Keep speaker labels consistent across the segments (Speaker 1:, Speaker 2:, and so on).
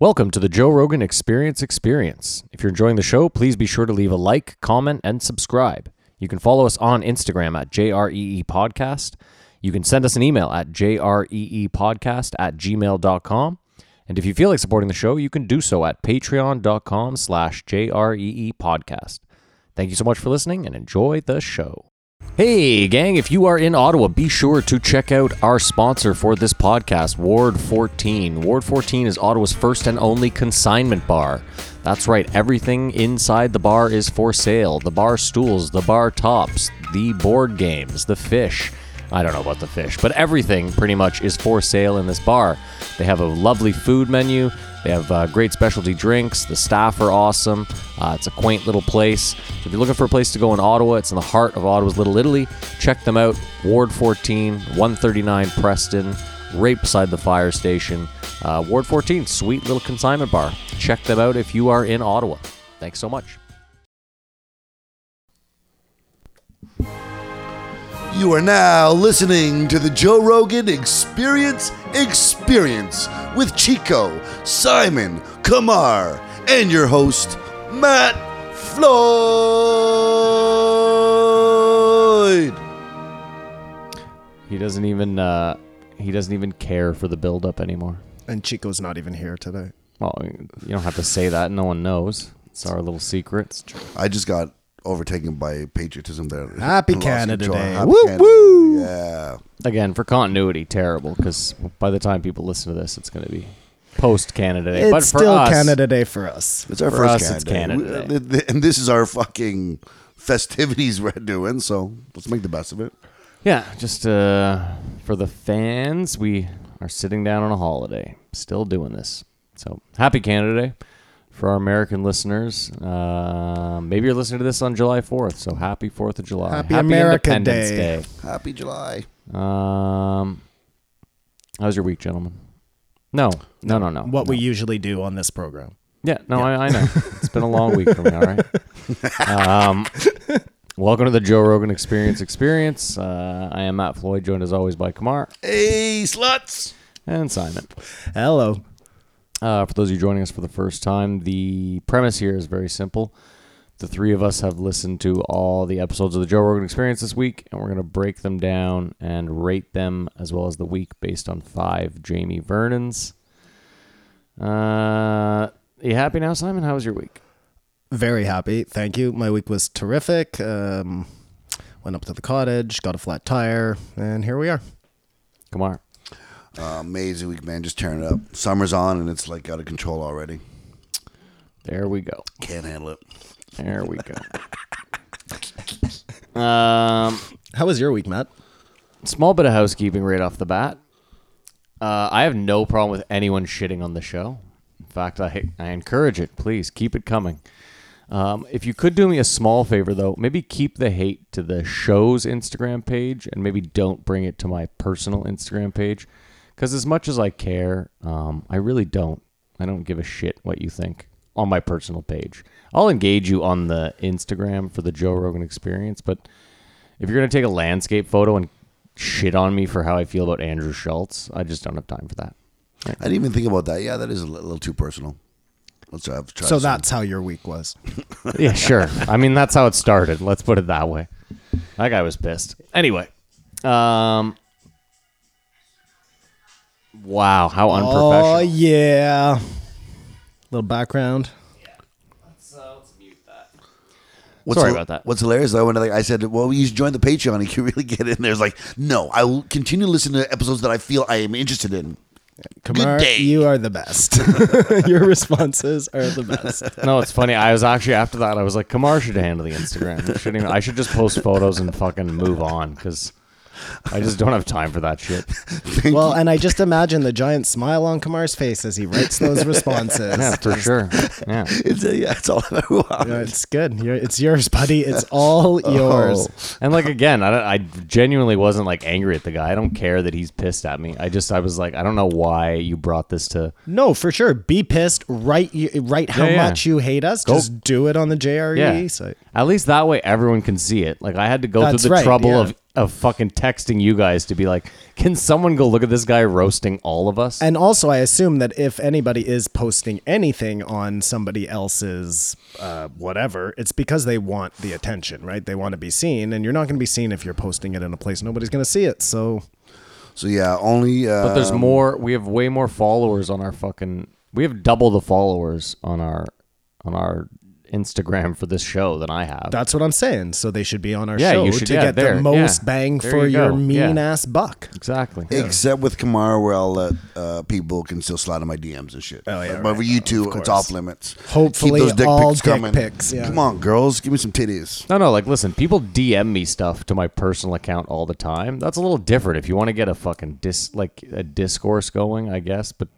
Speaker 1: Welcome to the Joe Rogan Experience Experience. If you're enjoying the show, please be sure to leave a like, comment, and subscribe. You can follow us on Instagram at JREE E Podcast. You can send us an email at jreepodcast E at gmail.com. And if you feel like supporting the show, you can do so at patreon.com slash JREE E Podcast. Thank you so much for listening and enjoy the show. Hey, gang, if you are in Ottawa, be sure to check out our sponsor for this podcast, Ward 14. Ward 14 is Ottawa's first and only consignment bar. That's right, everything inside the bar is for sale the bar stools, the bar tops, the board games, the fish. I don't know about the fish, but everything pretty much is for sale in this bar. They have a lovely food menu. They have uh, great specialty drinks. The staff are awesome. Uh, it's a quaint little place. If you're looking for a place to go in Ottawa, it's in the heart of Ottawa's Little Italy. Check them out. Ward 14, 139 Preston, right beside the fire station. Uh, Ward 14, sweet little consignment bar. Check them out if you are in Ottawa. Thanks so much.
Speaker 2: You are now listening to the Joe Rogan Experience Experience with Chico, Simon, Kamar, and your host, Matt Floyd.
Speaker 1: He doesn't even uh, he doesn't even care for the build up anymore.
Speaker 3: And Chico's not even here today.
Speaker 1: Well, you don't have to say that. No one knows. It's our little secret. It's true.
Speaker 2: I just got overtaken by patriotism there.
Speaker 3: Happy
Speaker 2: I lost
Speaker 3: Canada
Speaker 2: control.
Speaker 3: Day.
Speaker 2: Happy
Speaker 3: Woo,
Speaker 2: Canada
Speaker 3: woo.
Speaker 2: Day, Yeah.
Speaker 1: again for continuity terrible because by the time people listen to this it's going to be post canada day
Speaker 3: It's
Speaker 1: but for
Speaker 3: still
Speaker 1: us,
Speaker 3: Canada Day for us.
Speaker 2: It's our
Speaker 1: For
Speaker 2: first
Speaker 1: us, it's
Speaker 2: Canada Day.
Speaker 1: Canada
Speaker 2: We-
Speaker 1: Day.
Speaker 2: th- th- And this is our fucking festivities we're doing, so let's make the best of it.
Speaker 1: yeah just uh, for the fans we are sitting down on a holiday still doing this so happy canada day for our american listeners uh, maybe you're listening to this on july 4th so happy 4th of july
Speaker 3: Happy America
Speaker 1: Independence
Speaker 3: Day.
Speaker 2: Happy July.
Speaker 1: um, how's your week gentlemen no no no no
Speaker 3: What we usually do on this program.
Speaker 1: Yeah, no, I, I know. It's been a long week for me. All right. Um, welcome to the Joe Rogan Experience. Experience. Uh, I am Matt Floyd, joined as always by Kamar
Speaker 2: Hey, sluts.
Speaker 1: and Simon.
Speaker 3: Hello.
Speaker 1: Uh, for those of you joining us for the first time, the premise here is very simple. The three of us have listened to all the episodes of the Joe Rogan Experience this week, and we're going to break them down and rate them as well as the week based on five Jamie Vernons. Uh, you happy now, Simon? How was your week?
Speaker 3: Very happy. Thank you. My week was terrific. Um, went up to the cottage, got a flat tire, and here we are.
Speaker 1: Kamar.
Speaker 2: Uh, amazing week, man. Just tearing it up. Summer's on and it's like out of control already.
Speaker 1: There we go.
Speaker 2: Can't handle it.
Speaker 1: There we go. um,
Speaker 3: How was your week, Matt?
Speaker 1: small bit of housekeeping right off the bat. Uh, I have no problem with anyone shitting on the show. In fact, I I encourage it. Please keep it coming. Um, if you could do me a small favor though, maybe keep the hate to the show's Instagram page, and maybe don't bring it to my personal Instagram page, because as much as I care, um, I really don't. I don't give a shit what you think on my personal page. I'll engage you on the Instagram for the Joe Rogan Experience, but if you're gonna take a landscape photo and shit on me for how I feel about Andrew Schultz, I just don't have time for that.
Speaker 2: I didn't even think about that. Yeah, that is a li- little too personal. Let's have try
Speaker 3: So
Speaker 2: some-
Speaker 3: that's how your week was.
Speaker 1: yeah, sure. I mean, that's how it started. Let's put it that way. That guy was pissed. Anyway, um, wow, how
Speaker 3: Oh,
Speaker 1: unprofessional.
Speaker 3: yeah. Little background.
Speaker 2: What's
Speaker 1: Sorry
Speaker 2: hil-
Speaker 1: about that.
Speaker 2: What's hilarious though, when I, I said, "Well, you should join the Patreon," and you can really get in there. It's like, no, I will continue listening to episodes that I feel I am interested in.
Speaker 3: Kamar,
Speaker 2: day.
Speaker 3: you are the best. your responses are the best.
Speaker 1: No, it's funny. I was actually after that. I was like, Kamar should handle the Instagram. It shouldn't even- I should just post photos and fucking move on because I just don't have time for that shit.
Speaker 3: Well, and I just imagine the giant smile on Kamar's face as he writes those responses.
Speaker 1: Yeah, for sure. Yeah.
Speaker 2: It's uh, yeah, it's all I want.
Speaker 3: Yeah, it's good. You're, it's yours, buddy. It's all
Speaker 1: Oh.
Speaker 3: yours.
Speaker 1: And like again, I, don't- I genuinely wasn't like angry at the guy. I don't care that he's pissed at me. I just I was like, I don't know why you brought this to.
Speaker 3: No, for sure. Be pissed. Write you, write how
Speaker 1: Yeah, yeah.
Speaker 3: much you hate us. Just do it on the JRE
Speaker 1: Yeah.
Speaker 3: site.
Speaker 1: At least that way everyone can see it. Like I had to go
Speaker 3: That's
Speaker 1: through the
Speaker 3: right,
Speaker 1: trouble
Speaker 3: yeah.
Speaker 1: of of fucking texting you guys to be like, can someone go look at this guy roasting all of us?
Speaker 3: And also, I assume that if anybody is posting anything on somebody else's uh, whatever, it's because they want the attention, right? They want to be seen, and you're not going to be seen if you're posting it in a place nobody's going to see it. So
Speaker 2: So yeah, only. Uh,
Speaker 1: but there's
Speaker 3: um,
Speaker 1: more. We have way more followers on our fucking. We have double the followers on our on our Instagram for this show than I have.
Speaker 3: that's what I'm saying. So they should be on our
Speaker 1: Yeah,
Speaker 3: show
Speaker 1: you should-
Speaker 3: to
Speaker 1: yeah,
Speaker 3: get
Speaker 1: there,
Speaker 3: the most
Speaker 1: yeah.
Speaker 3: bang
Speaker 1: There
Speaker 3: for
Speaker 1: you
Speaker 3: your
Speaker 1: go,
Speaker 3: mean
Speaker 1: yeah.
Speaker 3: ass buck.
Speaker 1: exactly.
Speaker 2: Except with Kamara, where I'll let uh, people can still slide on my DMs and shit.
Speaker 3: Oh, yeah,
Speaker 2: but
Speaker 3: right.
Speaker 2: for you two,
Speaker 3: Of
Speaker 2: it's
Speaker 3: course.
Speaker 2: off limits.
Speaker 3: Hopefully all dick pics, yeah.
Speaker 2: Come on, girls, give me some titties.
Speaker 1: No, no. Like, listen. People DM me stuff to my personal account all the time. That's a little different. If you want to get a fucking dis like a discourse going, I guess. But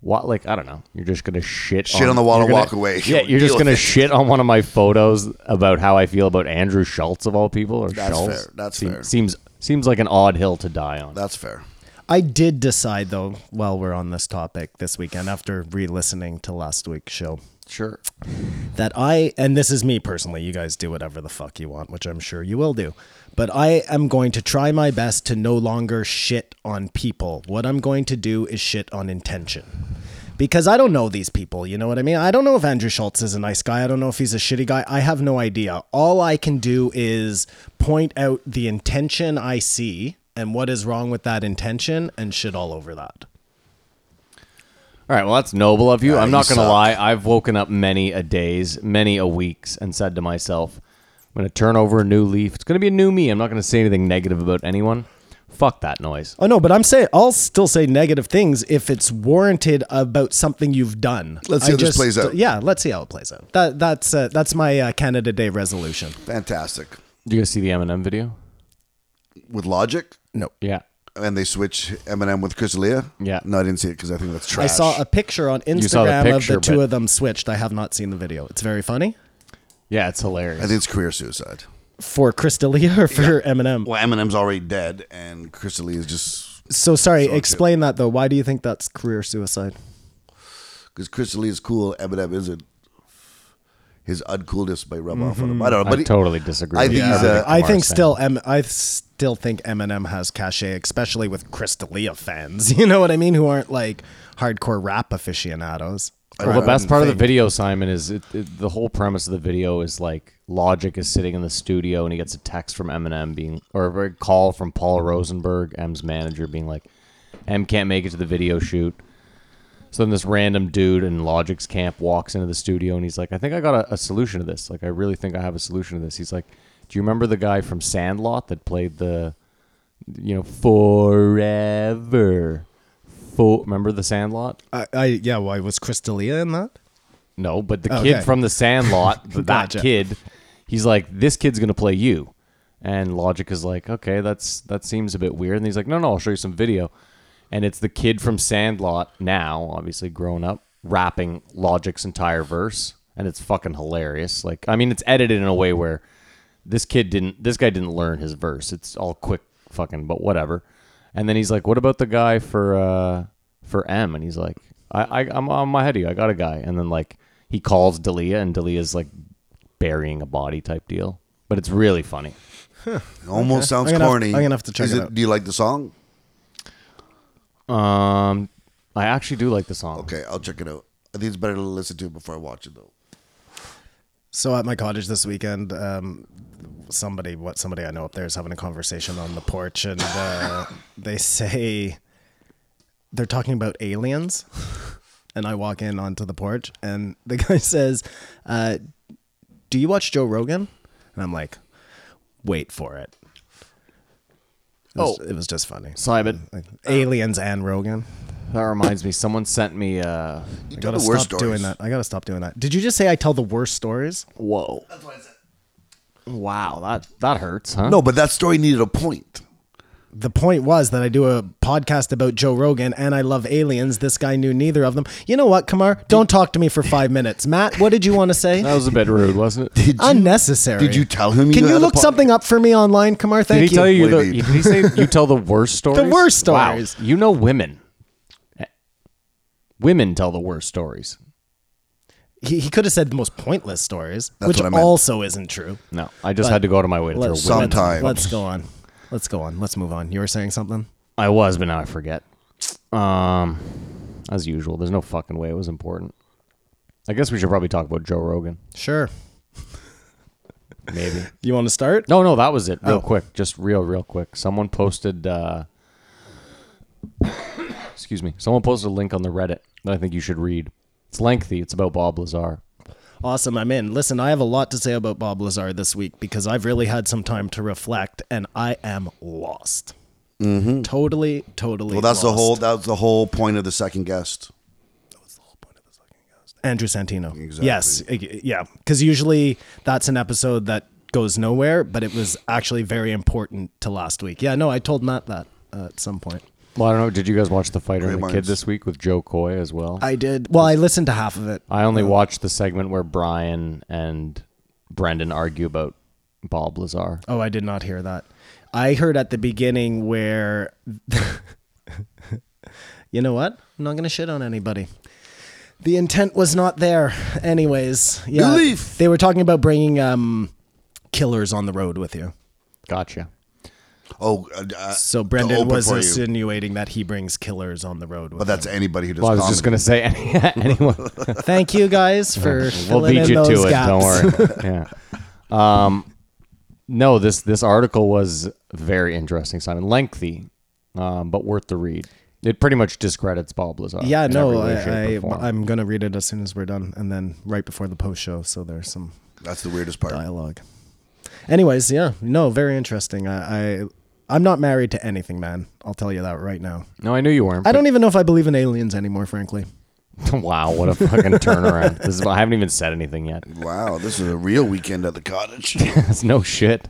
Speaker 1: what? Like, I don't know. You're just gonna shit
Speaker 2: Shit on the wall
Speaker 1: you're
Speaker 2: and
Speaker 1: gonna-
Speaker 2: walk away.
Speaker 1: Yeah, you're
Speaker 2: Deal
Speaker 1: just
Speaker 2: with
Speaker 1: gonna
Speaker 2: it.
Speaker 1: shit on one of my photos about how I feel about Andrew Schultz of all people. Or
Speaker 2: That's
Speaker 1: Schultz.
Speaker 2: fair, that's
Speaker 1: Seem-
Speaker 2: fair.
Speaker 1: Seems seems like an odd hill to die on.
Speaker 2: That's fair.
Speaker 3: I did decide, though, while we're on this topic this weekend, after re listening to last week's show,
Speaker 1: sure.
Speaker 3: that I, and this is me personally, you guys do whatever the fuck you want, which I'm sure you will do, but I am going to try my best to no longer shit on people. What I'm going to do is shit on intention. Because I don't know these people, you know what I mean? I don't know if Andrew Schultz is a nice guy. I don't know if he's a shitty guy. I have no idea. All I can do is point out the intention I see and what is wrong with that intention and shit all over that.
Speaker 1: All right, well, that's noble of you.
Speaker 2: Yeah,
Speaker 1: I'm
Speaker 2: you
Speaker 1: not going to
Speaker 2: suck.
Speaker 1: lie. I've woken up many a days, many a weeks, and said to myself, I'm going to turn over a new leaf. It's going to be a new me. I'm not going to say anything negative about anyone. Fuck that noise.
Speaker 3: Oh no, but I'm saying I'll still say negative things if it's warranted about something you've done.
Speaker 2: Let's see
Speaker 3: I
Speaker 2: how this plays out.
Speaker 3: Yeah, let's see how it plays out. That that's uh, that's my uh, Canada Day resolution.
Speaker 2: Fantastic.
Speaker 1: Did you guys see the Eminem video?
Speaker 2: With Logic,
Speaker 3: No,
Speaker 1: Yeah.
Speaker 2: and they switch Eminem with Chris Leah.
Speaker 1: Yeah.
Speaker 2: No, I didn't see it because I think that's trash.
Speaker 3: I saw a picture on
Speaker 1: saw the
Speaker 3: Instagram
Speaker 1: picture,
Speaker 3: of the two
Speaker 1: but-
Speaker 3: of them switched. I have not seen the video. It's very funny.
Speaker 1: Yeah, it's
Speaker 2: I
Speaker 1: hilarious.
Speaker 2: think it's career suicide.
Speaker 3: For Crystalia or for Eminem?
Speaker 2: Well, Eminem's already dead, and Chris Leah is just
Speaker 3: So sorry, explain that though. Why do you think that's career suicide?
Speaker 2: because Chris Leah is cool, Eminem isn't. His uncoolness may rub off
Speaker 3: Mm-hmm.
Speaker 2: on him. I don't know,
Speaker 1: I
Speaker 2: but he-
Speaker 1: totally disagree.
Speaker 2: I
Speaker 1: with
Speaker 2: think uh,
Speaker 1: you.
Speaker 2: he's a-
Speaker 3: uh, I think
Speaker 1: Kumar's
Speaker 3: still em- I still think Eminem has cachet, especially with Crystalia fans. You know what I mean? Who aren't like hardcore rap aficionados.
Speaker 1: Well, the best part of the video, Simon, is it, it, the whole premise of the video is like Logic is sitting in the studio and he gets a text from Eminem being, or a call from Paul Rosenberg, M's manager, being like, M can't make it to the video shoot. So then this random dude in Logic's camp walks into the studio and he's like, I think I got a, a solution to this. Like, I really think I have a solution to this. He's like, Do you remember the guy from Sandlot that played the, you know, forever? For, remember the Sandlot?
Speaker 3: I, I yeah, why was Crystalia in that?
Speaker 1: No, but the
Speaker 3: Oh, Okay.
Speaker 1: kid from the Sandlot, th- that
Speaker 3: Gotcha.
Speaker 1: kid, he's like, this kid's gonna play you, and Logic is like, okay, that's that seems a bit weird, and he's like, no, no, I'll show you some video, and it's the kid from Sandlot now, obviously grown up, rapping Logic's entire verse, and it's fucking hilarious. Like, I mean, it's edited in a way where this kid didn't, this guy didn't learn his verse. It's all quick fucking, but whatever. And then he's like, what about the guy for uh for M? And he's like, I, I I'm on my head of you. I got a guy. And then like he calls Dalia, and Dalia's like burying a body type deal. But it's really funny.
Speaker 2: almost sounds
Speaker 3: I'm gonna have-
Speaker 2: corny.
Speaker 3: I'm gonna have to check
Speaker 2: Is
Speaker 3: it out.
Speaker 2: Do you like the song?
Speaker 1: Um, I actually do like the song.
Speaker 2: Okay, I'll check it out. I think it's better to listen to it before I watch it though.
Speaker 3: So at my cottage this weekend, um, somebody what somebody I know up there is having a conversation on the porch, and uh, they say they're talking about aliens. And I walk in onto the porch, and the guy says, uh, "Do you watch Joe Rogan?" And I'm like, "Wait for it." it was,
Speaker 1: Oh.
Speaker 3: it was just funny.
Speaker 1: Simon,
Speaker 3: Like, aliens and Rogan.
Speaker 1: that reminds me. Someone sent me. Uh,
Speaker 2: You
Speaker 3: I gotta
Speaker 2: the worst
Speaker 3: stop doing that. I gotta stop doing that. Did you just say I tell the worst stories?
Speaker 1: whoa, wow, that that hurts, huh?
Speaker 2: No, but that story needed a point.
Speaker 3: The point was that I do a podcast about Joe Rogan and I love aliens. This guy knew neither of them. You know what, Kamar? Don't talk to me for five minutes. Matt, what did you want to say?
Speaker 1: that was a bit rude, wasn't it?
Speaker 2: Did you,
Speaker 3: Unnecessary.
Speaker 2: did you tell him?
Speaker 3: Can
Speaker 2: you
Speaker 3: you
Speaker 2: had a
Speaker 3: look
Speaker 2: po-
Speaker 3: something up for me online, Kamar? Thank
Speaker 1: Did he
Speaker 3: you.
Speaker 1: tell you?
Speaker 2: What
Speaker 1: The,
Speaker 2: do you
Speaker 1: did he say you tell the worst stories?
Speaker 3: worst
Speaker 1: Wow,
Speaker 3: stories.
Speaker 1: You know women. Eh, Women tell the worst stories.
Speaker 3: He, he could have said the most pointless stories,
Speaker 2: That's
Speaker 3: which
Speaker 2: what I meant.
Speaker 3: also isn't true.
Speaker 1: No, I just had to go out of my way to throw
Speaker 3: Let's,
Speaker 1: women.
Speaker 2: Sometimes.
Speaker 3: let's go on. Let's go on. Let's move on. You were saying something?
Speaker 1: I was, but now I forget. Um, as usual, there's no fucking way it was important. I guess we should probably talk about Joe Rogan.
Speaker 3: Sure.
Speaker 1: Maybe.
Speaker 3: You want to start?
Speaker 1: No, no, that was it. Real
Speaker 3: Oh.
Speaker 1: quick, just real, real quick. Someone posted. Uh, excuse me. Someone posted a link on the Reddit that I think you should read. It's lengthy. It's about Bob Lazar.
Speaker 3: Awesome. I'm in. Listen, I have a lot to say about Bob Lazar this week because I've really had some time to reflect and I am lost. Mm-hmm. Totally, totally.
Speaker 2: Well, that's the
Speaker 3: lost.
Speaker 2: whole that's the whole point of the second guest.
Speaker 3: Andrew Santino.
Speaker 2: Exactly.
Speaker 3: Yes. I- Yeah. Because usually that's an episode that goes nowhere, but it was actually very important to last week. Yeah. No, I told Matt that uh, at some point.
Speaker 1: Well, I don't know. Did you guys watch The Fighter and the
Speaker 2: Great
Speaker 1: Kid
Speaker 2: minds.
Speaker 1: this week with Joe Coy as well? I,
Speaker 3: I did. Well, I listened to half of it.
Speaker 2: uh,
Speaker 1: only watched the segment where Brian and Brendan argue about Bob Lazar.
Speaker 3: Oh, I did not hear that. I heard at the beginning where. you know what? I'm not going to shit on anybody. The intent was not there. Anyways, yeah.
Speaker 2: Belief.
Speaker 3: They were talking about bringing um, killers on the road with you.
Speaker 1: Gotcha.
Speaker 2: Oh, uh, uh,
Speaker 3: So
Speaker 2: to
Speaker 3: Brendan
Speaker 2: open
Speaker 3: was
Speaker 2: for you.
Speaker 3: insinuating that he brings killers on the road with
Speaker 2: but that's anybody who does.
Speaker 1: Well, I was just
Speaker 2: comedy.
Speaker 1: gonna say any, anyone.
Speaker 3: him. Thank you guys for
Speaker 1: we'll
Speaker 3: filling
Speaker 1: beat
Speaker 3: in
Speaker 1: you to
Speaker 3: those
Speaker 1: it.
Speaker 3: gaps.
Speaker 1: Don't worry. yeah. Um, no, this this article was very interesting, Simon. Lengthy, um, but worth the read. It pretty much discredits Bob Lazar.
Speaker 3: Yeah,
Speaker 1: in
Speaker 3: no,
Speaker 1: every way, shape, or
Speaker 3: I,
Speaker 1: form.
Speaker 3: I, I'm going to read it as soon as we're done and then right before the post show. So there's some
Speaker 2: That's the weirdest part.
Speaker 3: dialogue. Anyways, yeah, no, very interesting. I, I I'm not married to anything, man. I'll tell you that right now.
Speaker 1: no, I knew you weren't.
Speaker 3: I don't e- even know if I believe in aliens anymore, frankly.
Speaker 1: but- wow, what a fucking turnaround! This is, I haven't even said anything yet.
Speaker 2: Wow, this is a real weekend at the cottage.
Speaker 1: That's no shit.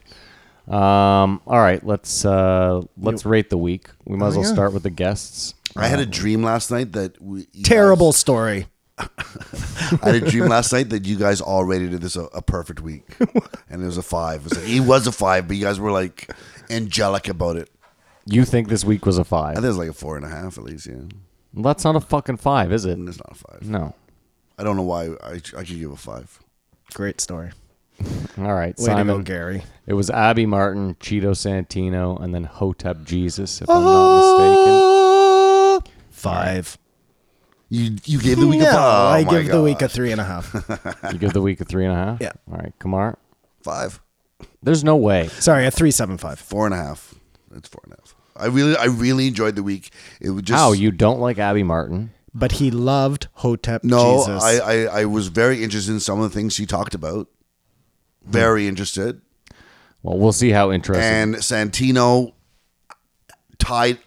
Speaker 1: Um, all right, let's uh, let's rate the week. We might as well
Speaker 3: Oh, yeah.
Speaker 1: start with the guests.
Speaker 2: I had a dream last night that we you
Speaker 3: Terrible story.
Speaker 2: guys- I had a dream last night that you guys all rated this a, a perfect week, and it was a five. It was like, he was a five, but you guys were like angelic about it.
Speaker 1: You think this week was a
Speaker 2: I
Speaker 1: five?
Speaker 2: think it was like a four and a half at least. Yeah, and
Speaker 1: That's not a fucking five, is it?
Speaker 2: it's not a five.
Speaker 1: No.
Speaker 2: I don't know why I I could give a five.
Speaker 3: Great story.
Speaker 1: All right,
Speaker 3: Way
Speaker 1: Simon.
Speaker 3: to go, Gary.
Speaker 1: It was Abby Martin, Cheeto Santino, and then Hotep Jesus, if I'm not
Speaker 3: Five.
Speaker 2: You you gave the week
Speaker 3: no,
Speaker 2: a five.
Speaker 3: I
Speaker 2: Oh my
Speaker 3: give the week a
Speaker 2: God.
Speaker 3: three and a half.
Speaker 1: mistaken. You give the week a three and a half?
Speaker 3: Yeah.
Speaker 1: All right, Kamar.
Speaker 2: five,
Speaker 1: There's no way.
Speaker 3: Sorry, a three seven five.
Speaker 2: four and a half. It's four and a half. I really I really enjoyed the week. It was just
Speaker 1: How? You don't like Abby Martin?
Speaker 3: But he loved Hotep
Speaker 2: No,
Speaker 3: Jesus.
Speaker 2: I, I I was very interested in some of the things she talked about. Very interested.
Speaker 1: Well, we'll see how interesting.
Speaker 3: Eh.
Speaker 2: and Santino tied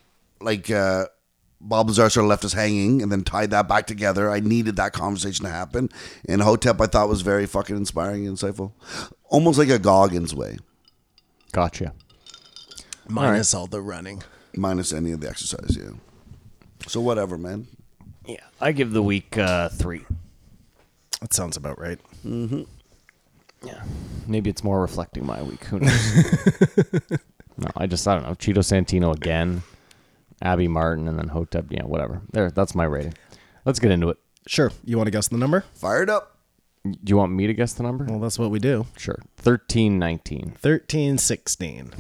Speaker 2: like uh Bob Lazar sort of left us hanging and then tied that back together. I needed that conversation to happen. And Hotep I thought was very fucking inspiring and insightful. Almost like a Goggins way,
Speaker 1: gotcha.
Speaker 3: minus all the running.
Speaker 2: minus any of the exercise, yeah. So whatever, man.
Speaker 1: Yeah, I give the week uh, three.
Speaker 3: That sounds about right.
Speaker 1: Yeah. Maybe it's more reflecting my week. Who knows? no, I just, I don't know. Cheeto Santino again, Abby Martin, and then Hotep. Yeah, whatever. There, that's my rating. Let's get into it.
Speaker 3: Sure. You want to guess the number?
Speaker 2: Fired up.
Speaker 1: Do you want me to guess the number?
Speaker 3: Well, that's what we do.
Speaker 1: Sure. 1319.
Speaker 3: Thirteen sixteen.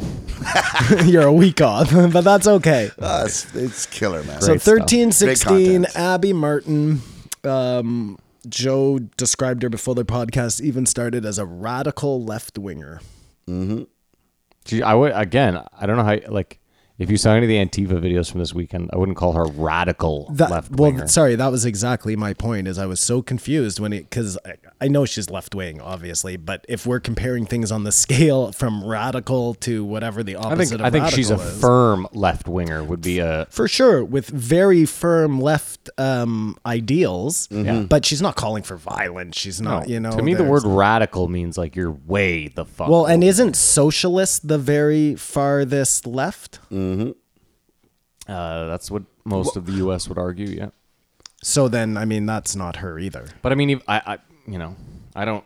Speaker 3: You're a week off, but that's okay.
Speaker 2: Uh, it's, it's killer, man.
Speaker 3: So
Speaker 1: Great stuff.
Speaker 3: 13,
Speaker 2: Great
Speaker 3: 16,
Speaker 2: content.
Speaker 3: Abby Martin. Um, Joe described her before the podcast even started as a radical left winger.
Speaker 1: Gee, I would again. I don't know how like if you saw any of the Antifa videos from this weekend, I wouldn't call her radical left
Speaker 3: well,
Speaker 1: winger.
Speaker 3: sorry, that was exactly my point. Is I was so confused when it because I, I know she's left wing, obviously, but if we're comparing things on the scale from radical to whatever the
Speaker 1: I think
Speaker 3: opposite
Speaker 1: I
Speaker 3: of
Speaker 1: think she's a
Speaker 3: radical is-
Speaker 1: firm left winger would be a
Speaker 3: for sure with very firm left um, ideals, but she's not calling for violence. She's not, you know.
Speaker 1: Mm-hmm. to me the
Speaker 3: there's-
Speaker 1: word radical means like you're way the fuck.
Speaker 3: Well, and
Speaker 1: over.
Speaker 3: isn't socialist the very farthest left?
Speaker 2: Mm.
Speaker 1: uh, that's what most of the U.S. would argue. Yeah,
Speaker 3: So then, I mean, that's not her either.
Speaker 1: but I mean, if- I, I you know I don't.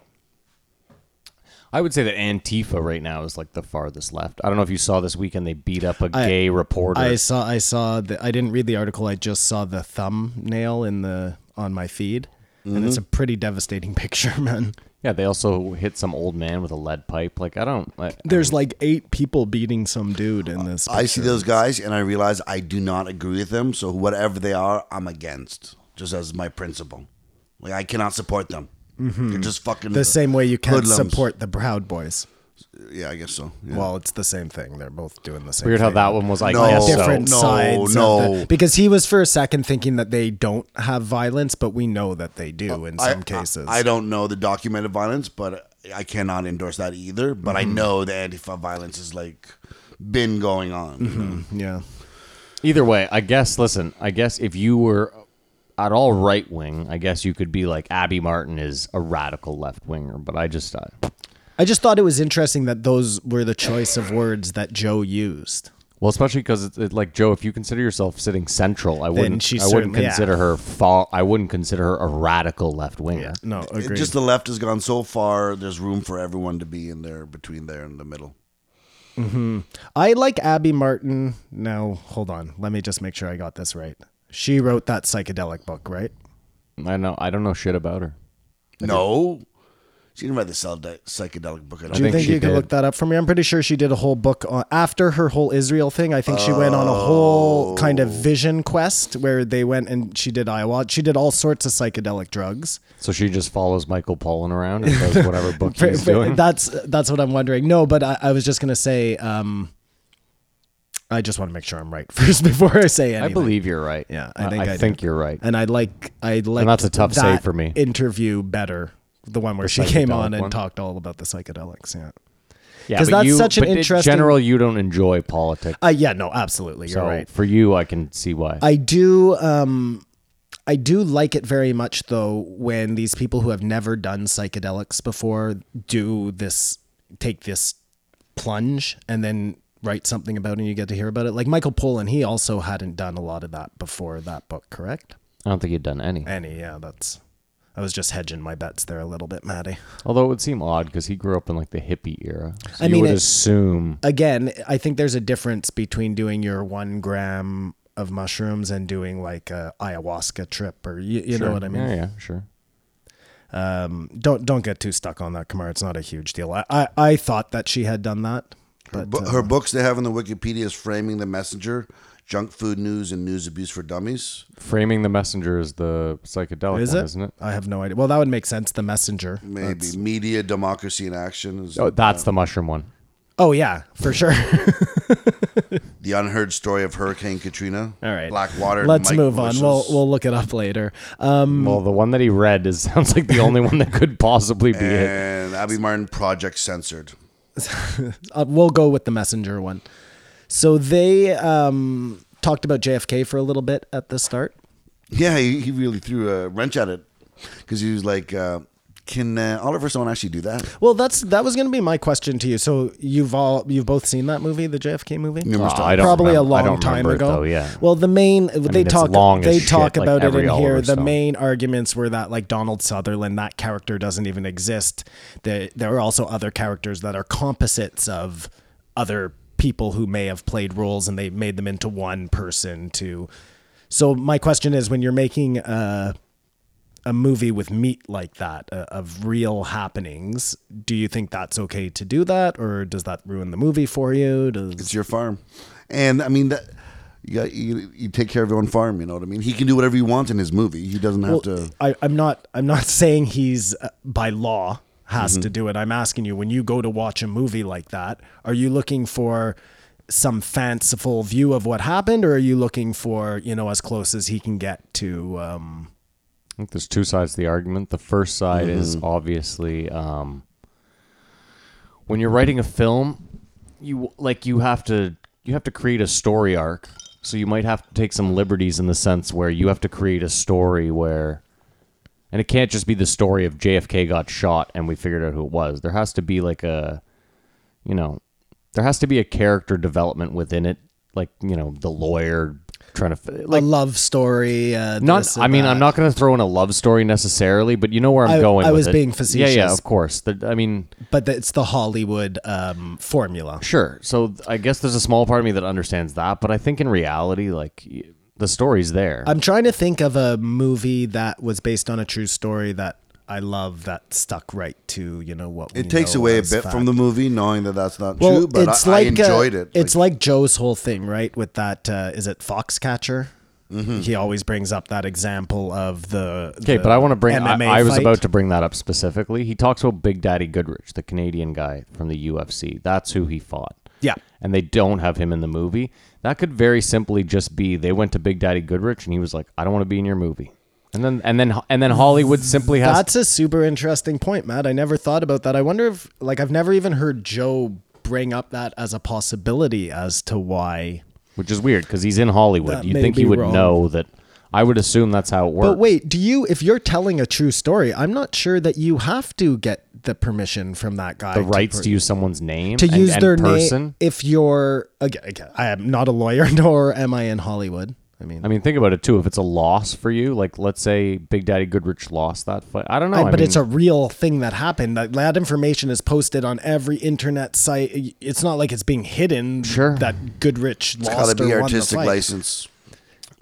Speaker 1: I would say that Antifa right now is like the farthest left. I don't know if you saw this weekend they beat up a gay reporter.
Speaker 3: I saw, I saw the, I didn't read the article. I just saw the thumbnail in the on my feed, and
Speaker 2: Mm-hmm.
Speaker 3: it's a pretty devastating picture, man.
Speaker 1: Yeah, they also hit some old man with a lead pipe. Like I don't. I,
Speaker 3: There's like eight people beating some dude in this.
Speaker 2: I see
Speaker 3: picture.
Speaker 2: those guys and I realize I do not agree with them. So whatever they are, I'm against. Just as my principle, like I cannot support them. They're just fucking
Speaker 3: Mm-hmm. the same way you can't
Speaker 2: hoodlums.
Speaker 3: support the Proud Boys.
Speaker 2: Yeah, I guess so. Yeah.
Speaker 3: Well, it's the same thing. They're both doing the same.
Speaker 1: weird how
Speaker 3: thing.
Speaker 1: that one was. I
Speaker 2: No.
Speaker 1: guess so.
Speaker 3: different
Speaker 2: no,
Speaker 3: sides.
Speaker 2: no.
Speaker 3: of the- because he was for a second thinking that they don't have violence, but we know that they do in
Speaker 2: I-
Speaker 3: some cases.
Speaker 2: I, I don't know the documented violence, but I cannot endorse that either. But
Speaker 3: Mm-hmm.
Speaker 2: I know the anti-fa violence is like been going on. you
Speaker 3: Mm-hmm.
Speaker 2: know?
Speaker 3: yeah.
Speaker 1: Either way, I guess. Listen, I guess if you were at all right wing, I guess you could be like Abby Martin is a radical left winger. But I just, uh,
Speaker 3: I just thought it was interesting that those were the choice of words that Joe used.
Speaker 1: well, especially because it's it, like Joe. If you consider yourself sitting central, I wouldn't.
Speaker 3: she
Speaker 1: I wouldn't
Speaker 3: certainly- yeah.
Speaker 1: consider her far. I wouldn't consider her a radical left winger.
Speaker 3: No,
Speaker 2: It-
Speaker 3: agreed.
Speaker 2: just the left has gone so far. There's room for everyone to be in there between there and the middle.
Speaker 3: I like Abby Martin. Now, hold on. Let me just make sure I got this right. She wrote that psychedelic book, right?
Speaker 1: I know. I don't know shit about her.
Speaker 2: no, she didn't write the psy- psychedelic book. I don't
Speaker 3: Do you
Speaker 1: think
Speaker 3: think,
Speaker 1: she
Speaker 3: you can
Speaker 1: did.
Speaker 3: look that up for me? I'm pretty sure she did a whole book on, after her whole Israel thing. I think she went on a whole kind
Speaker 1: Oh.
Speaker 3: of vision quest where they went and she did ayahuasca. She did all sorts of psychedelic drugs.
Speaker 1: So she just follows Michael Pollan around and does whatever book he's doing.
Speaker 3: That's that's what I'm wondering. No, but I, I was just gonna say. Um, I just want to make sure I'm right first before I say
Speaker 1: I
Speaker 3: anything.
Speaker 1: believe you're right.
Speaker 3: Yeah, I think I Uh, did.
Speaker 1: think you're right.
Speaker 3: and I like I like
Speaker 1: that's a tough save for me.
Speaker 3: Interview better the one where she came on
Speaker 1: psychedelic
Speaker 3: and
Speaker 1: one.
Speaker 3: talked all about the psychedelics. Yeah.
Speaker 1: Yeah,
Speaker 3: 'Cause
Speaker 1: but
Speaker 3: that's
Speaker 1: you-
Speaker 3: such an
Speaker 1: but in
Speaker 3: interesting-
Speaker 1: general, you don't enjoy politics.
Speaker 3: Uh, yeah. No. Absolutely. You're
Speaker 1: so
Speaker 3: right.
Speaker 1: for you, I can see why.
Speaker 3: I do um I do like it very much though when these people who have never done psychedelics before do this take this plunge and then write something about it and you get to hear about it. Like Michael Pollan, he also hadn't done a lot of that before that book, correct?
Speaker 1: I don't think you've done any.
Speaker 3: Any, yeah, that's I was just hedging my bets there a little bit, Maddie.
Speaker 1: Although it would seem odd because he grew up in like the hippie era. So
Speaker 3: I
Speaker 1: you
Speaker 3: mean,
Speaker 1: would
Speaker 3: it-
Speaker 1: assume.
Speaker 3: Again, I think there's a difference between doing your one gram of mushrooms and doing like a ayahuasca trip or you, you know what I mean?
Speaker 1: Yeah, yeah, sure.
Speaker 3: um, don't don't get too stuck on that, Kamar. It's not a huge deal. I, I, I thought that she had done that, but
Speaker 2: Bu-
Speaker 3: uh,
Speaker 2: her books they have on the Wikipedia is Framing the Messenger, Junk Food News, and News Abuse for Dummies.
Speaker 1: Framing the Messenger is the psychedelic
Speaker 3: is
Speaker 1: one,
Speaker 3: it?
Speaker 1: isn't it?
Speaker 3: I have no idea. Well, that would make sense. The messenger.
Speaker 2: Maybe Media Democracy in Action is
Speaker 1: Oh, that's the mushroom one.
Speaker 3: Oh yeah, for sure.
Speaker 2: the unheard story of Hurricane Katrina.
Speaker 3: All right,
Speaker 2: Blackwater. and
Speaker 3: Let's
Speaker 2: Mike
Speaker 3: move on.
Speaker 2: Bush's-
Speaker 3: We'll we'll look it up later. Um,
Speaker 1: Well, the one that he read is sounds like the only one that could possibly be
Speaker 3: Eh,
Speaker 1: it.
Speaker 2: and Abby Martin Project Censored.
Speaker 3: uh, we'll go with the messenger one. So they um talked about JFK for a little bit at the start.
Speaker 2: Yeah, he, he really threw a wrench at it because he was like, uh, "Can uh, Oliver Stone actually do that?"
Speaker 3: Well, that's that was going to be my question to you. So you've all you've both seen that movie, the JFK movie.
Speaker 2: Numerous
Speaker 1: Ah,
Speaker 2: times.
Speaker 1: I don't
Speaker 3: probably
Speaker 1: remember- I
Speaker 3: a long
Speaker 1: don't
Speaker 3: time
Speaker 1: remember it,
Speaker 3: ago.
Speaker 1: though, yeah.
Speaker 3: Well, the main they
Speaker 1: it's
Speaker 3: talk
Speaker 1: long as
Speaker 3: they
Speaker 1: shit,
Speaker 3: talk
Speaker 1: like
Speaker 3: about it
Speaker 1: every
Speaker 3: in
Speaker 1: Oliver
Speaker 3: here. The
Speaker 1: Stone.
Speaker 3: main arguments were that like Donald Sutherland, that character doesn't even exist. There there are also other characters that are composites of other people who may have played roles, and they made them into one person. To so my question is, when you're making uh, a a movie with meat like that uh, of real happenings do you think that's okay to do that or does that ruin the movie for you does...
Speaker 2: It's your farm, and I mean that. You, got, you, you take care of your own farm. You know what I mean. He can do whatever he wants in his movie. He doesn't have to.
Speaker 3: I, I'm not. I'm not saying he's uh, by law has
Speaker 1: Mm-hmm.
Speaker 3: to do it. I'm asking you when you go to watch a movie like that, are you looking for some fanciful view of what happened, or are you looking for you know as close as he can get to? Um,
Speaker 1: I think there's two sides to the argument. The first side is obviously um, when you're writing a film, you like you have to you have to create a story arc. So you might have to take some liberties in the sense where you have to create a story where and it can't just be the story of JFK got shot and we figured out who it was. There has to be like a you know, there has to be a character development within it, like, you know, the lawyer trying to f- like
Speaker 3: a love story. Uh,
Speaker 1: not.
Speaker 3: this and
Speaker 1: I mean,
Speaker 3: that.
Speaker 1: I'm not going to throw in a love story necessarily, but you know where I'm
Speaker 3: I-
Speaker 1: going.
Speaker 3: I
Speaker 1: with
Speaker 3: was
Speaker 1: it.
Speaker 3: being
Speaker 1: Yeah, yeah,
Speaker 3: facetious.
Speaker 1: of course. The- I mean,
Speaker 3: But it's the Hollywood um, formula.
Speaker 1: sure. So th- I guess there's a small part of me that understands that, but I think in reality, like, y- the story's there.
Speaker 3: I'm trying to think of a movie that was based on a true story that I love that stuck right to you know what we
Speaker 2: It takes
Speaker 3: know
Speaker 2: away a
Speaker 3: as
Speaker 2: bit
Speaker 3: fact.
Speaker 2: from the movie knowing that that's not
Speaker 3: Well,
Speaker 2: true, but
Speaker 3: it's
Speaker 2: I,
Speaker 3: like
Speaker 2: I
Speaker 3: uh,
Speaker 2: enjoyed it.
Speaker 3: It's
Speaker 2: Like,
Speaker 3: like, Joe's whole thing, right? With that, uh, is it Foxcatcher?
Speaker 2: Mm-hmm.
Speaker 3: He always brings up that example of the.
Speaker 1: Okay,
Speaker 3: the
Speaker 1: but I want to bring. I,
Speaker 3: MMA
Speaker 1: I was
Speaker 3: fight.
Speaker 1: about to bring that up specifically. He talks about Big Daddy Goodrich, the Canadian guy from the UFC. That's who he fought.
Speaker 3: Yeah.
Speaker 1: And they don't have him in the movie. That could very simply just be they went to Big Daddy Goodrich and he was like, "I don't want to be in your movie." And then and then and then Hollywood simply has
Speaker 3: That's a super interesting point, Matt. I never thought about that. I wonder if, like, I've never even heard Joe bring up that as a possibility as to why.
Speaker 1: which is weird because he's in Hollywood.
Speaker 3: That
Speaker 1: You
Speaker 3: may
Speaker 1: think he
Speaker 3: be
Speaker 1: would
Speaker 3: wrong.
Speaker 1: know that? I would assume that's how it works.
Speaker 3: But wait, do you, if you're telling a true story, I'm not sure that you have to get the permission from that guy.
Speaker 1: the
Speaker 3: to
Speaker 1: rights
Speaker 3: per-
Speaker 1: to use someone's name
Speaker 3: to
Speaker 1: and-
Speaker 3: use
Speaker 1: and
Speaker 3: their
Speaker 1: person.
Speaker 3: name if you're again, again, I am not a lawyer nor am I in Hollywood. I mean,
Speaker 1: I mean, think about it too. If it's a loss for you, like let's say Big Daddy Goodrich lost that fight, I don't know.
Speaker 3: I-
Speaker 1: I
Speaker 3: but
Speaker 1: mean-
Speaker 3: it's a real thing that happened. That, that information is posted on every internet site. It's not like it's being hidden.
Speaker 1: Sure.
Speaker 3: That Goodrich
Speaker 2: it's
Speaker 3: lost
Speaker 2: got to be
Speaker 3: or
Speaker 2: artistic
Speaker 3: won the fight.
Speaker 2: license.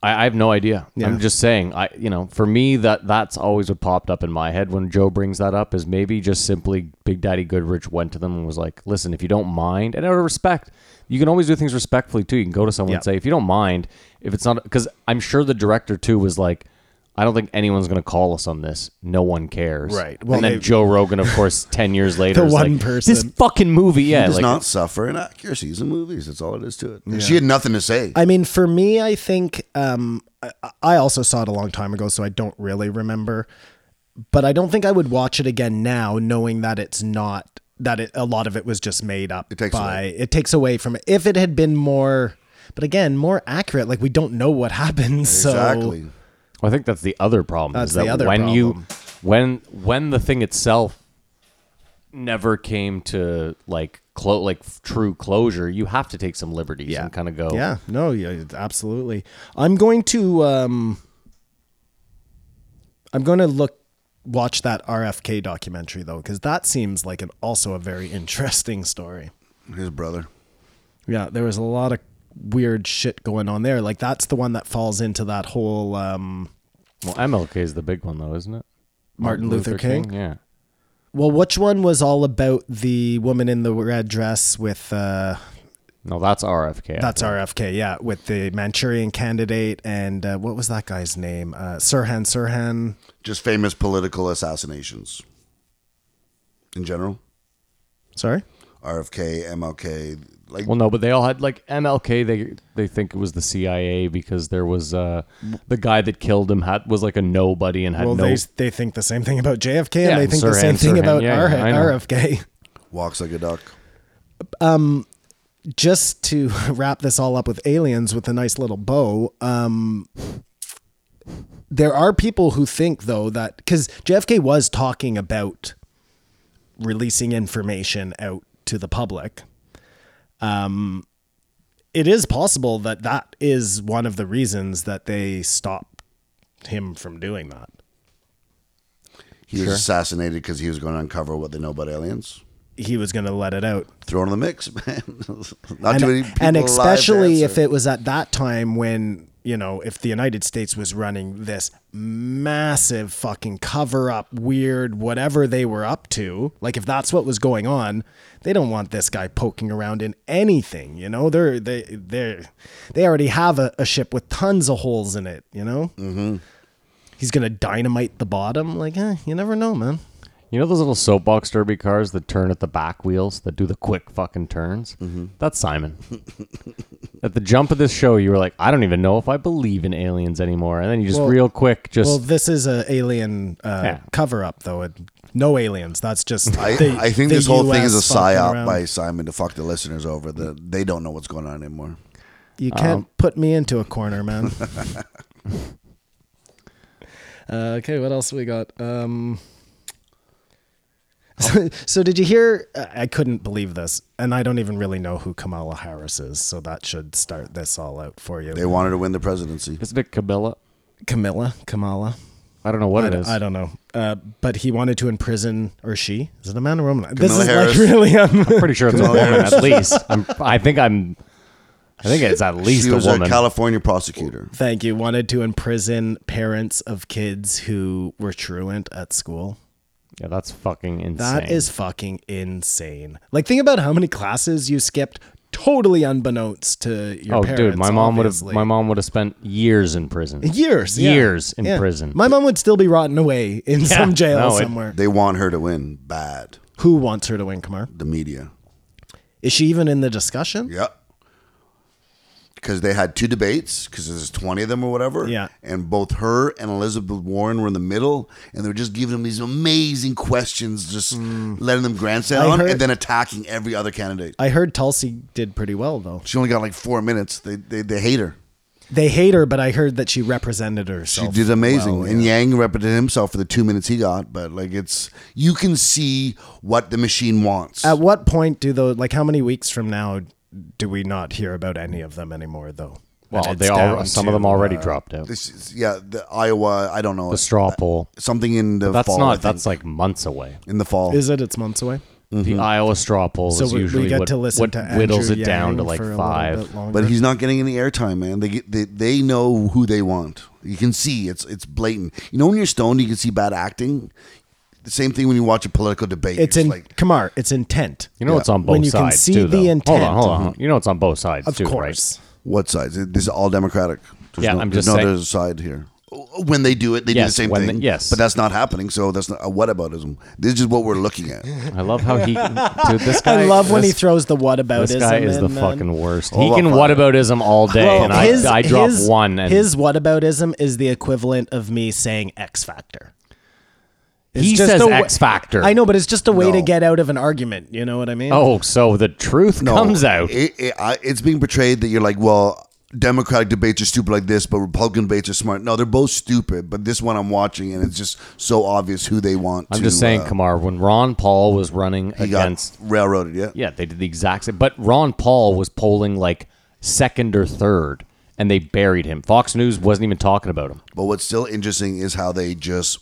Speaker 1: I, I have no idea.
Speaker 3: Yeah.
Speaker 1: I'm just saying. I you know, for me that that's always what popped up in my head when Joe brings that up is maybe just simply Big Daddy Goodrich went to them and was like, "Listen, if you don't mind, and out of respect, you can always do things respectfully too. You can go to someone
Speaker 3: Yeah.
Speaker 1: and say, if you don't mind, if it's not because I'm sure the director too was like." I don't think anyone's going to call us on this. No one cares.
Speaker 3: Right. Well,
Speaker 1: Well, and then
Speaker 3: they-
Speaker 1: Joe Rogan, of course, 10 years later,
Speaker 3: The
Speaker 1: is
Speaker 3: one
Speaker 1: like, This
Speaker 3: person.
Speaker 1: fucking movie. Yeah.
Speaker 2: It does
Speaker 1: like,
Speaker 2: not suffer inaccuracies in movies. That's all it is to it. And She had nothing to say.
Speaker 3: I mean, for me, I think um, I, I also saw it a long time ago, so I don't really remember. But I don't think I would watch it again now, knowing that it's not that it, a lot of it was just made up
Speaker 2: It takes
Speaker 3: by. It takes away from it. If it had been more, but again, more accurate. Like we don't know what happened,
Speaker 2: exactly.
Speaker 3: so
Speaker 1: Well, I think that's the other problem.
Speaker 3: That's
Speaker 1: is
Speaker 3: the
Speaker 1: that
Speaker 3: other
Speaker 1: when you
Speaker 3: problem.
Speaker 1: when when the thing itself never came to like clo- like f- true closure, you have to take some liberties and kind of go.
Speaker 3: Yeah, no, yeah, absolutely. I'm going to um I'm going to look watch that RFK documentary though cuz that seems like an also a very interesting story.
Speaker 2: His brother.
Speaker 3: Yeah, there was a lot of weird shit going on there. Like that's the one that falls into that whole um
Speaker 1: Well, MLK is the big one though, isn't it?
Speaker 3: Martin Luther King?
Speaker 1: Yeah.
Speaker 3: well, which one was all about the woman in the red dress with uh
Speaker 1: No, that's RFK. I
Speaker 3: that's
Speaker 1: think.
Speaker 3: RFK, yeah, with the Manchurian candidate and uh, what was that guy's name? Uh Sirhan Sirhan.
Speaker 2: Just famous political assassinations. In general,
Speaker 3: Sorry?
Speaker 2: RFK, MLK, like
Speaker 1: Well, no, but they all had like MLK. They they think it was the CIA because there was uh the guy that killed him had was like a nobody and had
Speaker 3: Well,
Speaker 1: no.
Speaker 3: they they think the same thing about JFK, and
Speaker 1: Yeah,
Speaker 3: they think the
Speaker 1: Sirhan,
Speaker 3: same thing
Speaker 1: Sirhan,
Speaker 3: about
Speaker 1: yeah,
Speaker 3: R-
Speaker 1: yeah, I know.
Speaker 3: RFK.
Speaker 2: walks like a duck.
Speaker 3: Just to wrap this all up with aliens with a nice little bow. Um, there are people who think though that because JFK was talking about releasing information out to the public. Um, it is possible that that is one of the reasons that they stopped him from doing that.
Speaker 2: He was assassinated because he was going to uncover what they know about aliens.
Speaker 3: He was going to let it out.
Speaker 2: Thrown in the mix, man. Not
Speaker 3: and,
Speaker 2: too many people
Speaker 3: and
Speaker 2: alive to
Speaker 3: especially if
Speaker 2: answer.
Speaker 3: it was at that time when you know if the united states was running this massive fucking cover up weird whatever they were up to like if that's what was going on they don't want this guy poking around in anything you know they're they they're they already have a, a ship with tons of holes in it you know mm-hmm. he's gonna dynamite the bottom like eh, you never know man
Speaker 1: You know those little soapbox derby cars that turn at the back wheels that do the quick fucking turns?
Speaker 2: Mm-hmm.
Speaker 1: That's Simon. at the jump of this show, you were like, I don't even know if I believe in aliens anymore. And then you just
Speaker 3: Well-
Speaker 1: real quick, just
Speaker 3: well this is a alien uh,
Speaker 1: Yeah.
Speaker 3: cover up though it, no aliens that's just
Speaker 2: I,
Speaker 3: the-
Speaker 2: I think
Speaker 3: the
Speaker 2: this whole thing
Speaker 3: US
Speaker 2: is a
Speaker 3: fucking
Speaker 2: psyop
Speaker 3: around.
Speaker 2: by Simon to fuck the listeners over. That they don't know what's going on anymore.
Speaker 3: You can't put me into a corner, man. uh, okay, what else we got? Um, so, so did you hear? I I couldn't believe this, and I don't even really know who Kamala Harris is, so that should start this all out for you.
Speaker 2: They wanted to win the presidency.
Speaker 1: isn't it Camilla?
Speaker 3: Camilla, Kamala.
Speaker 1: I don't know what
Speaker 3: I
Speaker 1: it
Speaker 3: don't,
Speaker 1: is.
Speaker 3: I don't know, uh, but he wanted to imprison, or she is it a man or woman? this
Speaker 2: Kamala
Speaker 3: is
Speaker 2: Harris.
Speaker 3: like really. Um,
Speaker 1: Pretty sure it's a woman, at least. I'm, I think I'm. I think it's at least
Speaker 2: She
Speaker 1: a
Speaker 2: was a
Speaker 1: woman.
Speaker 2: California prosecutor.
Speaker 3: Thank you. Wanted to imprison parents of kids who were truant at school.
Speaker 1: yeah, that's fucking insane.
Speaker 3: That is fucking insane. Like, think about how many classes you skipped totally unbeknownst to your
Speaker 1: Oh,
Speaker 3: parents.
Speaker 1: dude, my mom would have.
Speaker 3: obviously.
Speaker 1: My mom would have spent years in prison.
Speaker 3: years, yeah.
Speaker 1: years in
Speaker 3: Yeah.
Speaker 1: prison.
Speaker 3: My mom would still be rotting away in some jail
Speaker 1: no, it-
Speaker 3: somewhere.
Speaker 2: They want her to win bad.
Speaker 3: Who wants her to win, Kamar?
Speaker 2: The media.
Speaker 3: Is she even in the discussion?
Speaker 2: Yep. Because they had two debates, because there's 20 of them or whatever.
Speaker 3: Yeah.
Speaker 2: And both her and Elizabeth Warren were in the middle, and they were just giving them these amazing questions, just letting them grandstand
Speaker 3: Mm. heard-
Speaker 2: and then attacking every other candidate.
Speaker 3: I heard Tulsi did pretty well though.
Speaker 2: She only got like four minutes. They, they, they hate her.
Speaker 3: They hate her, but I heard that she represented
Speaker 2: She
Speaker 3: herself.
Speaker 2: did amazing.
Speaker 3: well,
Speaker 2: and Yang represented himself for the two minutes he got, but like it's, you can see what the machine wants.
Speaker 3: At what point do those like how many weeks from now do we not hear about any of them anymore though?
Speaker 1: well,
Speaker 3: And
Speaker 1: they
Speaker 3: it's
Speaker 1: all.
Speaker 3: down
Speaker 1: Some
Speaker 3: to,
Speaker 1: of them already
Speaker 3: uh,
Speaker 1: dropped out.
Speaker 2: this is, yeah, the Iowa, I don't know.
Speaker 1: The straw poll.
Speaker 2: Something in the
Speaker 1: That's
Speaker 2: fall. I
Speaker 1: not.
Speaker 2: think.
Speaker 1: That's like months away.
Speaker 2: in the fall.
Speaker 3: Is it? It's months away.
Speaker 1: The Iowa straw poll
Speaker 3: Mm-hmm. So
Speaker 1: is
Speaker 3: we, we
Speaker 1: usually
Speaker 3: get
Speaker 1: what,
Speaker 3: to listen
Speaker 1: what
Speaker 3: to
Speaker 1: whittles
Speaker 3: Andrew
Speaker 1: it down
Speaker 3: Yang
Speaker 1: to like
Speaker 3: for a little
Speaker 1: five.
Speaker 3: bit longer.
Speaker 2: But he's not getting any airtime, man. They, get, they they know who they want. You can see it's it's blatant. You know when you're stoned, you can see bad acting. The same thing when you watch a political debate.
Speaker 3: it's
Speaker 2: It's
Speaker 3: in
Speaker 2: like
Speaker 3: Kamar. It's intent.
Speaker 1: You know it's on both
Speaker 3: When you can
Speaker 1: sides
Speaker 3: see
Speaker 1: too.
Speaker 3: the
Speaker 1: though. Hold
Speaker 3: intent.
Speaker 1: on, hold on. hold on. You know it's on both sides
Speaker 3: Of
Speaker 1: too,
Speaker 3: course.
Speaker 2: what sides? This is all Democratic. There's
Speaker 1: Yeah,
Speaker 2: no,
Speaker 1: I'm
Speaker 2: there's
Speaker 1: just
Speaker 2: no
Speaker 1: saying-
Speaker 2: other side here. When they do it, they do
Speaker 1: Yes,
Speaker 2: the same
Speaker 1: when
Speaker 2: thing.
Speaker 1: they- yes.
Speaker 2: but that's not happening. So that's not a whataboutism. This is what we're looking at.
Speaker 1: right? I love how he. dude, this guy.
Speaker 3: I love when he
Speaker 1: this,
Speaker 3: throws the what about
Speaker 1: This guy is the fucking worst. He
Speaker 2: Hold up,
Speaker 1: can
Speaker 2: hold up.
Speaker 1: whataboutism all day, and I, I drop one. And
Speaker 3: his whataboutism is the equivalent of me saying X Factor. It's
Speaker 1: He
Speaker 3: just
Speaker 1: says
Speaker 3: a wa-
Speaker 1: X Factor.
Speaker 3: I know, but it's just a way to
Speaker 2: No.
Speaker 3: get out of an argument. You know what I mean?
Speaker 1: Oh, so the truth
Speaker 2: No,
Speaker 1: comes out.
Speaker 2: It, it, I, it's being portrayed that you're like, well, Democratic debates are stupid like this, but Republican debates are smart. No, they're both stupid. But this one I'm watching, and it's just so obvious who they want.
Speaker 1: I'm
Speaker 2: to,
Speaker 1: just saying,
Speaker 2: uh,
Speaker 1: Kamar, when Ron Paul was running
Speaker 2: he got
Speaker 1: against.
Speaker 2: railroaded. Yeah,
Speaker 1: Yeah, they did the exact same. But Ron Paul was polling like second or third, and they buried him. Fox News wasn't even talking about him.
Speaker 2: But what's still interesting is how they just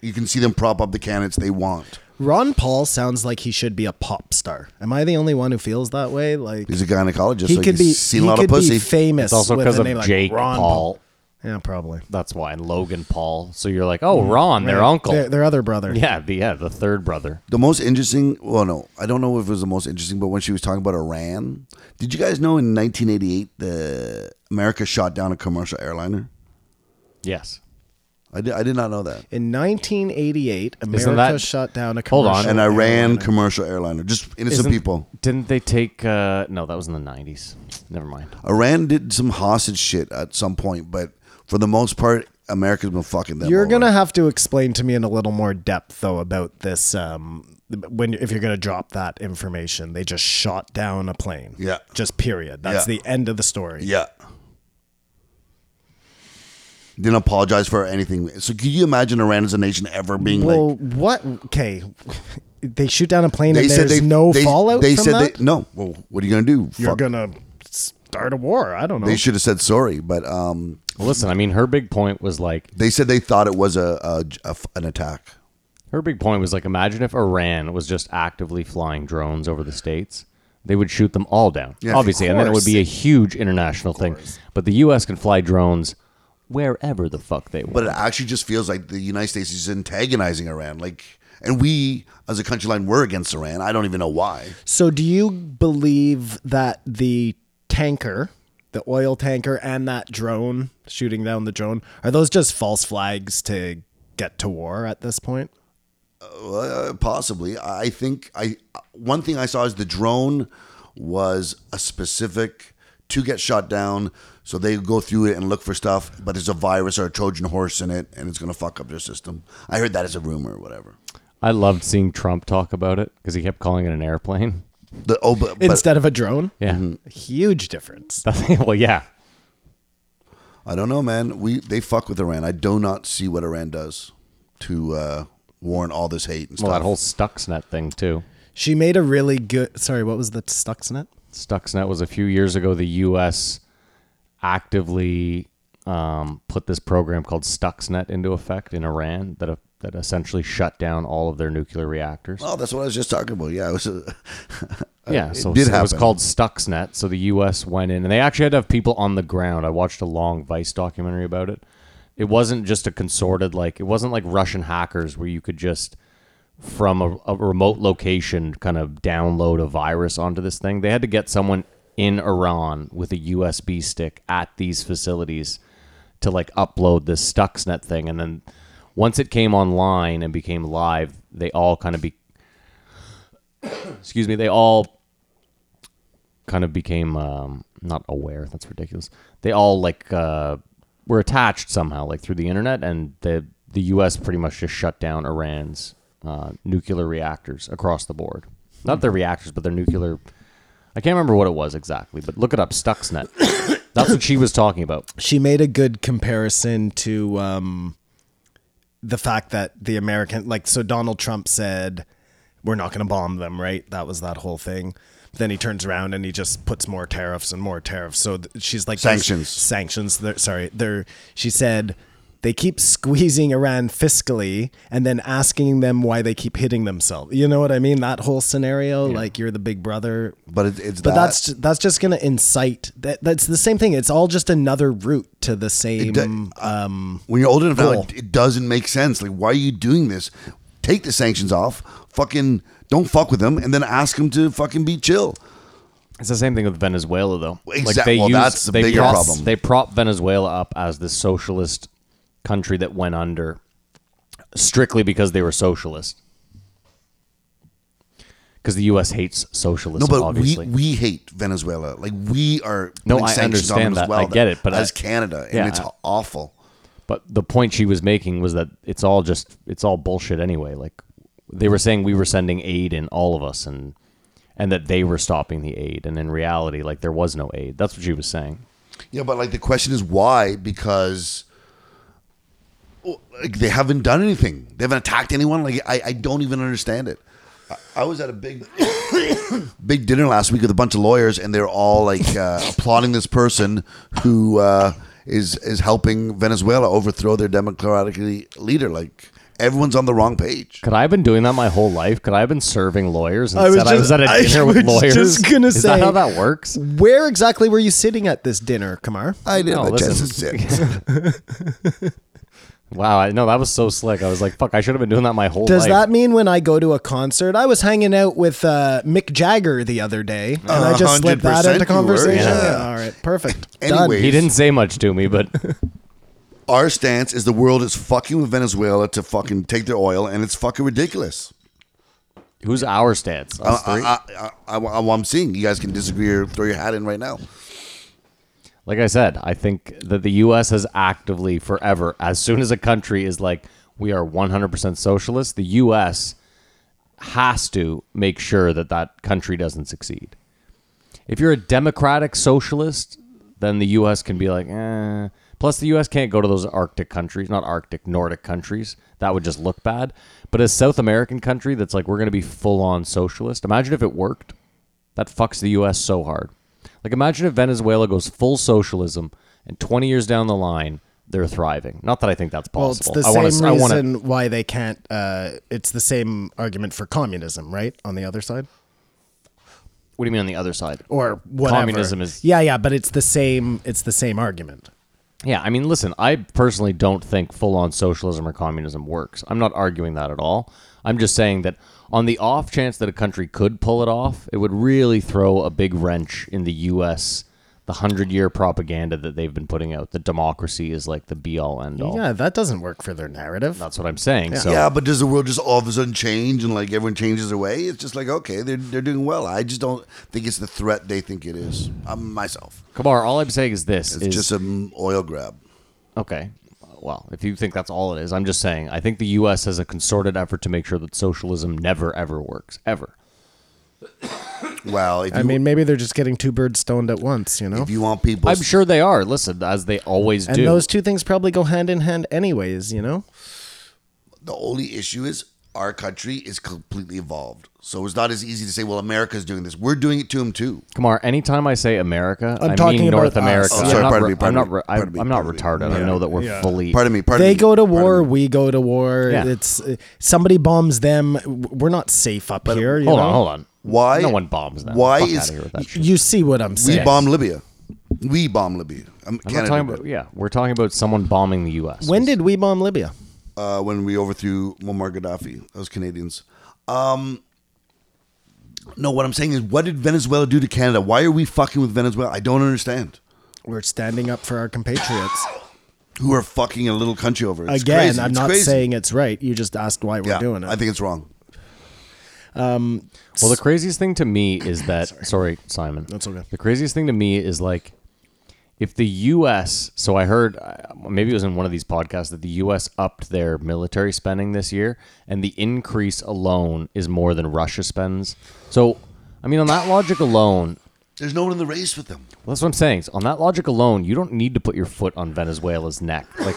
Speaker 2: you can see them prop up the candidates they want.
Speaker 3: Ron Paul sounds like he should be a pop star. Am I the only one who feels that way? Like
Speaker 2: He's a gynecologist.
Speaker 3: he
Speaker 2: so
Speaker 3: could
Speaker 2: he's
Speaker 3: be,
Speaker 2: seen
Speaker 3: he
Speaker 2: a lot
Speaker 3: could
Speaker 2: of pussy.
Speaker 3: be famous.
Speaker 1: It's also
Speaker 3: because
Speaker 1: because of Jake
Speaker 3: Ron
Speaker 1: Paul.
Speaker 3: Yeah, probably.
Speaker 1: That's why. And Logan Paul. So you're like, oh, Ron, their uncle.
Speaker 3: Their, their other brother.
Speaker 1: yeah, the, yeah, the third brother.
Speaker 2: the most interesting. Well, no, I don't know if it was the most interesting, but when she was talking about Iran, did you guys know in 1988 the America shot down a commercial airliner?
Speaker 1: Yes.
Speaker 2: I did, I did not know that.
Speaker 3: In 1988, America
Speaker 1: Isn't that-
Speaker 3: shut down a
Speaker 1: Hold
Speaker 3: commercial.
Speaker 1: on.
Speaker 2: An Iran commercial airliner, just innocent
Speaker 1: Isn't-
Speaker 2: people.
Speaker 1: Didn't they take? Uh, no, that was in the '90s. Never mind.
Speaker 2: Iran did some hostage shit at some point, but for the most part, America's been fucking them.
Speaker 3: You're
Speaker 2: over.
Speaker 3: gonna have to explain to me in a little more depth, though, about this. Um, when if you're gonna drop that information, they just shot down a plane.
Speaker 2: Yeah.
Speaker 3: just period. That's
Speaker 2: Yeah.
Speaker 3: the end of the story.
Speaker 2: Yeah. Didn't apologize for anything. So could you imagine Iran as a nation ever being
Speaker 3: Well,
Speaker 2: like
Speaker 3: what? Okay, they shoot down a plane and there's no
Speaker 2: they-
Speaker 3: fallout.
Speaker 2: They
Speaker 3: from
Speaker 2: said
Speaker 3: that?
Speaker 2: They, no. Well, what are you gonna do?
Speaker 3: you're
Speaker 2: Fuck.
Speaker 3: gonna start a war. I don't know.
Speaker 2: They should have said sorry, but um,
Speaker 1: Well, listen. I mean, her big point was like,
Speaker 2: they said they thought it was a, a, a- an attack.
Speaker 1: her big point was like, imagine if Iran was just actively flying drones over the states. They would shoot them all down,
Speaker 2: Yeah.
Speaker 1: obviously,
Speaker 3: Of
Speaker 1: and then it would
Speaker 3: course.
Speaker 1: be a huge international thing. But the U.S. can fly drones wherever the fuck they want.
Speaker 2: But it actually just feels like the United States is antagonizing Iran. Like, and we as a country line were against Iran. I don't even know why.
Speaker 3: So, do you believe that the tanker, the oil tanker, and that drone shooting down the drone are those just false flags to get to war at this point?
Speaker 2: Uh, possibly. I think I one thing I saw is the drone was a specific to get shot down. So they go through it and look for stuff, but there's a virus or a Trojan horse in it, and it's gonna fuck up their system. I heard that as a rumor or whatever.
Speaker 1: I loved seeing Trump talk about it because he kept calling it an airplane.
Speaker 2: The oh, but, but
Speaker 3: Instead of a drone,
Speaker 1: Yeah.
Speaker 3: huge difference.
Speaker 1: well, yeah.
Speaker 2: I don't know, man. We they fuck with Iran. I do not see what Iran does to uh, warrant all this hate and stuff.
Speaker 1: Well, that whole Stuxnet thing too.
Speaker 3: She made a really good. Sorry, what was the Stuxnet?
Speaker 1: Stuxnet was a few years ago. The U.S. actively um, put this program called Stuxnet into effect in Iran that uh, that essentially shut down all of their nuclear reactors.
Speaker 2: oh, that's what I was just talking about. Yeah, it was a, I
Speaker 1: yeah, so
Speaker 2: did
Speaker 1: it was
Speaker 2: happen.
Speaker 1: called Stuxnet. So the U.S. went in, and they actually had to have people on the ground. I watched a long Vice documentary about it. It wasn't just a consorted like it wasn't like Russian hackers where you could just from a, a remote location kind of download a virus onto this thing. They had to get someone in Iran with a USB stick at these facilities to like upload this Stuxnet thing, and then once it came online and became live, they all kind of be. Excuse me. They all kind of became um, not aware. That's ridiculous. They all like uh, were attached somehow, like through the internet, and the the U.S. pretty much just shut down Iran's uh, nuclear reactors across the board. Not their reactors, but their nuclear. I can't remember what it was exactly, but look it up. Stuxnet. That's what she was talking about.
Speaker 3: she made a good comparison to um, the fact that the American, like, so Donald Trump said, we're not going to bomb them, right? That was that whole thing. Then he turns around and he just puts more tariffs and more tariffs. So th- she's like, there's
Speaker 2: Sanctions.
Speaker 3: Sanctions. They're, sorry. They're, she said, they keep squeezing Iran fiscally and then asking them why they keep hitting themselves. You know what I mean? That whole scenario, like, you're the big brother
Speaker 2: But it, it's
Speaker 3: but
Speaker 2: that.
Speaker 3: that's that's just gonna incite that that's the same thing it's all just another route to the same
Speaker 2: do-
Speaker 3: um
Speaker 2: when you're old enough now,
Speaker 3: Cool.
Speaker 2: it, it doesn't make sense. Like, why are you doing this? Take the sanctions off. Fucking don't fuck with them, and then ask them to fucking be chill.
Speaker 1: It's the same thing with Venezuela, though.
Speaker 2: Exact- well, that's the
Speaker 1: they
Speaker 2: bigger
Speaker 1: prop,
Speaker 2: problem.
Speaker 1: They prop Venezuela up as the socialist country that went under strictly because they were socialist. Because the U.S. hates
Speaker 2: No,
Speaker 1: socialism,
Speaker 2: but
Speaker 1: obviously.
Speaker 2: we we hate Venezuela. Like we are
Speaker 1: No,
Speaker 2: putting
Speaker 1: I
Speaker 2: sanctions on
Speaker 1: understand
Speaker 2: them
Speaker 1: that.
Speaker 2: as well.
Speaker 1: I get it, but
Speaker 2: as
Speaker 1: I-
Speaker 2: Canada, and
Speaker 1: yeah,
Speaker 2: it's
Speaker 1: I-
Speaker 2: awful.
Speaker 1: But the point she was making was that it's all just it's all bullshit anyway. Like they were saying we were sending aid in all of us and and that they were stopping the aid and in reality like there was no aid. That's what she was saying.
Speaker 2: Yeah, but like the question is why? Because well, like, they haven't done anything. They haven't attacked anyone. Like I, I don't even understand it. I, I was at a big, big dinner last week with a bunch of lawyers, and they're all like uh, applauding this person who uh, is is helping Venezuela overthrow their democratic leader. Like everyone's on the wrong page.
Speaker 1: Could I have been doing that my whole life? Could I have been serving lawyers and
Speaker 3: I was
Speaker 1: said I
Speaker 3: just-
Speaker 1: was at a
Speaker 3: I
Speaker 1: dinner with
Speaker 3: was
Speaker 1: lawyers?
Speaker 3: just gonna
Speaker 1: Is that
Speaker 3: say-
Speaker 1: how that works?
Speaker 3: where exactly were you sitting at this dinner kamar
Speaker 2: I didn't
Speaker 1: No,
Speaker 2: have a chance to
Speaker 1: listen.
Speaker 2: sit.
Speaker 1: Wow, I no, that was so slick. I was like, fuck, I should have been doing that my whole
Speaker 3: does
Speaker 1: life.
Speaker 3: that mean when i go to a concert i was hanging out with uh mick jagger the other day and i just slipped
Speaker 2: 100%
Speaker 3: that into
Speaker 2: you were,
Speaker 3: conversation
Speaker 1: yeah.
Speaker 3: Yeah, all right perfect
Speaker 2: Anyway.
Speaker 1: he didn't say much to me, but
Speaker 2: Our stance is the world is fucking with Venezuela to fucking take their oil, and it's fucking ridiculous.
Speaker 1: who's our stance? Us three?
Speaker 2: I, I, I, I, I, am seeing you guys can disagree or throw your hat in right now.
Speaker 1: like I said, I think that the U.S. has actively forever, as soon as a country is like, we are 100% socialist, the U.S. has to make sure that that country doesn't succeed. If you're a democratic socialist, then the U.S. can be like, eh. Plus, the U.S. can't go to those Arctic countries, not Arctic, Nordic countries. That would just look bad. But a South American country that's like, we're going to be full on socialist. Imagine if it worked. That fucks the U.S. so hard. Like, imagine if Venezuela goes full socialism and 20 years down the line, they're thriving. Not that I think that's
Speaker 3: well it's
Speaker 1: possible.
Speaker 3: the
Speaker 1: I wanna,
Speaker 3: same
Speaker 1: I wanna-
Speaker 3: reason why they can't uh it's the same argument for communism right on the other side
Speaker 1: what do you mean on the other side?
Speaker 3: or whatever
Speaker 1: Communism is
Speaker 3: yeah yeah but it's the same it's the same argument
Speaker 1: Yeah, I mean, listen, I personally don't think full on socialism or communism works. I'm not arguing that at all. I'm just saying that on the off chance that a country could pull it off, it would really throw a big wrench in the U.S. The hundred year propaganda that they've been putting out that democracy is like the be all end all.
Speaker 3: Yeah, that doesn't work for their narrative.
Speaker 1: That's what I'm saying. So
Speaker 2: Yeah, but does the world just all of a sudden change and like everyone changes their way? It's just like okay, they're they're doing well. I just don't think it's the threat they think it is. I'm myself.
Speaker 1: Kabar, all I'm saying is this
Speaker 2: It's
Speaker 1: is
Speaker 2: just an oil grab.
Speaker 1: Okay. Well, if you think that's all it is, I'm just saying I think the U.S. has a concerted effort to make sure that socialism never, ever works, ever.
Speaker 2: Well, if you,
Speaker 3: I mean, maybe they're just getting two birds stoned at once, you know?
Speaker 2: if you want people,
Speaker 1: I'm sure they are. Listen, as they always
Speaker 3: And
Speaker 1: do.
Speaker 3: those two things probably go hand in hand, anyways, you know?
Speaker 2: the only issue is our country is completely evolved. So it's not as easy to say, well, America's doing this. We're doing it to them too.
Speaker 1: Kumar, anytime I say America,
Speaker 3: I'm
Speaker 1: I
Speaker 3: talking
Speaker 1: mean
Speaker 3: about
Speaker 1: North
Speaker 3: us.
Speaker 1: America.
Speaker 3: Oh,
Speaker 1: I'm
Speaker 2: sorry,
Speaker 1: not,
Speaker 2: pardon
Speaker 1: re-
Speaker 2: me, pardon
Speaker 1: I'm not,
Speaker 2: me,
Speaker 1: re- I,
Speaker 2: pardon me,
Speaker 1: am not
Speaker 2: pardon me.
Speaker 1: retarded. I know that we're
Speaker 3: Yeah.
Speaker 1: fully.
Speaker 2: Pardon me. Pardon
Speaker 3: They
Speaker 2: me.
Speaker 3: go to
Speaker 2: pardon
Speaker 3: war,
Speaker 2: me.
Speaker 3: we go to war.
Speaker 1: Yeah.
Speaker 3: It's uh, somebody bombs them. w- We're not safe up here. You
Speaker 1: Hold
Speaker 3: know?
Speaker 1: on, hold on.
Speaker 2: Why-
Speaker 1: No one bombs them.
Speaker 2: why
Speaker 1: Fuck
Speaker 2: is-
Speaker 1: outta here with that shit.
Speaker 3: You see what I'm
Speaker 2: We
Speaker 3: saying?
Speaker 2: bomb Libya. We bomb Libya. I'm,
Speaker 1: I'm
Speaker 2: Canada
Speaker 1: not talking
Speaker 2: did.
Speaker 1: about. Yeah, we're talking about someone bombing the U.S.
Speaker 3: when did we bomb Libya?
Speaker 2: uh, when we overthrew Muammar Gaddafi. Those Canadians. Um, no, what I'm saying is, what did Venezuela do to Canada? Why are we fucking with Venezuela? I don't understand.
Speaker 3: We're standing up for our compatriots.
Speaker 2: Who are fucking a little country over? It's
Speaker 3: Again,
Speaker 2: crazy.
Speaker 3: I'm
Speaker 2: It's
Speaker 3: not
Speaker 2: crazy.
Speaker 3: saying it's right. You just asked why we're
Speaker 2: yeah,
Speaker 3: doing it.
Speaker 2: I think it's wrong.
Speaker 1: Well, the craziest thing to me is that. sorry. Simon.
Speaker 3: That's okay.
Speaker 1: The craziest thing to me is like, if the U.S. So I heard uh, maybe it was in one of these podcasts that the U.S. upped their military spending this year, and the increase alone is more than Russia spends. So, I mean, on that logic alone,
Speaker 2: There's no one in the race with them.
Speaker 1: Well, that's what I'm saying. So on that logic alone, you don't need to put your foot on Venezuela's neck. Like,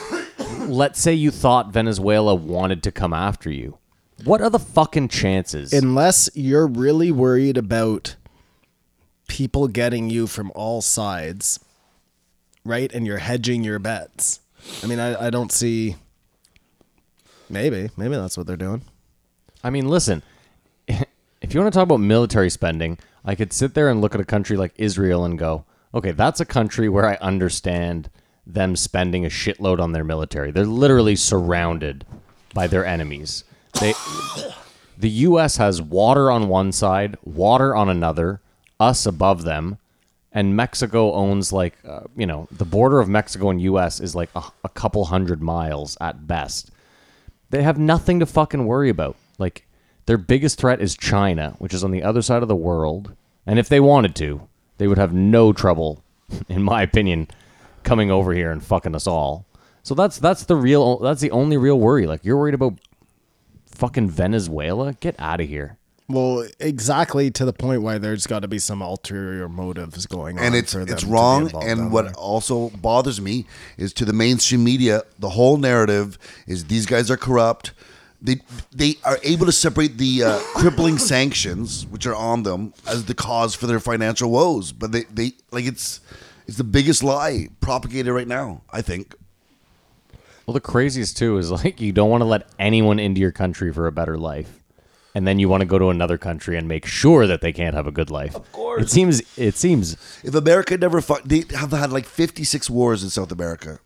Speaker 1: let's say you thought Venezuela wanted to come after you. What are the fucking chances?
Speaker 3: unless you're really worried about people getting you from all sides, right? And you're hedging your bets. I mean, I, I don't see. Maybe, maybe that's what they're doing.
Speaker 1: I mean, listen, if you want to talk about military spending, I could sit there and look at a country like Israel and go, okay, that's a country where I understand them spending a shitload on their military. They're literally surrounded by their enemies. They, the U.S. has water on one side, water on another, us above them, and Mexico owns like uh, you know the border of Mexico and U.S. is like a, a couple hundred miles at best they have nothing to fucking worry about. Like their biggest threat is China, which is on the other side of the world. And if they wanted to, they would have no trouble, in my opinion, coming over here and fucking us all. So that's that's the real that's the only real worry. Like you're worried about fucking Venezuela? Get out of here.
Speaker 3: Well, exactly to the point why there's got to be some ulterior motives going on.
Speaker 2: and it's
Speaker 3: for them
Speaker 2: it's
Speaker 3: to be
Speaker 2: wrong.
Speaker 3: involved down
Speaker 2: And what
Speaker 3: there.
Speaker 2: also bothers me is to the mainstream media, the whole narrative is these guys are corrupt. They they are able to separate the uh, crippling sanctions which are on them as the cause for their financial woes, but they, they like it's it's the biggest lie propagated right now. I think
Speaker 1: Well, the craziest too is like you don't want to let anyone into your country for a better life, and then you want to go to another country and make sure that they can't have a good life. Of course, it seems it seems
Speaker 2: if America never fought, they have had like fifty six wars in South America.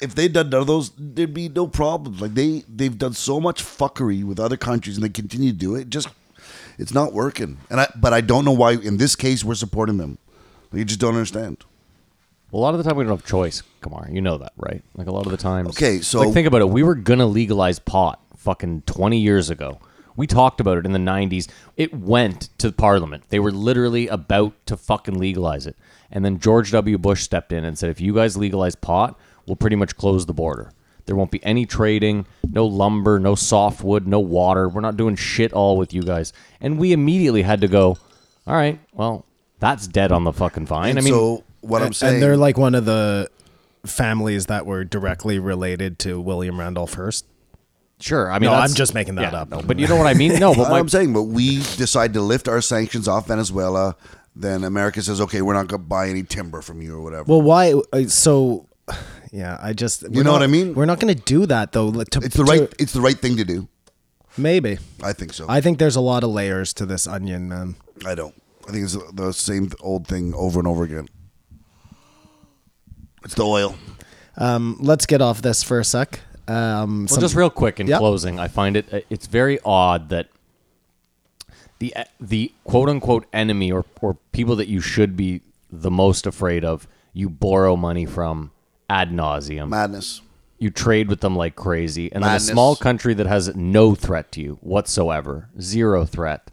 Speaker 2: If they'd done none of those, there'd be no problems. Like they they've done so much fuckery with other countries, and they continue to do it. Just it's not working. And I but I don't know why in this case we're supporting them. You just don't understand.
Speaker 1: Well, a lot of the time we don't have choice, Kamar. You know that, right? Like a lot of the times.
Speaker 2: Okay,
Speaker 1: It's
Speaker 2: so-
Speaker 1: like think about it. We were gonna legalize pot fucking twenty years ago. We talked about it in the '90s. It went to Parliament. They were literally about to fucking legalize it, and then George W. Bush stepped in and said, "If you guys legalize pot, we'll pretty much close the border. There won't be any trading, no lumber, no softwood, no water. We're not doing shit all with you guys." And we immediately had to go, "All right, well, that's dead on the fucking vine." I mean,
Speaker 2: so what I'm
Speaker 3: And-
Speaker 2: saying,
Speaker 3: and they're like one of the families that were directly related to William Randolph Hearst.
Speaker 1: Sure, I mean
Speaker 3: No,
Speaker 1: that's-
Speaker 3: I'm just making that up.
Speaker 1: no, but you know what I mean. No, but
Speaker 2: what
Speaker 1: my,
Speaker 2: I'm saying, but we decide to lift our sanctions off Venezuela. Then America says, okay, we're not going to buy any timber from you or whatever.
Speaker 3: Well, why? uh, So, yeah, I just you
Speaker 2: know what I mean?
Speaker 3: We're not going to do that though. like, To,
Speaker 2: it's the
Speaker 3: to-
Speaker 2: right it's the right thing to do.
Speaker 3: maybe.
Speaker 2: I think so.
Speaker 3: I think there's a lot of layers to this onion, man.
Speaker 2: I don't. I think it's the same old thing over and over again. It's the oil.
Speaker 3: Um, let's get off this for a sec. Um,
Speaker 1: well,
Speaker 3: some-
Speaker 1: just real quick in
Speaker 3: Yeah.
Speaker 1: closing, I find it it's very odd that the the quote unquote enemy or or people that you should be the most afraid of, you borrow money from ad nauseum.
Speaker 2: Madness.
Speaker 1: you trade with them like crazy, and
Speaker 2: Madness.
Speaker 1: then a small country that has no threat to you whatsoever, zero threat,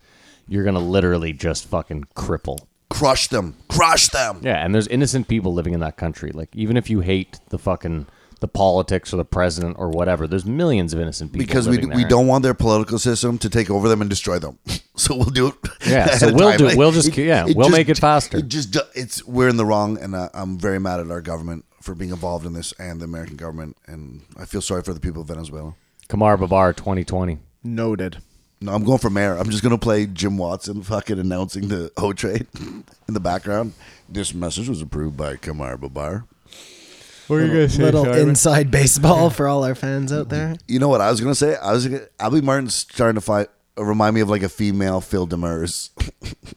Speaker 1: you're gonna literally just fucking cripple.
Speaker 2: Crush them. Crush them.
Speaker 1: Yeah, and there's innocent people living in that country. Like even if you hate the fucking the politics or the president or whatever, there's millions of innocent people
Speaker 2: Because we,
Speaker 1: living
Speaker 2: we
Speaker 1: there.
Speaker 2: don't want their political system to take over them and destroy them, so we'll do it.
Speaker 1: Yeah,
Speaker 2: ahead
Speaker 1: so
Speaker 2: of
Speaker 1: we'll
Speaker 2: time.
Speaker 1: do it. We'll just- yeah, we'll make it faster.
Speaker 2: It just do- it's we're in the wrong, and uh, I'm very mad at our government for being involved in this and the American government, and I feel sorry for the people of Venezuela.
Speaker 1: Kamar Babar 2020.
Speaker 3: Noted.
Speaker 2: No, I'm going for mayor. I'm just gonna play Jim Watson fucking announcing the O trade in the background. This message was approved by Kamar Babar.
Speaker 4: What are you guys saying?
Speaker 3: Little inside baseball for all our fans out there.
Speaker 2: You know what I was gonna say? I was gonna, Abby Martin's starting to find remind me of like a female Phil Demers.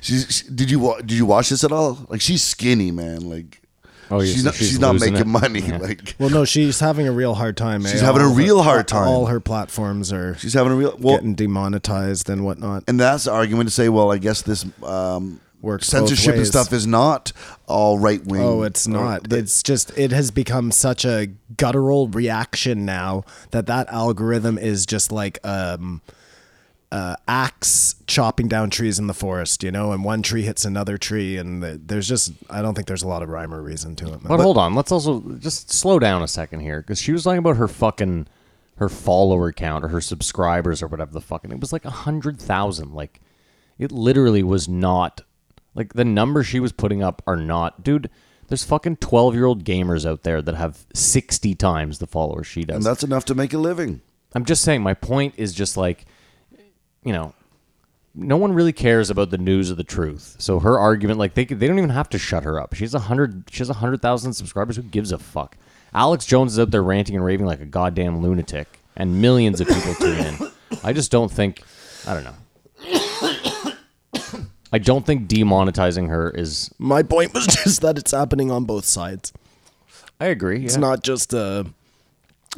Speaker 2: she's she, did you wa- did you watch this at all? Like she's skinny, man. Like
Speaker 1: Oh, yeah,
Speaker 2: she's
Speaker 1: so
Speaker 2: not
Speaker 1: she's
Speaker 2: she's, not
Speaker 1: losing
Speaker 2: making
Speaker 1: it.
Speaker 2: money.
Speaker 1: Yeah.
Speaker 2: Like
Speaker 3: Well, no, she's having a real hard time. eh?
Speaker 2: She's having a
Speaker 3: All her-
Speaker 2: real hard time.
Speaker 3: All her platforms are
Speaker 2: she's having a real well.
Speaker 3: getting demonetized and whatnot.
Speaker 2: and that's the argument to say, well, I guess this um,
Speaker 3: Works both
Speaker 2: censorship and
Speaker 3: ways.
Speaker 2: stuff is not all right wing.
Speaker 3: Oh, it's not. it's just it has become such a guttural reaction now that that algorithm is just like um uh, axe chopping down trees in the forest, you know, and one tree hits another tree, and the, there's just I don't think there's a lot of rhyme or reason to it. man.
Speaker 1: But, hold on, let's also just slow down a second here because she was talking about her fucking her follower count or her subscribers or whatever the fuck, and it was like a hundred thousand. Like it literally was not like the numbers she was putting up are not, dude. There's fucking twelve year old gamers out there that have sixty times the followers she does.
Speaker 2: and that's enough to make a living.
Speaker 1: I'm just saying my point is just like you know no one really cares about the news or the truth. So her argument like they they don't even have to shut her up. She's a 100 she has a 100,000 subscribers who gives a fuck. Alex Jones is out there ranting and raving like a goddamn lunatic and millions of people tune in. I just don't think I don't know. I don't think demonetizing her is
Speaker 3: My point was just that it's happening on both sides.
Speaker 1: I agree.
Speaker 3: It's not just uh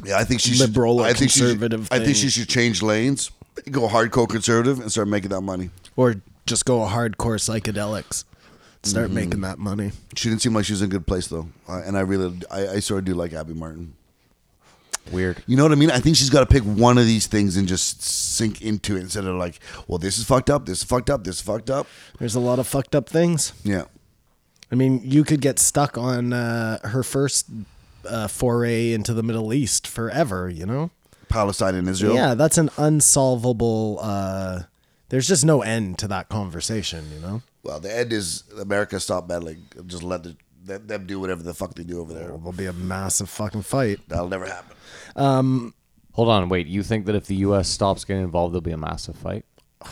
Speaker 2: Yeah, I think she
Speaker 3: Liberal
Speaker 2: should,
Speaker 3: or
Speaker 2: I think she should-
Speaker 3: conservative
Speaker 2: I think
Speaker 3: thing.
Speaker 2: she should change lanes, go hardcore conservative, and start making that money.
Speaker 3: or just go hardcore psychedelics, start making that money.
Speaker 2: She didn't seem like she was in a good place though, uh, and I really, I, I sort of do like Abby Martin.
Speaker 1: weird.
Speaker 2: You know what I mean? I think she's got to pick one of these things and just sink into it instead of like, well, this is fucked up, this is fucked up, this is fucked up.
Speaker 3: There's a lot of fucked up things.
Speaker 2: Yeah,
Speaker 3: I mean, you could get stuck on uh, her first uh, foray into the Middle East forever, you know?
Speaker 2: Palestine and Israel.
Speaker 3: Yeah, that's an unsolvable. Uh, there's just no end to that conversation, you know?
Speaker 2: Well, the end is America stop meddling. Just let the, them, them do whatever the fuck they do over there.
Speaker 3: There'll be a massive fucking fight.
Speaker 2: That'll never happen.
Speaker 1: Hold on, wait. You think that if the US stops getting involved there'll be a massive fight?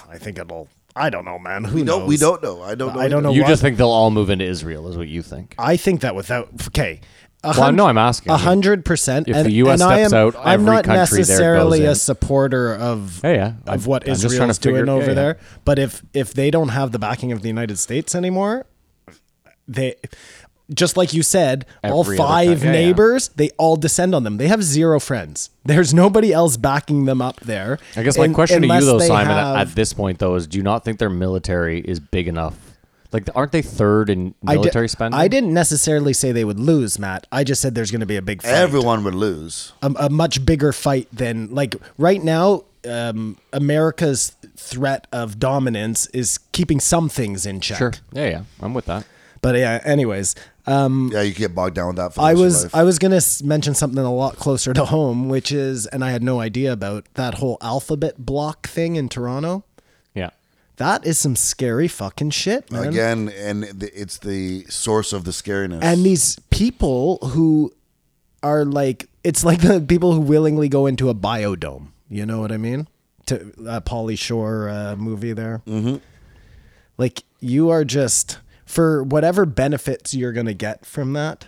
Speaker 3: I think it'll. I don't know, man. Who
Speaker 2: We
Speaker 3: knows?
Speaker 2: don't. We don't know. I don't know.
Speaker 3: I don't know.
Speaker 1: you
Speaker 3: why-
Speaker 1: just think they'll all move into Israel is what you think.
Speaker 3: I think that without okay. a
Speaker 1: Well,
Speaker 3: hun-
Speaker 1: no, I'm asking.
Speaker 3: a hundred percent.
Speaker 1: If
Speaker 3: and-
Speaker 1: the US
Speaker 3: and I
Speaker 1: steps
Speaker 3: am-
Speaker 1: out,
Speaker 3: I'm
Speaker 1: every
Speaker 3: not
Speaker 1: country there goes
Speaker 3: necessarily
Speaker 1: in.
Speaker 3: a supporter of
Speaker 1: Yeah, yeah.
Speaker 3: of
Speaker 1: I'm-
Speaker 3: what
Speaker 1: I'm just trying to
Speaker 3: Israel's doing
Speaker 1: figure- yeah,
Speaker 3: over
Speaker 1: yeah.
Speaker 3: there. But if if they don't have the backing of the United States anymore, they just like you said, all
Speaker 1: Every other
Speaker 3: five
Speaker 1: country- yeah, yeah.
Speaker 3: neighbors they all descend on them. They have zero friends. There's nobody else backing them up there.
Speaker 1: I guess my
Speaker 3: And-
Speaker 1: question to you
Speaker 3: unless
Speaker 1: though,
Speaker 3: they
Speaker 1: Simon, at-
Speaker 3: have-
Speaker 1: at this point though, is do you not think their military is big enough? Like, aren't they third in
Speaker 3: I di-
Speaker 1: military spending?
Speaker 3: I didn't necessarily say they would lose, Matt. I just said there's going to be a big fight.
Speaker 2: Everyone would lose.
Speaker 3: a, a much bigger fight than like right now. Um, America's threat of dominance is keeping some things in check.
Speaker 1: Sure. Yeah, yeah. I'm with that.
Speaker 3: But yeah, anyways,
Speaker 2: Yeah, you get bogged down with that. For the
Speaker 3: I
Speaker 2: rest of your
Speaker 3: was
Speaker 2: life.
Speaker 3: I was gonna s- mention something a lot closer to home, which is, and I had no idea about that whole alphabet block thing in Toronto.
Speaker 1: Yeah.
Speaker 3: That is some scary fucking shit, man.
Speaker 2: again, and the, it's the source of the scariness.
Speaker 3: And these people who are like, it's like the people who willingly go into a biodome. You know what I mean? To uh, Polly Shore uh, movie there. Mm-hmm. Like you are just for whatever benefits you're gonna get from that,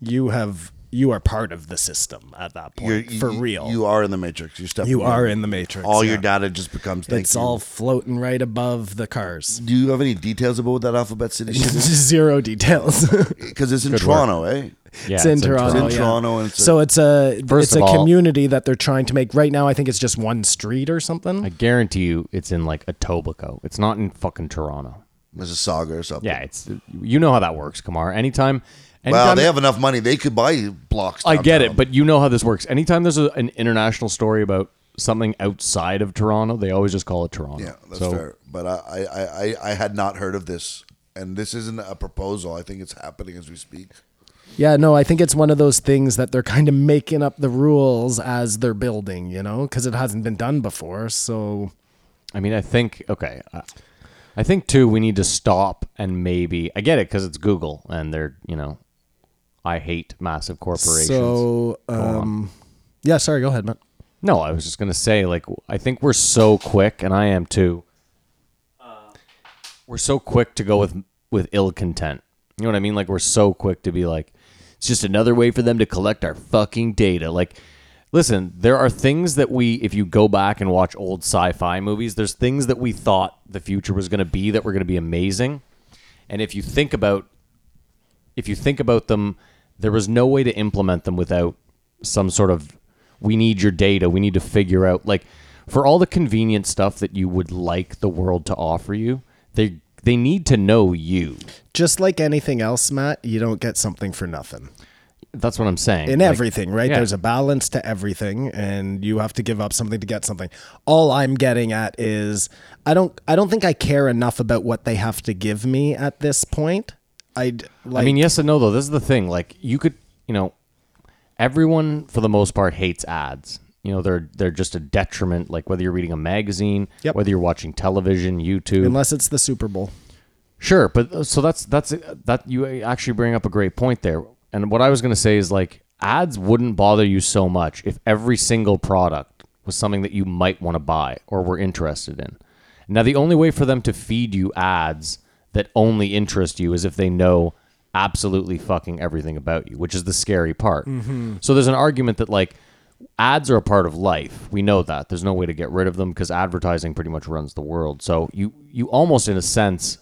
Speaker 3: you have you are part of the system at that point
Speaker 2: You're- you-
Speaker 3: for
Speaker 2: you-
Speaker 3: real.
Speaker 2: You are in the matrix. You're stepping.
Speaker 3: You are
Speaker 2: in.
Speaker 3: in the matrix.
Speaker 2: All your
Speaker 3: yeah.
Speaker 2: data just becomes. Thank
Speaker 3: It's
Speaker 2: you.
Speaker 3: all floating right above the cars.
Speaker 2: Do you have any details about what that alphabet city shit is?
Speaker 3: Zero details.
Speaker 2: Because it's in Toronto, eh?
Speaker 1: Yeah.
Speaker 3: it's, in Toronto.
Speaker 2: It's in
Speaker 3: yeah.
Speaker 2: Toronto and it's a-
Speaker 3: so it's a
Speaker 1: First
Speaker 3: it's
Speaker 1: of
Speaker 3: a
Speaker 1: all-
Speaker 3: community that they're trying to make. Right now, I think it's just one street or something.
Speaker 1: I guarantee you, it's in like Etobicoke. It's not in fucking Toronto.
Speaker 2: Mississauga or something.
Speaker 1: Yeah, it's you know how that works, Kamar. Anytime, anytime
Speaker 2: Well, they have enough money; they could buy blocks.
Speaker 1: I get
Speaker 2: downtown.
Speaker 1: it, but you know how this works. Anytime there's a, an international story about something outside of Toronto, they always just call it Toronto.
Speaker 2: yeah, that's
Speaker 1: So,
Speaker 2: fair. But I, I, I- I, I had not heard of this, and this isn't a proposal. I think it's happening as we speak.
Speaker 3: yeah, no, I think it's one of those things that they're kind of making up the rules as they're building. You know, because it hasn't been done before. So
Speaker 1: I mean, I think okay. I, I think too we need to stop and maybe I get it because it's Google and they're you know I hate massive corporations.
Speaker 3: so um, yeah. Sorry, go ahead, man.
Speaker 1: No, I was just gonna say, like, I think we're so quick, and I am too. We're so quick to go with with ill content. You know what I mean? Like, we're so quick to be like, it's just another way for them to collect our fucking data. Like, listen, there are things that we, if you go back and watch old sci-fi movies, there's things that we thought the future was gonna be that were gonna be amazing, and if you think about if you think about them, there was no way to implement them without some sort of we need your data, we need to figure out like for all the convenient stuff that you would like the world to offer you, they they need to know you.
Speaker 3: Just like anything else, Matt, you don't get something for nothing.
Speaker 1: That's what I'm saying.
Speaker 3: in
Speaker 1: Like,
Speaker 3: everything, right?
Speaker 1: yeah.
Speaker 3: There's a balance to everything, and you have to give up something to get something. All I'm getting at is I don't I don't think I care enough about what they have to give me at this point. I'd like
Speaker 1: I mean, yes and no though. This is the thing. Like you could, you know, everyone for the most part hates ads. You know, they're they're just a detriment like whether you're reading a magazine,
Speaker 3: Yep.
Speaker 1: whether you're watching television, YouTube.
Speaker 3: unless it's the Super Bowl.
Speaker 1: Sure, but uh, so that's that's that you actually bring up a great point there. And what I was going to say is like ads wouldn't bother you so much if every single product was something that you might want to buy or were interested in. Now the only way for them to feed you ads that only interest you is if they know absolutely fucking everything about you, which is the scary part. So there's an argument that like ads are a part of life. We know that. There's no way to get rid of them because advertising pretty much runs the world. So you you almost in a sense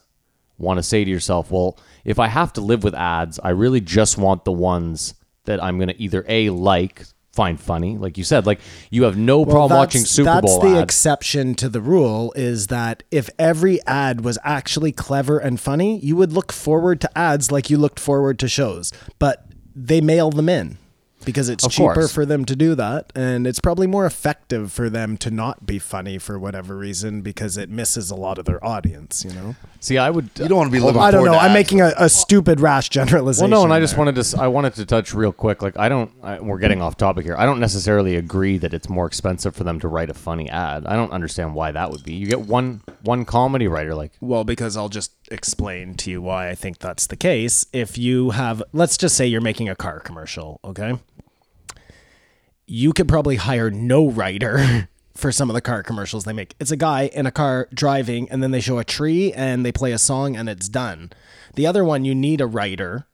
Speaker 1: want to say to yourself, well, if I have to live with ads, I really just want the ones that I'm going to either a like, find funny, like you said, like you have no problem
Speaker 3: that's-
Speaker 1: watching Super
Speaker 3: that's
Speaker 1: Bowl
Speaker 3: the
Speaker 1: ads.
Speaker 3: exception to the rule is that if every ad was actually clever and funny, you would look forward to ads like you looked forward to shows. But they mail them in because it's
Speaker 1: Of
Speaker 3: cheaper
Speaker 1: course.
Speaker 3: for them to do that and it's probably more effective for them to not be funny for whatever reason because it misses a lot of their audience, you know.
Speaker 1: See, I would.
Speaker 2: You don't want to be looking.
Speaker 3: I don't
Speaker 2: forward to
Speaker 3: know. I'm
Speaker 2: ads.
Speaker 3: making a, a stupid rash
Speaker 1: Well,
Speaker 3: generalization.
Speaker 1: no, and I just
Speaker 3: there.
Speaker 1: wanted to. s- I wanted to touch real quick. Like, I don't. I, we're getting off topic here. I don't necessarily agree that it's more expensive for them to write a funny ad. I don't understand why that would be. You get one one comedy writer, like
Speaker 3: Well, because I'll just explain to you why I think that's the case. If you have, let's just say you're making a car commercial, okay? You could probably hire no writer for some of the car commercials they make. It's a guy in a car driving, and then they show a tree and they play a song and it's done. The other one, you need a writer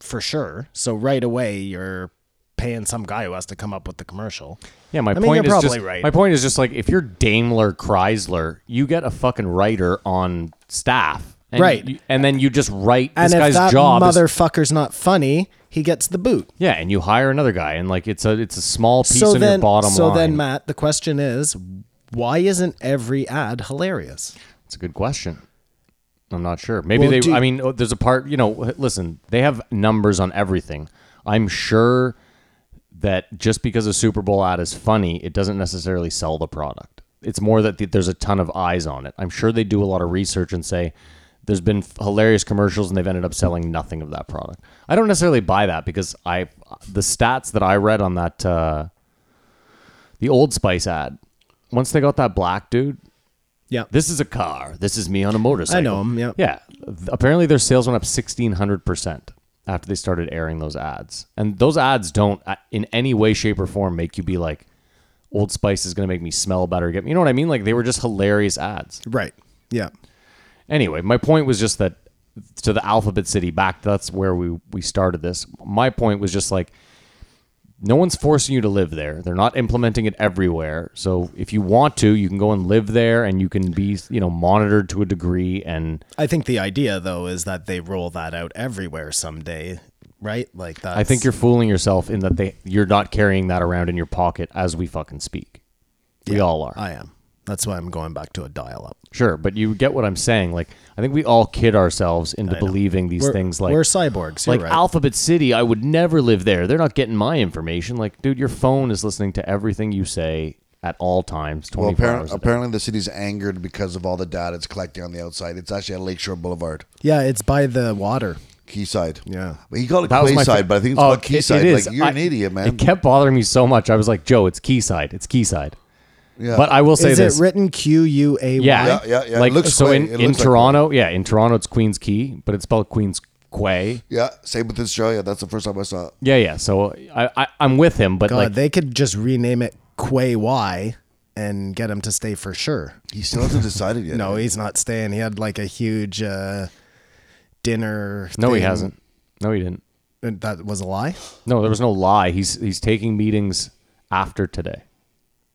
Speaker 3: for sure. So right away, you're paying some guy who has to come up with the commercial.
Speaker 1: Yeah, my
Speaker 3: I mean,
Speaker 1: point
Speaker 3: you're
Speaker 1: is
Speaker 3: probably
Speaker 1: just
Speaker 3: right.
Speaker 1: my point is just like if you're Daimler Chrysler, you get a fucking writer on staff, and
Speaker 3: Right.
Speaker 1: you- and then you just write
Speaker 3: And
Speaker 1: this
Speaker 3: if
Speaker 1: guy's
Speaker 3: that
Speaker 1: job. is-
Speaker 3: motherfucker's not funny, he gets the boot.
Speaker 1: yeah, and you hire another guy, and like it's a it's a small piece of your bottom
Speaker 3: so
Speaker 1: line.
Speaker 3: then, Matt, the question is, why isn't every ad hilarious?
Speaker 1: it's a good question. I'm not sure. Maybe
Speaker 3: Well,
Speaker 1: they.
Speaker 3: do-
Speaker 1: I mean, oh, there's a part. You know, listen, they have numbers on everything. I'm sure that just because a Super Bowl ad is funny, it doesn't necessarily sell the product. It's more that th- there's a ton of eyes on it. I'm sure they do a lot of research and say there's been f- hilarious commercials and they've ended up selling nothing of that product. I don't necessarily buy that because I the stats that I read on that uh, the Old Spice ad once they got that black dude.
Speaker 3: Yeah.
Speaker 1: This is a car. This is me on a motorcycle.
Speaker 3: I know him, yeah.
Speaker 1: Yeah. Th- Apparently their sales went up 1600% after they started airing those ads. And those ads don't uh, in any way shape or form make you be like Old Spice is going to make me smell better. Get me. You know what I mean? Like they were just hilarious ads.
Speaker 3: Right. Yeah.
Speaker 1: Anyway, my point was just that to the Alphabet City back that's where we we started this. My point was just like no one's forcing you to live there. They're not implementing it everywhere. So if you want to, you can go and live there and you can be, you know, monitored to a degree and
Speaker 3: I think the idea though is that they roll that out everywhere someday, right? Like that.
Speaker 1: I think you're fooling yourself in that they you're not carrying that around in your pocket as we fucking speak. We all are.
Speaker 3: I am. That's why I'm going back to a dial-up.
Speaker 1: sure, but you get what I'm saying. Like I think we all kid ourselves into believing these
Speaker 3: We're-
Speaker 1: things like
Speaker 3: we're cyborgs. You're
Speaker 1: like
Speaker 3: right.
Speaker 1: Alphabet City, I would never live there. They're not getting my information. Like, dude, your phone is listening to everything you say at all times, 24
Speaker 2: Well,
Speaker 1: hours. a
Speaker 2: apparently,
Speaker 1: day.
Speaker 2: apparently the city's angered because of all the data it's collecting on the outside. It's actually at Lakeshore Boulevard,
Speaker 3: yeah, it's by the water.
Speaker 2: Quayside.
Speaker 3: Yeah.
Speaker 2: Well, he called it
Speaker 1: That was my
Speaker 2: Quayside,
Speaker 1: fa-
Speaker 2: but I think it's
Speaker 1: Oh,
Speaker 2: called
Speaker 1: it- it
Speaker 2: Quayside.
Speaker 1: is.
Speaker 2: Like you're an
Speaker 1: I-
Speaker 2: idiot, man.
Speaker 1: It kept bothering me so much. I was like, Joe, it's Quayside. It's Quayside.
Speaker 2: Yeah.
Speaker 1: But I will say
Speaker 3: is
Speaker 1: this.
Speaker 3: it written Q U A Y?
Speaker 1: Yeah,
Speaker 2: Yeah, yeah, yeah. It
Speaker 1: Like
Speaker 2: looks
Speaker 1: so
Speaker 2: quay.
Speaker 1: in,
Speaker 2: It
Speaker 1: in
Speaker 2: looks like
Speaker 1: Toronto, yeah, in Toronto it's Queens Key, but it's spelled Queens Quay.
Speaker 2: yeah, same with Australia. That's the first time I saw it.
Speaker 1: Yeah, yeah. So I, I I'm with him, but
Speaker 3: God,
Speaker 1: like
Speaker 3: they could just rename it Quay Y and get him to stay for sure.
Speaker 2: He still hasn't decided yet.
Speaker 3: No, he's not staying. He had like a huge uh, dinner.
Speaker 1: No, he
Speaker 3: thing.
Speaker 1: hasn't. No, he didn't.
Speaker 3: And That was a lie.
Speaker 1: No, there was no lie. He's he's taking meetings after today.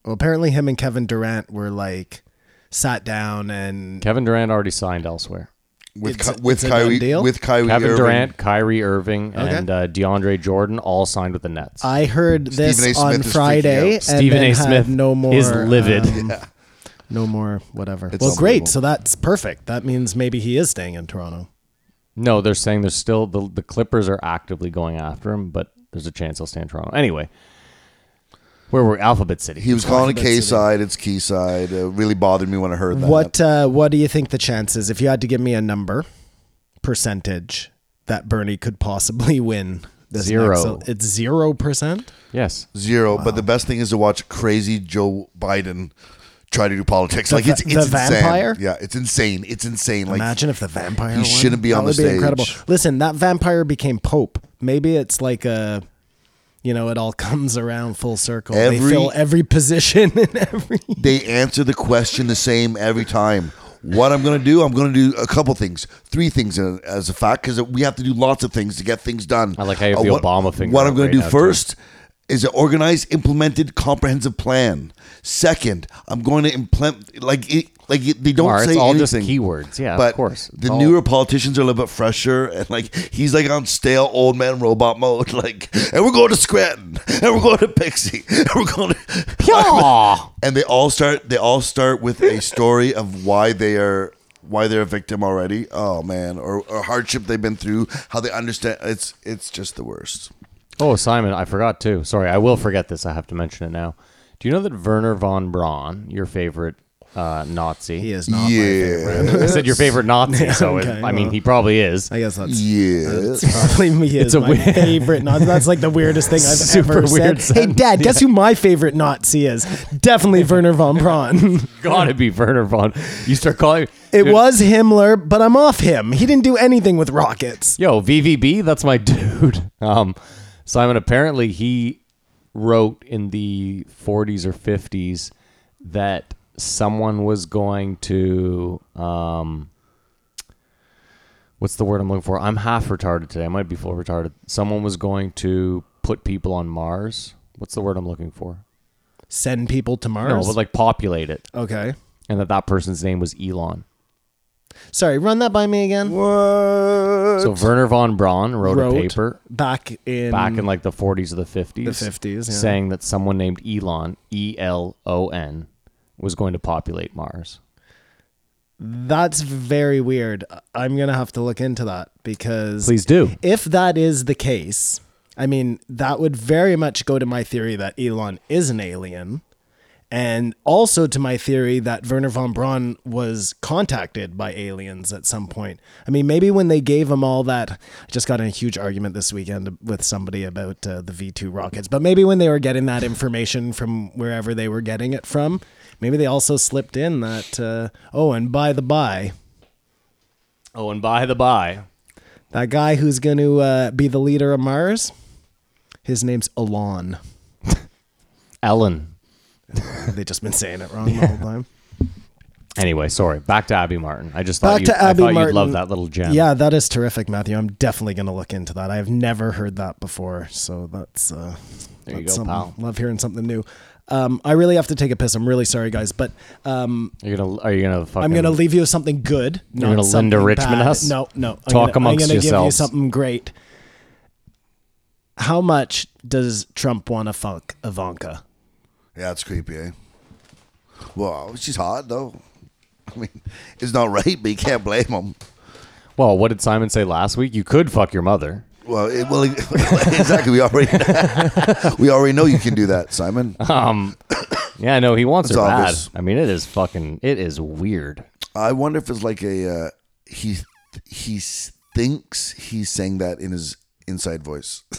Speaker 3: Well, apparently, him and Kevin Durant were like sat down and
Speaker 1: Kevin Durant already signed elsewhere.
Speaker 2: with
Speaker 3: It's
Speaker 2: Ky-
Speaker 3: a-
Speaker 2: with
Speaker 3: it's a
Speaker 2: Kyrie
Speaker 3: done deal?
Speaker 2: with Kyrie
Speaker 1: Kevin
Speaker 2: Irving.
Speaker 1: Durant, Kyrie Irving, and uh, DeAndre Jordan all signed with the Nets.
Speaker 3: I heard this
Speaker 2: Stephen A.
Speaker 3: on
Speaker 2: Smith is freaking out.
Speaker 3: Friday. And
Speaker 1: Stephen
Speaker 3: then
Speaker 1: A.
Speaker 3: had
Speaker 1: Smith
Speaker 3: no more
Speaker 1: is livid.
Speaker 3: um, No more whatever.
Speaker 2: It's
Speaker 3: well, great.
Speaker 2: unbelievable.
Speaker 3: So that's perfect. That means maybe he is staying in Toronto.
Speaker 1: No, they're saying there's still the the Clippers are actively going after him, but there's a chance he'll stay in Toronto. Anyway, where were we? Alphabet City?
Speaker 2: He was calling it K side. It's Key side. It really bothered me when I heard that.
Speaker 3: What uh, What do you think the chances, if you had to give me a number, percentage, that Bernie could possibly win this
Speaker 1: Zero.
Speaker 3: next el- it's zero percent.
Speaker 1: yes,
Speaker 2: Zero. But the best thing is to watch crazy Joe Biden try to do politics. like it's
Speaker 3: va-
Speaker 2: it's
Speaker 3: the
Speaker 2: insane.
Speaker 3: vampire?
Speaker 2: Yeah, it's insane. It's insane. Like
Speaker 3: Imagine if the vampire
Speaker 2: he
Speaker 3: won.
Speaker 2: shouldn't be
Speaker 3: That
Speaker 2: on the
Speaker 3: would
Speaker 2: stage.
Speaker 3: incredible. Listen, that vampire became pope. Maybe it's like a, you know, it all comes around full circle. they
Speaker 2: Every-
Speaker 3: fill every position in every.
Speaker 2: they answer the question the same every time. What I'm going to do, I'm going to do a couple things, three things uh, as a fact, because we have to do lots of things to get things done. Uh,
Speaker 1: I like how you have the
Speaker 2: what,
Speaker 1: Obama finger
Speaker 2: What I'm
Speaker 1: out
Speaker 2: going
Speaker 1: right
Speaker 2: to
Speaker 1: now,
Speaker 2: do
Speaker 1: too.
Speaker 2: first is an organized, implemented, comprehensive plan. Second, I'm going to implement like it, like it, they don't
Speaker 1: Or it's
Speaker 2: say
Speaker 1: all just
Speaker 2: anything.
Speaker 1: keywords. Yeah, of
Speaker 2: but
Speaker 1: course.
Speaker 2: The
Speaker 1: It's all-
Speaker 2: newer politicians are a little bit fresher, and like he's like on stale old man robot mode. Like, and we're going to Scranton, and we're going to Pixie, and we're going to
Speaker 1: Pyaw!
Speaker 2: and they all start they all start with a story of why they are why they're a victim already oh man or, or hardship they've been through how they understand it's it's just the worst
Speaker 1: Oh, Simon, I forgot too. Sorry, I will forget this. I have to mention it now. Do you know that Werner von Braun, your favorite uh, Nazi,
Speaker 3: He is not. My favorite.
Speaker 1: I said your favorite Nazi, so
Speaker 3: okay,
Speaker 1: it- I mean
Speaker 3: well.
Speaker 1: he probably is.
Speaker 3: I guess that's
Speaker 2: yeah
Speaker 3: probably me. Is
Speaker 1: a
Speaker 3: my
Speaker 1: weird-
Speaker 3: favorite Nazi. That's like the weirdest thing I've
Speaker 1: Super
Speaker 3: ever
Speaker 1: weird
Speaker 3: said. Hey,
Speaker 1: sentence.
Speaker 3: Dad, guess who my favorite Nazi is? Definitely Werner von Braun.
Speaker 1: Gotta be Werner von. You start calling
Speaker 3: It
Speaker 1: Dude,
Speaker 3: was Himmler, but I'm off him. He didn't do anything with rockets.
Speaker 1: Yo, VVB, that's my dude. Um, Simon, apparently he wrote in the 40s or 50s that someone was going to. Um, what's the word I'm looking for? I'm half retarded today. I might be full retarded. Someone was going to put people on Mars. What's the word I'm looking for?
Speaker 3: Send people to
Speaker 1: No,
Speaker 3: Mars.
Speaker 1: but like populate it.
Speaker 3: okay.
Speaker 1: And that that person's name was Elon.
Speaker 3: Sorry, run that by me again.
Speaker 1: So Werner von Braun wrote,
Speaker 3: Wrote
Speaker 1: a paper
Speaker 3: back in
Speaker 1: back in like the 40s or the 50s.
Speaker 3: The 50s, yeah.
Speaker 1: Saying that someone named Elon, E L O N, was going to populate Mars.
Speaker 3: That's very weird. I'm gonna have to look into that because
Speaker 1: Please do.
Speaker 3: If that is the case, I mean that would very much go to my theory that Elon is an alien, and also to my theory that Werner von Braun was contacted by aliens at some point. I mean, maybe when they gave him all that. I just got in a huge argument this weekend with somebody about uh, the V two rockets, but maybe when they were getting that information from wherever they were getting it from. Maybe they also slipped in that, uh, oh, and by the by,
Speaker 1: Oh, and by the by,
Speaker 3: that guy who's going to uh, be the leader of Mars, his name's Elon.
Speaker 1: Ellen.
Speaker 3: They've just been saying it wrong the whole time.
Speaker 1: Anyway, sorry. Back to Abby Martin. I just thought,
Speaker 3: Back
Speaker 1: you,
Speaker 3: to Abby
Speaker 1: I thought you'd
Speaker 3: Martin.
Speaker 1: love that little gem.
Speaker 3: Yeah, that is terrific, Matthew. I'm definitely going to look into that. I've never heard that before, so that's uh,
Speaker 1: There you
Speaker 3: that's
Speaker 1: go,
Speaker 3: something.
Speaker 1: pal.
Speaker 3: Love hearing something new. Um, I really have to take a piss. I'm really sorry, guys, but um,
Speaker 1: You're gonna are you gonna fucking
Speaker 3: I'm going to leave you with something good.
Speaker 1: You're
Speaker 3: not
Speaker 1: gonna Linda
Speaker 3: something
Speaker 1: Richmond
Speaker 3: bad.
Speaker 1: us?
Speaker 3: No, no. I'm
Speaker 1: Talk
Speaker 3: gonna,
Speaker 1: amongst
Speaker 3: I'm gonna give you
Speaker 1: yourselves.
Speaker 3: something great. How much does Trump want to fuck Ivanka?
Speaker 2: yeah it's creepy eh well she's hot though i mean it's not right but you can't blame him
Speaker 1: Well, what did Simon say last week? You could fuck your mother.
Speaker 2: well, it, well, exactly. We already we already know you can do that, Simon.
Speaker 1: Yeah, no, he wants
Speaker 2: It's
Speaker 1: her
Speaker 2: obvious.
Speaker 1: bad. I mean, it is fucking it is weird.
Speaker 2: I wonder if it's like a uh, he he thinks he's saying that in his inside voice.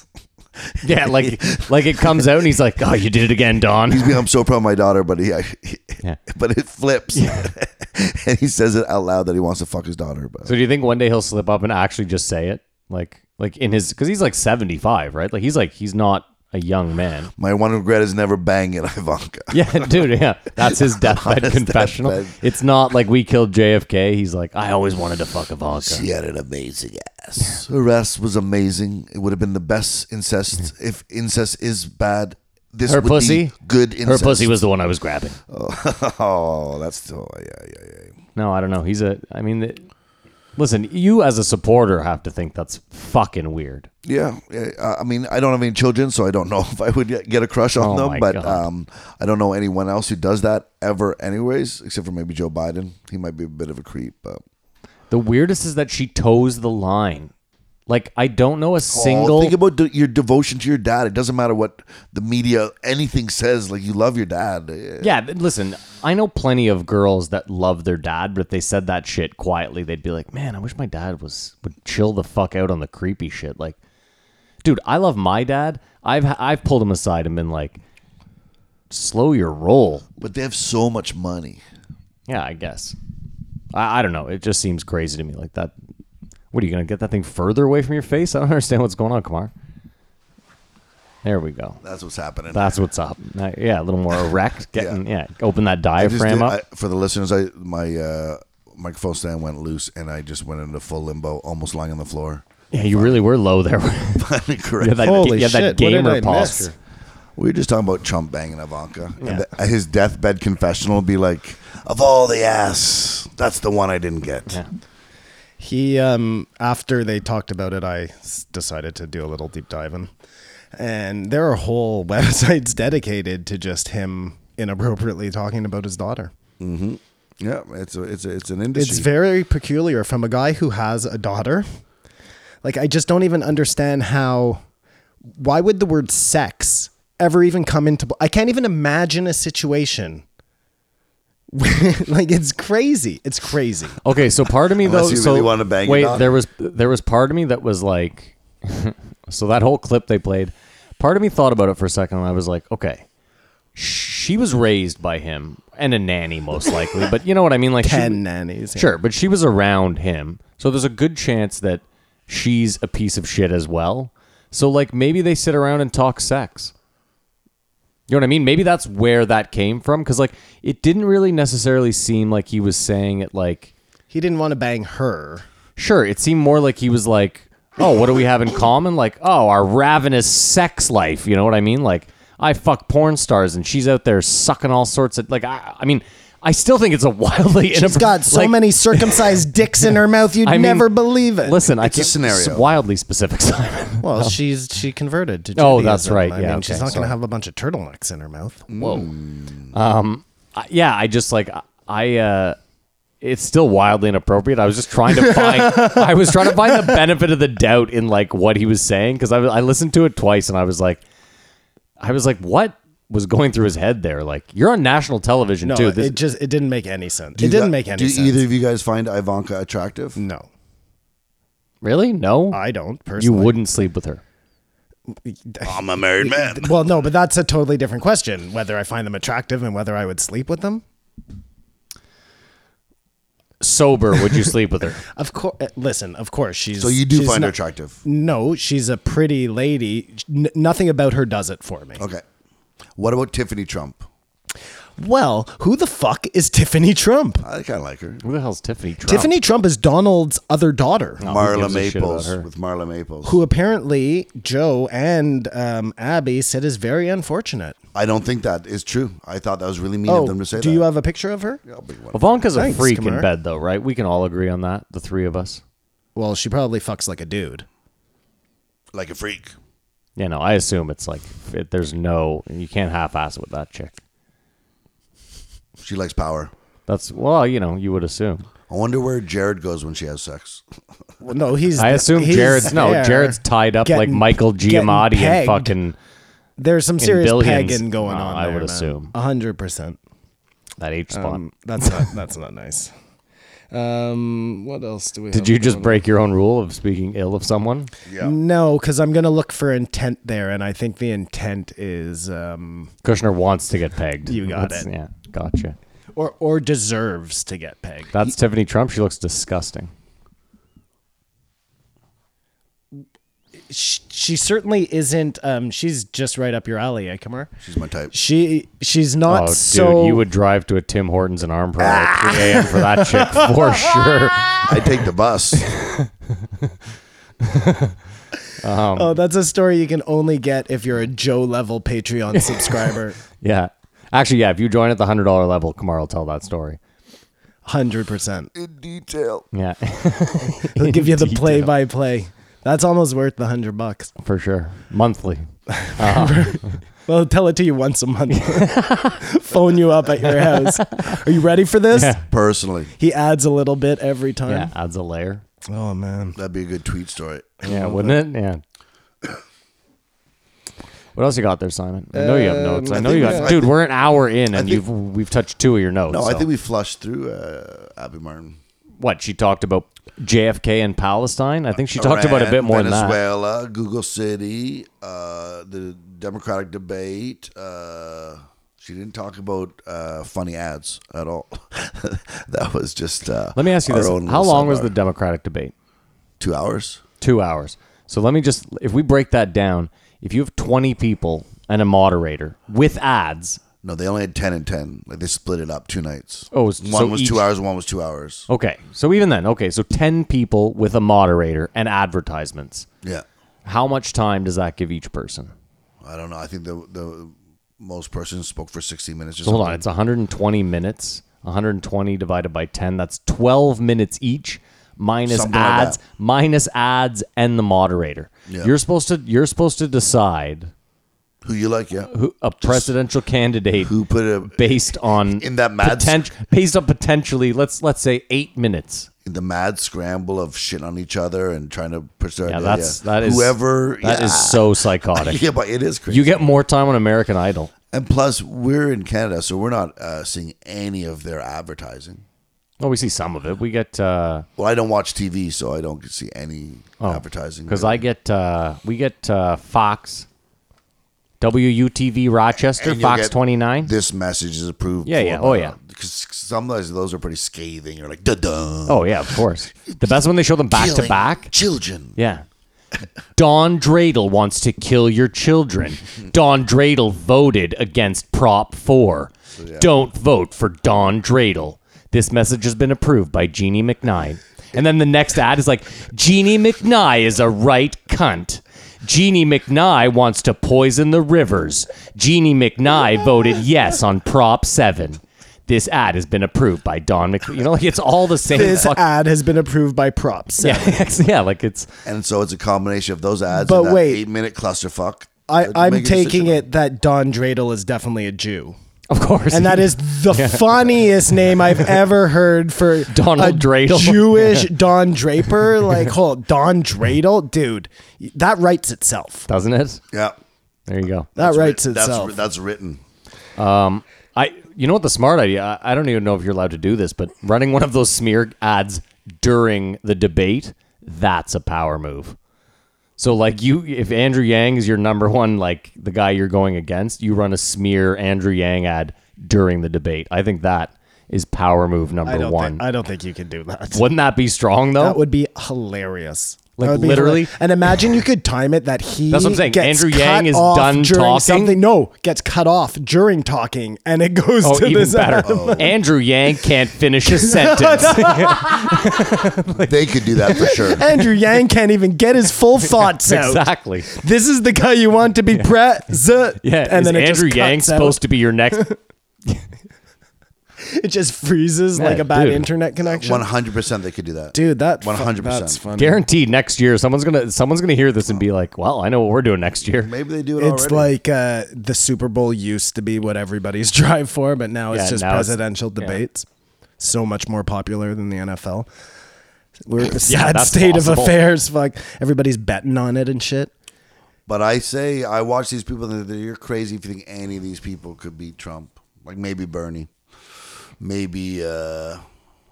Speaker 1: Yeah, like like it comes out and he's like, Oh, you did it again, Don.
Speaker 2: He's being, I'm so proud of my daughter, but he, I, he-
Speaker 1: Yeah.
Speaker 2: but it flips, and he says it out loud that he wants to fuck his daughter. But
Speaker 1: So do you think one day he'll slip up and actually just say it, like like in his because he's like seventy five, right? Like he's like he's not a young man.
Speaker 2: My one regret is never banging Ivanka.
Speaker 1: Yeah, dude. Yeah, that's his deathbed
Speaker 2: his
Speaker 1: confessional.
Speaker 2: deathbed.
Speaker 1: It's not like we killed JFK. He's like, I always wanted to fuck Ivanka.
Speaker 2: She had an amazing ass.
Speaker 5: Her ass was amazing. It would have been the best incest if incest is bad. This
Speaker 1: Mm-hmm. Her
Speaker 5: would
Speaker 1: pussy?
Speaker 5: be good
Speaker 1: Her
Speaker 5: incest.
Speaker 1: pussy was the one I was grabbing.
Speaker 2: Oh, that's still yeah, yeah, yeah.
Speaker 1: No, I don't know. He's a. I mean, the, listen, you as a supporter have to think that's fucking weird.
Speaker 5: Yeah, yeah, uh, I mean, I don't have any children, so I don't know if I would get- get a crush on
Speaker 1: Oh my
Speaker 5: them. But
Speaker 1: God.
Speaker 5: um, I don't know anyone else who does that ever, anyways, except for maybe Joe Biden. He might be a bit of a creep, but
Speaker 1: The weirdest is that she toes the line. Like I don't know a
Speaker 5: Oh,
Speaker 1: single.
Speaker 5: think about de- your devotion to your dad. It doesn't matter what the media anything says. Like you love your dad. Eh,
Speaker 1: yeah, but listen, I know plenty of girls that love their dad, but if they said that shit quietly, they'd be like, "Man, I wish my dad was would chill the fuck out on the creepy shit." Like, dude, I love my dad. I've I've pulled him aside and been like, "Slow your roll."
Speaker 5: But they have so much money.
Speaker 1: Yeah, I guess. I, I don't know. It just seems crazy to me. Like that. What are you gonna get that thing further away from your face? I don't understand what's going on, Kamar. There we go.
Speaker 2: That's what's happening.
Speaker 1: That's what's up. Uh, Yeah, a little more erect. Getting yeah. open that
Speaker 5: I just
Speaker 1: diaphragm
Speaker 5: did-
Speaker 1: up.
Speaker 5: I-
Speaker 2: for the listeners, I my uh, microphone stand went loose, and I just went into full limbo, almost lying on the floor.
Speaker 1: yeah, you really were low there.
Speaker 2: Correct.
Speaker 1: yeah, that,
Speaker 3: Holy
Speaker 1: yeah,
Speaker 3: shit,
Speaker 1: that
Speaker 3: what did I
Speaker 1: gamer
Speaker 3: miss?
Speaker 1: posture.
Speaker 2: We were just talking about Trump banging Ivanka.
Speaker 1: Yeah.
Speaker 2: And th- his deathbed confessional would be like, of all the ass, that's the one I didn't get.
Speaker 1: Yeah.
Speaker 3: He, um, after they talked about it, I s- decided to do a little deep diving. And there are whole websites dedicated to just him inappropriately talking about his daughter.
Speaker 2: Yeah, it's a, it's a, it's an industry.
Speaker 3: It's very peculiar from a guy who has a daughter. Like, I just don't even understand how. Why would the word sex ever even come into. I can't even imagine a situation. like, it's crazy. It's crazy.
Speaker 1: Okay, so part of me
Speaker 2: Unless
Speaker 1: though.
Speaker 2: you
Speaker 1: so
Speaker 2: really wanna bang it
Speaker 1: wait,
Speaker 2: on.
Speaker 1: there was there was part of me that was like, so that whole clip they played. Part of me thought about it for a second, and I was like, okay, she was raised by him and a nanny most likely, but you know what I mean, like she-
Speaker 3: Ten nannies. yeah.
Speaker 1: Sure, but she was around him. So there's a good chance that she's a piece of shit as well. So like maybe they sit around and talk sex. You know what I mean? Maybe that's where that came from cuz like it didn't really necessarily seem like he was saying it like
Speaker 3: He didn't want to bang her.
Speaker 1: sure, it seemed more like he was like, "Oh, what do we have in common?" Like, "Oh, our ravenous sex life." You know what I mean? Like I fuck porn stars and she's out there sucking all sorts of like I, I mean I still think it's a wildly
Speaker 3: She's
Speaker 1: inappropri-
Speaker 3: got so
Speaker 1: like-
Speaker 3: many circumcised dicks in her mouth, you'd
Speaker 1: I mean,
Speaker 3: never believe it.
Speaker 1: Listen, I
Speaker 2: It's a
Speaker 1: can't,
Speaker 2: scenario.
Speaker 1: s- Wildly specific, Simon.
Speaker 3: well, she's she converted to.
Speaker 1: Oh, that's
Speaker 3: Judaism.
Speaker 1: right,
Speaker 3: I
Speaker 1: yeah,
Speaker 3: mean,
Speaker 1: okay,
Speaker 3: she's not going
Speaker 1: sorry.
Speaker 3: to have a bunch of turtlenecks in her mouth.
Speaker 1: I- yeah, I just like I- I. uh It's still wildly inappropriate. I was just trying to find. I was trying to find the benefit of the doubt in like what he was saying because I, was- I listened to it twice and I was like, I was like, what was going through his head there? Like you're on national television
Speaker 3: No,
Speaker 1: too. This,
Speaker 3: it just it didn't make any sense.
Speaker 2: Do
Speaker 3: It
Speaker 2: you
Speaker 3: didn't
Speaker 2: gu-
Speaker 3: make any
Speaker 2: Do
Speaker 3: sense.
Speaker 2: either of you guys find Ivanka attractive?
Speaker 3: no,
Speaker 1: really? No,
Speaker 3: I don't
Speaker 1: you
Speaker 3: personally.
Speaker 1: wouldn't sleep with her.
Speaker 2: I'm a married man.
Speaker 3: well, no, but that's a totally different question. Whether I find them attractive and whether I would sleep with them.
Speaker 1: Sober, would you sleep with her?
Speaker 3: Of course, listen. Of course, she's.
Speaker 2: So you do
Speaker 3: she's
Speaker 2: find her
Speaker 3: not-
Speaker 2: attractive.
Speaker 3: No, she's a pretty lady. N- nothing about her does it for me.
Speaker 2: Okay. What about Tiffany Trump?
Speaker 3: Well, who the fuck is Tiffany Trump?
Speaker 2: I kind of like her.
Speaker 1: Who the hell's Tiffany? Trump?
Speaker 3: Tiffany Trump is Donald's other daughter,
Speaker 2: Marla
Speaker 1: gives a shit about
Speaker 2: Maples
Speaker 1: her?
Speaker 2: with Marla Maples.
Speaker 3: who apparently Joe and um, Abby said is very unfortunate.
Speaker 2: I don't think that is true. I thought that was really mean of them to say
Speaker 3: Oh, do
Speaker 2: that.
Speaker 3: you have a picture of her?
Speaker 2: I'll bring one.
Speaker 1: Ivanka's a
Speaker 3: Thanks,
Speaker 1: freak in
Speaker 3: Kamar.
Speaker 1: bed though, right? We can all agree on that. The three of us.
Speaker 3: Well, she probably fucks like a dude.
Speaker 2: Like a freak.
Speaker 1: You know, I assume it's like it, there's no you can't half-ass it with that chick.
Speaker 2: She likes power.
Speaker 1: That's well, you know, you would assume.
Speaker 2: I wonder where Jared goes when she has sex.
Speaker 3: Well, no, he's.
Speaker 1: I assume
Speaker 3: he's
Speaker 1: Jared's no,
Speaker 3: there
Speaker 1: Jared's tied up like
Speaker 3: getting-
Speaker 1: Michael
Speaker 3: getting
Speaker 1: Giamatti and
Speaker 3: pegged.
Speaker 1: fucking
Speaker 3: There's some serious
Speaker 1: billions.
Speaker 3: pegging going
Speaker 1: No,
Speaker 3: on.
Speaker 1: I
Speaker 3: there,
Speaker 1: would
Speaker 3: man.
Speaker 1: assume.
Speaker 3: a hundred percent.
Speaker 1: that H spot.
Speaker 3: Um, That's not. That's not nice. Um, what else do we?
Speaker 1: Did you just break your own rule of speaking ill of someone?
Speaker 3: No, because I'm gonna look for intent there, and I think the intent is um,
Speaker 1: Kushner wants to get pegged.
Speaker 3: You got it.
Speaker 1: Yeah, gotcha.
Speaker 3: or or deserves to get pegged.
Speaker 1: That's Tiffany Trump. She looks disgusting.
Speaker 3: she, she certainly isn't. Um, she's just right up your alley, eh, Kamar?
Speaker 2: She's my type.
Speaker 3: She she's not
Speaker 1: Oh, dude,
Speaker 3: so.
Speaker 1: you would drive to a Tim Hortons and arm her at 3 a.m. for that chick for sure.
Speaker 2: I take the bus.
Speaker 3: Oh, that's a story you can only get if you're a Joe level Patreon subscriber.
Speaker 1: Yeah. Actually, yeah, if you join at the $100 level, Kamar will tell that story.
Speaker 3: Hundred percent.
Speaker 2: In detail.
Speaker 1: Yeah,
Speaker 3: He'll give you the play by play. That's almost worth the hundred bucks.
Speaker 1: for sure. Monthly.
Speaker 3: Well, he'll tell it to you once a month. Phone you up at your house. Are you ready for this?
Speaker 2: Personally,
Speaker 3: He adds a little bit every
Speaker 1: Yeah,
Speaker 3: time.
Speaker 1: adds a layer.
Speaker 3: Oh man.
Speaker 2: that'd be a good tweet story.
Speaker 1: Yeah, wouldn't it? Yeah. What else you got there, Simon? I know you have notes. I know
Speaker 2: think
Speaker 1: you
Speaker 2: we-
Speaker 1: got,
Speaker 2: Um, I
Speaker 1: dude.
Speaker 2: think-
Speaker 1: We're an hour in, and
Speaker 2: think-
Speaker 1: you've we've touched two of your notes.
Speaker 2: No, I
Speaker 1: so.
Speaker 2: think we flushed through uh, Abby Martin.
Speaker 1: what she talked about JFK and Palestine. I think she talked about a
Speaker 2: Iran,
Speaker 1: bit more than that.
Speaker 2: Venezuela, Google City, uh, the Democratic debate. Uh, she didn't talk about uh, funny ads at all. that was just. Uh,
Speaker 1: Let me ask you
Speaker 2: our
Speaker 1: this:
Speaker 2: own
Speaker 1: How
Speaker 2: little
Speaker 1: long was
Speaker 2: sidebar.
Speaker 1: the Democratic debate?
Speaker 2: two hours?
Speaker 1: Two hours. So let me just, if we break that down, if you have twenty people and a moderator with ads,
Speaker 2: No, they only had ten and ten. Like they split it up two nights.
Speaker 1: Oh, so
Speaker 2: one was
Speaker 1: each- Oh.
Speaker 2: two hours, one was two hours.
Speaker 1: okay. So even then, okay, so ten people with a moderator and advertisements.
Speaker 2: Yeah,
Speaker 1: How much time does that give each person?
Speaker 2: I don't know. I think the the most person spoke for sixty minutes. Or
Speaker 1: So hold
Speaker 2: something.
Speaker 1: on, it's 120 minutes. 120 divided by 10, that's 12 minutes each minus
Speaker 2: Something like
Speaker 1: ads,
Speaker 2: that.
Speaker 1: minus ads and the moderator.
Speaker 2: Yeah.
Speaker 1: You're supposed to you're supposed to decide
Speaker 2: Who you like? Yeah.
Speaker 1: who a presidential candidate
Speaker 2: Who put a
Speaker 1: based on
Speaker 2: in that mad
Speaker 1: potent, based on potentially let's let's say 8 minutes.
Speaker 2: the mad scramble of shit on each other and trying to push their
Speaker 1: Yeah,
Speaker 2: idea.
Speaker 1: that's that is
Speaker 2: whoever
Speaker 1: that is
Speaker 2: yeah.
Speaker 1: so psychotic.
Speaker 2: yeah, but it is crazy.
Speaker 1: You get more time on American Idol.
Speaker 2: and plus, we're in Canada, so we're not uh, seeing any of their advertising.
Speaker 1: Well, we see some of it. We get uh
Speaker 2: Well, I don't watch TV, so I don't see any advertising.
Speaker 1: Because Oh, I get uh, we get uh, Fox, WUTV Rochester,
Speaker 2: And you'll
Speaker 1: Fox
Speaker 2: get
Speaker 1: twenty nine.
Speaker 2: this message is approved.
Speaker 1: Yeah,
Speaker 2: for-
Speaker 1: yeah. Oh, yeah.
Speaker 2: Because sometimes those are pretty scathing. You're like, duh, duh.
Speaker 1: Oh yeah, of course. The best when they show them back to back.
Speaker 2: children.
Speaker 1: Yeah. Don Dradle wants to kill your children. Don Dradle voted against Prop 4. Don't vote for Don Dradle. This message has been approved by Jeannie McNye. And then the next ad is like, Jeannie McNye is a right cunt. Jeannie McNye wants to poison the rivers. Jeannie McNye voted yes on Prop 7. This ad has been approved by Don Mc. You know, like it's all the same.
Speaker 3: This
Speaker 1: fuck-
Speaker 3: ad has been approved by props.
Speaker 1: yeah, yeah, like it's
Speaker 2: And so it's a combination of those ads.
Speaker 3: But
Speaker 2: and that
Speaker 3: wait.
Speaker 2: eight minute clusterfuck.
Speaker 3: I,
Speaker 2: that
Speaker 3: I'm
Speaker 2: make a
Speaker 3: taking
Speaker 2: decision.
Speaker 3: it that Don Dreidel is definitely a Jew.
Speaker 1: of course,
Speaker 3: And that is the funniest name I've ever heard for
Speaker 1: Donald
Speaker 3: a
Speaker 1: Dreidel.
Speaker 3: Jewish Don Draper. Like, hold Don Dreidel, dude. That writes itself.
Speaker 1: doesn't it?
Speaker 2: Yeah,
Speaker 1: There you go.
Speaker 3: That writes
Speaker 2: That's-
Speaker 3: itself.
Speaker 2: That's, that's written.
Speaker 1: I, you know what the smart idea? I, I don't even know if you're allowed to do this, but running one of those smear ads during the debate, that's a power move. So like you, if Andrew Yang is your number one, like the guy you're going against, you run a smear Andrew Yang ad during the debate. I think that is power move
Speaker 3: I
Speaker 1: number
Speaker 3: don't,
Speaker 1: one.
Speaker 3: think, I don't think you can do that.
Speaker 1: Wouldn't that be strong though?
Speaker 3: That would be hilarious.
Speaker 1: Like,
Speaker 3: That would be
Speaker 1: literally?
Speaker 3: hilarious. and imagine you could time it that he.
Speaker 1: That's what I'm saying.
Speaker 3: gets
Speaker 1: Andrew
Speaker 3: cut
Speaker 1: Yang is
Speaker 3: off
Speaker 1: done
Speaker 3: during
Speaker 1: talking?
Speaker 3: Something. No, gets cut off during talking, and it goes
Speaker 1: oh,
Speaker 3: to
Speaker 1: even
Speaker 3: this.
Speaker 1: better.
Speaker 3: ad.
Speaker 1: Andrew Yang can't finish a sentence.
Speaker 2: They could do that for sure.
Speaker 3: Andrew Yang can't even get his full thoughts out.
Speaker 1: exactly.
Speaker 3: This is the guy you want to be president.
Speaker 1: Yeah. is
Speaker 3: and then it
Speaker 1: Andrew
Speaker 3: just
Speaker 1: Yang
Speaker 3: cuts out.
Speaker 1: supposed to be your next
Speaker 3: It just freezes like
Speaker 1: Yeah,
Speaker 3: a bad
Speaker 1: dude.
Speaker 3: internet connection.
Speaker 2: One hundred percent, they could do that,
Speaker 3: Dude, that
Speaker 2: one hundred
Speaker 3: That's
Speaker 2: percent.
Speaker 3: funny.
Speaker 1: guaranteed next year someone's gonna someone's gonna hear this and be like well i know what we're doing next year
Speaker 2: Maybe they do it
Speaker 3: It's
Speaker 2: already.
Speaker 3: like uh, the Super Bowl used to be what everybody's drive for, but now it's
Speaker 1: Yeah,
Speaker 3: just
Speaker 1: now it's-
Speaker 3: presidential
Speaker 1: yeah.
Speaker 3: debates. So much more popular than the NFL. We're at the
Speaker 1: Yeah,
Speaker 3: sad
Speaker 1: that's
Speaker 3: state of
Speaker 1: possible.
Speaker 3: affairs. Fuck, everybody's betting on it and shit.
Speaker 2: but I say, I watch these people, and they're- you're crazy if you think any of these people could beat Trump. Like maybe Bernie, maybe uh,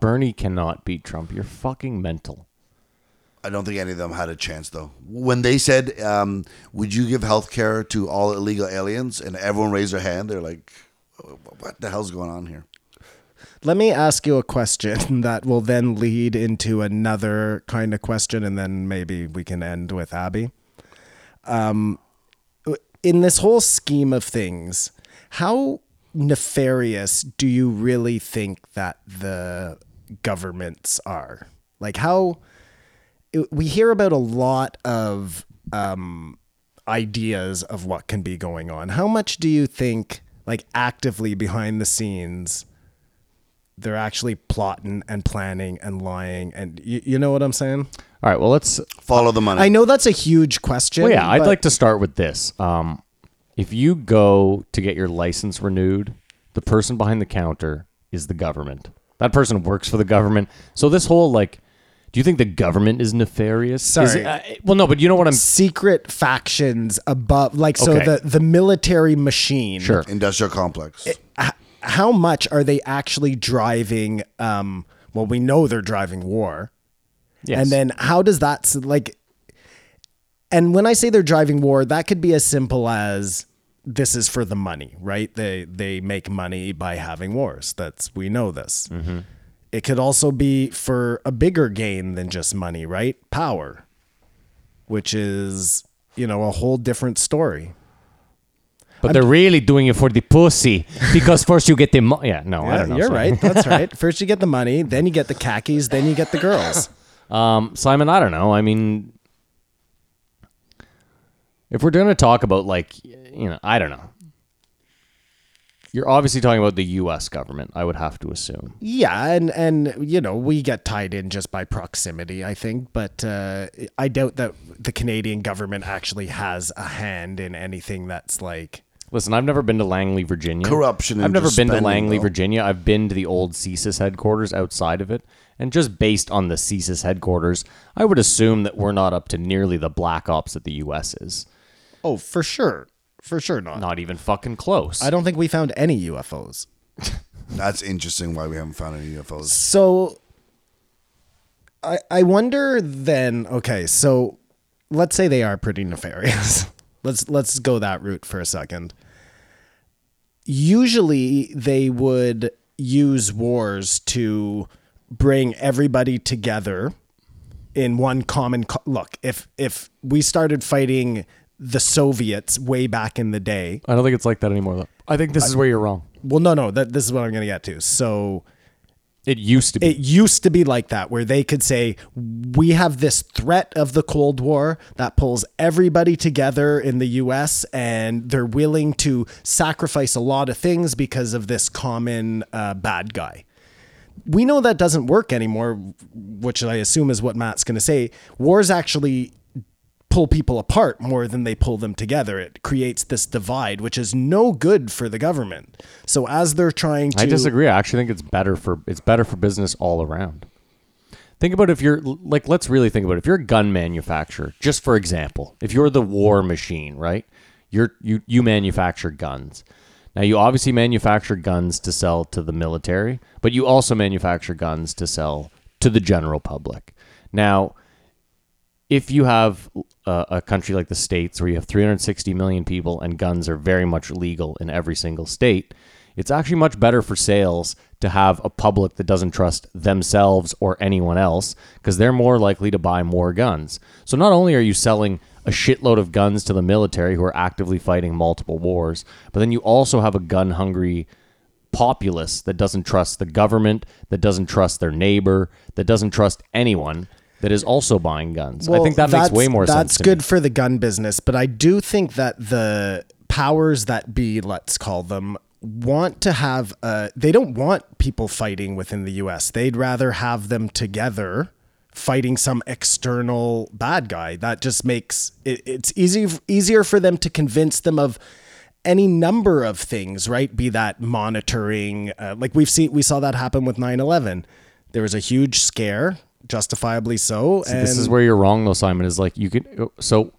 Speaker 1: bernie cannot beat trump you're fucking mental
Speaker 2: I don't think any of them had a chance though. When they said, um, "Would you give health care to all illegal aliens?" and everyone raised their hand, they're like, "What the hell's going on here?"
Speaker 3: Let me ask you a question that will then lead into another kind of question, and then maybe we can end with Abby. Um, in this whole scheme of things, how nefarious do you really think that the governments are? Like how it- we hear about a lot of um, ideas of what can be going on. How much do you think, like actively behind the scenes, they're actually plotting and planning and lying? And you, you know what I'm saying?
Speaker 1: All right. Well, let's.
Speaker 2: Follow the money.
Speaker 3: I know that's a huge question.
Speaker 1: Well, yeah, I'd
Speaker 3: but-
Speaker 1: like to start with this. Um, if you go to get your license renewed, the person behind the counter is the government. That person works for the government. So this whole like, do you think the government is nefarious? Is
Speaker 3: Sorry.
Speaker 1: it- uh, well, no, but you know what I'm.
Speaker 3: secret factions above like so
Speaker 1: Okay.
Speaker 3: the the military machine
Speaker 1: Sure.
Speaker 2: Industrial complex.
Speaker 3: how much are they actually driving um well we know they're driving war
Speaker 1: Yes.
Speaker 3: and then how does that s- like and when i say they're driving war that could be as simple as this is for the money right they they make money by having wars that's we know this
Speaker 1: Mm-hmm.
Speaker 3: it could also be for a bigger gain than just money right power which is you know a whole different story
Speaker 1: but they're really doing it for the pussy because first you get the mo- yeah. No, I
Speaker 3: Yeah,
Speaker 1: don't know.
Speaker 3: You're
Speaker 1: sorry.
Speaker 3: right. That's right. First you get the money, then you get the khakis, then you get the girls.
Speaker 1: Um, Simon, I don't know. I mean, if we're going to talk about like, you know, I don't know. You're obviously talking about the U.S. government, I would have to assume.
Speaker 3: Yeah, and and you know we get tied in just by proximity, I think. But uh, I doubt that the Canadian government actually has a hand in anything that's like
Speaker 1: Listen, I've never been to Langley, Virginia.
Speaker 2: Corruption and
Speaker 1: I've never
Speaker 2: just
Speaker 1: been to
Speaker 2: spending,
Speaker 1: Langley,
Speaker 2: though.
Speaker 1: Virginia. I've been to the old CSIS headquarters outside of it, and just based on the CSIS headquarters, I would assume that we're not up to nearly the black ops that the U.S. is.
Speaker 3: oh for sure, for sure not.
Speaker 1: Not even fucking close.
Speaker 3: I don't think we found any UFOs.
Speaker 2: That's interesting why we haven't found any UFOs.
Speaker 3: So I I wonder then okay, so let's say they are pretty nefarious. let's let's go that route for a second. Usually they would use wars to bring everybody together in one common co- look. If if we started fighting the Soviets way back in the day,
Speaker 1: I don't think it's like that anymore. Though. I think this is where you're wrong.
Speaker 3: well no no, that this is what I'm going to get to. So
Speaker 1: It used to be.
Speaker 3: it used to be like that where they could say we have this threat of the cold war that pulls everybody together in the US and they're willing to sacrifice a lot of things because of this common uh, bad guy we know that doesn't work anymore, which I assume is what Matt's going to say. Wars actually pull people apart more than they pull them together. It creates this divide, which is no good for the government. So as they're trying to,
Speaker 1: I disagree. I actually think it's better for it's better for business all around. Think about if you're like let's really think about it. if you're a gun manufacturer, just for example, if you're the war machine, right? You're you you manufacture guns. Now you obviously manufacture guns to sell to the military, but you also manufacture guns to sell to the general public. Now, if you have uh, a, a country like the states where you have 360 million people and guns are very much legal in every single state, it's actually much better for sales to have a public that doesn't trust themselves or anyone else because they're more likely to buy more guns. So not only are you selling a shitload of guns to the military who are actively fighting multiple wars, but then you also have a gun hungry populace that doesn't trust the government, that doesn't trust their neighbor, that doesn't trust anyone that is also buying guns. I think that makes
Speaker 3: that's-
Speaker 1: way more
Speaker 3: that's
Speaker 1: sense. to
Speaker 3: good
Speaker 1: me.
Speaker 3: for the gun business, but I do think that the powers that be, let's call them, want to have. Uh, they don't want people fighting within the U.S. They'd rather have them together fighting some external bad guy. That just makes it, it's easy easier for them to convince them of any number of things, right? Be that monitoring, uh, like we've seen, we saw that happen with 9/11. There was a huge scare, justifiably so. and
Speaker 1: this is where you're wrong though, Simon. Is like you can uh, so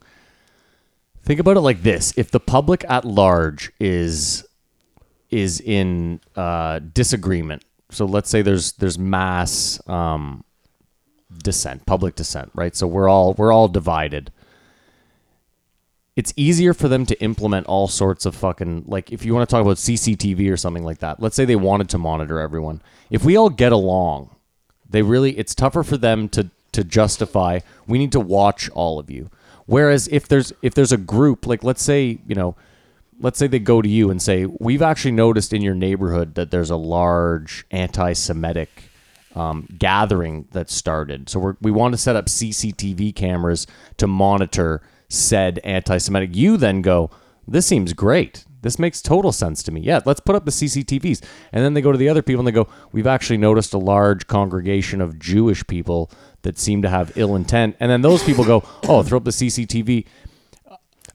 Speaker 1: think about it like this: if the public at large is is in uh, disagreement, so let's say there's there's mass um, dissent, public dissent, right? So we're all we're all divided. it's easier for them to implement all sorts of fucking like if you want to talk about CCTV or something like that. Let's say they wanted to monitor everyone. If we all get along, they really it's tougher for them to to justify we need to watch all of you. Whereas if there's if there's a group, like let's say you know, let's say they go to you and say, we've actually noticed in your neighborhood that there's a large anti-Semitic um, gathering that started. So we're, we want to set up CCTV cameras to monitor said anti-Semitic. You then go, this seems great. This makes total sense to me. Yeah, let's put up the CCTVs. And then they go to the other people and they go, We've actually noticed a large congregation of Jewish people that seem to have ill intent. And then those people go, Oh, throw up the CCTV.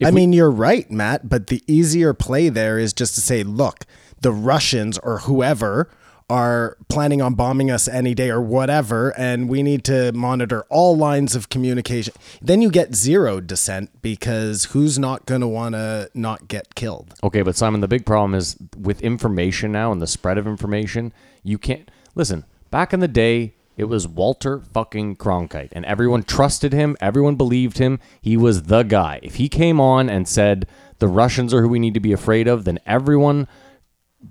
Speaker 3: I mean, you're right, Matt, but the easier play there is just to say, look, the Russians or whoever are planning on bombing us any day or whatever, and we need to monitor all lines of communication. Then you get zero dissent because who's not going to want to not get killed?
Speaker 1: Okay, but Simon, the big problem is with information now and the spread of information, you can't listen. Back in the day, it was Walter fucking Cronkite, and everyone trusted him. Everyone believed him. He was the guy. If he came on and said the Russians are who we need to be afraid of, then everyone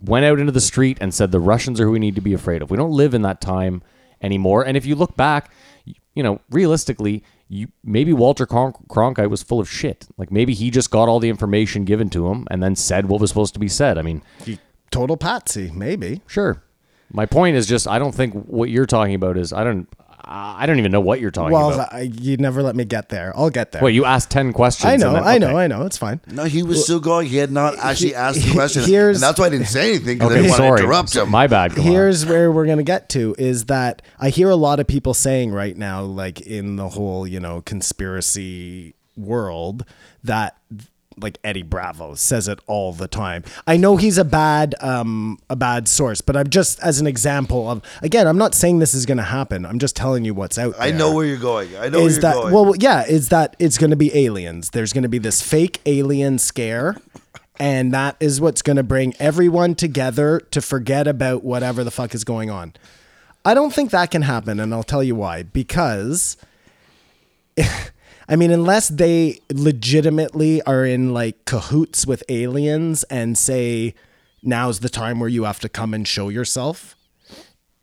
Speaker 1: went out into the street and said the Russians are who we need to be afraid of. We don't live in that time anymore. And if you look back, y- you know, realistically, you maybe Walter Cron- Cronkite was full of shit. Like maybe he just got all the information given to him and then said what was supposed to be said. I mean,
Speaker 3: Total patsy, maybe.
Speaker 1: sure. My point is just I don't think what you're talking about is I don't I I don't even know what you're talking
Speaker 3: Well,
Speaker 1: about.
Speaker 3: I, you never let me get there. I'll get there.
Speaker 1: Wait, you asked 10 questions.
Speaker 3: I
Speaker 1: and
Speaker 3: know,
Speaker 1: then-
Speaker 3: I
Speaker 1: okay.
Speaker 3: know, I know. It's fine.
Speaker 2: No, he was still going. He had not actually asked the question.
Speaker 3: here's-
Speaker 2: and that's why I didn't say anything because I
Speaker 1: Okay,
Speaker 2: didn't want
Speaker 1: sorry.
Speaker 2: to interrupt him.
Speaker 1: My bad. Come on.
Speaker 3: Here's where we're going to get to is that I hear a lot of people saying right now, like in the whole, you know, conspiracy world, that like Eddie Bravo says it all the time. I know he's a bad, um, a bad source, but I'm just as an example of, again, I'm not saying this is going to happen. I'm just telling you what's out there
Speaker 2: I know where you're going. I know where
Speaker 3: is
Speaker 2: you're
Speaker 3: that
Speaker 2: going.
Speaker 3: well yeah is that it's going to be aliens there's going to be this fake alien scare and that is what's going to bring everyone together to forget about whatever the fuck is going on i don't think that can happen and i'll tell you why because I mean, unless they legitimately are in like cahoots with aliens and say, now's the time where you have to come and show yourself,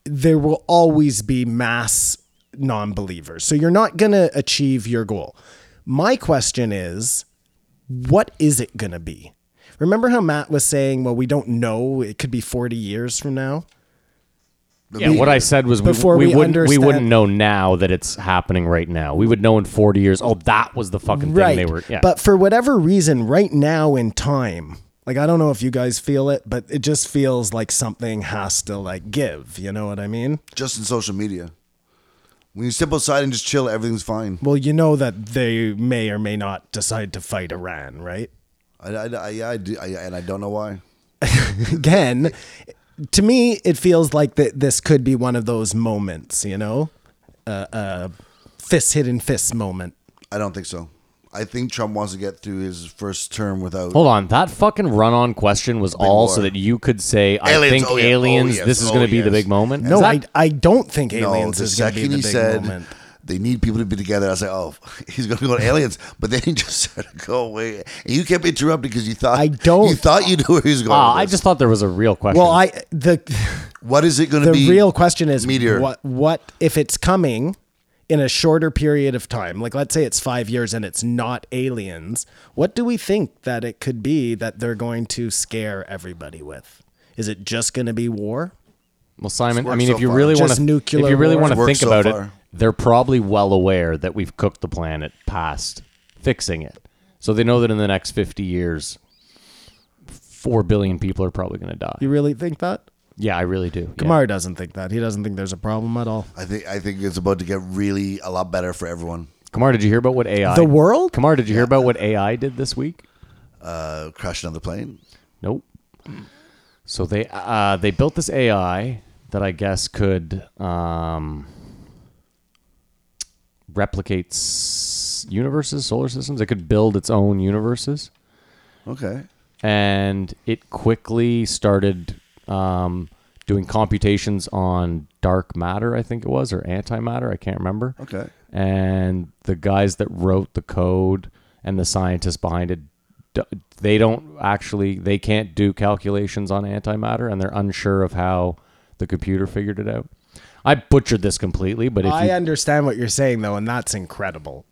Speaker 3: there will always be mass non believers. So you're not going to achieve your goal. My question is, what is it going to be? Remember how Matt was saying, well, we don't know. It could be 40 years from now.
Speaker 1: Yeah, what I said was we,
Speaker 3: Before
Speaker 1: we
Speaker 3: we
Speaker 1: wouldn't we
Speaker 3: understand-
Speaker 1: wouldn't know now that it's happening right now. We would know in 40 years. Oh, that was the fucking
Speaker 3: right.
Speaker 1: thing they were. Yeah.
Speaker 3: But for whatever reason, right now in time, like I don't know if you guys feel it, but it just feels like something has to like give. You know what I mean?
Speaker 2: just in social media. When you step outside and just chill, everything's fine.
Speaker 3: Well, you know that they may or may not decide to fight Iran, right?
Speaker 2: I, I, I, yeah, I do, I, and I don't know why.
Speaker 3: Again, to me, it feels like that this could be one of those moments. You know, uh, uh, fist hidden fist moment.
Speaker 2: I don't think so. I think Trump wants to get through his first term without.
Speaker 1: Hold on, that fucking run-on question was all so that you could say, "I
Speaker 2: Aliens,
Speaker 1: think
Speaker 2: oh yeah, oh
Speaker 1: aliens.
Speaker 2: yes,
Speaker 1: this is
Speaker 2: oh
Speaker 1: going to be the
Speaker 2: yes.
Speaker 1: big moment."
Speaker 3: No,
Speaker 1: Is that-
Speaker 3: I, I don't think
Speaker 2: No,
Speaker 3: aliens
Speaker 2: the
Speaker 3: is going to be
Speaker 2: second
Speaker 3: the
Speaker 2: he
Speaker 3: big
Speaker 2: said
Speaker 3: moment.
Speaker 2: they need people to be together, I was like, oh, he's going to go to aliens. But then he just said, go away. And you kept interrupting because you thought
Speaker 3: I don't-
Speaker 2: You thought you knew where he was going.
Speaker 1: Ah,
Speaker 2: with
Speaker 1: I
Speaker 2: this.
Speaker 1: just thought there was a real question.
Speaker 3: Well, I the
Speaker 2: what is it going to
Speaker 3: the
Speaker 2: be?
Speaker 3: real question is
Speaker 2: meteor.
Speaker 3: what what if it's coming in a shorter period of time like let's say it's 5 years and it's not aliens what do we think that it could be that they're going to scare everybody with is it just going to be war
Speaker 1: Well, Simon, I
Speaker 2: worked
Speaker 1: mean,
Speaker 2: so
Speaker 1: if you
Speaker 2: far.
Speaker 1: really want
Speaker 3: Just
Speaker 1: to, if
Speaker 3: nuclear
Speaker 1: you really
Speaker 3: war.
Speaker 1: want
Speaker 2: It's
Speaker 1: to
Speaker 2: worked
Speaker 1: think
Speaker 2: so
Speaker 1: about it,
Speaker 2: far.
Speaker 1: they're probably well aware that we've cooked the planet past fixing it, so they know that in the next fifty years, four billion people are probably going to die.
Speaker 3: you really think that
Speaker 1: Yeah, I really do. Yeah.
Speaker 3: Kamar doesn't think that he doesn't think there's a problem at all
Speaker 2: I think I think it's about to get really a lot better for everyone.
Speaker 1: Kamar, did you hear about what AI?
Speaker 3: The world?
Speaker 1: Kamar, did you hear about what AI did this week?
Speaker 2: Uh, crash another plane.
Speaker 1: Nope. So they uh, they built this AI that I guess could um, replicate s- universes, solar systems. It could build its own universes,
Speaker 2: Okay.
Speaker 1: and it quickly started um, doing computations on dark matter. I think it was or antimatter. I can't remember.
Speaker 2: Okay.
Speaker 1: and the guys that wrote the code and the scientists behind it d- they don't actually they can't do calculations on antimatter and they're unsure of how the computer figured it out i butchered this completely but if
Speaker 3: i
Speaker 1: you,
Speaker 3: understand what you're saying though and that's incredible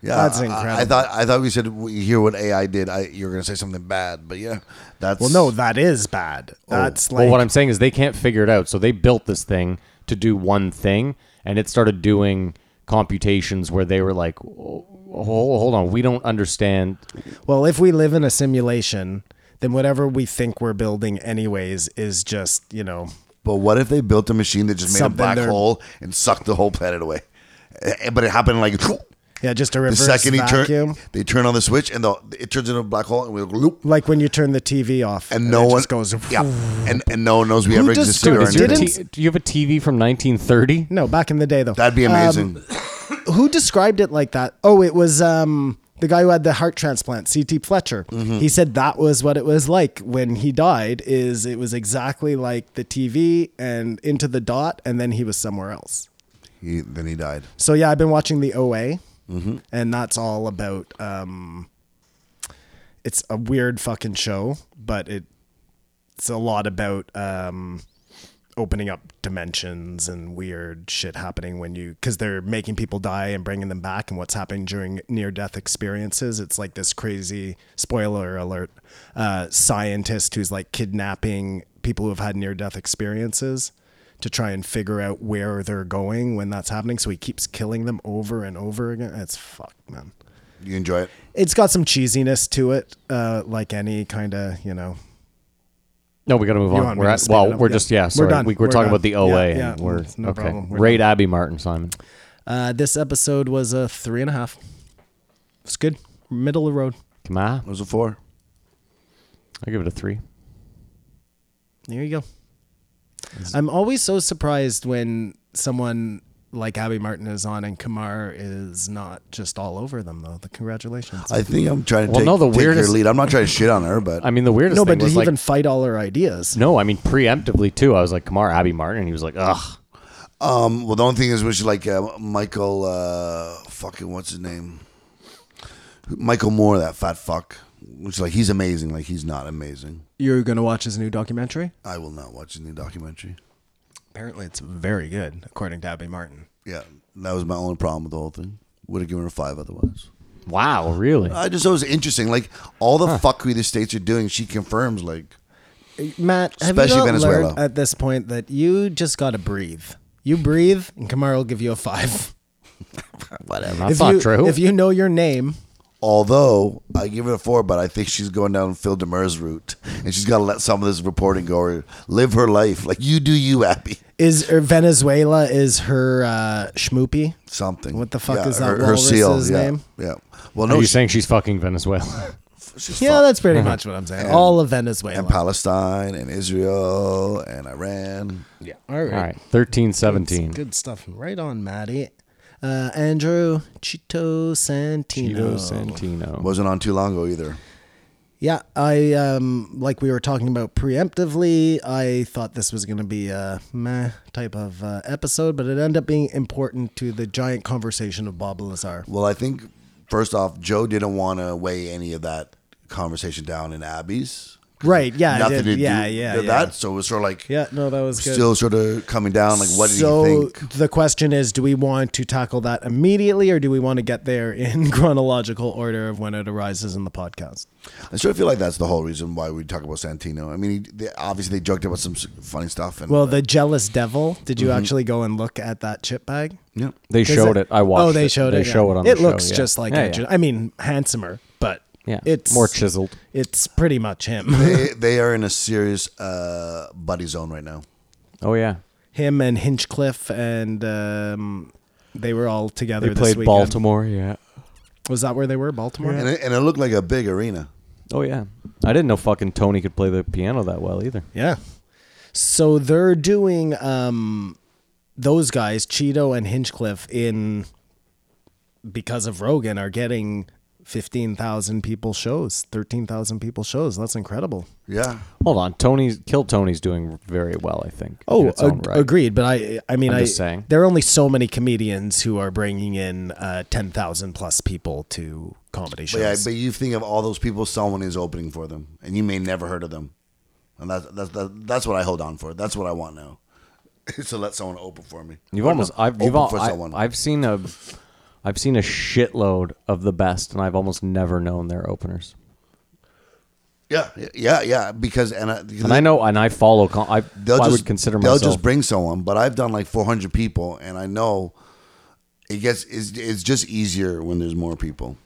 Speaker 2: Yeah,
Speaker 3: That's
Speaker 2: I- I,
Speaker 3: incredible.
Speaker 2: thought I thought we said we hear what AI did. I, you're gonna say something bad, but yeah, that's
Speaker 3: Well, no, that is bad.
Speaker 2: Oh,
Speaker 3: That's like
Speaker 1: Oh. well, what I'm saying is they can't figure it out. So they built this thing to do one thing, and it started doing computations where they were like, "Oh, "Hold, hold on, we don't understand."
Speaker 3: Well, if we live in a simulation, then whatever we think we're building, anyways, is just you know.
Speaker 2: But what if they built a machine that just made a
Speaker 3: Something
Speaker 2: black
Speaker 3: they're-
Speaker 2: hole and sucked the whole planet away? Eh, But it happened like
Speaker 3: Yeah, just a
Speaker 2: the
Speaker 3: reverse
Speaker 2: second he
Speaker 3: vacuum.
Speaker 2: turned, they turn on the switch and the, it turns into a black hole and we go loop.
Speaker 3: like when you turn the TV off,
Speaker 2: And no
Speaker 3: it
Speaker 2: one
Speaker 3: just goes.
Speaker 2: Yeah, and and no one knows we
Speaker 3: Who
Speaker 2: ever existed
Speaker 3: discovered-
Speaker 2: or
Speaker 1: Is your
Speaker 2: anything.
Speaker 1: t-
Speaker 3: didn't-
Speaker 1: do you have a TV from 1930?
Speaker 3: No, back in the day though. Uh,
Speaker 2: That'd be amazing.
Speaker 3: um, who described it like that? Oh, it was um the guy who had the heart transplant, CT Fletcher. He said that was what it was like when he died is it was exactly like the TV and into the dot and then he was somewhere else.
Speaker 2: he, then he died.
Speaker 3: So yeah, I've been watching the OA, and that's all about. Um, it's a weird fucking show, but it it's a lot about um, opening up dimensions and weird shit happening when you because they're making people die and bringing them back and what's happening during near death experiences. It's like this crazy spoiler alert uh, scientist who's like kidnapping people who have had near death experiences to try and figure out where they're going when that's happening. So he keeps killing them over and over again. It's fucked, man.
Speaker 2: You enjoy it.
Speaker 3: It's got some cheesiness to it, uh, like any kind of you know.
Speaker 1: No, we got to move
Speaker 3: You
Speaker 1: on.
Speaker 3: want me
Speaker 1: We're
Speaker 3: to
Speaker 1: at,
Speaker 3: spin it
Speaker 1: well,
Speaker 3: up?
Speaker 1: we're
Speaker 3: Yeah.
Speaker 1: just yeah.
Speaker 3: We're
Speaker 1: Sorry,
Speaker 3: done.
Speaker 1: We, we're,
Speaker 3: We're
Speaker 1: talking
Speaker 3: done.
Speaker 1: about the OA,
Speaker 3: Yeah, yeah,
Speaker 1: and we're
Speaker 3: it's no
Speaker 1: okay.
Speaker 3: problem. We're
Speaker 1: Raid
Speaker 3: done.
Speaker 1: Abby Martin, Simon.
Speaker 3: Uh, this episode was a three and a half. It's good, middle of the road.
Speaker 1: Come on,
Speaker 2: It was a four.
Speaker 1: I give it a three.
Speaker 3: There you go. I'm always so surprised when someone like Abby Martin is on and Kamar is not just all over them though. The congratulations.
Speaker 2: I think I'm trying to
Speaker 1: Well,
Speaker 2: take,
Speaker 1: no, the
Speaker 2: take
Speaker 1: weirdest-
Speaker 2: your lead. I'm not trying to shit on her, but
Speaker 1: I mean, the weirdest
Speaker 3: no,
Speaker 1: thing
Speaker 3: but did
Speaker 1: was
Speaker 3: he
Speaker 1: like
Speaker 3: even fight all her ideas?
Speaker 1: no. I mean, preemptively too. I was like, Kamar Abby Martin, and he was like, ugh.
Speaker 2: um. Well, the only thing is, which like uh, Michael, uh, fucking what's his name, Michael Moore, that fat fuck. Which like he's amazing. Like he's not amazing.
Speaker 3: You're gonna watch his new documentary.
Speaker 2: I will not watch any documentary.
Speaker 3: Apparently, it's very good, according to Abby Martin.
Speaker 2: Yeah, that was my only problem with the whole thing. Would have given her a five otherwise.
Speaker 1: Wow, really?
Speaker 3: Uh,
Speaker 2: I just thought it was interesting. Like all the fuckery the states are doing, she confirms. Like
Speaker 3: Uh, Matt, have
Speaker 2: Especially
Speaker 3: you not
Speaker 2: Venezuela.
Speaker 3: learned at this point that you just gotta breathe? You breathe, and Kamar will give you a five.
Speaker 1: That's
Speaker 3: if
Speaker 1: not
Speaker 3: you,
Speaker 1: true.
Speaker 3: If you know your name,
Speaker 2: Although I give it a four, but I think she's going down Phil Demers' route, and she's got to let some of this reporting go or live her life. Like you do, you Abby.
Speaker 3: is or Venezuela is her uh, schmoopy?
Speaker 2: Something.
Speaker 3: What the fuck
Speaker 2: Yeah,
Speaker 3: is that walrus's
Speaker 2: yeah,
Speaker 3: name?
Speaker 2: Yeah. Well,
Speaker 1: Are
Speaker 2: no,
Speaker 3: Oh,
Speaker 1: you
Speaker 2: she's
Speaker 1: saying she's fucking Venezuela?
Speaker 3: Yeah, that's pretty much what I'm saying. All of Venezuela.
Speaker 2: Uh-huh. and Palestine and Israel and Iran.
Speaker 3: Yeah. All right.
Speaker 1: All right, thirteen seventeen.
Speaker 3: Good stuff. Right on, Maddie. Uh, Andrew Chito Santino.
Speaker 1: Tito Santino.
Speaker 2: Wasn't on too long ago either.
Speaker 3: Yeah, I um like we were talking about preemptively. I thought this was going to be a meh type of uh, episode, but it ended up being important to the giant conversation of Bob Lazar.
Speaker 2: Well, I think first off, Joe didn't want to weigh any of that conversation down in Abby's.
Speaker 3: Right? Yeah.
Speaker 2: Nothing
Speaker 3: it-
Speaker 2: to
Speaker 3: yeah.
Speaker 2: do
Speaker 3: yeah.
Speaker 2: with
Speaker 3: yeah.
Speaker 2: that. So it was sort of like
Speaker 3: Yeah. No, that was good.
Speaker 2: still sort of coming down. Like, what did
Speaker 3: so
Speaker 2: you think?
Speaker 3: the question is, do we want to tackle that immediately, or do we want to get there in chronological order of when it arises in the podcast?
Speaker 2: I sort of feel like that's the whole reason why we talk about Santino. I mean, he, they, obviously they joked about some s- funny stuff, and
Speaker 3: Well, the jealous devil. Did
Speaker 2: Mm-hmm.
Speaker 3: you actually go and look at that chip bag?
Speaker 2: yeah,
Speaker 1: They showed it. I watched.
Speaker 3: Oh, they showed it.
Speaker 1: They
Speaker 3: yeah.
Speaker 1: show it on.
Speaker 3: It
Speaker 1: the
Speaker 3: looks
Speaker 1: show, yeah.
Speaker 3: just like.
Speaker 1: Yeah,
Speaker 3: Andrew-
Speaker 1: yeah.
Speaker 3: I mean, handsomer, but
Speaker 1: Yeah.
Speaker 3: it's
Speaker 1: more chiseled.
Speaker 3: It's pretty much him.
Speaker 2: they, they are in a serious uh, buddy zone right now.
Speaker 1: Oh yeah,
Speaker 3: him and Hinchcliffe, and um, they were all together.
Speaker 1: they
Speaker 3: this
Speaker 1: played
Speaker 3: weekend.
Speaker 1: Baltimore. Yeah.
Speaker 3: Was that where they were? Baltimore.
Speaker 2: And it, and it looked like a big arena.
Speaker 1: Oh yeah. I didn't know fucking Tony could play the piano that well either.
Speaker 3: Yeah. So they're doing um those guys, Cheeto and Hinchcliffe, in because of Rogan, are getting fifteen thousand people shows, thirteen thousand people shows. That's incredible.
Speaker 2: Yeah,
Speaker 1: Hold on, Tony's Kill Tony's doing very well. I think. in
Speaker 3: Oh,
Speaker 1: its own
Speaker 3: ag-
Speaker 1: right.
Speaker 3: agreed. But I, I mean,
Speaker 1: I'm
Speaker 3: I
Speaker 1: just saying.
Speaker 3: there are only so many comedians who are bringing in uh, ten thousand plus people to comedy
Speaker 2: but yeah,
Speaker 3: shows.
Speaker 2: but you think of all those people, someone is opening for them, and you may never heard of them, and that's that's that, that's what I hold on for. That's what I want now. Is to let someone open for me.
Speaker 1: You've
Speaker 2: Or
Speaker 1: almost.
Speaker 2: no,
Speaker 1: I've. You've
Speaker 2: open
Speaker 1: all,
Speaker 2: for someone.
Speaker 1: I, have seen a. I've seen a shitload of the best, and I've almost never known their openers.
Speaker 2: Yeah.
Speaker 5: Yeah, yeah. Because and, uh,
Speaker 1: And I know, and I follow. Con- I,
Speaker 5: they'll
Speaker 1: I
Speaker 5: just
Speaker 1: would consider
Speaker 5: they'll
Speaker 1: myself.
Speaker 5: just bring someone. But I've done like 400 people, and I know it gets it's, it's just easier when there's more people.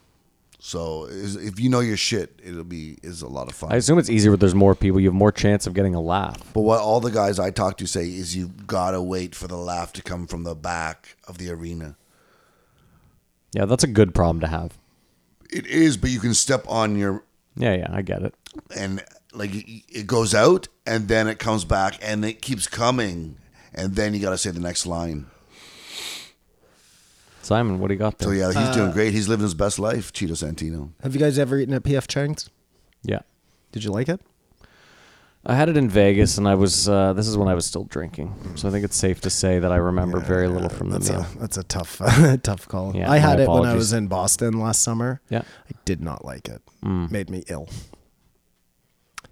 Speaker 5: So is- if you know your shit, it'll be is a lot of fun.
Speaker 1: I assume it's easier when there's more people. You have more chance of getting a laugh.
Speaker 5: but what all the guys I talk to say is you gotta wait for the laugh to come from the back of the arena.
Speaker 1: Yeah, that's a good problem to have.
Speaker 5: It is, but you can step on your
Speaker 1: Yeah, yeah, I get it.
Speaker 5: and like it it goes out and then it comes back and it keeps coming and then you got to say the next line.
Speaker 1: Simon, what do you got there?
Speaker 5: So yeah, he's
Speaker 1: Uh,
Speaker 5: doing great. He's living his best life, Cheeto Santino.
Speaker 3: Have you guys ever eaten at PF Chang's?
Speaker 1: yeah.
Speaker 3: Did you like it?
Speaker 1: I had it in Vegas, and I was. Uh, this is when I was still drinking, so I think it's safe to say that I remember very little from the
Speaker 3: That's
Speaker 1: meal.
Speaker 3: a that's a tough tough call.
Speaker 1: Yeah,
Speaker 3: I had
Speaker 1: my
Speaker 3: it when I
Speaker 1: apologies.
Speaker 3: was in Boston last summer.
Speaker 1: Yeah. Mm.
Speaker 3: I did not like it. Made me ill.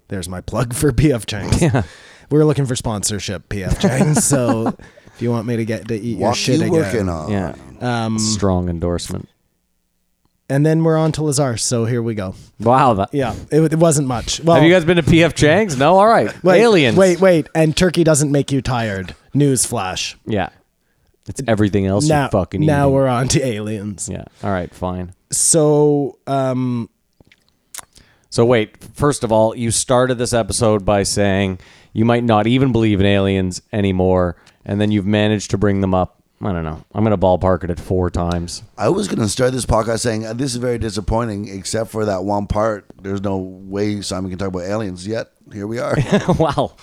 Speaker 3: There's my plug for PF Chang's.
Speaker 1: Yeah.
Speaker 3: We're looking for sponsorship, PF Chang's. so if you want me to get to eat your
Speaker 5: What
Speaker 3: shit
Speaker 5: you
Speaker 3: again,
Speaker 5: working on?
Speaker 1: yeah,
Speaker 3: Um,
Speaker 1: strong endorsement.
Speaker 3: and then we're on to Lazar. So here we go.
Speaker 1: Wow, that,
Speaker 3: Yeah, it, it wasn't much. Well,
Speaker 1: have you guys been to PF Chang's? No, all right,
Speaker 3: wait,
Speaker 1: aliens.
Speaker 3: Wait, wait, and turkey doesn't make you tired. News flash.
Speaker 1: yeah, it's everything else
Speaker 3: Now,
Speaker 1: you fucking
Speaker 3: now
Speaker 1: eating.
Speaker 3: we're on to aliens.
Speaker 1: yeah, all right, fine.
Speaker 3: So, um,
Speaker 1: So wait, first of all, you started this episode by saying you might not even believe in aliens anymore, and then you've managed to bring them up. I don't know. I'm gonna ballpark it at four times.
Speaker 5: I was gonna start this podcast saying uh, this is very disappointing, except for that one part. There's no way Simon can talk about aliens yet. Here we are.
Speaker 1: wow.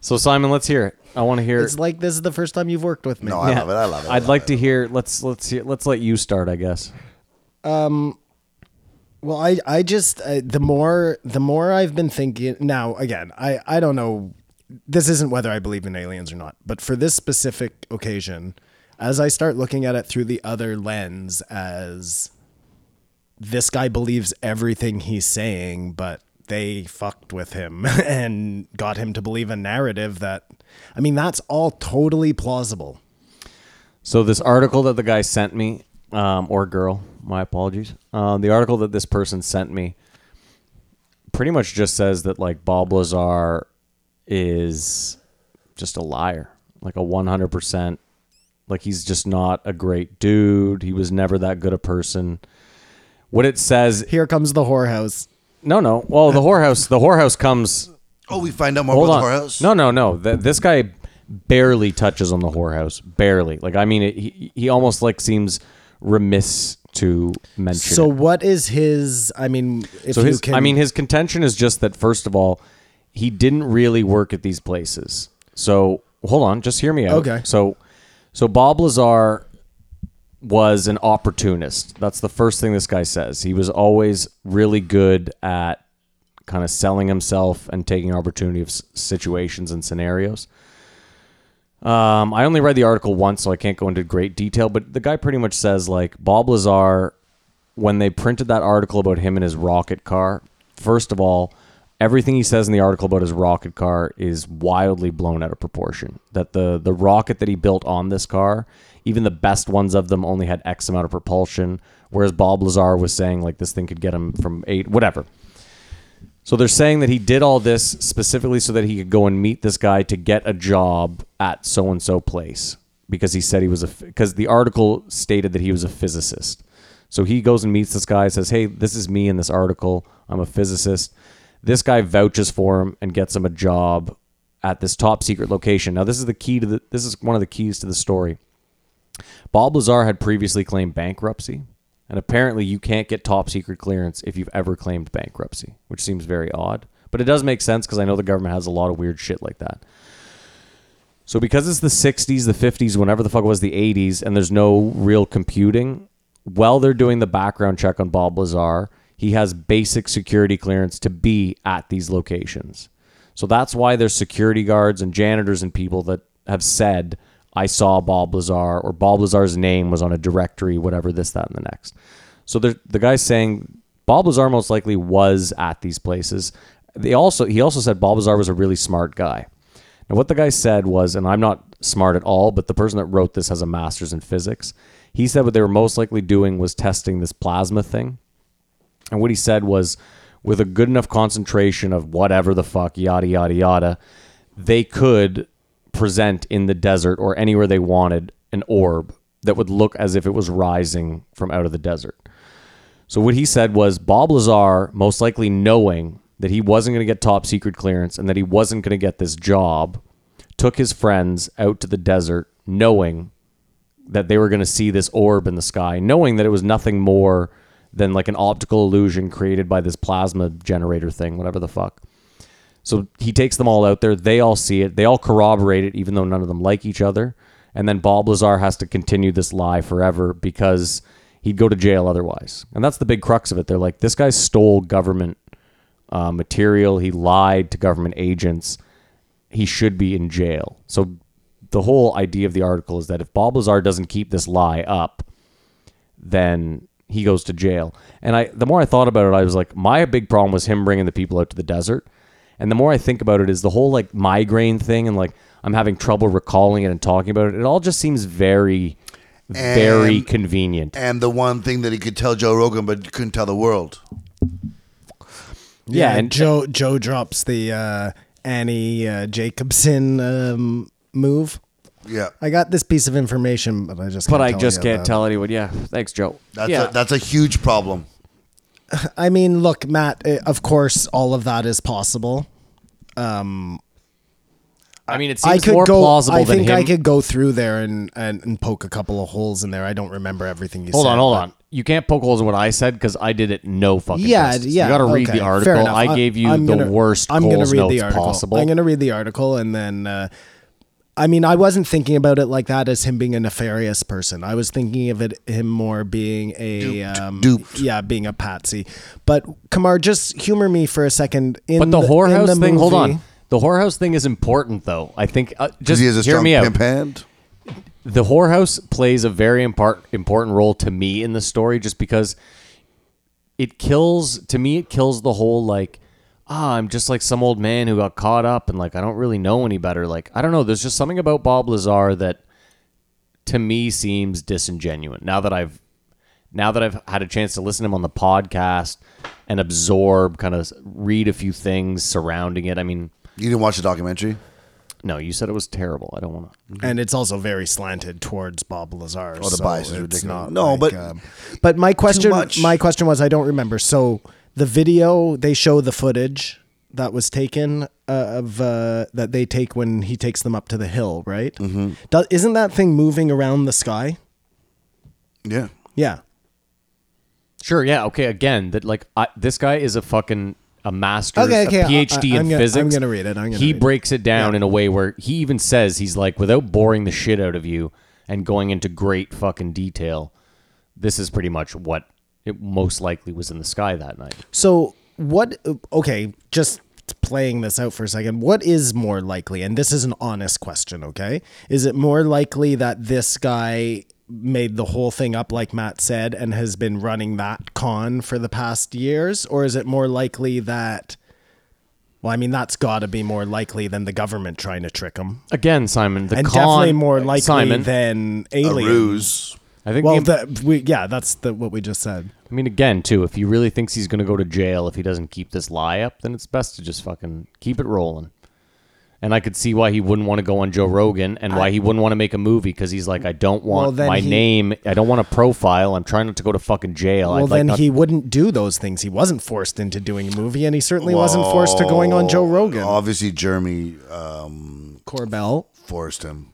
Speaker 1: So Simon, let's hear it. I want to hear.
Speaker 3: it's like this is the first time you've worked with me.
Speaker 5: No, I love it. I love it. I love
Speaker 1: I'd like to hear. Let's let's hear, let's let you start. I guess.
Speaker 3: Well, I I just uh, the more the more I've been thinking now again, I I don't know this isn't whether I believe in aliens or not, but for this specific occasion, as I start looking at it through the other lens as this guy believes everything he's saying, but they fucked with him and got him to believe a narrative that I mean, that's all totally plausible.
Speaker 1: So this article that the guy sent me, um, or girl, my apologies. Um, the article that this person sent me pretty much just says that like Bob Lazar is just a liar, like a 100%. Like he's just not a great dude. He was never that good a person. What it says,
Speaker 3: Here comes the whorehouse.
Speaker 1: no, no. Well, the whorehouse, the whorehouse comes
Speaker 5: Oh, we find out more
Speaker 1: Hold
Speaker 5: about
Speaker 1: on.
Speaker 5: the whorehouse.
Speaker 1: No, no, no. Th- this guy barely touches on the whorehouse. Barely. Like I mean, it, he he almost like seems remiss to mention.
Speaker 3: So
Speaker 1: it.
Speaker 3: what is his? I mean, if
Speaker 1: so
Speaker 3: you
Speaker 1: his
Speaker 3: can,
Speaker 1: I mean, his contention is just that first of all, he didn't really work at these places. So hold on, just hear me out.
Speaker 3: Okay.
Speaker 1: So so Bob Lazar was an opportunist. That's the first thing this guy says. He was always really good at kind of selling himself and taking opportunity of s- situations and scenarios. Um, I only read the article once, so I can't go into great detail, but the guy pretty much says like Bob Lazar, when they printed that article about him and his rocket car, first of all, everything he says in the article about his rocket car is wildly blown out of proportion. That the the rocket that he built on this car, even the best ones of them only had X amount of propulsion, whereas Bob Lazar was saying like this thing could get him from eight whatever. So they're saying that he did all this specifically so that he could go and meet this guy to get a job at so and so place because he said he was a because the article stated that he was a physicist. So he goes and meets this guy, says, "Hey, this is me in this article. I'm a physicist." This guy vouches for him and gets him a job at this top secret location. Now this is the key to the this is one of the keys to the story. Bob Lazar had previously claimed bankruptcy, and apparently you can't get top secret clearance if you've ever claimed bankruptcy, which seems very odd. But it does make sense because I know the government has a lot of weird shit like that. So because it's the 60s, the 50s, whenever the fuck it was the 80s, and there's no real computing, while they're doing the background check on Bob Lazar, he has basic security clearance to be at these locations. So that's why there's security guards and janitors and people that have said, I saw Bob Lazar or Bob Lazar's name was on a directory, whatever this, that, and the next. So the the guy's saying Bob Lazar most likely was at these places. They also he also said Bob Lazar was a really smart guy. Now, what the guy said was, and I'm not smart at all, but the person that wrote this has a master's in physics. He said what they were most likely doing was testing this plasma thing. And what he said was with a good enough concentration of whatever the fuck, yada, yada, yada, they could present in the desert or anywhere they wanted an orb that would look as if it was rising from out of the desert. So what he said was Bob Lazar, most likely knowing that he wasn't going to get top secret clearance and that he wasn't going to get this job, took his friends out to the desert, knowing that they were going to see this orb in the sky, knowing that it was nothing more than like an optical illusion created by this plasma generator thing, whatever the fuck. So he takes them all out there. They all see it. They all corroborate it, even though none of them like each other. And then Bob Lazar has to continue this lie forever because he'd go to jail otherwise. And that's the big crux of it. They're like, this guy stole government uh, material. He lied to government agents. He should be in jail. So the whole idea of the article is that if Bob Lazar doesn't keep this lie up, then he goes to jail. And I, the more I thought about it, I was like, my big problem was him bringing the people out to the desert. And the more I think about it, is the whole like migraine thing and like I'm having trouble recalling it and talking about it. It all just seems very, very
Speaker 2: And-
Speaker 1: convenient.
Speaker 2: And the one thing that he could tell Joe Rogan, but couldn't tell the world.
Speaker 1: yeah, and
Speaker 3: Joe Joe drops the uh, Annie uh, Jacobson um, move.
Speaker 2: Yeah,
Speaker 3: I got this piece of information, but I just
Speaker 1: but
Speaker 3: can't
Speaker 1: I
Speaker 3: tell
Speaker 1: just
Speaker 3: you
Speaker 1: can't
Speaker 3: about
Speaker 1: tell anyone. Yeah, thanks, Joe.
Speaker 2: that's
Speaker 1: yeah,
Speaker 2: a, that's a huge problem.
Speaker 3: it. I mean, look, Matt. eh, Of course, all of that is possible.
Speaker 1: I mean, it
Speaker 3: I
Speaker 1: seems
Speaker 3: could
Speaker 1: more
Speaker 3: go.
Speaker 1: plausible
Speaker 3: I
Speaker 1: than
Speaker 3: think
Speaker 1: him.
Speaker 3: I could go through there and, and and poke a couple of holes in there. I don't remember everything you
Speaker 1: hold
Speaker 3: said.
Speaker 1: on, hold
Speaker 3: but-
Speaker 1: on. You can't poke holes in what I said because I did it no fucking.
Speaker 3: Yeah,
Speaker 1: justice.
Speaker 3: yeah.
Speaker 1: You got to read
Speaker 3: okay,
Speaker 1: the
Speaker 3: fair
Speaker 1: article.
Speaker 3: enough.
Speaker 1: I gave you
Speaker 3: I'm
Speaker 1: the
Speaker 3: gonna-
Speaker 1: worst.
Speaker 3: I'm gonna
Speaker 1: Coles
Speaker 3: read
Speaker 1: notes
Speaker 3: the article.
Speaker 1: Possible.
Speaker 3: I'm going to read the article and then. Uh, I mean, I wasn't thinking about it like that as him being a nefarious person. I was thinking of it him more being a um,
Speaker 2: duped.
Speaker 3: yeah, being a patsy. But Kamar, just humor me for a second. In
Speaker 1: But the
Speaker 3: in
Speaker 1: whorehouse
Speaker 3: the
Speaker 1: thing, hold
Speaker 3: movie-
Speaker 1: on. The whorehouse thing is important, though. I think uh, just
Speaker 2: He has a
Speaker 1: hear
Speaker 2: strong
Speaker 1: me out.
Speaker 2: pimp hand.
Speaker 1: The whorehouse plays a very impart- important role to me in the story, just because it kills. To me, it kills the whole like, ah, I'm just like some old man who got caught up, and like I don't really know any better. Like I don't know. There's just something about Bob Lazar that to me seems disingenuous. Now that I've now that I've had a chance to listen to him on the podcast and absorb, kind of read a few things surrounding it. I mean.
Speaker 2: You didn't watch the documentary.
Speaker 1: No, you said it was terrible. I don't want to.
Speaker 3: and it's also very slanted towards Bob Lazar. Oh,
Speaker 2: Mm-hmm. the bias is ridiculous.
Speaker 3: no,
Speaker 2: No,
Speaker 3: but
Speaker 2: but
Speaker 3: uh, but my question,
Speaker 2: much.
Speaker 3: my question was, I don't remember. So the video they show the footage that was taken uh, of uh, that they take when he takes them up to the hill, right? Mm-hmm. Do, isn't that thing moving around the sky?
Speaker 2: Yeah,
Speaker 3: Yeah.
Speaker 1: Sure, yeah, okay. Again, that like I, this guy is a fucking a master,
Speaker 3: Okay, okay,
Speaker 1: a
Speaker 3: I-
Speaker 1: PhD
Speaker 3: I- I'm
Speaker 1: in
Speaker 3: gonna- I'm
Speaker 1: physics.
Speaker 3: gonna read it, I'm gonna
Speaker 1: he
Speaker 3: read it.
Speaker 1: breaks it down in a way where he even says he's like, without boring the shit out of you and going into great fucking detail, this is pretty much what it most likely was in the sky that night.
Speaker 3: So what? Okay, just playing this out for a second. What is more likely? And this is an honest question. Okay, is it more likely that this guy made the whole thing up, like Matt said, and has been running that con for the past years, or is it more likely that? Well, I mean, that's got to be more likely than the government trying to trick him,
Speaker 1: Again, Simon, the
Speaker 3: and
Speaker 1: con,
Speaker 3: definitely more likely
Speaker 1: Simon,
Speaker 3: than
Speaker 2: a
Speaker 3: aliens.
Speaker 2: ruse.
Speaker 1: I think
Speaker 3: Well,
Speaker 1: the-
Speaker 3: the, we, yeah, that's the, what we just said.
Speaker 1: I mean, again, too, if he really thinks he's going to go to jail if he doesn't keep this lie up, then it's best to just fucking keep it rolling. And I could see why he wouldn't want to go on Joe Rogan and why he wouldn't want to make a movie because he's like, I don't
Speaker 3: Well,
Speaker 1: want
Speaker 3: then
Speaker 1: my
Speaker 3: he-
Speaker 1: name. I don't want a profile. I'm trying not to go to fucking jail.
Speaker 3: Well,
Speaker 1: I'd like
Speaker 3: then
Speaker 1: not-
Speaker 3: he wouldn't do those things. He wasn't forced into doing a movie, and he certainly wasn't forced to going on Joe Rogan.
Speaker 2: Obviously, Jeremy um,
Speaker 3: Corbell.
Speaker 2: forced him.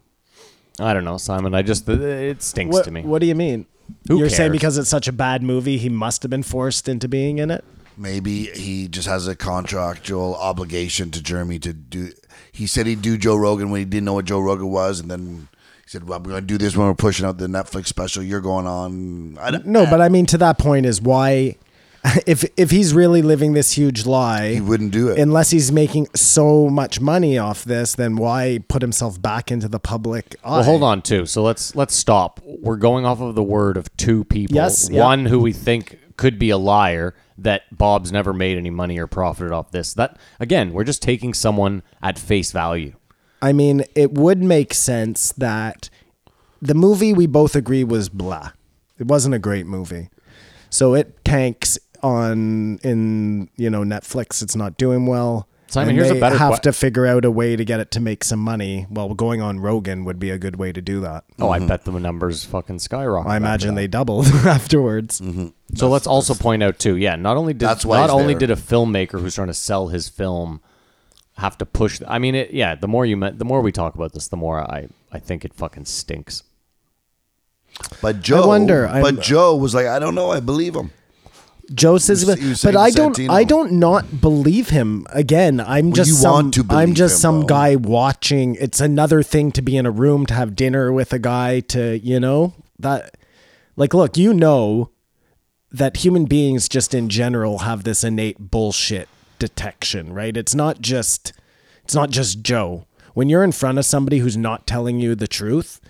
Speaker 1: I don't know, Simon. I just, it stinks
Speaker 3: What,
Speaker 1: to me.
Speaker 3: what do you mean?
Speaker 1: Who
Speaker 3: You're saying
Speaker 1: cares?
Speaker 3: because it's such a bad movie, he must have been forced into being in it?
Speaker 2: Maybe he just has a contractual obligation to Jeremy to do. He said he'd do Joe Rogan when he didn't know what Joe Rogan was, and then he said, "Well, we're going to do this when we're pushing out the Netflix special you're going on." I don't,
Speaker 3: No, but I mean to that point is why if if he's really living this huge lie,
Speaker 2: he wouldn't do it.
Speaker 3: unless he's making so much money off this, then why put himself back into the public eye?
Speaker 1: Well, hold on too. So let's let's stop. We're going off of the word of two people.
Speaker 3: Yes, yeah.
Speaker 1: one who we think could be a liar that Bob's never made any money or profited off this. That again, we're just taking someone at face value.
Speaker 3: I mean, it would make sense that the movie we both agree was blah. It wasn't a great movie. So it tanks on in you know Netflix. It's not doing well.
Speaker 1: Simon,
Speaker 3: And
Speaker 1: here's a
Speaker 3: they
Speaker 1: better
Speaker 3: have
Speaker 1: que-
Speaker 3: to figure out a way to get it to make some money. Well, going on Rogan would be a good way to do that.
Speaker 1: Oh, I bet the numbers fucking skyrocket.
Speaker 3: Mm-hmm. I
Speaker 1: after
Speaker 3: imagine
Speaker 1: that.
Speaker 3: they doubled afterwards.
Speaker 1: Mm-hmm. So let's also point out too, yeah, not only did
Speaker 2: That's why
Speaker 1: not
Speaker 2: he's
Speaker 1: only
Speaker 2: there.
Speaker 1: did a filmmaker who's trying to sell his film have to push. I mean, it, yeah, the more you meant, the more we talk about this, the more I I think it fucking stinks.
Speaker 2: But Joe,
Speaker 3: wonder, I'm-
Speaker 2: but Joe was like, I don't know. I believe him.
Speaker 3: Joe says,
Speaker 2: You s- you
Speaker 3: but
Speaker 2: saying
Speaker 3: I don't,
Speaker 2: Santino.
Speaker 3: I don't not believe him. Again, I'm just
Speaker 2: you
Speaker 3: some,
Speaker 2: want to
Speaker 3: I'm
Speaker 2: believe
Speaker 3: just
Speaker 2: him,
Speaker 3: some
Speaker 2: though.
Speaker 3: guy watching. It's another thing to be in a room to have dinner with a guy to, you know, that, like, look, you know, that human beings just in general have this innate bullshit detection, right? It's not just, it's not just Joe. When you're in front of somebody who's not telling you the truth,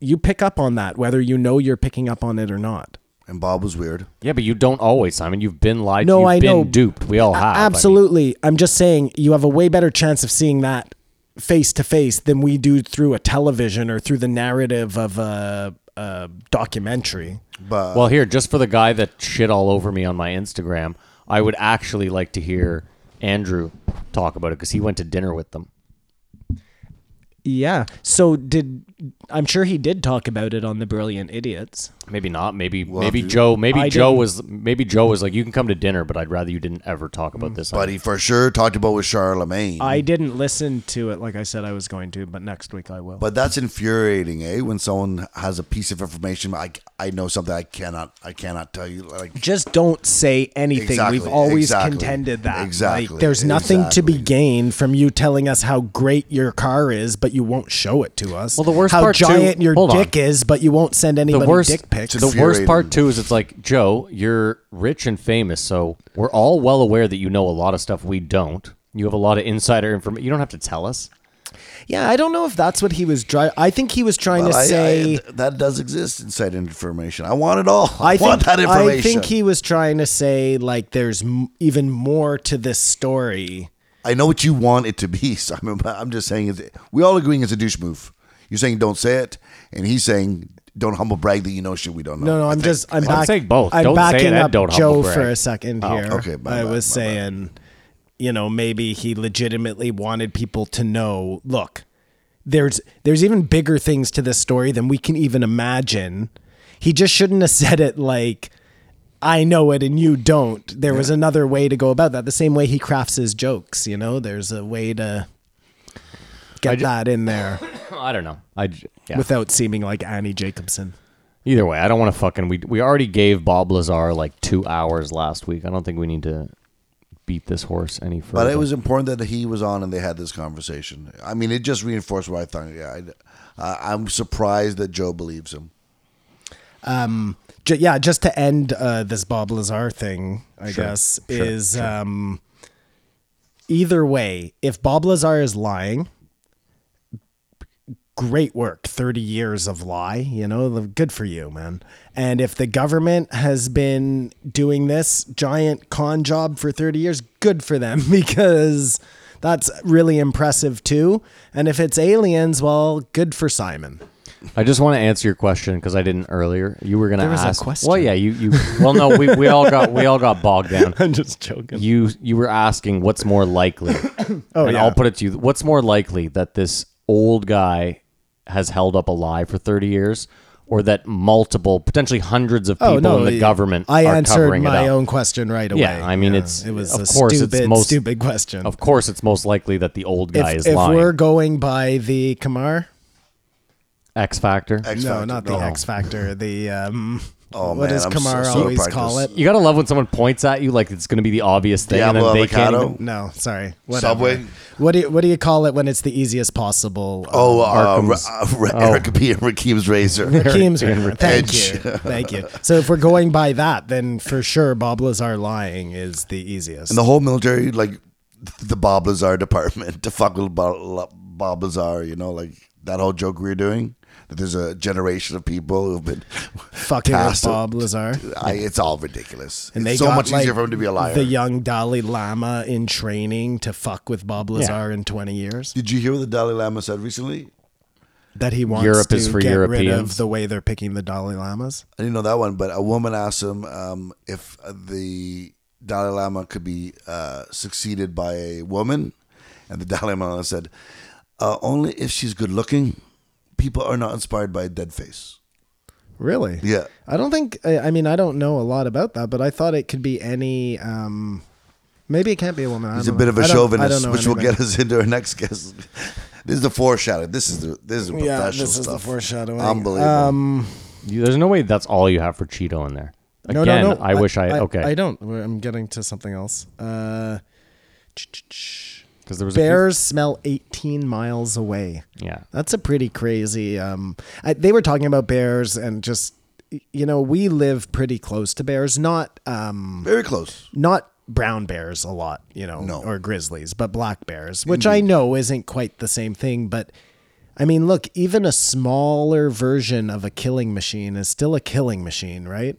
Speaker 3: you pick up on that, whether you know you're picking up on it or not.
Speaker 2: And Bob was weird.
Speaker 1: Yeah, but you don't always, Simon. You've been lied.
Speaker 3: No,
Speaker 1: to. You've
Speaker 3: I
Speaker 1: been
Speaker 3: know.
Speaker 1: duped. We all have. I mean,
Speaker 3: Absolutely. I'm just saying you have a way better chance of seeing that face to face than we do through a television or through the narrative of a, a documentary.
Speaker 2: But
Speaker 1: well, here, just for the guy that shit all over me on my Instagram, I would actually like to hear Andrew talk about it because he went to dinner with them.
Speaker 3: Yeah. So did I'm sure he did talk about it on the Brilliant Idiots.
Speaker 1: Maybe not. Maybe maybe Joe. Maybe
Speaker 3: I
Speaker 1: Joe
Speaker 3: didn't-
Speaker 1: was. Maybe Joe was like, "You can come to dinner, but I'd rather you didn't ever talk about this."
Speaker 2: but he for sure talked about with Charlemagne.
Speaker 3: I didn't listen to it like I said I was going to, but next week I will.
Speaker 2: but that's infuriating, eh? When someone has a piece of information, I I know something I cannot I cannot tell you. Like
Speaker 3: just don't say anything.
Speaker 2: Exactly,
Speaker 3: We've always
Speaker 2: exactly,
Speaker 3: contended that.
Speaker 2: exactly,
Speaker 3: Like, there's nothing to be
Speaker 2: exactly.
Speaker 3: gained from you telling us how great your car is, but you won't show it to us.
Speaker 1: Well, the worst
Speaker 3: how
Speaker 1: part, too-
Speaker 3: giant your
Speaker 1: hold on.
Speaker 3: dick is, but you won't send anybody dick pics.
Speaker 1: The worst part too is it's like Joe, you're rich and famous, so we're all well aware that you know a lot of stuff we don't. You have a lot of insider information. You don't have to tell us.
Speaker 3: yeah, I don't know if that's what he was driving. I think he was trying
Speaker 2: But
Speaker 3: to
Speaker 2: I- I-
Speaker 3: say.
Speaker 2: th- that does exist inside information. I want it all. I,
Speaker 3: I think,
Speaker 2: want that information.
Speaker 3: I think he was trying to say like there's m- even more to this story.
Speaker 2: I know what you want it to be, Simon. But I'm just saying, it's, we all agreeing it's a douche move. You're saying don't say it, and he's saying don't humble brag that you know shit we don't know.
Speaker 3: No, no,
Speaker 2: I
Speaker 3: I'm
Speaker 2: think.
Speaker 3: just I'm,
Speaker 1: I'm
Speaker 3: back,
Speaker 1: saying both.
Speaker 3: I'm
Speaker 1: Don't say it
Speaker 3: backing
Speaker 1: and
Speaker 3: up
Speaker 1: don't humble Oh,
Speaker 3: Joe
Speaker 1: brag.
Speaker 3: for a second here.
Speaker 2: okay, my
Speaker 3: I
Speaker 2: bad,
Speaker 3: was
Speaker 2: my
Speaker 3: saying, you know, maybe he legitimately wanted people to know. Look, there's there's even bigger things to this story than we can even imagine. He just shouldn't have said it like. I know it and you don't. There was another way to go about that. The same way he crafts his jokes, you know, there's a way to get that in there
Speaker 1: I don't know. I j- yeah.
Speaker 3: without seeming like Annie Jacobson.
Speaker 1: Either way, I don't want to fucking. We we already gave Bob Lazar like two hours last week. I don't think we need to beat this horse any further.
Speaker 2: But it was important that he was on and they had this conversation. I mean, it just reinforced what I thought. Yeah, I, I, I'm surprised that Joe believes him.
Speaker 3: Ju- yeah, just to end uh, this Bob Lazar thing, I
Speaker 1: Sure,
Speaker 3: guess
Speaker 1: sure,
Speaker 3: is um, either way, if Bob Lazar is lying, great work, thirty years of lie, you know, the- good for you, man. And if the government has been doing this giant con job for thirty years, good for them because. That's really impressive too. And if it's aliens, well, good for Simon.
Speaker 1: I just want to answer your question because I didn't earlier. You were gonna
Speaker 3: There was a
Speaker 1: ask.
Speaker 3: question.
Speaker 1: Well, yeah, you you. Well, no, we, we all got we all got bogged down.
Speaker 3: I'm just joking.
Speaker 1: You you were asking what's more likely.
Speaker 3: Oh,
Speaker 1: and
Speaker 3: yeah.
Speaker 1: I'll put it to you: what's more likely that this old guy has held up a lie for thirty years, or that multiple, potentially hundreds of people in the
Speaker 3: yeah.
Speaker 1: government
Speaker 3: Oh, I
Speaker 1: are
Speaker 3: answered
Speaker 1: covering
Speaker 3: my
Speaker 1: it up?
Speaker 3: own question right away.
Speaker 1: Yeah, I mean, it's-
Speaker 3: it was
Speaker 1: of
Speaker 3: a
Speaker 1: course it's
Speaker 3: stupid,
Speaker 1: most-
Speaker 3: stupid question.
Speaker 1: Of course, it's most likely that the old guy
Speaker 3: if
Speaker 1: is
Speaker 3: if
Speaker 1: lying.
Speaker 3: we're going by the Kamar,
Speaker 1: X Factor.
Speaker 2: X
Speaker 3: no,
Speaker 2: Factor.
Speaker 3: not the X Factor. The um,
Speaker 2: Oh,
Speaker 3: what
Speaker 2: man,
Speaker 3: does
Speaker 2: I'm
Speaker 3: Kamar
Speaker 2: so- so
Speaker 3: always
Speaker 2: practiced.
Speaker 3: call it?
Speaker 1: You gotta love when someone points at you like it's gonna be the obvious thing, and then
Speaker 2: Diablo
Speaker 1: they can't.
Speaker 2: avocado.
Speaker 1: even-
Speaker 3: No, sorry. Whatever.
Speaker 2: Subway.
Speaker 3: What do you, what do you call it when it's the easiest possible?
Speaker 2: Oh, uh,
Speaker 1: Arkham's-
Speaker 2: Ra-
Speaker 3: oh.
Speaker 2: uh, Ra- Eric B. and Rakim's razor.
Speaker 3: Hakeem's.
Speaker 1: Eric-
Speaker 3: Thank
Speaker 2: Edge.
Speaker 3: you, thank you. So if we're going by that, then for sure Bob Lazar lying is the easiest.
Speaker 2: And the whole military, like the Bob Lazar department, to fuck with Bob, Bob Lazar, you know, like that whole joke we were doing. That there's a generation of people who've been.
Speaker 3: Fucking with
Speaker 2: passed it.
Speaker 3: Bob Lazar.
Speaker 2: I, it's all ridiculous.
Speaker 3: And
Speaker 2: it's
Speaker 3: they
Speaker 2: so
Speaker 3: got,
Speaker 2: much
Speaker 3: like,
Speaker 2: easier for him to be a liar.
Speaker 3: The young Dalai Lama in training to fuck with Bob Lazar in 20 years.
Speaker 2: Did you hear what the Dalai Lama said recently?
Speaker 3: that he wants
Speaker 1: Europe
Speaker 3: to
Speaker 1: is for
Speaker 3: get rid
Speaker 1: Europeans.
Speaker 3: of the way they're picking the Dalai Lamas.
Speaker 2: I didn't know that one, but a woman asked him um, if the Dalai Lama could be uh, succeeded by a woman, and the Dalai Lama said, uh, "Only if she's good looking. People are not inspired by a dead face."
Speaker 3: Really?
Speaker 2: Yeah.
Speaker 3: I don't think. I, I mean, I don't know a lot about that, but I thought it could be any. Um, maybe it can't be a woman. I
Speaker 2: He's a
Speaker 3: don't
Speaker 2: bit
Speaker 3: know.
Speaker 2: of a
Speaker 3: I don't- I don't
Speaker 2: chauvinist,
Speaker 3: know
Speaker 2: which will
Speaker 3: anything.
Speaker 2: get us into our next guest. this is the foreshadow. This is the this is the professional
Speaker 3: Yeah, this is the
Speaker 2: stuff.
Speaker 3: foreshadowing.
Speaker 2: Unbelievable.
Speaker 3: Um,
Speaker 1: You- There's no way that's all you have for Cheeto in there.
Speaker 3: no,
Speaker 1: Again,
Speaker 3: no, no.
Speaker 1: I, wish I,
Speaker 3: I
Speaker 1: okay
Speaker 3: don't. We're- I'm getting to something else. Uh, ch- ch- ch-
Speaker 1: because there was a few-
Speaker 3: bears smell 18 miles away.
Speaker 1: yeah,
Speaker 3: That's a pretty crazy. Um, I, they were talking about bears and just, you know, we live pretty close to bears, not um,
Speaker 2: Very close.
Speaker 3: not brown bears a lot, you know,
Speaker 2: No.
Speaker 3: or grizzlies, but black bears, which I know isn't quite the same thing, but. I mean, look, even a smaller version of a killing machine is still a killing machine, right?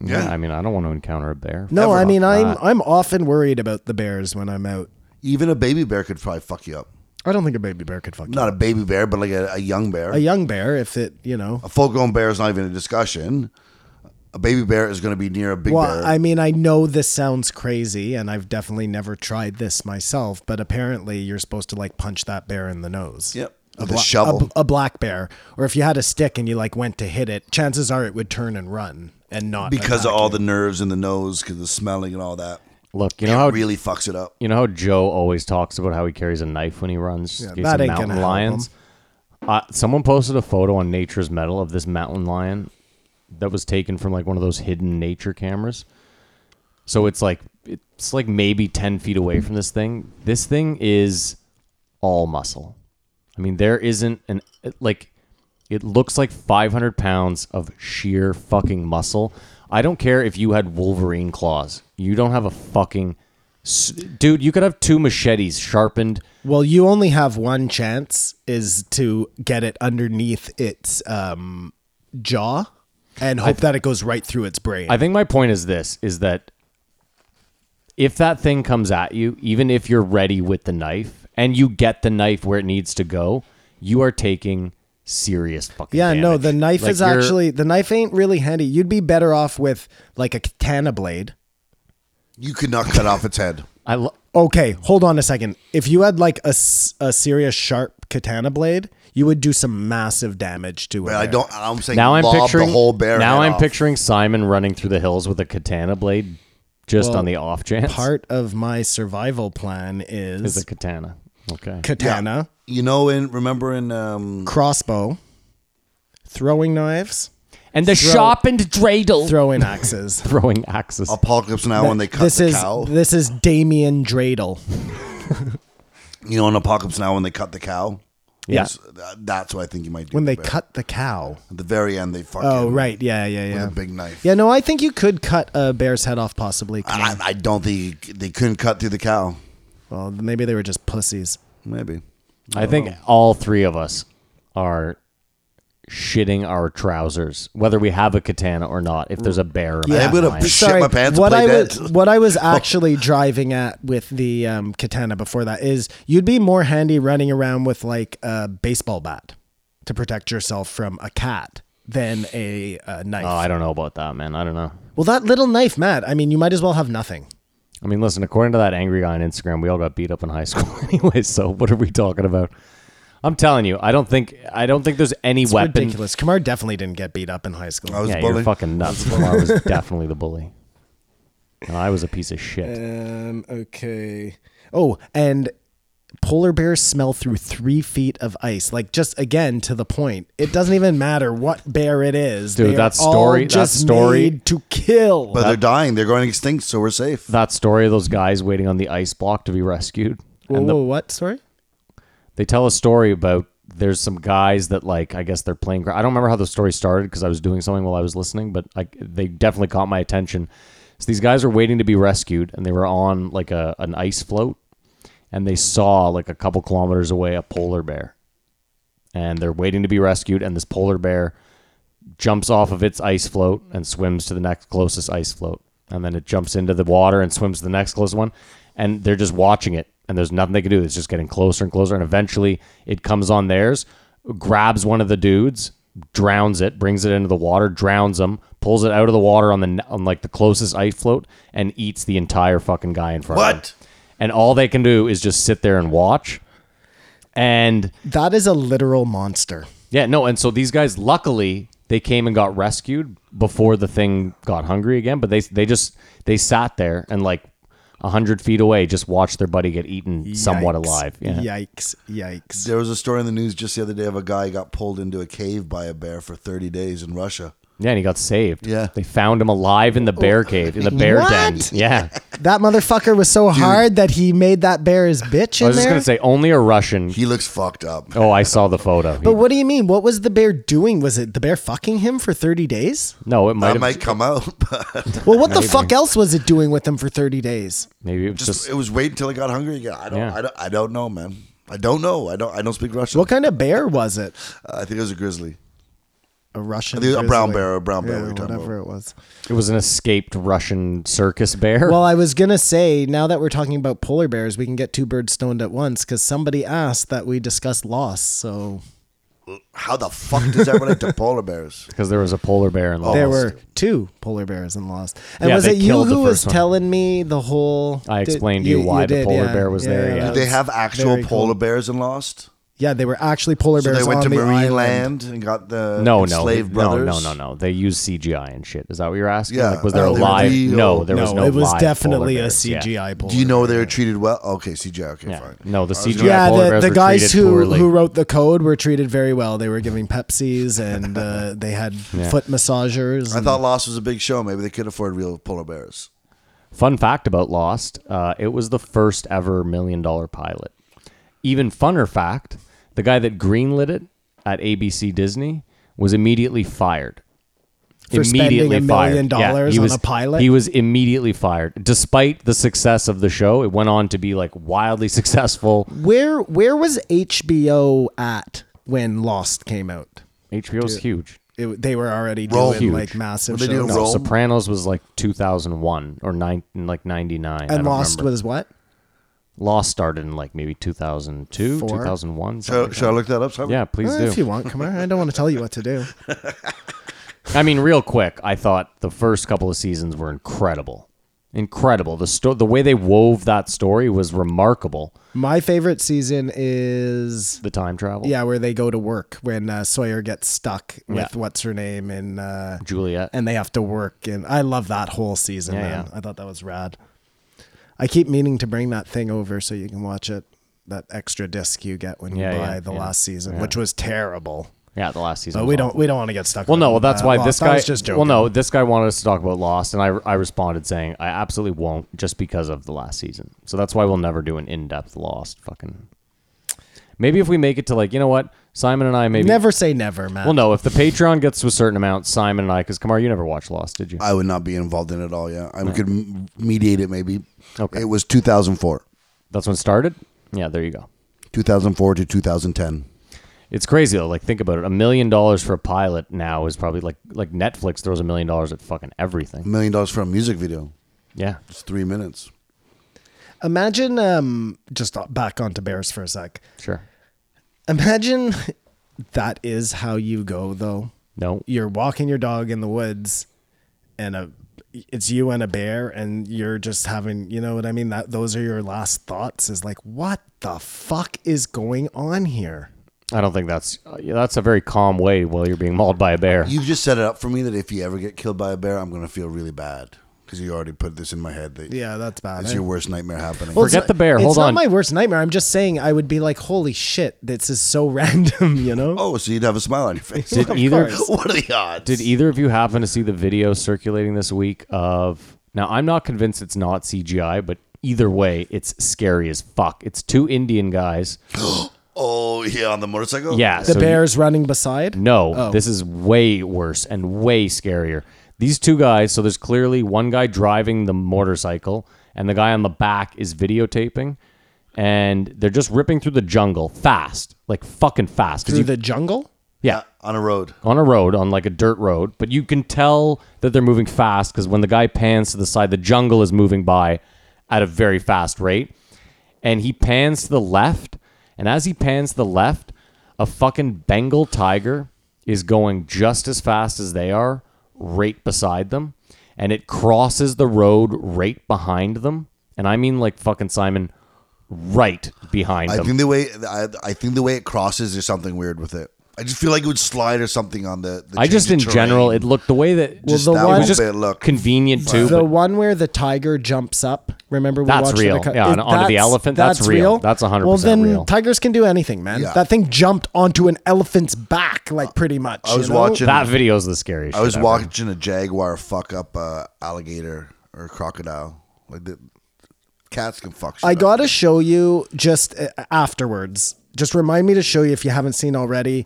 Speaker 1: yeah. I mean, I don't want to encounter a bear.
Speaker 3: No, I mean, I'm
Speaker 1: that.
Speaker 3: I'm often worried about the bears when I'm out.
Speaker 2: Even a baby bear could probably fuck you up.
Speaker 3: I don't think a baby bear could fuck you.
Speaker 2: Not a baby bear, but like a, a young bear.
Speaker 3: A young bear, if it, you know,
Speaker 2: a full-grown bear is not even a discussion. A baby bear is going to be near a big
Speaker 3: Well,
Speaker 2: bear.
Speaker 3: I mean, I know this sounds crazy, and I've definitely never tried this myself, but apparently you're supposed to like punch that bear in the nose.
Speaker 2: Yep.
Speaker 3: A,
Speaker 2: With a
Speaker 3: bla-
Speaker 2: shovel.
Speaker 3: A, b- a black bear. Or if you had a stick and you like went to hit it, chances are it would turn and run and not.
Speaker 2: because of
Speaker 3: attack
Speaker 2: all
Speaker 3: you.
Speaker 2: the nerves in the nose, because the smelling and all that.
Speaker 1: Look, you know how
Speaker 2: it really fucks it up.
Speaker 1: you know how Joe always talks about how he carries a knife when he runs. Yeah,
Speaker 3: that ain't gonna help
Speaker 1: lions. Uh, someone posted a photo on Nature's Metal of this mountain lion that was taken from like one of those hidden nature cameras. So it's like it's like maybe ten feet away from this thing. This thing is all muscle. I mean, there isn't an it- like. It looks like 500 pounds of sheer fucking muscle. I don't care if you had Wolverine claws. You don't have a fucking s- dude. You could have two machetes sharpened.
Speaker 3: Well, you only have one chance is to get it underneath its um, jaw and hope that it goes right through its brain.
Speaker 1: I think my point is this: is that if that thing comes at you, even if you're ready with the knife and you get the knife where it needs to go, you are taking serious fucking.
Speaker 3: Yeah, no,
Speaker 1: damage.
Speaker 3: the knife
Speaker 1: Like,
Speaker 3: is
Speaker 1: you're-
Speaker 3: actually the knife ain't really handy. You'd be better off with like a katana blade.
Speaker 2: You could not cut off its head.
Speaker 1: I lo-
Speaker 3: Okay, hold on a second. If you had like a, s- a serious sharp katana blade, you would do some massive damage to it.
Speaker 2: But I don't. I'm saying
Speaker 1: now I'm
Speaker 2: lob
Speaker 1: picturing
Speaker 2: the whole bear.
Speaker 1: Now
Speaker 2: head
Speaker 1: I'm
Speaker 2: off.
Speaker 1: picturing Simon running through the hills with a katana blade, just on the off chance.
Speaker 3: Part of my survival plan is,
Speaker 1: is a katana. Okay.
Speaker 3: katana,
Speaker 2: You know, in remember in um,
Speaker 3: crossbow, throwing knives,
Speaker 1: And the
Speaker 3: Throw-
Speaker 1: sharpened dreidel.
Speaker 3: throwing axes.
Speaker 1: throwing axes.
Speaker 2: Apocalypse Now when they cut
Speaker 3: this
Speaker 2: the
Speaker 3: is
Speaker 2: cow.
Speaker 3: this is Damien Dreidel.
Speaker 2: you know, in Apocalypse Now when they cut the cow.
Speaker 1: Yeah.
Speaker 2: Yes, that- that's what I think you might do.
Speaker 3: When
Speaker 2: to
Speaker 3: they
Speaker 2: the bear.
Speaker 3: cut the cow.
Speaker 2: at the very end, they fucking
Speaker 3: Oh right, yeah, yeah, yeah.
Speaker 2: with a big knife. Ah.
Speaker 3: Yeah, no, I think you could cut a bear's head off possibly.
Speaker 2: I, I don't think they couldn't cut through the cow.
Speaker 3: well, maybe they were just pussies.
Speaker 2: Maybe.
Speaker 1: I think all three of us are shitting our trousers, whether we have a katana or not. If there's a bear, in
Speaker 2: Yeah.
Speaker 1: my
Speaker 2: I'm gonna
Speaker 1: line.
Speaker 2: shit my pants and
Speaker 3: what
Speaker 2: play Oh.
Speaker 3: I
Speaker 2: dead.
Speaker 3: was what I was actually driving at with the um, katana before that is you'd be more handy running around with like a baseball bat to protect yourself from a cat than a, uh knife.
Speaker 1: Oh, I don't know about that, man. I don't know.
Speaker 3: well, that little knife, Matt. I mean, you might as well have nothing.
Speaker 1: I mean, listen, according to that angry guy on Instagram, we all got beat up in high school anyway. So what are we talking about? I'm telling you, I don't think I don't think there's any
Speaker 3: It's
Speaker 1: weapon.
Speaker 3: ridiculous. Kamar definitely didn't get beat up in high school.
Speaker 2: I was
Speaker 1: Yeah,
Speaker 2: bullied.
Speaker 1: you're fucking nuts. Lamar was definitely the bully. And I was a piece of shit.
Speaker 3: Um. Okay. Oh, and polar bears smell through three feet of ice. Like just again to the point. It doesn't even matter what bear it is.
Speaker 1: Dude,
Speaker 3: They are
Speaker 1: that
Speaker 3: all
Speaker 1: story- that
Speaker 3: Just
Speaker 1: story-
Speaker 3: made to kill.
Speaker 2: But they're dying. They're going extinct, so we're safe.
Speaker 1: That story of those guys waiting on the ice block to be rescued.
Speaker 3: whoa,
Speaker 1: and the
Speaker 3: whoa, what story?
Speaker 1: they tell a story about there's some guys that like I guess they're playing. gra- I don't remember how the story started because I was doing something while I was listening, but like they definitely caught my attention. So these guys were waiting to be rescued, and they were on like a an ice float, and they saw like a couple kilometers away a polar bear, and they're waiting to be rescued, and this polar bear jumps off of its ice float and swims to the next closest ice float. And then it jumps into the water and swims to the next closest one. And they're just watching it. And there's nothing they can do. It's just getting closer and closer. And eventually it comes on theirs. grabs one of the dudes, drowns it, brings it into the water, drowns him, pulls it out of the water on the n- on like the closest ice float, and eats the entire fucking guy in front of
Speaker 2: What?
Speaker 1: him. And all they can do is just sit there and watch. And
Speaker 3: That is a literal monster.
Speaker 1: yeah, no, and so these guys luckily they came and got rescued before the thing got hungry again, but they they just they sat there and like a hundred feet away just watched their buddy get eaten somewhat
Speaker 3: Yikes.
Speaker 1: alive. Yeah.
Speaker 3: Yikes. Yikes.
Speaker 5: There was a story in the news just the other day of a guy got pulled into a cave by a bear for 30 days in Russia.
Speaker 1: Yeah, and he got saved.
Speaker 5: Yeah.
Speaker 1: They found him alive in the bear cave, in the bear
Speaker 3: Oh. What?
Speaker 1: den. Yeah.
Speaker 3: That motherfucker was so hard that he made that bear his bitch in
Speaker 1: I was just
Speaker 3: there.
Speaker 1: going to say, only a Russian.
Speaker 5: He looks fucked up.
Speaker 1: Oh, I saw the photo. He-
Speaker 3: but what do you mean? What was the bear doing? Was it the bear fucking him for 30 days?
Speaker 1: no, it might
Speaker 5: That
Speaker 1: have.
Speaker 5: might come out. but
Speaker 3: Well, what the fuck else was it doing with him for 30 days?
Speaker 1: maybe it was just.
Speaker 5: Just, it was waiting until he got hungry again. I don't,
Speaker 1: Yeah.
Speaker 5: I don't. I don't know, man. I don't know. I don't. I don't speak Russian.
Speaker 3: What kind of bear was it?
Speaker 5: Uh, I think it was a grizzly.
Speaker 3: A Russian
Speaker 5: think it was a brown
Speaker 3: grizzly.
Speaker 5: bear, a brown bear,
Speaker 3: Yeah,
Speaker 5: what you're talking
Speaker 3: whatever it was.
Speaker 1: it was an escaped Russian circus bear.
Speaker 3: Well, I was gonna say now that we're talking about polar bears, we can get two birds stoned at once because somebody asked that we discuss loss. So
Speaker 5: How the fuck does that relate to polar bears?
Speaker 1: because there was a polar bear in Lost.
Speaker 3: there were two polar bears in Lost. And
Speaker 1: Yeah,
Speaker 3: was
Speaker 1: they
Speaker 3: it you
Speaker 1: killed the
Speaker 3: who was
Speaker 1: first one.
Speaker 3: telling me the whole?
Speaker 1: I
Speaker 3: Did-
Speaker 1: explained to you why the polar bear was there, yeah.
Speaker 3: that
Speaker 5: They
Speaker 3: was
Speaker 5: have actual
Speaker 3: very
Speaker 5: polar
Speaker 3: cool.
Speaker 5: bears in Lost.
Speaker 3: Yeah, they were actually polar
Speaker 5: So
Speaker 3: bears.
Speaker 5: they went
Speaker 3: on
Speaker 5: to
Speaker 3: the
Speaker 5: Marine
Speaker 3: island.
Speaker 5: Land and got the
Speaker 1: No, no,
Speaker 5: enslaved
Speaker 1: no,
Speaker 5: brothers.
Speaker 1: no, no, no. They used CGI and shit. Is that what you're asking?
Speaker 5: Yeah.
Speaker 1: Like, was there
Speaker 5: Oh,
Speaker 1: a
Speaker 5: they were
Speaker 1: live?
Speaker 5: real-
Speaker 1: No, there
Speaker 3: no,
Speaker 1: was no.
Speaker 3: it was
Speaker 1: live
Speaker 3: definitely
Speaker 1: polar
Speaker 3: a
Speaker 1: bears. Yeah.
Speaker 3: CGI polar.
Speaker 5: Do you know they were treated well? Okay, CGI. Okay,
Speaker 1: Yeah.
Speaker 5: fine.
Speaker 1: No, the CGI
Speaker 3: Yeah,
Speaker 1: polar
Speaker 3: the,
Speaker 1: bears
Speaker 3: the
Speaker 1: were
Speaker 3: guys
Speaker 1: treated
Speaker 3: who
Speaker 1: poorly.
Speaker 3: who wrote the code were treated very well. They were giving Pepsis and uh, they had foot massagers.
Speaker 5: I
Speaker 3: and-
Speaker 5: thought Lost was a big show. Maybe they could afford real polar bears.
Speaker 1: Fun fact about Lost: uh, it was the first ever million-dollar pilot. Even funner fact: the guy that greenlit it at ABC Disney was immediately fired.
Speaker 3: For spending a million dollars
Speaker 1: he
Speaker 3: on
Speaker 1: was-
Speaker 3: a pilot?
Speaker 1: He was immediately fired, despite the success of the show. It went on to be like wildly successful.
Speaker 3: Where where was HBO at when Lost came out?
Speaker 1: HBO's huge.
Speaker 3: It, they were already
Speaker 5: Roll.
Speaker 3: doing
Speaker 1: Huge.
Speaker 3: like massive
Speaker 5: Were they
Speaker 3: shows.
Speaker 5: doing
Speaker 1: No,
Speaker 5: Rome?
Speaker 1: Sopranos was like 2001 or nine, like 99. I
Speaker 3: and
Speaker 1: don't
Speaker 3: Lost
Speaker 1: remember.
Speaker 3: was what?
Speaker 1: Lost started in like maybe 2002,
Speaker 3: Four?
Speaker 1: 2001. something
Speaker 5: Oh, Should,
Speaker 1: like
Speaker 5: should I look that up?
Speaker 1: that.
Speaker 5: Simon?
Speaker 1: Yeah, please
Speaker 3: Eh,
Speaker 1: do.
Speaker 3: if you want, come on. I don't want to tell you what to do.
Speaker 1: I mean, real quick, I thought the first couple of seasons were incredible. Incredible. The sto- the way they wove that story was remarkable.
Speaker 3: My favorite season is
Speaker 1: The time travel.
Speaker 3: yeah, where they go to work when uh, Sawyer gets stuck with
Speaker 1: Yeah.
Speaker 3: what's her name and uh,
Speaker 1: Juliet.
Speaker 3: and they have to work. And I love that whole season.
Speaker 1: Yeah,
Speaker 3: man.
Speaker 1: yeah.
Speaker 3: I thought that was rad. I keep meaning to bring that thing over so you can watch it. That extra disc you get when you
Speaker 1: Yeah,
Speaker 3: buy
Speaker 1: yeah,
Speaker 3: the
Speaker 1: yeah,
Speaker 3: last season,
Speaker 1: yeah.
Speaker 3: which was terrible.
Speaker 1: yeah, the last season.
Speaker 3: But
Speaker 1: was
Speaker 3: we don't
Speaker 1: awful.
Speaker 3: we don't want to get stuck.
Speaker 1: Well, no.
Speaker 3: on,
Speaker 1: Well, that's
Speaker 3: uh,
Speaker 1: why
Speaker 3: Lost.
Speaker 1: this
Speaker 3: I
Speaker 1: guy.
Speaker 3: was just joking.
Speaker 1: well, no, this guy wanted us to talk about Lost, and I I responded saying I absolutely won't, just because of the last season. So that's why we'll never do an in depth Lost. Fucking. Maybe if we make it to like you know what Simon and I maybe
Speaker 3: never say never, man.
Speaker 1: Well, no, if the Patreon gets to a certain amount, Simon and I, because Kamar, you never watched Lost, did you?
Speaker 5: I would not be involved in it at all. Yeah, I could m- mediate it maybe.
Speaker 1: Okay.
Speaker 5: It was 2004,
Speaker 1: That's when it started. Yeah, there you go.
Speaker 5: 2004 to 2010.
Speaker 1: It's crazy though. Like think about it. A million dollars for a pilot now is probably like like Netflix throws a million dollars at fucking
Speaker 5: A
Speaker 1: everything.
Speaker 5: million dollars for a music video.
Speaker 1: Yeah.
Speaker 5: It's three minutes.
Speaker 3: Imagine um just back onto bears for a sec.
Speaker 1: Sure.
Speaker 3: Imagine that is how you go though.
Speaker 1: No.
Speaker 3: You're walking your dog in the woods and a it's you and a bear and you're just having, you know what I mean? That those are your last thoughts is like what the fuck is going on here?
Speaker 1: I don't think that's uh, yeah, that's a very calm way while you're being mauled by a bear.
Speaker 5: You've just set it up for me that if you ever get killed by a bear, I'm gonna feel really bad because you already put this in my head that
Speaker 3: Yeah, that's bad.
Speaker 5: it's
Speaker 3: eh?
Speaker 5: your worst nightmare happening.
Speaker 3: Well,
Speaker 1: Forget
Speaker 3: it's-
Speaker 1: the bear. Hold
Speaker 3: it's not
Speaker 1: on.
Speaker 3: my worst nightmare. I'm just saying I would be like, holy shit, this is so random, you know?
Speaker 5: oh, so you'd have a smile on your face.
Speaker 1: Did either
Speaker 5: what are the odds?
Speaker 1: did either of you happen to see the video circulating this week of now I'm not convinced it's not CGI, but either way, it's scary as fuck. It's two Indian guys.
Speaker 5: oh, yeah, on the motorcycle.
Speaker 1: Yeah.
Speaker 3: The
Speaker 1: so you-
Speaker 3: bear's running beside?
Speaker 1: No,
Speaker 3: Oh.
Speaker 1: this is way worse and way scarier. These two guys, so there's clearly one guy driving the motorcycle, and the guy on the back is videotaping, and they're just ripping through the jungle fast, like fucking fast. 'Cause
Speaker 3: Through
Speaker 1: you-
Speaker 3: the jungle?
Speaker 1: yeah,
Speaker 5: on a road.
Speaker 1: on a road, on like a dirt road, but you can tell that they're moving fast because when the guy pans to the side, the jungle is moving by at a very fast rate. And he pans to the left. And as he pans to the left, A fucking Bengal tiger is going just as fast as they are, right beside them, and it crosses the road right behind them. And I mean, like fucking Simon, right behind
Speaker 2: I
Speaker 1: them.
Speaker 2: think the way I, I think the way it crosses, there's something weird with it. I just feel like it would slide or something on the. the
Speaker 1: I just, in
Speaker 2: change of terrain.
Speaker 1: general, it looked the way that
Speaker 2: Just
Speaker 3: the
Speaker 2: that
Speaker 3: one-
Speaker 1: it
Speaker 2: one
Speaker 1: was just
Speaker 2: bit look.
Speaker 1: convenient too.
Speaker 3: The
Speaker 1: but
Speaker 3: one where the tiger jumps up. Remember we
Speaker 1: That's
Speaker 3: watched
Speaker 1: real.
Speaker 3: The docu-
Speaker 1: Yeah,
Speaker 3: is-
Speaker 1: and onto the elephant, that's real. That's 100%
Speaker 3: Well, then
Speaker 1: real.
Speaker 3: tigers can do anything, man.
Speaker 2: Yeah.
Speaker 3: That thing jumped onto an elephant's back, like pretty much.
Speaker 2: I was
Speaker 3: you know?
Speaker 2: watching.
Speaker 1: that video's the scariest.
Speaker 2: I was
Speaker 1: shit ever.
Speaker 2: watching a jaguar fuck up a alligator or a crocodile. Like the cats can fuck. Shit
Speaker 3: I
Speaker 2: up.
Speaker 3: got to show you just uh, afterwards. Just remind me to show you if you haven't seen already.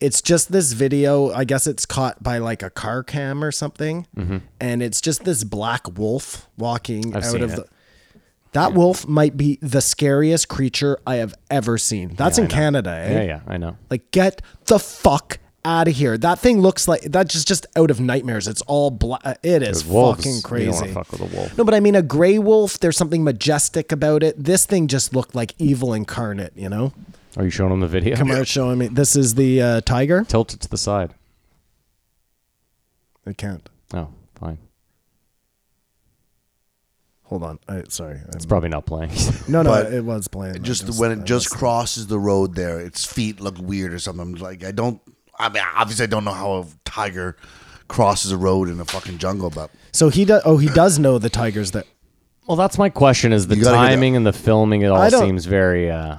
Speaker 3: It's just this video. I guess it's caught by like a car cam or something,
Speaker 1: Mm-hmm.
Speaker 3: and it's just this black wolf walking out
Speaker 1: seen
Speaker 3: of
Speaker 1: it.
Speaker 3: the. That wolf might be the scariest creature I have ever seen. That's in Canada. Eh?
Speaker 1: Yeah, yeah, I know.
Speaker 3: Like, get the fuck out of here. That thing looks like that's just just out of nightmares. It's all black. It is
Speaker 1: wolves.
Speaker 3: fucking
Speaker 1: You don't wanna
Speaker 3: crazy.
Speaker 1: fuck with a wolf.
Speaker 3: No, but I mean, a gray wolf. There's something majestic about it. This thing just looked like evil incarnate. You know,
Speaker 1: Are you showing them the video?
Speaker 3: Kamar showing me. This is the uh, tiger.
Speaker 1: Tilt it to the side.
Speaker 3: I can't.
Speaker 1: Oh, fine.
Speaker 3: Hold on. I, sorry. I'm-
Speaker 1: It's probably not playing.
Speaker 3: no, no,
Speaker 2: But
Speaker 3: it was playing.
Speaker 2: just
Speaker 3: I
Speaker 2: when it
Speaker 3: I
Speaker 2: just crosses the road there, its feet look weird or something. Like I don't. I mean, obviously, I don't know how a tiger crosses a road in a fucking jungle, but
Speaker 3: So he does. Oh, he does know the tigers. That
Speaker 1: well, that's my question: is the
Speaker 2: You gotta get
Speaker 1: timing and the filming? It all
Speaker 3: I don't-
Speaker 1: seems very. uh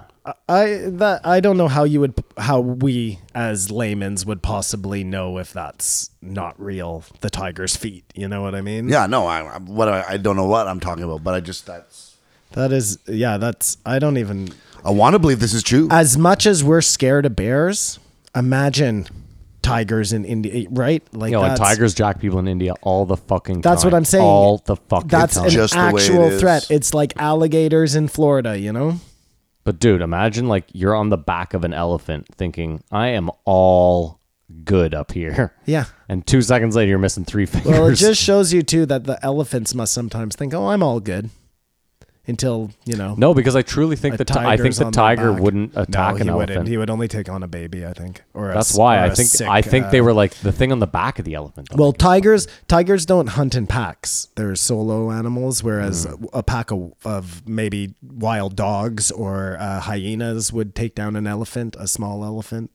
Speaker 3: I that I don't know how you would how we as laymen's would possibly know if that's not real. The tiger's feet. You know what I mean?
Speaker 2: yeah, no, I, I what I, I don't know what I'm talking about, but I just that's
Speaker 3: That is. Yeah. That's. I don't even.
Speaker 2: I want to believe this is true.
Speaker 3: as much as we're scared of bears, imagine tigers in India, right? Like
Speaker 1: You know, and
Speaker 3: that's-
Speaker 1: tigers jack people in India all the fucking.
Speaker 3: That's
Speaker 1: time.
Speaker 3: what I'm saying.
Speaker 1: All the fucking.
Speaker 3: That's
Speaker 1: time.
Speaker 3: an
Speaker 2: just the way it
Speaker 3: actual
Speaker 2: is.
Speaker 3: threat. It's like alligators in Florida, you know.
Speaker 1: But dude, imagine like you're on the back of an elephant thinking, I am all good up here.
Speaker 3: Yeah.
Speaker 1: And two seconds later you're missing three fingers.
Speaker 3: Well, it just shows you too that the elephants must sometimes think, "Oh, I'm all good," until you know.
Speaker 1: no, because I truly think
Speaker 3: a
Speaker 1: the ti- I think
Speaker 3: tiger's
Speaker 1: the
Speaker 3: on their
Speaker 1: tiger
Speaker 3: back.
Speaker 1: wouldn't attack
Speaker 3: no,
Speaker 1: an
Speaker 3: he
Speaker 1: elephant.
Speaker 3: Wouldn't. He would only take on a baby, I think. Or a
Speaker 1: That's
Speaker 3: s-
Speaker 1: why
Speaker 3: or
Speaker 1: I
Speaker 3: a
Speaker 1: think
Speaker 3: sick,
Speaker 1: I think
Speaker 3: uh,
Speaker 1: they were like the thing on the back of the elephant. though.
Speaker 3: Well, tigers tigers don't hunt in packs. They're solo animals, whereas a pack of, of maybe wild dogs or uh, hyenas would take down an elephant, a small elephant.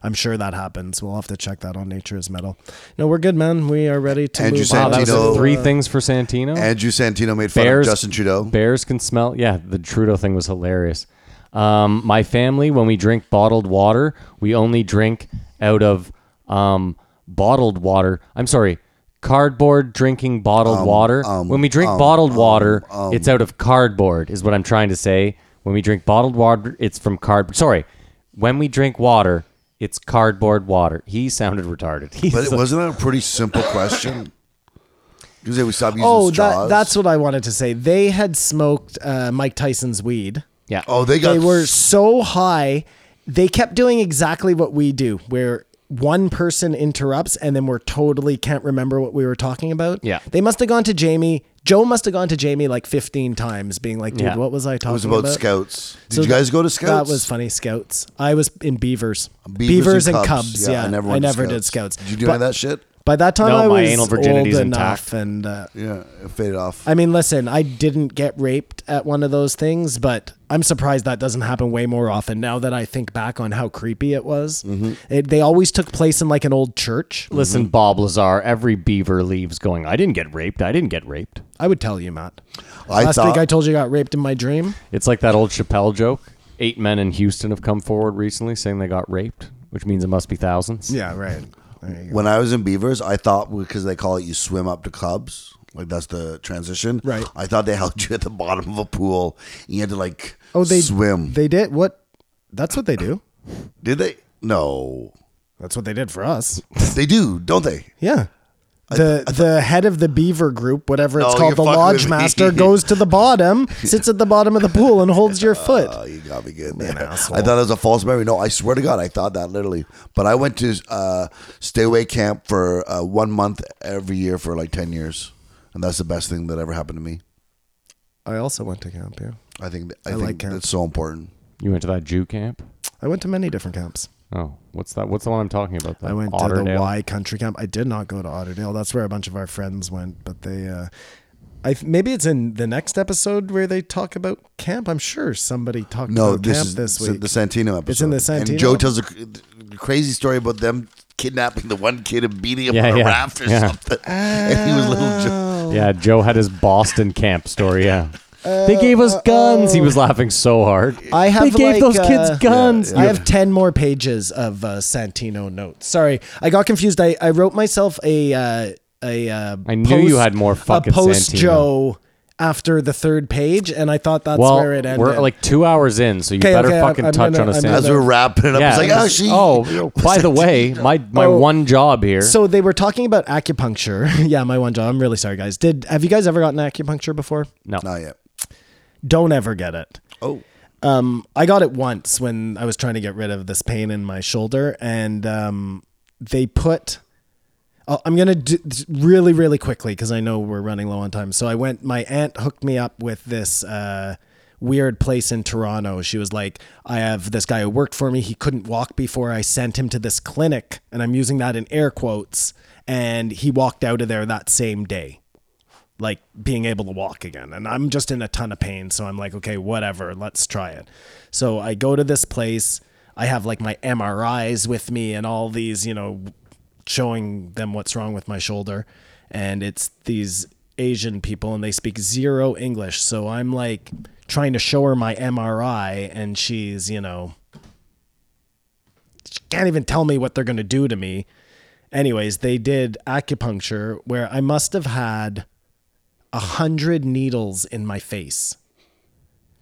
Speaker 3: I'm sure that happens. We'll have to check that on Nature's Metal. No, we're good, man. We are ready to
Speaker 2: Andrew
Speaker 3: move
Speaker 1: wow,
Speaker 3: on.
Speaker 1: that was
Speaker 2: Santino-
Speaker 1: three
Speaker 3: uh,
Speaker 1: things for Santino.
Speaker 2: Andrew Santino made fun
Speaker 1: Bears-
Speaker 2: of Justin Trudeau.
Speaker 1: Bears can smell. Yeah, the Trudeau thing was hilarious. Um, my family, when we drink bottled water, we only drink out of um, bottled water. I'm sorry, cardboard drinking
Speaker 2: Um,
Speaker 1: bottled water. when we drink bottled water, it's out of cardboard, is what I'm trying to say. When we drink bottled water, it's from cardboard. Sorry, when we drink water, it's cardboard water. He sounded retarded. He's
Speaker 2: But it
Speaker 1: like-
Speaker 2: wasn't that a pretty simple question. Because they would stop using
Speaker 3: Oh,
Speaker 2: straws.
Speaker 3: that, that's what I wanted to say. They had smoked uh, Mike Tyson's weed.
Speaker 1: yeah.
Speaker 2: oh, they got
Speaker 3: they were so high they kept doing exactly what we do where one person interrupts and then we're totally can't remember what we were talking about
Speaker 1: Yeah.
Speaker 3: they must have gone to jamie joe must have gone to jamie like 15 times being like dude
Speaker 1: Yeah.
Speaker 3: what was i
Speaker 2: It
Speaker 3: talking
Speaker 2: was about,
Speaker 3: about
Speaker 2: scouts. Did
Speaker 3: So
Speaker 2: you guys go to scouts?
Speaker 3: that was funny scouts i was in beavers beavers, and, cubs, yeah,
Speaker 2: I never,
Speaker 3: I
Speaker 2: went to
Speaker 3: never did scouts
Speaker 2: Did you do
Speaker 3: But
Speaker 2: any of that shit?
Speaker 3: by that time
Speaker 1: No,
Speaker 3: i
Speaker 1: my
Speaker 3: was
Speaker 1: anal
Speaker 3: old
Speaker 1: virginity's intact.
Speaker 3: enough and uh,
Speaker 2: Yeah, it faded off.
Speaker 3: I mean, listen, I didn't get raped at one of those things, but I'm surprised that doesn't happen way more often now that I think back on how creepy it was.
Speaker 2: Mm-hmm.
Speaker 3: It, they always took place in like an old church.
Speaker 1: Listen, Bob Lazar, every beaver leaves going, I didn't get raped. I didn't get raped.
Speaker 3: I would tell you, Matt.
Speaker 2: I
Speaker 3: Last
Speaker 2: thought-
Speaker 3: week I told you I got raped in my dream.
Speaker 1: It's like that old Chappelle joke. Eight men in Houston have come forward recently saying they got raped, which means it must be thousands.
Speaker 3: Yeah, right. There you go.
Speaker 2: when I was in Beavers, I thought because they call it you swim up to cubs, like that's the transition.
Speaker 3: Right.
Speaker 2: I thought they held you at the bottom of a pool and you had to like
Speaker 3: Oh, they
Speaker 2: swim.
Speaker 3: They did what? That's what they do.
Speaker 2: did they? No.
Speaker 3: That's what they did for us.
Speaker 2: they do, don't they?
Speaker 3: Yeah. The the head of the beaver group, whatever it's
Speaker 2: No,
Speaker 3: called, the
Speaker 2: you're fucking with
Speaker 3: lodge
Speaker 2: me.
Speaker 3: master, goes to the bottom, sits at the bottom of the pool, and holds your foot.
Speaker 2: Oh, you got me good there. I thought that was a false memory. No, I swear to God, I thought that literally. But I went to uh, stay away camp for uh, one month every year for like 10 years. And that's the best thing that ever happened to me.
Speaker 3: I also went to camp. Yeah.
Speaker 2: I think I,
Speaker 3: like
Speaker 2: think
Speaker 3: camp.
Speaker 2: it's so important.
Speaker 1: You went to that Jew camp?
Speaker 3: I went to many different camps.
Speaker 1: Oh, what's that? What's the one I'm talking about?
Speaker 3: I went to the
Speaker 1: Otterdale?
Speaker 3: Y Country Camp. I did not go to Otterdale. That's where a bunch of our friends went, but they. Uh, I maybe it's in the next episode where they talk about camp. I'm sure somebody talked
Speaker 2: No,
Speaker 3: about
Speaker 2: this
Speaker 3: Oh, camp
Speaker 2: is
Speaker 3: this
Speaker 2: s-
Speaker 3: week.
Speaker 2: the Santino episode.
Speaker 3: It's in the Santino?
Speaker 2: And Joe tells a cr- crazy story about them kidnapping the one kid and beating him
Speaker 1: Yeah,
Speaker 2: on a
Speaker 1: yeah,
Speaker 2: raft or
Speaker 1: yeah.
Speaker 2: something. And he was little Joe.
Speaker 1: Yeah, Joe had his Boston camp story. Yeah. They gave us guns. He was laughing so hard.
Speaker 3: Uh, oh. I have
Speaker 1: They gave
Speaker 3: like,
Speaker 1: those
Speaker 3: uh,
Speaker 1: kids guns.
Speaker 3: I have 10 more pages of uh, Santino notes. Sorry, I got confused. I, I wrote myself a uh, a uh,
Speaker 1: I knew you had more fucking
Speaker 3: a post
Speaker 1: Santino.
Speaker 3: Joe after the third page and I thought that's
Speaker 1: well,
Speaker 3: where it ended.
Speaker 1: we're like two hours in, so you
Speaker 3: Okay,
Speaker 1: better
Speaker 3: okay, I'm-
Speaker 1: fucking
Speaker 3: I'm
Speaker 1: touch
Speaker 3: gonna-
Speaker 1: on a
Speaker 3: I'm
Speaker 1: Santino.
Speaker 3: gonna-
Speaker 2: As we were wrapping it up,
Speaker 1: yeah.
Speaker 2: it's like, oh, she.
Speaker 1: oh, by the way, my my
Speaker 3: Oh.
Speaker 1: one job here.
Speaker 3: so they were talking about acupuncture. yeah, my one job. I'm really sorry guys. Did have you guys ever gotten acupuncture before?
Speaker 1: no,
Speaker 2: Not yet.
Speaker 3: Don't ever get it.
Speaker 2: Oh.
Speaker 3: Um, I got it once when I was trying to get rid of this pain in my shoulder, and um, they put. Oh, I'm gonna do this really, really quickly because I know we're running low on time. So I went. My aunt hooked me up with this uh, weird place in Toronto. She was like, "I have this guy who worked for me. He couldn't walk before. I sent him to this clinic, and I'm using that in air quotes. And he walked out of there that same day." like being able to walk again. And I'm just in a ton of pain. So I'm like, okay, whatever, let's try it. So I go to this place. I have like my MRIs with me and all these, you know, showing them what's wrong with my shoulder. And it's these Asian people and they speak zero English. So I'm like trying to show her my MRI and she's, you know, she can't even tell me what they're going to do to me. Anyways, they did acupuncture where I must have had a hundred needles in my face.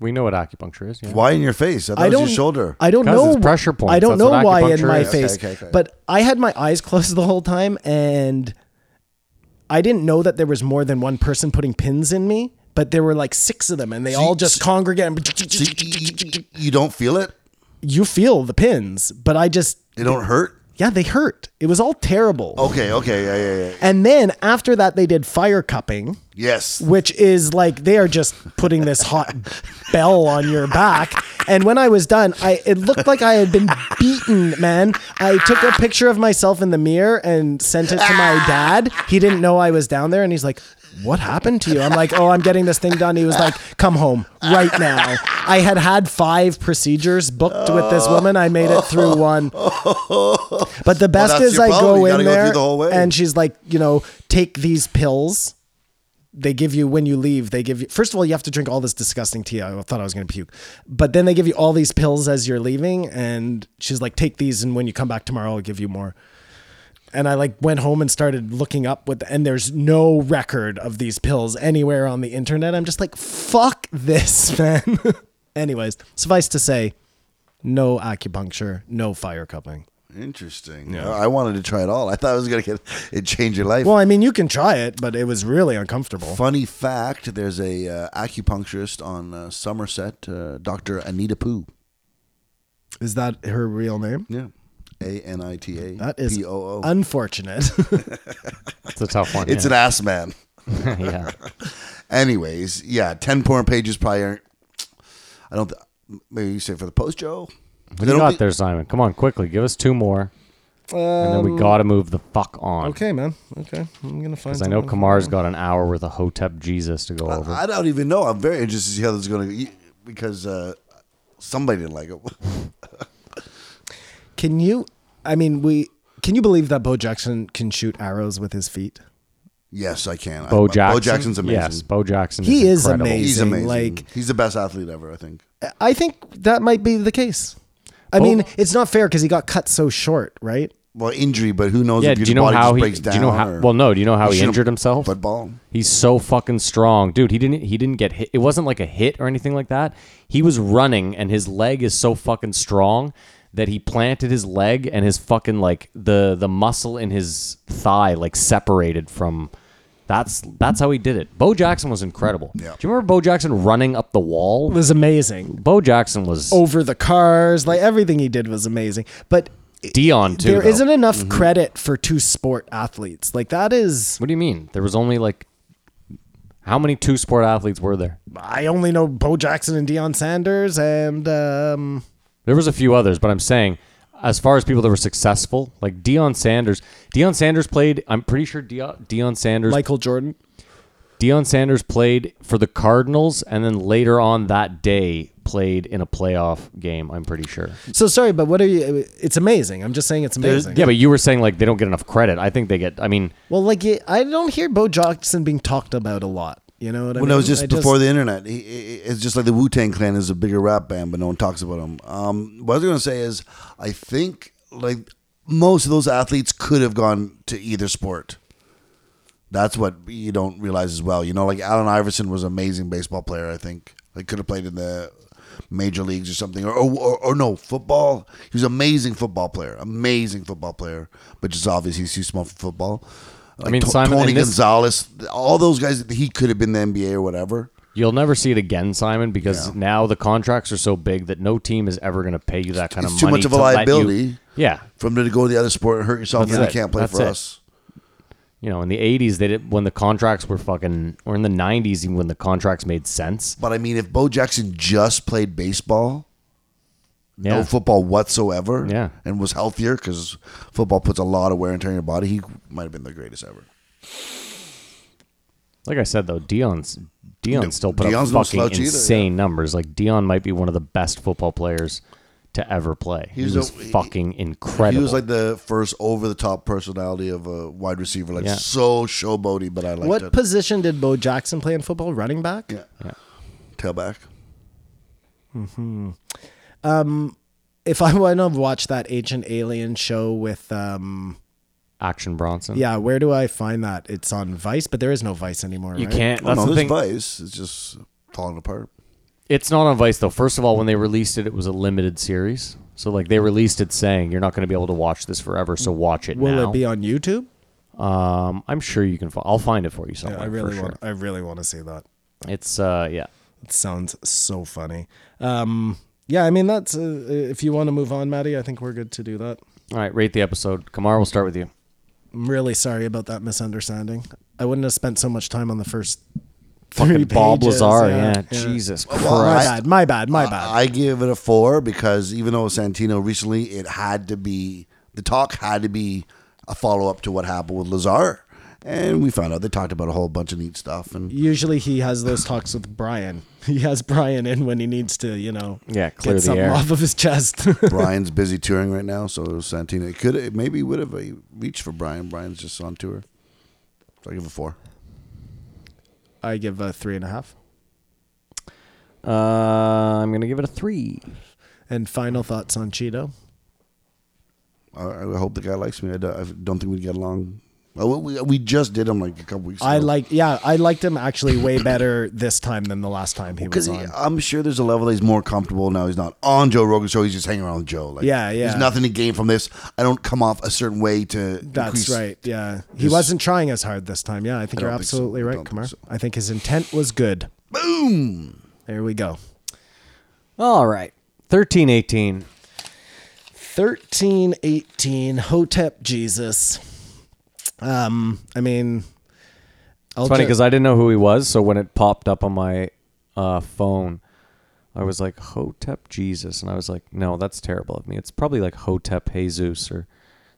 Speaker 1: we know what acupuncture is. Yeah.
Speaker 2: Why in your face? I thought
Speaker 3: I
Speaker 2: it was
Speaker 3: don't
Speaker 2: your shoulder.
Speaker 3: I don't
Speaker 1: 'Cause
Speaker 3: know
Speaker 1: it's pressure points.
Speaker 3: I don't
Speaker 1: That's what
Speaker 3: know why in
Speaker 1: acupuncture
Speaker 3: my
Speaker 1: is.
Speaker 3: face,
Speaker 2: Okay, okay, okay.
Speaker 3: but I had my eyes closed the whole time, and I didn't know that there was more than one person putting pins in me. But there were like six of them, and they all just congregate.
Speaker 2: So you- you, you- you don't feel it?
Speaker 3: You feel the pins, but I just
Speaker 2: It don't hurt?
Speaker 3: yeah, they hurt. It was all terrible.
Speaker 2: Okay, okay, yeah, yeah, yeah.
Speaker 3: And then after that, they did fire cupping.
Speaker 2: Yes.
Speaker 3: which is like they are just putting this hot bell on your back. And when I was done, I it looked like I had been beaten, man. I took a picture of myself in the mirror and sent it to my dad. He didn't know I was down there, and he's like, "What happened to you?" I'm like, "Oh, I'm getting this thing done." He was like, "Come home right now." I had had five procedures booked with this woman. I made it through one, but the best
Speaker 2: that's
Speaker 3: is
Speaker 2: your
Speaker 3: I
Speaker 2: problem.
Speaker 3: go
Speaker 2: You gotta
Speaker 3: in
Speaker 2: go through
Speaker 3: there
Speaker 2: the whole way.
Speaker 3: and she's like, you know, take these pills they give you when you leave. They give you first of all, you have to drink all this disgusting tea. I thought I was going to puke, but then they give you all these pills as you're leaving, and she's like, "Take these, and when you come back tomorrow, I'll give you more." And I like went home and started looking up with, and there's no record of these pills anywhere on the internet. I'm just like, "Fuck this, man." Anyways, suffice to say, no acupuncture, no fire cupping.
Speaker 2: Interesting. I I wanted to try it all. I thought I was going to get it change your life.
Speaker 3: Well, I mean, you can try it, but it was really uncomfortable.
Speaker 2: Funny fact: There's a uh, acupuncturist on uh, Somerset, uh, Doctor Anita Poo.
Speaker 3: Is that her real name?
Speaker 2: Yeah, A N I T A.
Speaker 3: That is
Speaker 2: P O O.
Speaker 3: unfortunate.
Speaker 1: It's a tough one.
Speaker 2: It's an ass man.
Speaker 1: an yeah.
Speaker 2: Anyways, yeah, ten porn pages probably. Aren't, I don't. Th- maybe you say for the post, Joe.
Speaker 1: What do you got there, Simon? Come on, quickly. Give us two more, and then
Speaker 2: Um,
Speaker 1: we gotta move the fuck on.
Speaker 3: Okay, man. Okay, I'm gonna find.
Speaker 1: Because I know
Speaker 3: something.
Speaker 1: Kamar's got an hour worth of Hotep Jesus to go over.
Speaker 2: Uh, I don't even know. I'm very interested to see how this is going to because uh, somebody didn't like it.
Speaker 3: Can you? I mean, we. Can you believe that Bo Jackson can shoot arrows with his feet?
Speaker 2: yes, I can.
Speaker 1: Bo
Speaker 2: I,
Speaker 1: Jackson.
Speaker 2: Bo Jackson's amazing.
Speaker 1: Yes, Bo Jackson.
Speaker 3: He
Speaker 1: is,
Speaker 3: is
Speaker 1: incredible.
Speaker 3: amazing.
Speaker 2: He's amazing.
Speaker 3: Like-
Speaker 2: he's the best athlete ever, I think.
Speaker 3: I think that might be the case. I
Speaker 1: Bo-
Speaker 3: mean, it's not fair because he got cut so short, right?
Speaker 2: Well, injury, but who knows
Speaker 1: Yeah.
Speaker 2: if
Speaker 1: Do
Speaker 2: his
Speaker 1: you know
Speaker 2: body
Speaker 1: how
Speaker 2: just
Speaker 1: he?
Speaker 2: breaks
Speaker 1: Do
Speaker 2: down?
Speaker 1: you know how?
Speaker 2: or-
Speaker 1: Well, no. Do you know how he
Speaker 2: should've-
Speaker 1: injured himself?
Speaker 2: Football.
Speaker 1: He's so fucking strong, dude. He didn't. He didn't get hit. It wasn't like a hit or anything like that. He was running, and his leg is so fucking strong that he planted his leg, and his fucking like the the muscle in his thigh like separated from. That's that's how he did it. Bo Jackson was incredible. Yeah. Do you remember Bo Jackson running up the wall?
Speaker 3: It was amazing.
Speaker 1: Bo Jackson was
Speaker 3: Over the cars, like everything he did was amazing. But
Speaker 1: Dion too.
Speaker 3: there
Speaker 1: though. Mm-hmm.
Speaker 3: not enough credit for two sport athletes. Like that is.
Speaker 1: What do you mean? There was only like how many two sport athletes were there?
Speaker 3: I only know Bo Jackson and Deion Sanders and um,
Speaker 1: There was a few others, but I'm saying as far as people that were successful, like Dion Sanders. Dion Sanders played. I'm pretty sure Dion, Dion Sanders.
Speaker 3: Michael Jordan.
Speaker 1: Dion Sanders played for the Cardinals, and then later on that day played in a playoff game. I'm pretty sure.
Speaker 3: So sorry, but what are you? It's amazing. I'm just saying it's amazing.
Speaker 1: Yeah, but you were saying like they don't get enough credit. I think they get. I mean,
Speaker 3: Well, like it, I don't hear Bo Jackson being talked about a lot. You know what I
Speaker 2: Well,
Speaker 3: mean?
Speaker 2: no, it was just
Speaker 3: I
Speaker 2: before the internet. He, he- it's just like the Wu Tang Clan is a bigger rap band, but no one talks about them. Um, what I was going to say is, I think like most of those athletes could have gone to either sport. That's what you don't realize as well. You know, like Allen Iverson was an amazing baseball player. I think like could have played in the major leagues or something, or or, or, or no football. He was an amazing football player, amazing football player, but just obviously he's too small for football. Like
Speaker 1: mean,
Speaker 2: To-
Speaker 1: Simon,
Speaker 2: Tony
Speaker 1: in this-
Speaker 2: Gonzalez, all those guys. He could have been the NBA or whatever.
Speaker 1: You'll never see it again, Simon, because
Speaker 2: Yeah.
Speaker 1: now the contracts are so big that no team is ever going to pay you that kind of
Speaker 2: it's too
Speaker 1: money.
Speaker 2: much of a
Speaker 1: to let you-
Speaker 2: liability.
Speaker 1: yeah,
Speaker 2: From there to go to the other sport and hurt yourself,
Speaker 1: That's
Speaker 2: and you
Speaker 1: it.
Speaker 2: can't play
Speaker 1: That's
Speaker 2: for
Speaker 1: it.
Speaker 2: us.
Speaker 1: you know, in the '80s, they did when the contracts were fucking, or in the '90s, even when the contracts made sense.
Speaker 2: But I mean, if Bo Jackson just played baseball,
Speaker 1: Yeah.
Speaker 2: no football whatsoever,
Speaker 1: Yeah.
Speaker 2: and was healthier because football puts a lot of wear and tear on your body, he might have been the greatest ever.
Speaker 1: Like I said, though, Dion's Dion still put
Speaker 2: Dion's no
Speaker 1: up fucking
Speaker 2: slouch either, yeah.
Speaker 1: insane numbers. Like Dion might be one of the best football players to ever play. He was,
Speaker 2: was a- he-
Speaker 1: fucking incredible.
Speaker 2: He was like the first over the top personality of a wide receiver, like
Speaker 1: Yeah.
Speaker 2: so showboaty, but I liked
Speaker 3: What
Speaker 2: it.
Speaker 3: position did Bo Jackson play in football? Running back.
Speaker 2: yeah. tailback.
Speaker 3: If I want to watch that ancient alien show with, um,
Speaker 1: Action Bronson.
Speaker 3: yeah, where do I find that? It's on Vice, but there is no Vice anymore.
Speaker 1: you
Speaker 3: right?
Speaker 1: can't.
Speaker 2: Well,
Speaker 1: That's
Speaker 2: no,
Speaker 1: the
Speaker 2: this
Speaker 1: thing.
Speaker 2: vice is just falling apart.
Speaker 1: It's not on Vice though. First of all, when they released it, it was a limited series. So like they released it saying you're not going to be able to watch this forever. So watch it
Speaker 3: Will
Speaker 1: now.
Speaker 3: it be on YouTube?
Speaker 1: um, I'm sure you can. Fi- I'll find it for you somewhere.
Speaker 3: I really
Speaker 1: for sure.
Speaker 3: want. I really want to see that.
Speaker 1: It's uh, yeah.
Speaker 3: It sounds so funny. Um, yeah, I mean that's uh, if you want to move on, Maddie. I think we're good to do that.
Speaker 1: All right, rate the episode. Kamar, we'll start with you.
Speaker 3: I'm really sorry about that misunderstanding. I wouldn't have spent so much time on the first three
Speaker 1: Fucking Bob
Speaker 3: pages,
Speaker 1: Lazar. Yeah, Jesus
Speaker 3: My
Speaker 1: Christ.
Speaker 3: bad. My bad. My bad.
Speaker 2: I, I give it a four because even though it was Santino recently, it had to be the talk had to be a follow up to what happened with Lazar, and we found out they talked about a whole bunch of neat stuff. And
Speaker 3: Usually he has those talks with Brian. He has Brian in when he needs to, you know,
Speaker 1: Yeah, clear the
Speaker 3: get something
Speaker 1: air.
Speaker 3: off of his chest.
Speaker 2: Brian's busy touring right now, so Santino it could it maybe would have uh, reached for Brian. Brian's just on tour, so I give it a four.
Speaker 3: I give a three and a half.
Speaker 1: Uh, I'm gonna give it a three.
Speaker 3: And final thoughts on Cheeto.
Speaker 2: I, I hope the guy likes me. I don't, I don't think we'd get along. Oh, we, we just did him like a couple weeks.
Speaker 3: I
Speaker 2: ago.
Speaker 3: like, yeah, I liked him actually way better this time than the last time he
Speaker 2: Because
Speaker 3: was on.
Speaker 2: I'm sure there's a level that he's more comfortable now. He's not on Joe Rogan's show. He's just hanging around with Joe. Like,
Speaker 3: Yeah, yeah.
Speaker 2: There's nothing to gain from this. I don't come off a certain way to.
Speaker 3: That's
Speaker 2: increase-
Speaker 3: right. Yeah, he
Speaker 2: Just-
Speaker 3: wasn't trying as hard this time. Yeah, I
Speaker 2: I
Speaker 3: think you're
Speaker 2: don't think so.
Speaker 3: absolutely
Speaker 2: I
Speaker 3: right,
Speaker 2: don't think
Speaker 3: Kumar.
Speaker 2: so.
Speaker 3: I think his intent was good.
Speaker 2: Boom.
Speaker 3: There we go.
Speaker 1: All right, thirteen eighteen.
Speaker 3: Thirteen eighteen Hotep Jesus. Um, I mean,
Speaker 1: It's funny because I didn't know who he was, so when it popped up on my uh, phone, I was like Hotep Jesus, and I was like, no, that's terrible of me. It's probably like Hotep Jesus or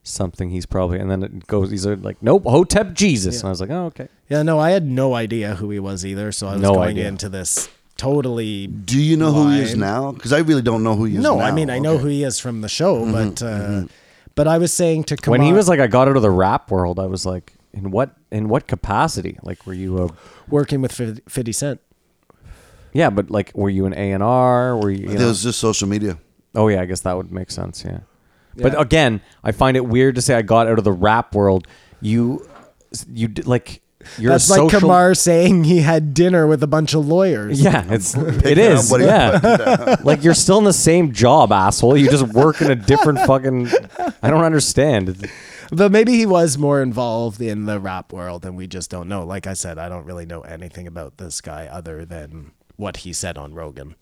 Speaker 1: something. He's probably, and then it goes. He's like, nope, Hotep Jesus, and I was like, oh okay.
Speaker 3: Yeah, no, I had no idea who he was either, so I was
Speaker 1: No
Speaker 3: going
Speaker 1: idea.
Speaker 3: into this totally.
Speaker 2: Do you know who he is
Speaker 3: Lime.
Speaker 2: now? Because I really don't know who he is.
Speaker 3: No,
Speaker 2: now.
Speaker 3: I mean I know
Speaker 2: Okay. Mm-hmm,
Speaker 3: who he is from the show, but uh, but I was saying to Kumar,
Speaker 1: when he was like, I got out of the rap world. I was like, in what in what capacity? Like, were you a
Speaker 3: working with Fif- Fifty Cent.
Speaker 1: yeah, but like, were you an A and R? Were you? you
Speaker 2: It
Speaker 1: know-
Speaker 2: was just social media.
Speaker 1: Oh yeah, I guess that would make sense. Yeah, but again, I find it weird to say I got out of the rap world. You, you d- like you're
Speaker 3: That's
Speaker 1: a
Speaker 3: like
Speaker 1: social.
Speaker 3: Kumar saying he had dinner with a bunch of lawyers.
Speaker 1: yeah, it's it is.
Speaker 2: what he
Speaker 1: Yeah, like you're still in the same job, asshole. You just work in a different fucking. I don't understand.
Speaker 3: But maybe he was more involved in the rap world and we just don't know. Like I said, I don't really know anything about this guy other than what he said on Rogan.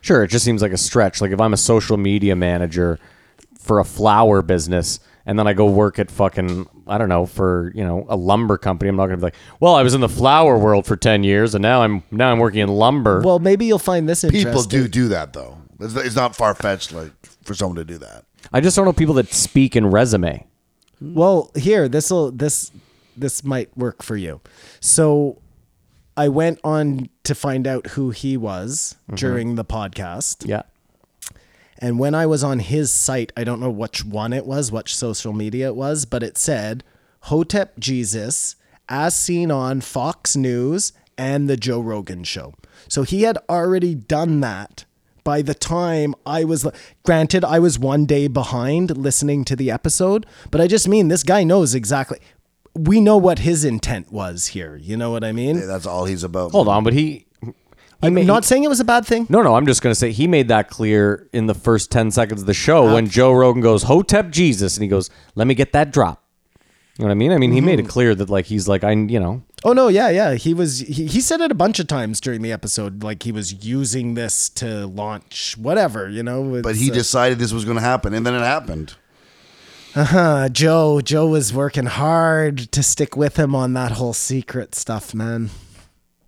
Speaker 1: Sure, it just seems like a stretch. Like if I'm a social media manager for a flower business and then I go work at fucking I don't know for, you know, a lumber company, I'm not going to be like, "Well, I was in the flower world for 10 years and now I'm now I'm working in lumber."
Speaker 3: Well, maybe you'll find this interesting.
Speaker 2: People do do that though. It's, it's not far fetched, like for someone to do that.
Speaker 1: I just don't know people that speak in resume.
Speaker 3: Well, here this will this this might work for you. So I went on to find out who he was during the podcast.
Speaker 1: Yeah.
Speaker 3: And when I was on his site, I don't know which one it was, which social media it was, but it said Hotep Jesus as seen on Fox News and the Joe Rogan show. So he had already done that by the time I was granted I was one day behind listening to the episode, but I just mean this guy knows exactly we know what his intent was here. You know what I mean?
Speaker 2: Yeah, that's all he's about.
Speaker 1: Hold on, but he. I mean,
Speaker 3: I'm not saying it was a bad thing.
Speaker 1: No, no, I'm just going to say he made that clear in the first 10 seconds of the show when Joe Rogan goes, Hotep Jesus. And he goes, let me get that drop. You know what I mean? I mean, he made it clear that, like, he's like, I, you know,
Speaker 3: Oh no, yeah, yeah. He was he, he said it a bunch of times during the episode, like he was using this to launch whatever, you know.
Speaker 2: But he
Speaker 3: It's,
Speaker 2: decided this was going to happen, and then it happened.
Speaker 3: uh, Joe Joe was working hard to stick with him on that whole secret stuff, man.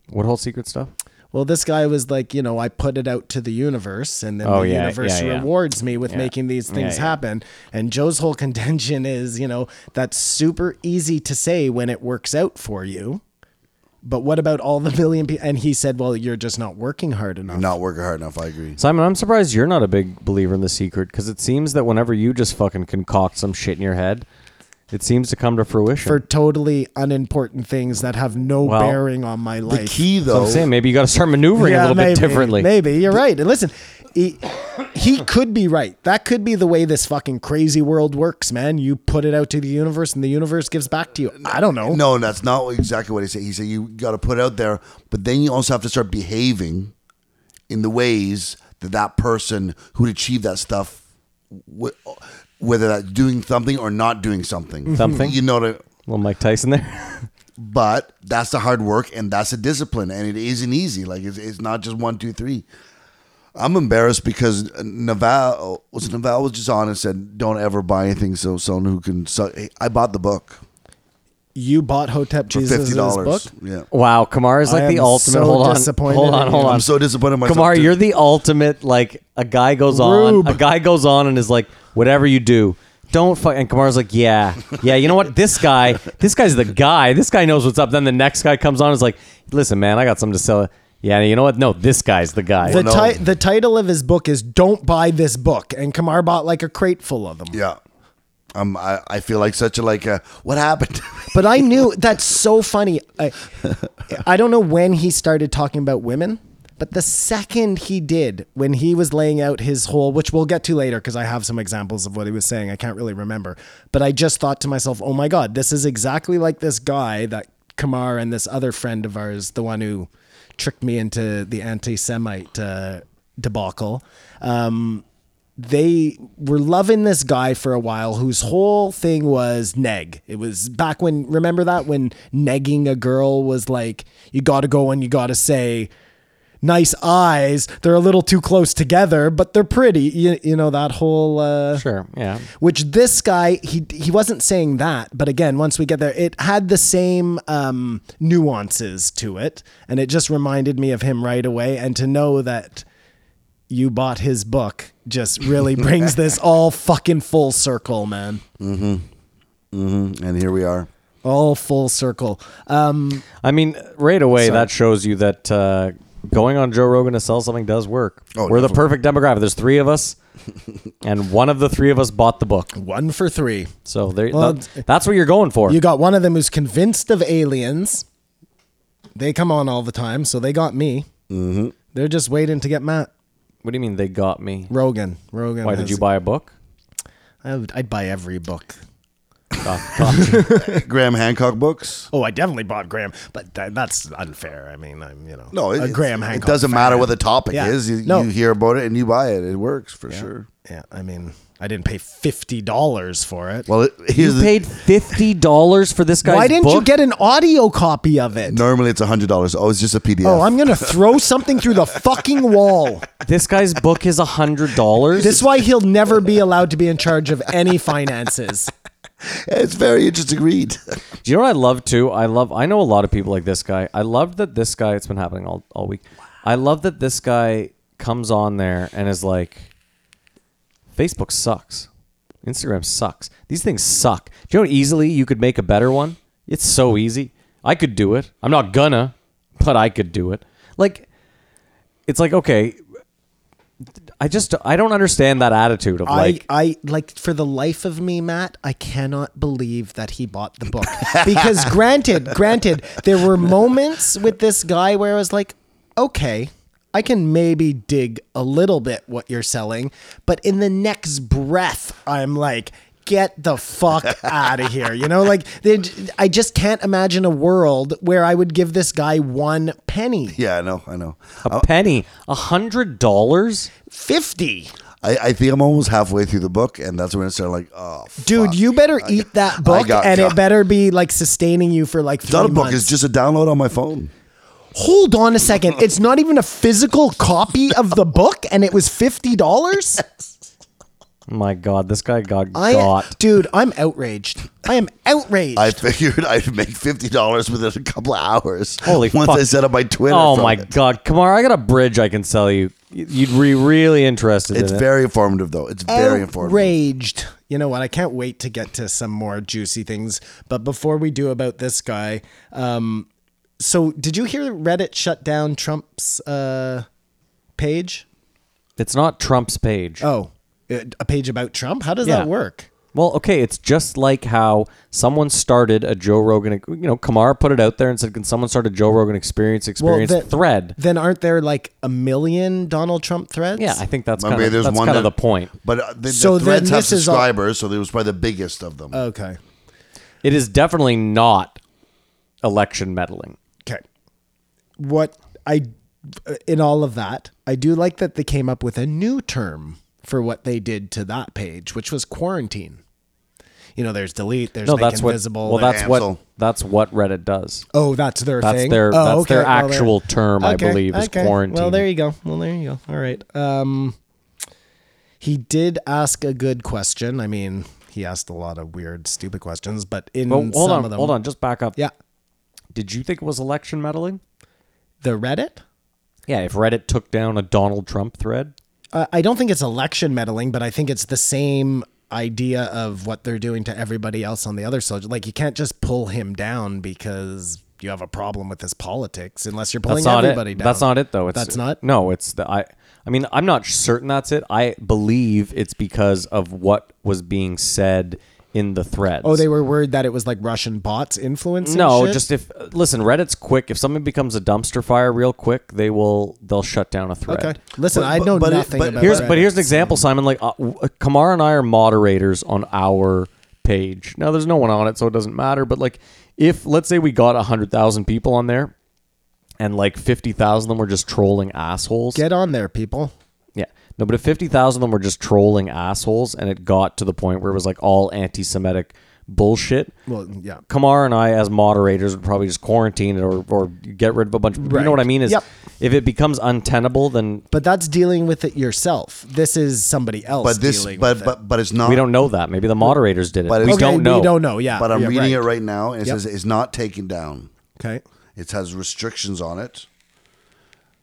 Speaker 1: what whole secret stuff?
Speaker 3: Well, this guy was like, you know, I put it out to the universe, and then
Speaker 1: Oh,
Speaker 3: the
Speaker 1: yeah,
Speaker 3: universe
Speaker 1: yeah, yeah.
Speaker 3: rewards me with making these
Speaker 1: Yeah,
Speaker 3: things
Speaker 1: yeah.
Speaker 3: happen. And Joe's whole contention is, you know, that's super easy to say when it works out for you. But what about all the million people? And he said, well, you're just not working hard enough.
Speaker 2: Not working hard enough. I agree.
Speaker 1: Simon, I'm surprised you're not a big believer in the secret because it seems that whenever you just fucking concoct some shit in your head, it seems to come to fruition.
Speaker 3: for totally unimportant things that have no
Speaker 1: Well,
Speaker 3: bearing on my life.
Speaker 2: The key,
Speaker 1: so
Speaker 2: though,
Speaker 1: I'm saying maybe you got to start maneuvering
Speaker 3: Yeah,
Speaker 1: a little
Speaker 3: maybe,
Speaker 1: bit differently.
Speaker 3: Maybe you're right. And listen, he, he could be right. That could be the way this fucking crazy world works, man. You put it out to the universe, and the universe gives back to you. I don't know.
Speaker 2: no, that's not exactly what he said. He said you got to put it out there, but then you also have to start behaving in the ways that that person who'd achieved that stuff, wh- whether that's doing something or not doing
Speaker 3: Mm-hmm.
Speaker 2: something,
Speaker 1: Something?
Speaker 2: you know what. I-
Speaker 1: Little Mike Tyson there.
Speaker 2: but that's the hard work and that's the discipline and it isn't easy like it's, it's not just one two three i'm embarrassed because naval was naval was just on and said don't ever buy anything so someone who can suck i bought the book
Speaker 3: You bought Hotep
Speaker 2: for
Speaker 3: Jesus'
Speaker 2: $50
Speaker 3: book.
Speaker 2: yeah
Speaker 1: wow, Kamar is
Speaker 3: I
Speaker 1: like the
Speaker 3: am
Speaker 1: ultimate.
Speaker 3: so
Speaker 1: hold on,
Speaker 3: disappointed
Speaker 1: hold
Speaker 3: in
Speaker 1: on,
Speaker 3: you.
Speaker 1: hold on.
Speaker 2: i'm so disappointed in myself
Speaker 1: Kamar,
Speaker 2: too.
Speaker 1: you're the ultimate. Like a guy goes on,
Speaker 3: Rube.
Speaker 1: a guy goes on and is like, whatever you do, don't fuck. And Kamar's like, yeah, yeah. You know what? This guy, this guy's the guy. This guy knows what's up. Then the next guy comes on and is like, listen, man, I got something to sell. Yeah, you know what? No, this guy's the guy.
Speaker 3: The,
Speaker 2: no.
Speaker 3: ti- the title of his book is "Don't Buy This Book," and Kamar bought like a crate full of them.
Speaker 2: yeah um, I, I feel like such a like a what happened
Speaker 3: But I knew that's so funny. I, I don't know when he started talking about women, but the second he did, when he was laying out his whole, which we'll get to later because I have some examples of what he was saying. I can't really remember. But I just thought to myself, oh my God, this is exactly like this guy that Kamar and this other friend of ours, the one who tricked me into the anti Semite uh, debacle. Um, they were loving this guy for a while whose whole thing was neg. It was back when, remember that when negging a girl was like, you gotta go and you gotta say, nice eyes. They're a little too close together, but they're pretty. You, you know, that whole. Uh,
Speaker 1: sure, yeah.
Speaker 3: which this guy he he wasn't saying that but again once we get there it had the same um nuances to it and it just reminded me of him right away and to know that you bought his book just really brings this all fucking full circle man
Speaker 2: and here we are
Speaker 3: all full circle um
Speaker 1: I mean, right away, that shows you that uh, going on Joe Rogan to sell something does work.
Speaker 2: Oh,
Speaker 1: We're the
Speaker 2: definitely.
Speaker 1: perfect demographic. There's three of us, and one of the three of us bought the book.
Speaker 3: one for 3
Speaker 1: So there,
Speaker 3: Well,
Speaker 1: that- that's what you're going for.
Speaker 3: you got one of them who's convinced of aliens they come on all the time so they got me mm-hmm. they're just waiting to get matt
Speaker 1: what do you mean they got me?
Speaker 3: rogan rogan
Speaker 1: Why did
Speaker 3: has-
Speaker 1: you buy a book?
Speaker 3: I would, I'd buy every book.
Speaker 2: graham hancock books
Speaker 3: Oh, I definitely bought Graham, but tha- that's unfair. I mean, I'm you know
Speaker 2: no
Speaker 3: a
Speaker 2: it,
Speaker 3: Graham
Speaker 2: it
Speaker 3: Hancock.
Speaker 2: doesn't
Speaker 3: fan.
Speaker 2: matter what the topic
Speaker 3: Yeah.
Speaker 2: is you,
Speaker 3: No.
Speaker 2: you hear about it and you buy it it works for sure
Speaker 3: Yeah, I mean, I didn't pay fifty dollars for it.
Speaker 2: well it, here's
Speaker 1: You
Speaker 2: the,
Speaker 1: paid fifty dollars for this guy's
Speaker 3: Why didn't you
Speaker 1: book?
Speaker 3: get an audio copy of it?
Speaker 2: normally it's a hundred dollars oh it's just a pdf
Speaker 3: Oh, I'm gonna throw something through the fucking wall.
Speaker 1: this guy's book is hundred dollars.
Speaker 3: This is why he'll never be allowed to be in charge of any finances.
Speaker 2: It's very interesting read.
Speaker 1: Do you know what I love too? I love. I know a lot of people like this guy. I love that this guy. It's been happening all all week. I love that this guy comes on there and is like, Facebook sucks. Instagram sucks. These things suck. Do you know how easily you could make a better one? It's so easy. I could do it. I'm not gonna, but I could do it. Like, it's like, okay, I just, I don't understand that attitude of like,
Speaker 3: I, I like for the life of me, Matt, I cannot believe that he bought the book. because granted, granted, there were moments with this guy where I was like, okay, I can maybe dig a little bit what you're selling, but in the next breath, I'm like, get the fuck out of here. You know, like they- I just can't imagine a world where I would give this guy one penny,
Speaker 5: Yeah, I know, I know.
Speaker 1: a
Speaker 3: uh,
Speaker 1: penny, a hundred dollars.
Speaker 3: fifty.
Speaker 5: I, I think I'm almost halfway through the book, and that's when it started like, oh, f-
Speaker 3: Dude, you better eat that book,
Speaker 5: got
Speaker 3: and
Speaker 5: got-
Speaker 3: it better be like sustaining you for like three
Speaker 5: it's not a book.
Speaker 3: months.
Speaker 5: It's just a download on my phone.
Speaker 3: Hold on a second. It's not even a physical copy of the book, and it was fifty dollars.
Speaker 1: My God, this guy got
Speaker 3: I,
Speaker 1: got.
Speaker 3: dude, I'm outraged. I am outraged.
Speaker 5: I figured I'd make fifty dollars within a couple of hours.
Speaker 1: Holy
Speaker 5: once
Speaker 1: fuck.
Speaker 5: I set up my Twitter.
Speaker 1: Oh
Speaker 5: from
Speaker 1: my
Speaker 5: it.
Speaker 1: God, Kamar, I got a bridge I can sell you. You'd be really interested
Speaker 5: It's
Speaker 1: in it.
Speaker 5: very informative, though. It's very informative.
Speaker 3: outraged. You know what? I can't wait to get to some more juicy things. But before we do about this guy, um, so did you hear Reddit shut down Trump's uh, page?
Speaker 1: It's not Trump's page.
Speaker 3: Oh, it- a page about Trump? How does
Speaker 1: Yeah.
Speaker 3: that work?
Speaker 1: Well, okay, it's just like how someone started a Joe Rogan, you know, Kamar put it out there and said, "Can someone start a Joe Rogan experience experience
Speaker 3: the-
Speaker 1: thread?"
Speaker 3: Then aren't there like a million Donald Trump threads?
Speaker 1: yeah, I think that's
Speaker 5: Remember,
Speaker 1: kind of
Speaker 5: there's
Speaker 1: that's
Speaker 5: one
Speaker 1: kind of the
Speaker 5: that-
Speaker 1: point.
Speaker 5: But uh, the,
Speaker 3: So
Speaker 5: the
Speaker 3: then
Speaker 5: threads have
Speaker 3: this is all- Oh,
Speaker 5: subscribers, so it was probably the biggest of them.
Speaker 3: Okay.
Speaker 1: It is definitely not election meddling.
Speaker 3: Okay. What I, in all of that, I do like that they came up with a new term for what they did to that page, which was quarantine. You know, there's delete, there's
Speaker 1: No,
Speaker 3: make
Speaker 1: that's what.
Speaker 3: invisible.
Speaker 1: well,
Speaker 3: there's-
Speaker 1: that's
Speaker 5: cancel.
Speaker 1: what that's what Reddit does.
Speaker 3: oh, that's their
Speaker 1: That's
Speaker 3: thing.
Speaker 1: their
Speaker 3: Oh,
Speaker 1: that's
Speaker 3: okay.
Speaker 1: their
Speaker 3: Well, there-
Speaker 1: actual term, I
Speaker 3: okay,
Speaker 1: believe, is
Speaker 3: okay.
Speaker 1: quarantine.
Speaker 3: Well, there you go. Well, there you go. All right. Um, he did ask a good question. I mean, he asked a lot of weird, stupid questions, but in
Speaker 1: Well, hold
Speaker 3: some
Speaker 1: on,
Speaker 3: of them,
Speaker 1: hold on, just back up.
Speaker 3: Yeah,
Speaker 1: Did you think it was election meddling?
Speaker 3: the Reddit.
Speaker 1: Yeah, if Reddit took down a Donald Trump thread,
Speaker 3: Uh, I don't think it's election meddling, but I think it's the same idea of what they're doing to everybody else on the other side. Like you can't just pull him down because you have a problem with his politics, unless you're pulling
Speaker 1: that's not
Speaker 3: everybody
Speaker 1: it.
Speaker 3: down.
Speaker 1: That's not it though. It's,
Speaker 3: That's not?
Speaker 1: No, it's the I. I mean, I'm not certain that's it. I believe it's because of what was being said in the threads.
Speaker 3: Oh, they were worried that it was like Russian bots influencing.
Speaker 1: No,
Speaker 3: shit?
Speaker 1: just if listen, Reddit's quick. If something becomes a dumpster fire real quick, they will they'll shut down a thread.
Speaker 3: okay. Listen, I
Speaker 5: but-
Speaker 3: know
Speaker 5: but it-
Speaker 3: nothing
Speaker 5: but-
Speaker 3: about.
Speaker 1: Here's
Speaker 3: Reddit.
Speaker 1: but here's an example, Simon. Like uh, w- Kamar and I are moderators on our page. Now there's no one on it, so it doesn't matter. But like, if let's say we got hundred thousand people on there, and like fifty thousand of them were just trolling assholes.
Speaker 3: get on there, people.
Speaker 1: Yeah. No, but if 50,000 of them were just trolling assholes and it got to the point where it was like all anti Semitic bullshit,
Speaker 3: Well, yeah.
Speaker 1: Kamar and I, as moderators, would probably just quarantine it or, or get rid of a bunch. Of, You know what I mean? Is
Speaker 3: Yep.
Speaker 1: if it becomes untenable, then
Speaker 3: But that's dealing with it yourself. This is somebody else.
Speaker 5: But this,
Speaker 3: dealing
Speaker 5: but
Speaker 3: with it.
Speaker 5: but but it's not.
Speaker 1: we don't know that. Maybe the moderators did it.
Speaker 5: But
Speaker 1: we
Speaker 5: it's-
Speaker 3: Okay,
Speaker 1: don't know.
Speaker 3: We don't know. Yeah.
Speaker 5: But I'm
Speaker 3: yeah,
Speaker 5: reading
Speaker 3: right.
Speaker 5: it right now, and it
Speaker 3: Yep.
Speaker 5: says it's not taken down.
Speaker 3: Okay.
Speaker 5: It has restrictions on it.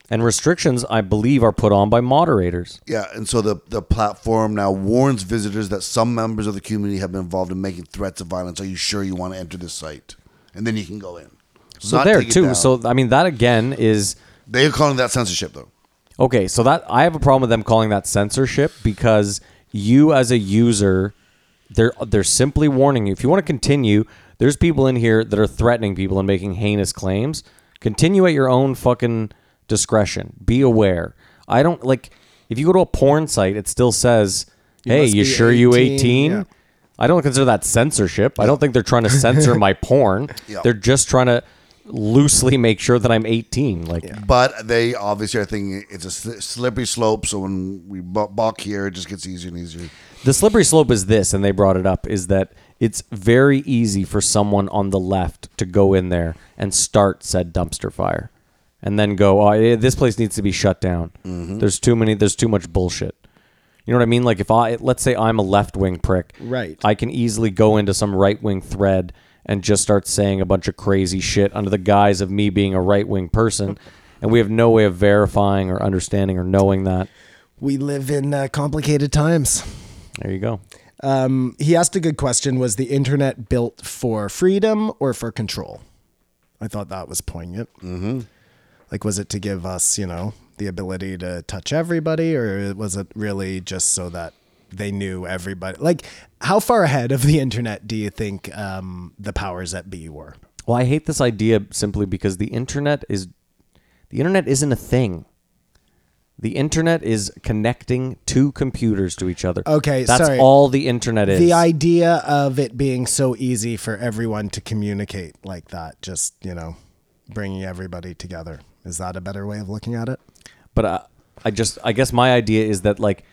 Speaker 1: And restrictions, I believe, are put on by moderators.
Speaker 5: Yeah, and so the the platform now warns visitors that some members of the community have been involved in making threats of violence. Are you sure you want to enter this site? And then you can go in. It's
Speaker 1: So
Speaker 5: not
Speaker 1: there
Speaker 5: taken
Speaker 1: too.
Speaker 5: down.
Speaker 1: So I mean, that again is
Speaker 5: they are calling that censorship, though.
Speaker 1: Okay, so that I have a problem with them calling that censorship because you as a user, they're they're simply warning you. If you want to continue, there's people in here that are threatening people and making heinous claims. Continue at your own fucking discretion. Be aware. I don't like if you go to a porn site, it still says, "Hey,
Speaker 3: must
Speaker 1: you
Speaker 3: be
Speaker 1: sure you
Speaker 3: 18?"
Speaker 1: 18?"
Speaker 3: Yeah.
Speaker 1: I don't consider that censorship. I don't think they're trying to censor my porn.
Speaker 5: Yeah.
Speaker 1: They're just trying to loosely make sure that I'm 18. Like
Speaker 5: But they obviously are thinking it's a sli- slippery slope. So when we bu- balk here, it just gets easier and easier.
Speaker 1: The slippery slope is this, and they brought it up, is that it's very easy for someone on the left to go in there and start said dumpster fire, and then go, oh, eh, this place needs to be shut down. There's too many. There's too much bullshit. You know what I mean? Like if I let's say I'm a left wing prick,
Speaker 3: Right.
Speaker 1: I can easily go into some right wing thread and just start saying a bunch of crazy shit under the guise of me being a right wing person. and we have no way of verifying or understanding or knowing that.
Speaker 3: We live in uh, complicated times.
Speaker 1: There you go.
Speaker 3: Um, he asked a good question: Was the internet built for freedom or for control? I thought that was poignant. Mm-hmm. Like, was it to give us, you know, the ability to touch everybody, or was it really just so that they knew everybody? Like, how far ahead of the internet do you think um, the powers that be were?
Speaker 1: Well, I hate this idea simply because the internet is the internet isn't a thing. The internet is connecting two computers to each other.
Speaker 3: Okay,
Speaker 1: that's
Speaker 3: sorry.
Speaker 1: all the internet is.
Speaker 3: The idea of it being so easy for everyone to communicate like that, just you know, bringing everybody together. Is that a better way of looking at it?
Speaker 1: but I, I just I guess my idea is that like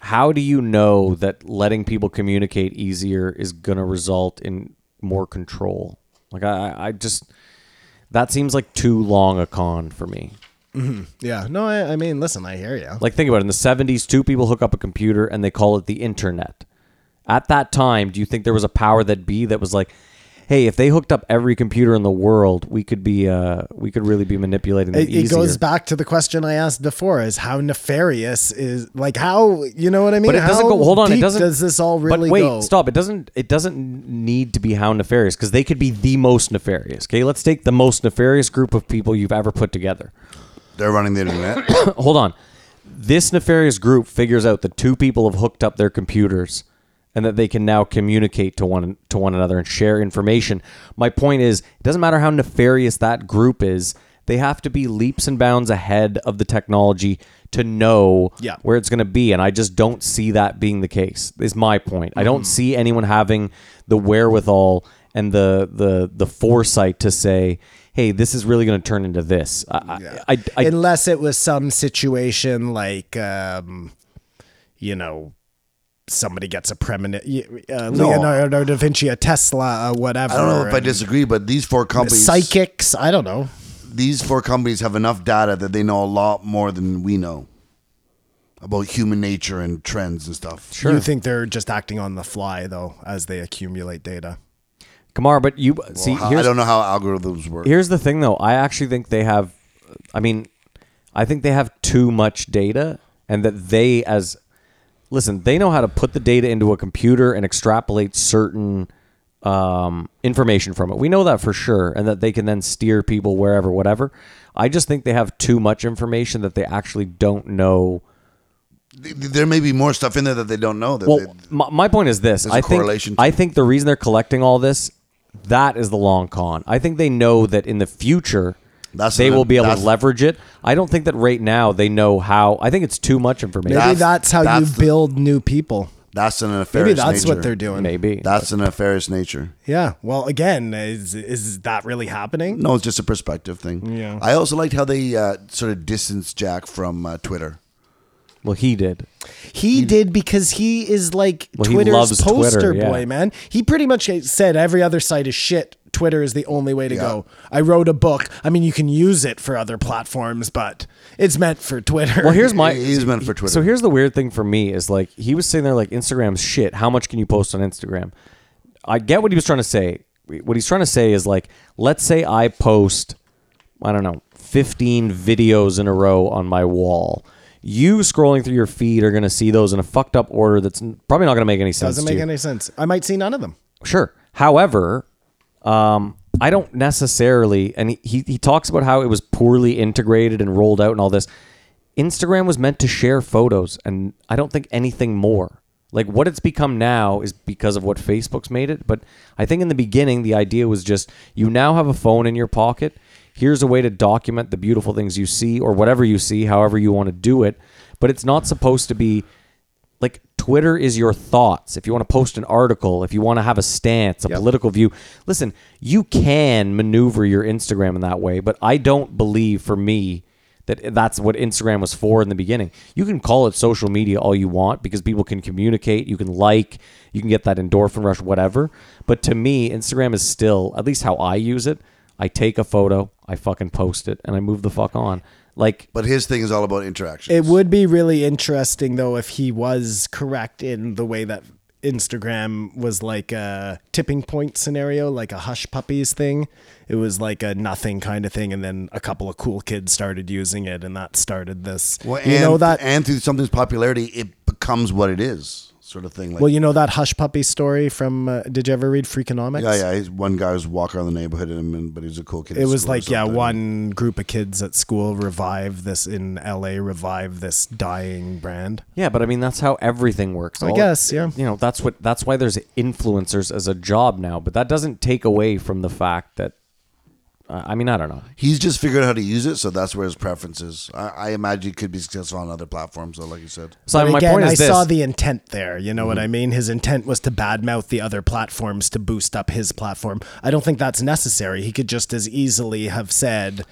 Speaker 1: how do you know that letting people communicate easier is going to result in more control? Like I I- I just that seems like too long a con for me.
Speaker 3: Yeah. No, I, I mean, listen, I hear you.
Speaker 1: Like think about it. in the 70s two people hook up a computer and they call it the internet. At that time, do you think there was a power that be that was like Hey, if they hooked up every computer in the world, we could be uh, we could really be manipulating them
Speaker 3: it, it
Speaker 1: easier.
Speaker 3: goes back to the question I asked before: is how nefarious is like how you know what I mean?
Speaker 1: But it doesn't
Speaker 3: How
Speaker 1: go. Hold on, it
Speaker 3: deep
Speaker 1: doesn't.
Speaker 3: Does this all really
Speaker 1: But wait,
Speaker 3: go?
Speaker 1: stop. It doesn't. It doesn't need to be how nefarious because they could be the most nefarious. Okay, let's take the most nefarious group of people you've ever put together.
Speaker 2: They're running the internet.
Speaker 1: hold on. This nefarious group figures out that two people have hooked up their computers and that they can now communicate to one to one another and share information. My point is, it doesn't matter how nefarious that group is, they have to be leaps and bounds ahead of the technology to know
Speaker 3: Yeah.
Speaker 1: where it's going to be and I just don't see that being the case. Is my point. I don't see anyone having the wherewithal and the the the foresight to say, "Hey, this is really going to turn into this." I, I, I, I
Speaker 3: Unless it was some situation like, um, you know, somebody gets a premonition, uh, Leonardo da Vinci, a Tesla, uh, whatever.
Speaker 2: I don't know if I
Speaker 3: and
Speaker 2: disagree, but these four companies,
Speaker 3: psychics. I don't know.
Speaker 2: these four companies have enough data that they know a lot more than we know about human nature and trends and stuff.
Speaker 3: You think they're just acting on the fly though, as they accumulate data?
Speaker 1: Kamar, but you see
Speaker 2: How- I
Speaker 1: here's
Speaker 2: don't know how algorithms work.
Speaker 1: here's the thing though. I actually think they have I mean, I think they have too much data and that they as listen, they know how to put the data into a computer and extrapolate certain um, information from it. We know that for sure and that they can then steer people wherever whatever. I just think they have too much information that they actually don't know
Speaker 2: Th- th- There may be more stuff in there that they don't know. That
Speaker 1: Well,
Speaker 2: they,
Speaker 1: my, my point is this:
Speaker 2: There's a
Speaker 1: I think
Speaker 2: correlation to
Speaker 1: I
Speaker 2: it.
Speaker 1: think the reason they're collecting all this, that is the long con. I think they know that in the future,
Speaker 2: That's
Speaker 1: they
Speaker 2: the-
Speaker 1: will be able to
Speaker 2: that's-
Speaker 1: leverage it. I don't think that right now they know how. I think it's too much information.
Speaker 3: Maybe
Speaker 2: That's-
Speaker 3: that's how you
Speaker 2: that's the-
Speaker 3: build new people.
Speaker 2: that's an nefarious.
Speaker 3: Maybe that's
Speaker 2: nature.
Speaker 3: what they're doing.
Speaker 1: Maybe
Speaker 2: That's an nefarious nature.
Speaker 3: Yeah. Well, again, is is that really happening?
Speaker 2: No, it's just a perspective thing.
Speaker 3: Yeah.
Speaker 2: I also liked how they uh, sort of distanced Jack from uh, Twitter.
Speaker 1: well, he did.
Speaker 3: He did because he is like
Speaker 1: Well, he
Speaker 3: Twitter's
Speaker 1: loves Twitter,
Speaker 3: poster
Speaker 1: yeah.
Speaker 3: boy, man. He pretty much said every other site is shit. Twitter is the only way to
Speaker 2: Yeah.
Speaker 3: go. I wrote a book. I mean, you can use it for other platforms, but it's meant for Twitter.
Speaker 1: Well, here's my.
Speaker 2: He- He's meant for Twitter.
Speaker 1: So here's the weird thing for me is like he was sitting there like Instagram's shit. How much can you post on Instagram? I get what he was trying to say. What he's trying to say is like, let's say I post, I don't know, 15 videos in a row on my wall. You scrolling through your feed are gonna see those in a fucked up order that's n- probably not gonna make any sense.
Speaker 3: doesn't
Speaker 1: to
Speaker 3: make
Speaker 1: you.
Speaker 3: any sense. I might see none of them.
Speaker 1: Sure. However, um, I don't necessarily, and he- he, he talks about how it was poorly integrated and rolled out and all this. Instagram was meant to share photos, and I don't think anything more. Like what it's become now is because of what Facebook's made it. But I think in the beginning, the idea was just you now have a phone in your pocket. Here's a way to document the beautiful things you see or whatever you see, however you want to do it. But it's not supposed to be like Twitter is your thoughts. If you want to post an article, if you want to have a stance, a political view, listen, you can maneuver your Instagram in that way, but I don't believe for me that that's what Instagram was for in the beginning. You can call it social media all you want because people can communicate, you can like, you can get that endorphin rush whatever, but to me Instagram is still at least how I use it. I take a photo, I fucking post it and I move the fuck on. Like
Speaker 2: but his thing is all about interaction.
Speaker 3: It would be really interesting though if he was correct in the way that Instagram was like a tipping point scenario, like a hush puppies thing. It was like a nothing kind of thing, and then a couple of cool kids started using it, and that started this.
Speaker 2: Well, and,
Speaker 3: you know that
Speaker 2: and through something's popularity, it becomes what it is, sort of thing. Like,
Speaker 3: well, you know that hush puppy story from. Uh, did you ever read Freakonomics?
Speaker 2: yeah, yeah. He's, one guy was walking around the neighborhood, and him, but he was a cool kid. at
Speaker 3: It was
Speaker 2: school or
Speaker 3: like yeah,
Speaker 2: something.
Speaker 3: one group of kids at school revive this in LA, revive this dying brand.
Speaker 1: Yeah, but I mean that's how everything works. I
Speaker 3: guess, yeah.
Speaker 1: You know, that's what that's why there's influencers as a job now, but that doesn't take away from the fact that I I mean, I don't know.
Speaker 2: He's just figured out how to use it, so that's where his preference is. I, I imagine he could be successful on other platforms, though, like you said.
Speaker 1: So
Speaker 3: But
Speaker 1: my
Speaker 3: again,
Speaker 1: point is
Speaker 3: I
Speaker 1: this. Mm-hmm.
Speaker 3: saw the intent there. You know what I mean? His intent was to badmouth the other platforms to boost up his platform. I don't think that's necessary. He could just as easily have said,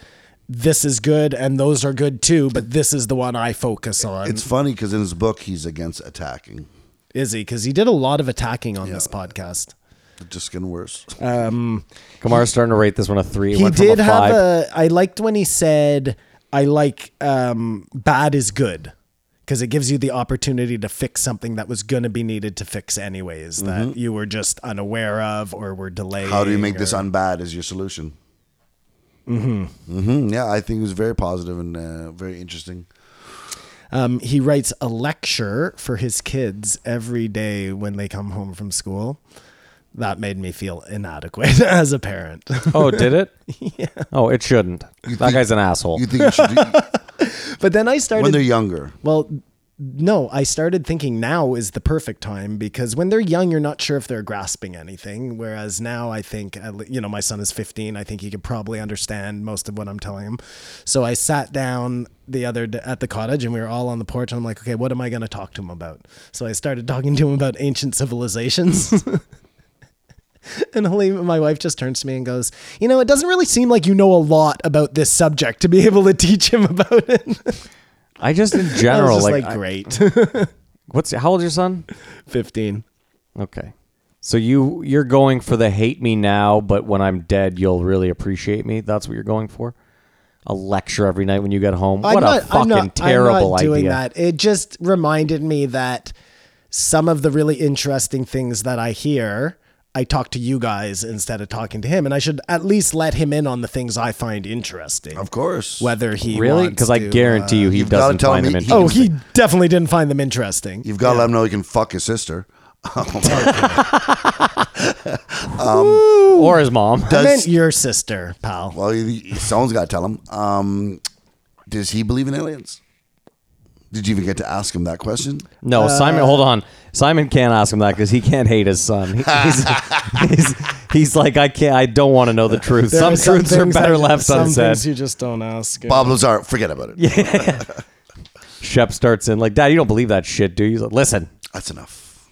Speaker 3: "This is good, and those are good too," but this is the one I focus on.
Speaker 2: It's funny because in his book, he's against attacking.
Speaker 3: is he? Because he did a lot of attacking on this podcast.
Speaker 2: It's just getting worse.
Speaker 1: Kamara's starting to rate this one a three. It
Speaker 3: he
Speaker 1: went from
Speaker 3: did
Speaker 1: a
Speaker 3: have
Speaker 1: five.
Speaker 3: a i liked when he said i like um, bad is good because it gives you the opportunity to fix something that was going to be needed to fix anyways that you were just unaware of or were delayed
Speaker 2: How do you make this unbad is your solution. Mm-hmm. Mm-hmm. Yeah, I think it was very positive and uh, very interesting.
Speaker 3: um, he writes a lecture for his kids every day when they come home from school that made me feel inadequate as a parent
Speaker 1: oh, did it? yeah. Oh, it shouldn't. that guy's an asshole.
Speaker 2: You think it should do,
Speaker 3: but then i
Speaker 2: when
Speaker 3: started
Speaker 2: they're younger?
Speaker 3: Well, no, I started thinking now is the perfect time because when they're young, you're not sure if they're grasping anything. Whereas now, I think, at le- you know, my son is 15. I think he could probably understand most of what I'm telling him. So I sat down the other day at the cottage and we were all on the porch. And I'm like, okay, what am I going to talk to him about? So I started talking to him about ancient civilizations. And Helene, my wife just turns to me and goes, You know, it doesn't really seem like you know a lot about this subject to be able to teach him about it.
Speaker 1: I just in
Speaker 3: I was
Speaker 1: general
Speaker 3: just
Speaker 1: like,
Speaker 3: like,
Speaker 1: I-
Speaker 3: Great.
Speaker 1: what's how old's your son?
Speaker 3: 15.
Speaker 1: Okay. So you you're going for the hate me now, but when I'm dead, you'll really appreciate me. That's what you're going for. A lecture every night when you get home. What a fucking terrible
Speaker 3: I'm not doing
Speaker 1: idea.
Speaker 3: that. It just reminded me that some of the really interesting things that I hear, I talk to you guys instead of talking to him, and I should at least let him in on the things I find interesting.
Speaker 2: Of course.
Speaker 3: Whether he
Speaker 1: Really? Because
Speaker 3: because
Speaker 1: I guarantee you he
Speaker 2: you've gotta
Speaker 1: doesn't
Speaker 2: tell
Speaker 1: find
Speaker 2: me
Speaker 1: them
Speaker 2: he-
Speaker 1: interesting.
Speaker 3: Oh, he definitely didn't find them interesting.
Speaker 2: You've got to let him know he can fuck his sister.
Speaker 3: Oh.
Speaker 1: or his mom.
Speaker 3: I meant your sister, pal.
Speaker 2: Well, he- he- someone's got to tell him. Um, does he believe in aliens? Did you even get to ask him that question?
Speaker 1: No, Simon, hold on. Simon can't ask him that because he can't hate his son. He- he's, he's, he's like, I can't. I don't want to know the truth.
Speaker 3: There
Speaker 1: some
Speaker 3: are
Speaker 1: truths are
Speaker 3: things
Speaker 1: better
Speaker 3: that-
Speaker 1: left
Speaker 3: some
Speaker 1: unsaid.
Speaker 3: things you just don't ask.
Speaker 2: Bob Lazar, forget about it.
Speaker 1: Shep starts in like, Dad, you don't believe that shit, do you? He's like, Listen,
Speaker 2: That's enough.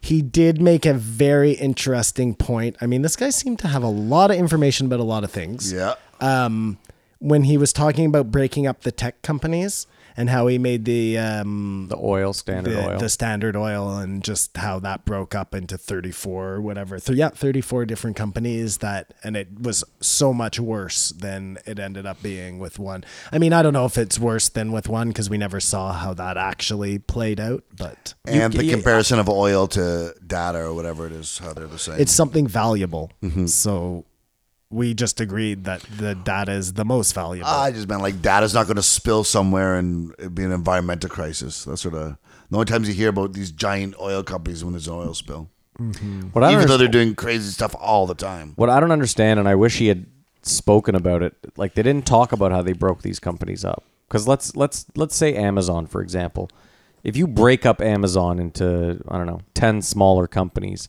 Speaker 3: he did make a very interesting point. I mean, this guy seemed to have a lot of information about a lot of things.
Speaker 2: Yeah.
Speaker 1: Uh,
Speaker 3: When he was talking about breaking up the tech companies and how he made the um,
Speaker 1: the oil, standard
Speaker 3: the,
Speaker 1: oil.
Speaker 3: the Standard Oil and just how that broke up into 34 or whatever. Th- yeah, 34 different companies that, and it was so much worse than it ended up being with one. I mean, I don't know if it's worse than with one because we never saw how that actually played out, but
Speaker 2: and the
Speaker 1: yeah.
Speaker 2: comparison of oil to data or whatever it is, how they're the same.
Speaker 3: it's something valuable. So we just agreed that the data is the most valuable.
Speaker 2: I just meant like data's not going to spill somewhere and it'd be an environmental crisis. That's sort of the only times you hear about these giant oil companies when there's an oil spill,
Speaker 1: what I don't
Speaker 2: even though
Speaker 1: understand-
Speaker 2: they're doing crazy stuff all the time.
Speaker 1: What I don't understand, and I wish he had spoken about it, like they didn't talk about how they broke these companies up. Because let's let's let's say Amazon, for example, if you break up Amazon into I don't know ten smaller companies,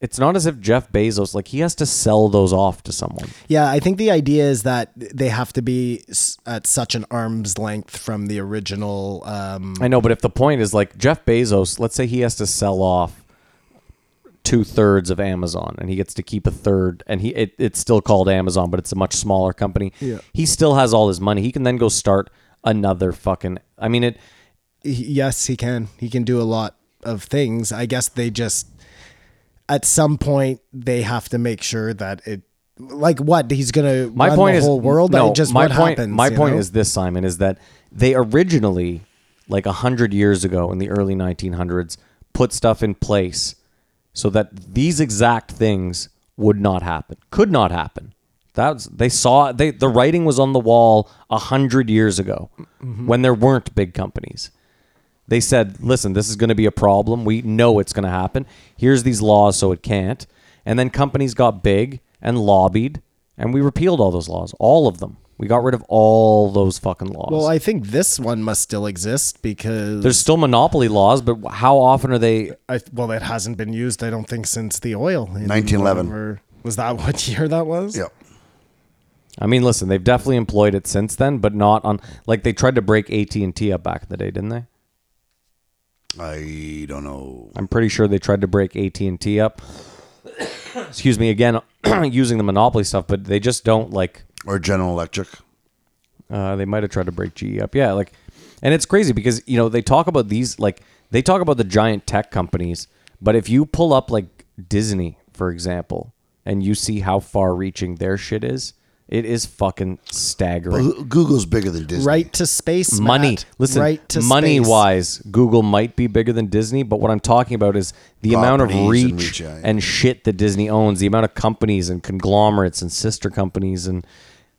Speaker 1: it's not as if Jeff Bezos like he has to sell those off to someone.
Speaker 3: yeah, I think the idea is that they have to be s- at such an arm's length from the original. Um,
Speaker 1: I know, but if the point is like Jeff Bezos, let's say he has to sell off two thirds of Amazon and he gets to keep a third and he it, it's still called Amazon, but it's a much smaller company. Yeah. He still has all his money. He can then go start another fucking I mean it
Speaker 3: he- yes, he can. He can do a lot of things. I guess they just at some point they have to make sure that it. Like what he's gonna
Speaker 1: my
Speaker 3: run
Speaker 1: point
Speaker 3: the
Speaker 1: is
Speaker 3: whole world.
Speaker 1: No,
Speaker 3: I just
Speaker 1: my
Speaker 3: what
Speaker 1: point
Speaker 3: happens,
Speaker 1: my
Speaker 3: you
Speaker 1: point
Speaker 3: know?
Speaker 1: is this, Simon, is that they originally like 100 years ago in the early 1900s put stuff in place so that these exact things would not happen could not happen that's they saw they the writing was on the wall 100 years ago
Speaker 3: Mm-hmm.
Speaker 1: when there weren't big companies they said, listen, this is going to be a problem. We know it's going to happen. Here's these laws so it can't. And then companies got big and lobbied, and we repealed all those laws, all of them. We got rid of all those fucking laws.
Speaker 3: Well, I think this one must still exist because
Speaker 1: There's still monopoly laws, but how often are they?
Speaker 3: I, well, it hasn't been used. I don't think since the oil. in
Speaker 2: 1911.
Speaker 3: whatever- Was that what year that was?
Speaker 2: Yeah.
Speaker 1: I mean, listen, they've definitely employed it since then, but not on like they tried to break AT and T up back in the day, didn't they?
Speaker 2: I don't know.
Speaker 1: I'm pretty sure they tried to break AT&T up. Excuse me again using the monopoly stuff, but they just don't like
Speaker 2: Or General Electric.
Speaker 1: uh, they might have tried to break GE up. Yeah, like and it's crazy because you know they talk about these like they talk about the giant tech companies, but if you pull up like Disney for example and you see how far reaching their shit is, it is fucking staggering.
Speaker 2: Who- Google's bigger than Disney.
Speaker 3: Right to space.
Speaker 1: money.
Speaker 3: Matt.
Speaker 1: Listen,
Speaker 3: Right to
Speaker 1: money
Speaker 3: space.
Speaker 1: wise, Google might be bigger than Disney, but what I'm talking about is the amount of reach
Speaker 2: Properties and
Speaker 1: and,
Speaker 2: reach, yeah, yeah.
Speaker 1: shit that Disney owns, the amount of companies and conglomerates and sister companies, and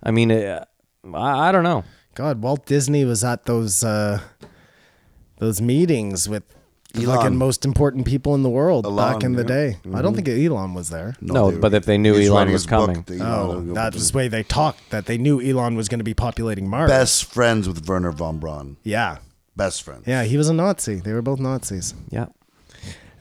Speaker 1: I mean, uh, I, I don't know.
Speaker 3: God, Walt Disney was at those uh, those meetings with the
Speaker 2: Elon.
Speaker 3: fucking most important people in the world back
Speaker 2: Elon,
Speaker 3: in the
Speaker 2: yeah.
Speaker 3: day. I don't think Elon was there.
Speaker 1: No,
Speaker 2: they-
Speaker 1: but if they knew
Speaker 2: he's
Speaker 1: Elon
Speaker 2: writing
Speaker 1: was
Speaker 2: his book,
Speaker 1: coming.
Speaker 2: the Elon
Speaker 3: Oh,
Speaker 2: will go
Speaker 3: that
Speaker 2: to-
Speaker 3: was the way they talked. That they knew Elon was going to be populating Mars.
Speaker 2: best friends with Werner von Braun.
Speaker 3: Yeah,
Speaker 2: Best friends.
Speaker 3: yeah. He was a Nazi. They were both Nazis.
Speaker 1: Yeah,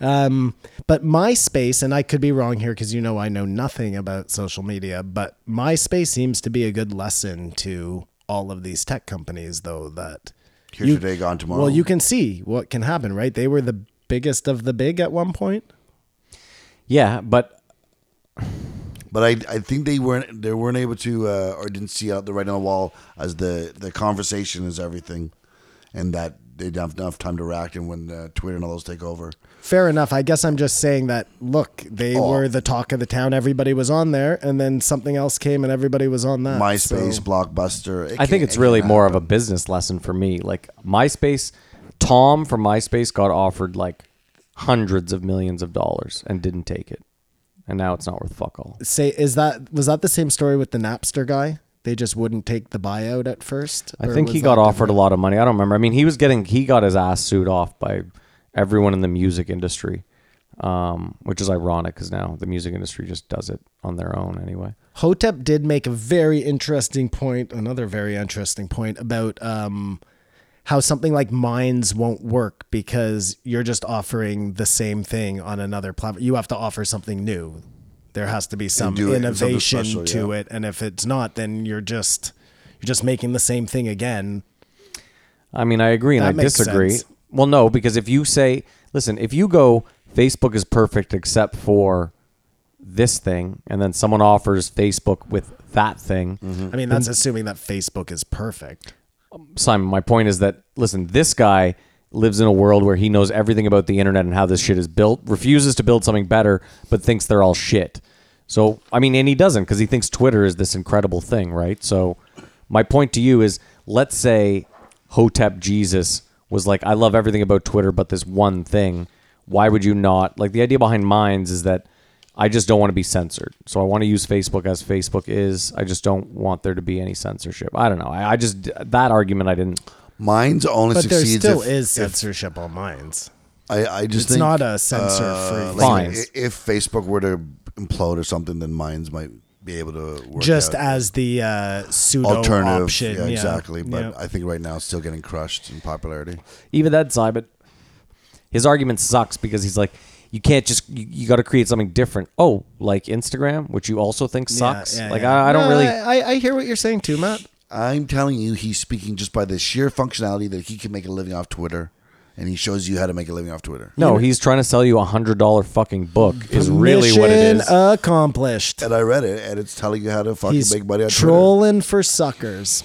Speaker 3: Um, but MySpace, and I could be wrong here because you know I know nothing about social media, but MySpace seems to be a good lesson to all of these tech companies, though. That
Speaker 2: Here today, gone tomorrow.
Speaker 3: well, you can see what can happen, right? They were the biggest of the big at one point.
Speaker 1: yeah, but
Speaker 2: But I, I think they weren't they weren't able to uh, or didn't see out the writing on the wall as the the conversation is everything, and that they didn't have enough time to react. And when uh, Twitter and all those take over,
Speaker 3: Fair enough. I guess I'm just saying that. Look, they
Speaker 2: Oh.
Speaker 3: were the talk of the town. Everybody was on there, and then something else came, and everybody was on that.
Speaker 2: MySpace,
Speaker 3: So-
Speaker 2: Blockbuster. it
Speaker 1: I think
Speaker 2: can-
Speaker 1: it's
Speaker 2: it
Speaker 1: really
Speaker 2: can
Speaker 1: more
Speaker 2: happen.
Speaker 1: of a business lesson for me. Like MySpace, Tom from MySpace got offered like hundreds of millions of dollars and didn't take it, and now it's not worth fuck all.
Speaker 3: say, is that was that the same story with the Napster guy? They just wouldn't take the buyout at first.
Speaker 1: I
Speaker 3: Or
Speaker 1: think
Speaker 3: was
Speaker 1: he
Speaker 3: that
Speaker 1: got
Speaker 3: different?
Speaker 1: offered a lot of money. I don't remember. I mean, he was getting he got his ass sued off by everyone in the music industry, um, which is ironic because now the music industry just does it on their own anyway.
Speaker 3: Hotep did make a very interesting point, another very interesting point about um, how something like Minds won't work because you're just offering the same thing on another platform. You have to offer something new. There has to be some
Speaker 2: do it, something
Speaker 3: innovation
Speaker 2: special,
Speaker 3: to it, and if it's not, then you're just you're just making the same thing again.
Speaker 1: I mean, I agree and
Speaker 3: That
Speaker 1: I
Speaker 3: makes
Speaker 1: disagree.
Speaker 3: sense.
Speaker 1: Well, no, because if you say, listen, if you go, Facebook is perfect except for this thing, and then someone offers Facebook with that thing,
Speaker 2: Mm-hmm.
Speaker 3: I mean, that's assuming that Facebook is perfect.
Speaker 1: Simon, my point is that listen, this guy lives in a world where he knows everything about the internet and how this shit is built, refuses to build something better, but thinks they're all shit. So, I mean, and he doesn't because he thinks Twitter is this incredible thing, right? So, my point to you is let's say Hotep Jesus was like, I love everything about Twitter, but this one thing. Why would you not? Like, the idea behind Minds is that I just don't want to be censored. So I want to use Facebook as Facebook is. I just don't want there to be any censorship. I don't know. I, I just that argument I didn't.
Speaker 2: Mine's only
Speaker 3: But there
Speaker 2: succeeds.
Speaker 3: still
Speaker 2: if-
Speaker 3: is
Speaker 2: if-
Speaker 3: censorship on Minds.
Speaker 2: I, I just
Speaker 3: It's
Speaker 2: think,
Speaker 3: not a censor-free
Speaker 2: uh,
Speaker 3: thing.
Speaker 2: like,
Speaker 1: Fine.
Speaker 2: If Facebook were to implode or something, then Mines might be able to work
Speaker 3: Just
Speaker 2: out.
Speaker 3: as the uh, pseudo
Speaker 2: alternative
Speaker 3: option,
Speaker 2: yeah,
Speaker 3: yeah.
Speaker 2: exactly. But
Speaker 3: Yeah.
Speaker 2: I think right now it's still getting crushed in popularity.
Speaker 1: Even that side, but his argument sucks because he's like, you can't just you, you got to create something different. Oh, like Instagram, which you also think sucks. like I, I don't
Speaker 3: No,
Speaker 1: really.
Speaker 3: I, I hear what you're saying too, Matt.
Speaker 2: I'm telling you, he's speaking just by the sheer functionality that he can make a living off Twitter, and he shows you how to make a living off Twitter.
Speaker 1: no, he's trying to sell you a hundred dollar fucking book. Is really what it
Speaker 3: Mission
Speaker 1: is.
Speaker 3: accomplished.
Speaker 2: And I read it, and it's telling you how to fucking
Speaker 3: He's
Speaker 2: make money on
Speaker 3: trolling for suckers.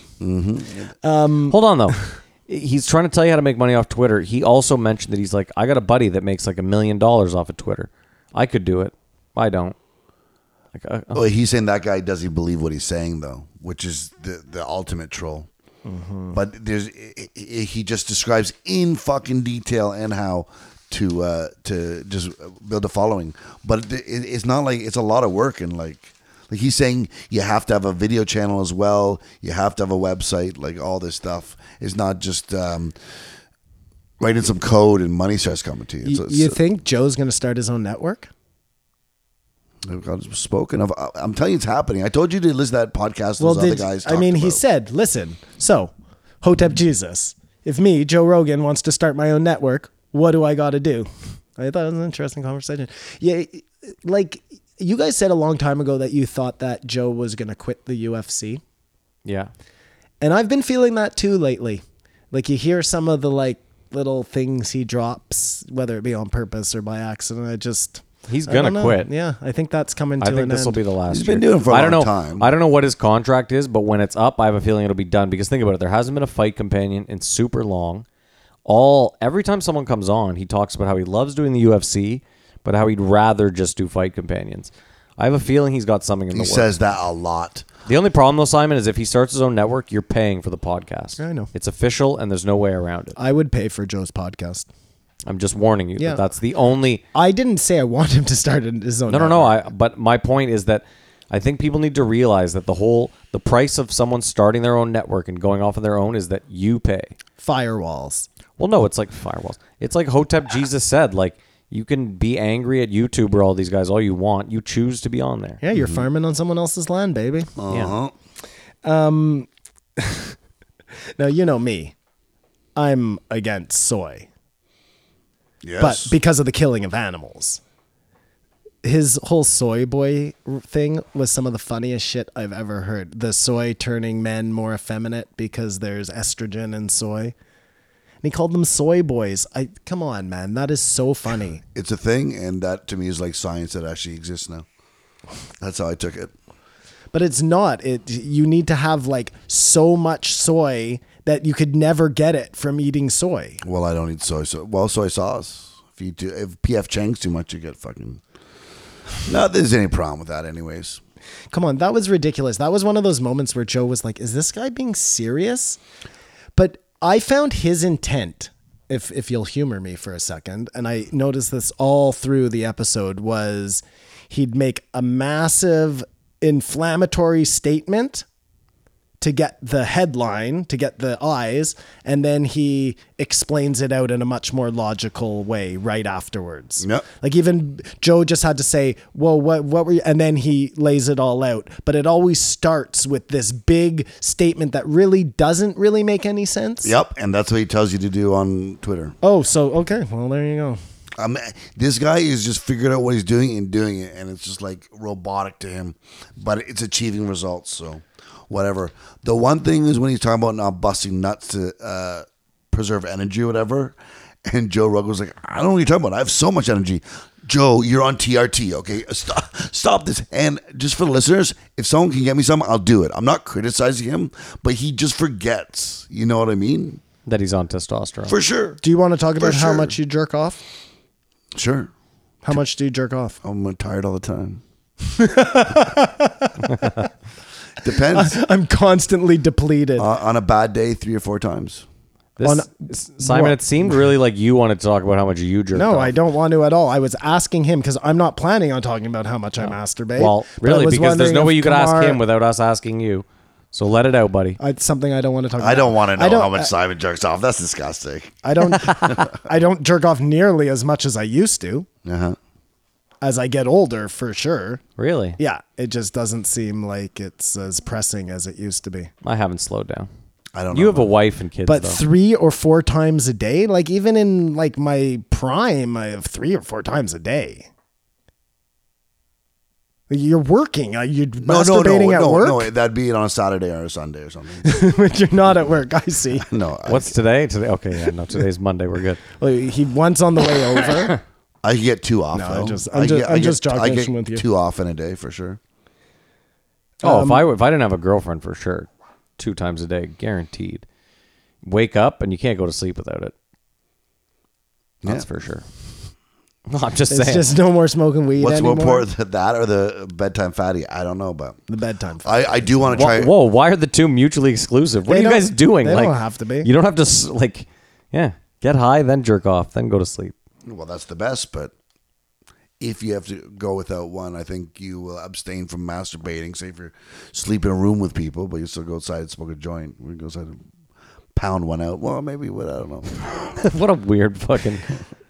Speaker 1: Hold on though. He's trying to tell you how to make money off Twitter. He also mentioned that he's like, I got a buddy that makes like a million dollars off of Twitter. I could do it. I don't. Like, uh,
Speaker 2: Twitter. Well, he's saying that guy doesn't believe what he's saying though, which is the the ultimate troll. But there's i- i- he just describes in fucking detail and how to uh, to just build a following. But it, it- it's not like it's a lot of work and like like he's saying you have to have a video channel as well. You have to have a website. Like all this stuff It's not just. Um, Write in some code and money starts coming to you.
Speaker 3: You,
Speaker 2: So it's-
Speaker 3: you think Joe's going to start his own network?
Speaker 2: God, it's spoken of. I- I'm telling you, it's happening. I told you to listen to that podcast.
Speaker 3: Well,
Speaker 2: those
Speaker 3: did,
Speaker 2: other guys.
Speaker 3: I mean,
Speaker 2: talked
Speaker 3: he
Speaker 2: about.
Speaker 3: said, listen, so Hotep Jesus, if me, Joe Rogan, wants to start my own network, what do I got to do? I thought it was an interesting conversation. Yeah, like you guys said a long time ago that you thought that Joe was going to quit the UFC.
Speaker 1: Yeah.
Speaker 3: And I've been feeling that too lately. Like you hear some of the like little things he drops, whether it be on purpose or by accident. I just
Speaker 1: He's
Speaker 3: I don't
Speaker 1: gonna
Speaker 3: know.
Speaker 1: quit.
Speaker 3: Yeah, I think that's coming to
Speaker 1: I think
Speaker 3: an
Speaker 1: this will
Speaker 3: end.
Speaker 1: be the last.
Speaker 2: He's been
Speaker 1: year.
Speaker 2: doing it for a
Speaker 1: I don't know,
Speaker 2: long time.
Speaker 1: I don't know what his contract is, but when it's up, I have a feeling it'll be done because think about it. There hasn't been a fight companion in super long. All every time someone comes on, he talks about how he loves doing the UFC, but how he'd rather just do fight companions. I have a feeling he's got something in the
Speaker 2: He
Speaker 1: works.
Speaker 2: says that a lot.
Speaker 1: the only problem though, Simon, is if he starts his own network, you're paying for the podcast.
Speaker 3: I know.
Speaker 1: it's official, and there's no way around it.
Speaker 3: I would pay for Joe's podcast.
Speaker 1: I'm just warning you.
Speaker 3: Yeah.
Speaker 1: that that's the only.
Speaker 3: I didn't say I want him to start in his own.
Speaker 1: No, no,
Speaker 3: network.
Speaker 1: no. I but my point is that I think people need to realize that the whole the price of someone starting their own network and going off on their own is that you pay.
Speaker 3: Firewalls.
Speaker 1: Well, no, it's like firewalls. It's like Hotep Jesus said, like you can be angry at YouTube or all these guys all you want. You choose to be on there.
Speaker 3: Yeah, you're farming on someone else's land, baby.
Speaker 1: Yeah.
Speaker 3: Now you know me. I'm against soy,
Speaker 2: Yes.
Speaker 3: but because of the killing of animals. His whole soy boy r- thing was some of the funniest shit I've ever heard. The soy turning men more effeminate because there's estrogen in soy. And he called them soy boys. I come on, man, that is so funny.
Speaker 2: it's a thing, and that to me is like science that actually exists now. That's how I took it.
Speaker 3: But it's not. It you need to have like so much soy that you could never get it from eating soy.
Speaker 2: Well, I don't eat soy sauce. Well, soy sauce. If you do, if PF Chang's too much, you get fucking. No, there's any problem with that, anyways.
Speaker 3: Come on, that was ridiculous. That was one of those moments where Joe was like, "Is this guy being serious?" But I found his intent, if if you'll humor me for a second, and I noticed this all through the episode was he'd make a massive inflammatory statement to get the headline, to get the eyes, and then he explains it out in a much more logical way right afterwards.
Speaker 2: Yep.
Speaker 3: Like even Joe just had to say, "Well, what what were you?" and then he lays it all out. But it always starts with this big statement that really doesn't really make any sense.
Speaker 2: Yep, and that's what he tells you to do on Twitter.
Speaker 3: Oh, so okay. Well, there you go.
Speaker 2: Um, this guy is just figured out what he's doing and doing it, and it's just like robotic to him, but it's achieving results. So, whatever. The one thing is when he's talking about not busting nuts to uh, preserve energy or whatever, and Joe Rogan was like, "I don't know what you're talking about. I have so much energy." Joe, you're on TRT, okay? Stop, stop this. And just for the listeners, if someone can get me some, I'll do it. I'm not criticizing him, but he just forgets. You know what I mean?
Speaker 1: That he's on testosterone.
Speaker 2: For sure.
Speaker 3: Do you want to talk about how
Speaker 2: sure.
Speaker 3: much you jerk off?
Speaker 2: Sure.
Speaker 3: How much do you jerk off?
Speaker 2: I'm tired all the time. Depends.
Speaker 3: I'm constantly depleted.
Speaker 2: Uh, on a bad day, three or four times.
Speaker 1: This,
Speaker 3: on-
Speaker 1: S- Simon,
Speaker 3: what?
Speaker 1: it seemed really like you wanted to talk about how much you jerked
Speaker 3: No,
Speaker 1: off.
Speaker 3: I don't want to at all. I was asking him because I'm not planning on talking about how much I masturbate.
Speaker 1: Well,
Speaker 3: But I
Speaker 1: really,
Speaker 3: was
Speaker 1: because there's
Speaker 3: wondering
Speaker 1: no way
Speaker 3: if
Speaker 1: you could ask
Speaker 3: Kamar- Uh,
Speaker 1: him without us asking you. So let it out, buddy.
Speaker 3: I- It's something I don't want to talk. about.
Speaker 5: I don't want to
Speaker 3: I
Speaker 5: know
Speaker 3: don't-
Speaker 5: how much
Speaker 3: I-
Speaker 5: Simon jerks off. That's disgusting.
Speaker 3: I don't. I don't jerk off nearly as much as I used to.
Speaker 2: Uh huh.
Speaker 3: As I get older, for sure.
Speaker 1: Really?
Speaker 3: Yeah, it just doesn't seem like it's as pressing as it used to be.
Speaker 1: I haven't slowed down.
Speaker 2: I don't
Speaker 1: You
Speaker 2: know.
Speaker 1: have a wife and kids,
Speaker 3: But
Speaker 1: though.
Speaker 3: three or four times a day, like even in like my prime, I have three or four times a day. You're working. Are you
Speaker 2: no, no,
Speaker 3: masturbating
Speaker 2: no,
Speaker 3: at
Speaker 2: no,
Speaker 3: work?
Speaker 2: no. That'd be on a Saturday or a Sunday or something.
Speaker 3: when you're not at work. I see.
Speaker 2: No, I,
Speaker 1: What's today? Today? Okay, yeah, no, today's Monday. We're good.
Speaker 3: Well, he once on the way over.
Speaker 2: I could get two off.
Speaker 3: No, I
Speaker 2: though.
Speaker 3: just- I'm just-
Speaker 2: get,
Speaker 3: I'm just
Speaker 2: get, I get
Speaker 3: jogging with you.
Speaker 2: Two off in a day for sure.
Speaker 1: Oh,
Speaker 3: Um,
Speaker 1: if I if I didn't have a girlfriend for sure, two times a day, guaranteed. Wake up and you can't go to sleep without it. That's
Speaker 2: Yeah.
Speaker 1: for sure. No, I'm just
Speaker 3: It's
Speaker 1: saying.
Speaker 3: just no more smoking weed
Speaker 2: What's more
Speaker 3: anymore.
Speaker 2: important, that or the bedtime fatty? I don't know, but
Speaker 3: the bedtime. Fuck.
Speaker 2: I, I do want to
Speaker 1: Wha-
Speaker 2: try.
Speaker 1: whoa, why are the two mutually exclusive? What
Speaker 3: They
Speaker 1: are you
Speaker 3: don't-
Speaker 1: guys doing?
Speaker 3: they
Speaker 1: like,
Speaker 3: don't have to be.
Speaker 1: You don't have to s- like, yeah, get high, then jerk off, then go to sleep.
Speaker 2: Well, that's the best, but if you have to go without one, I think you will abstain from masturbating. Say if you sleep in a room with people, but you still go outside and smoke a joint. We go outside and pound one out. Well, maybe what I don't know.
Speaker 1: what a weird fucking.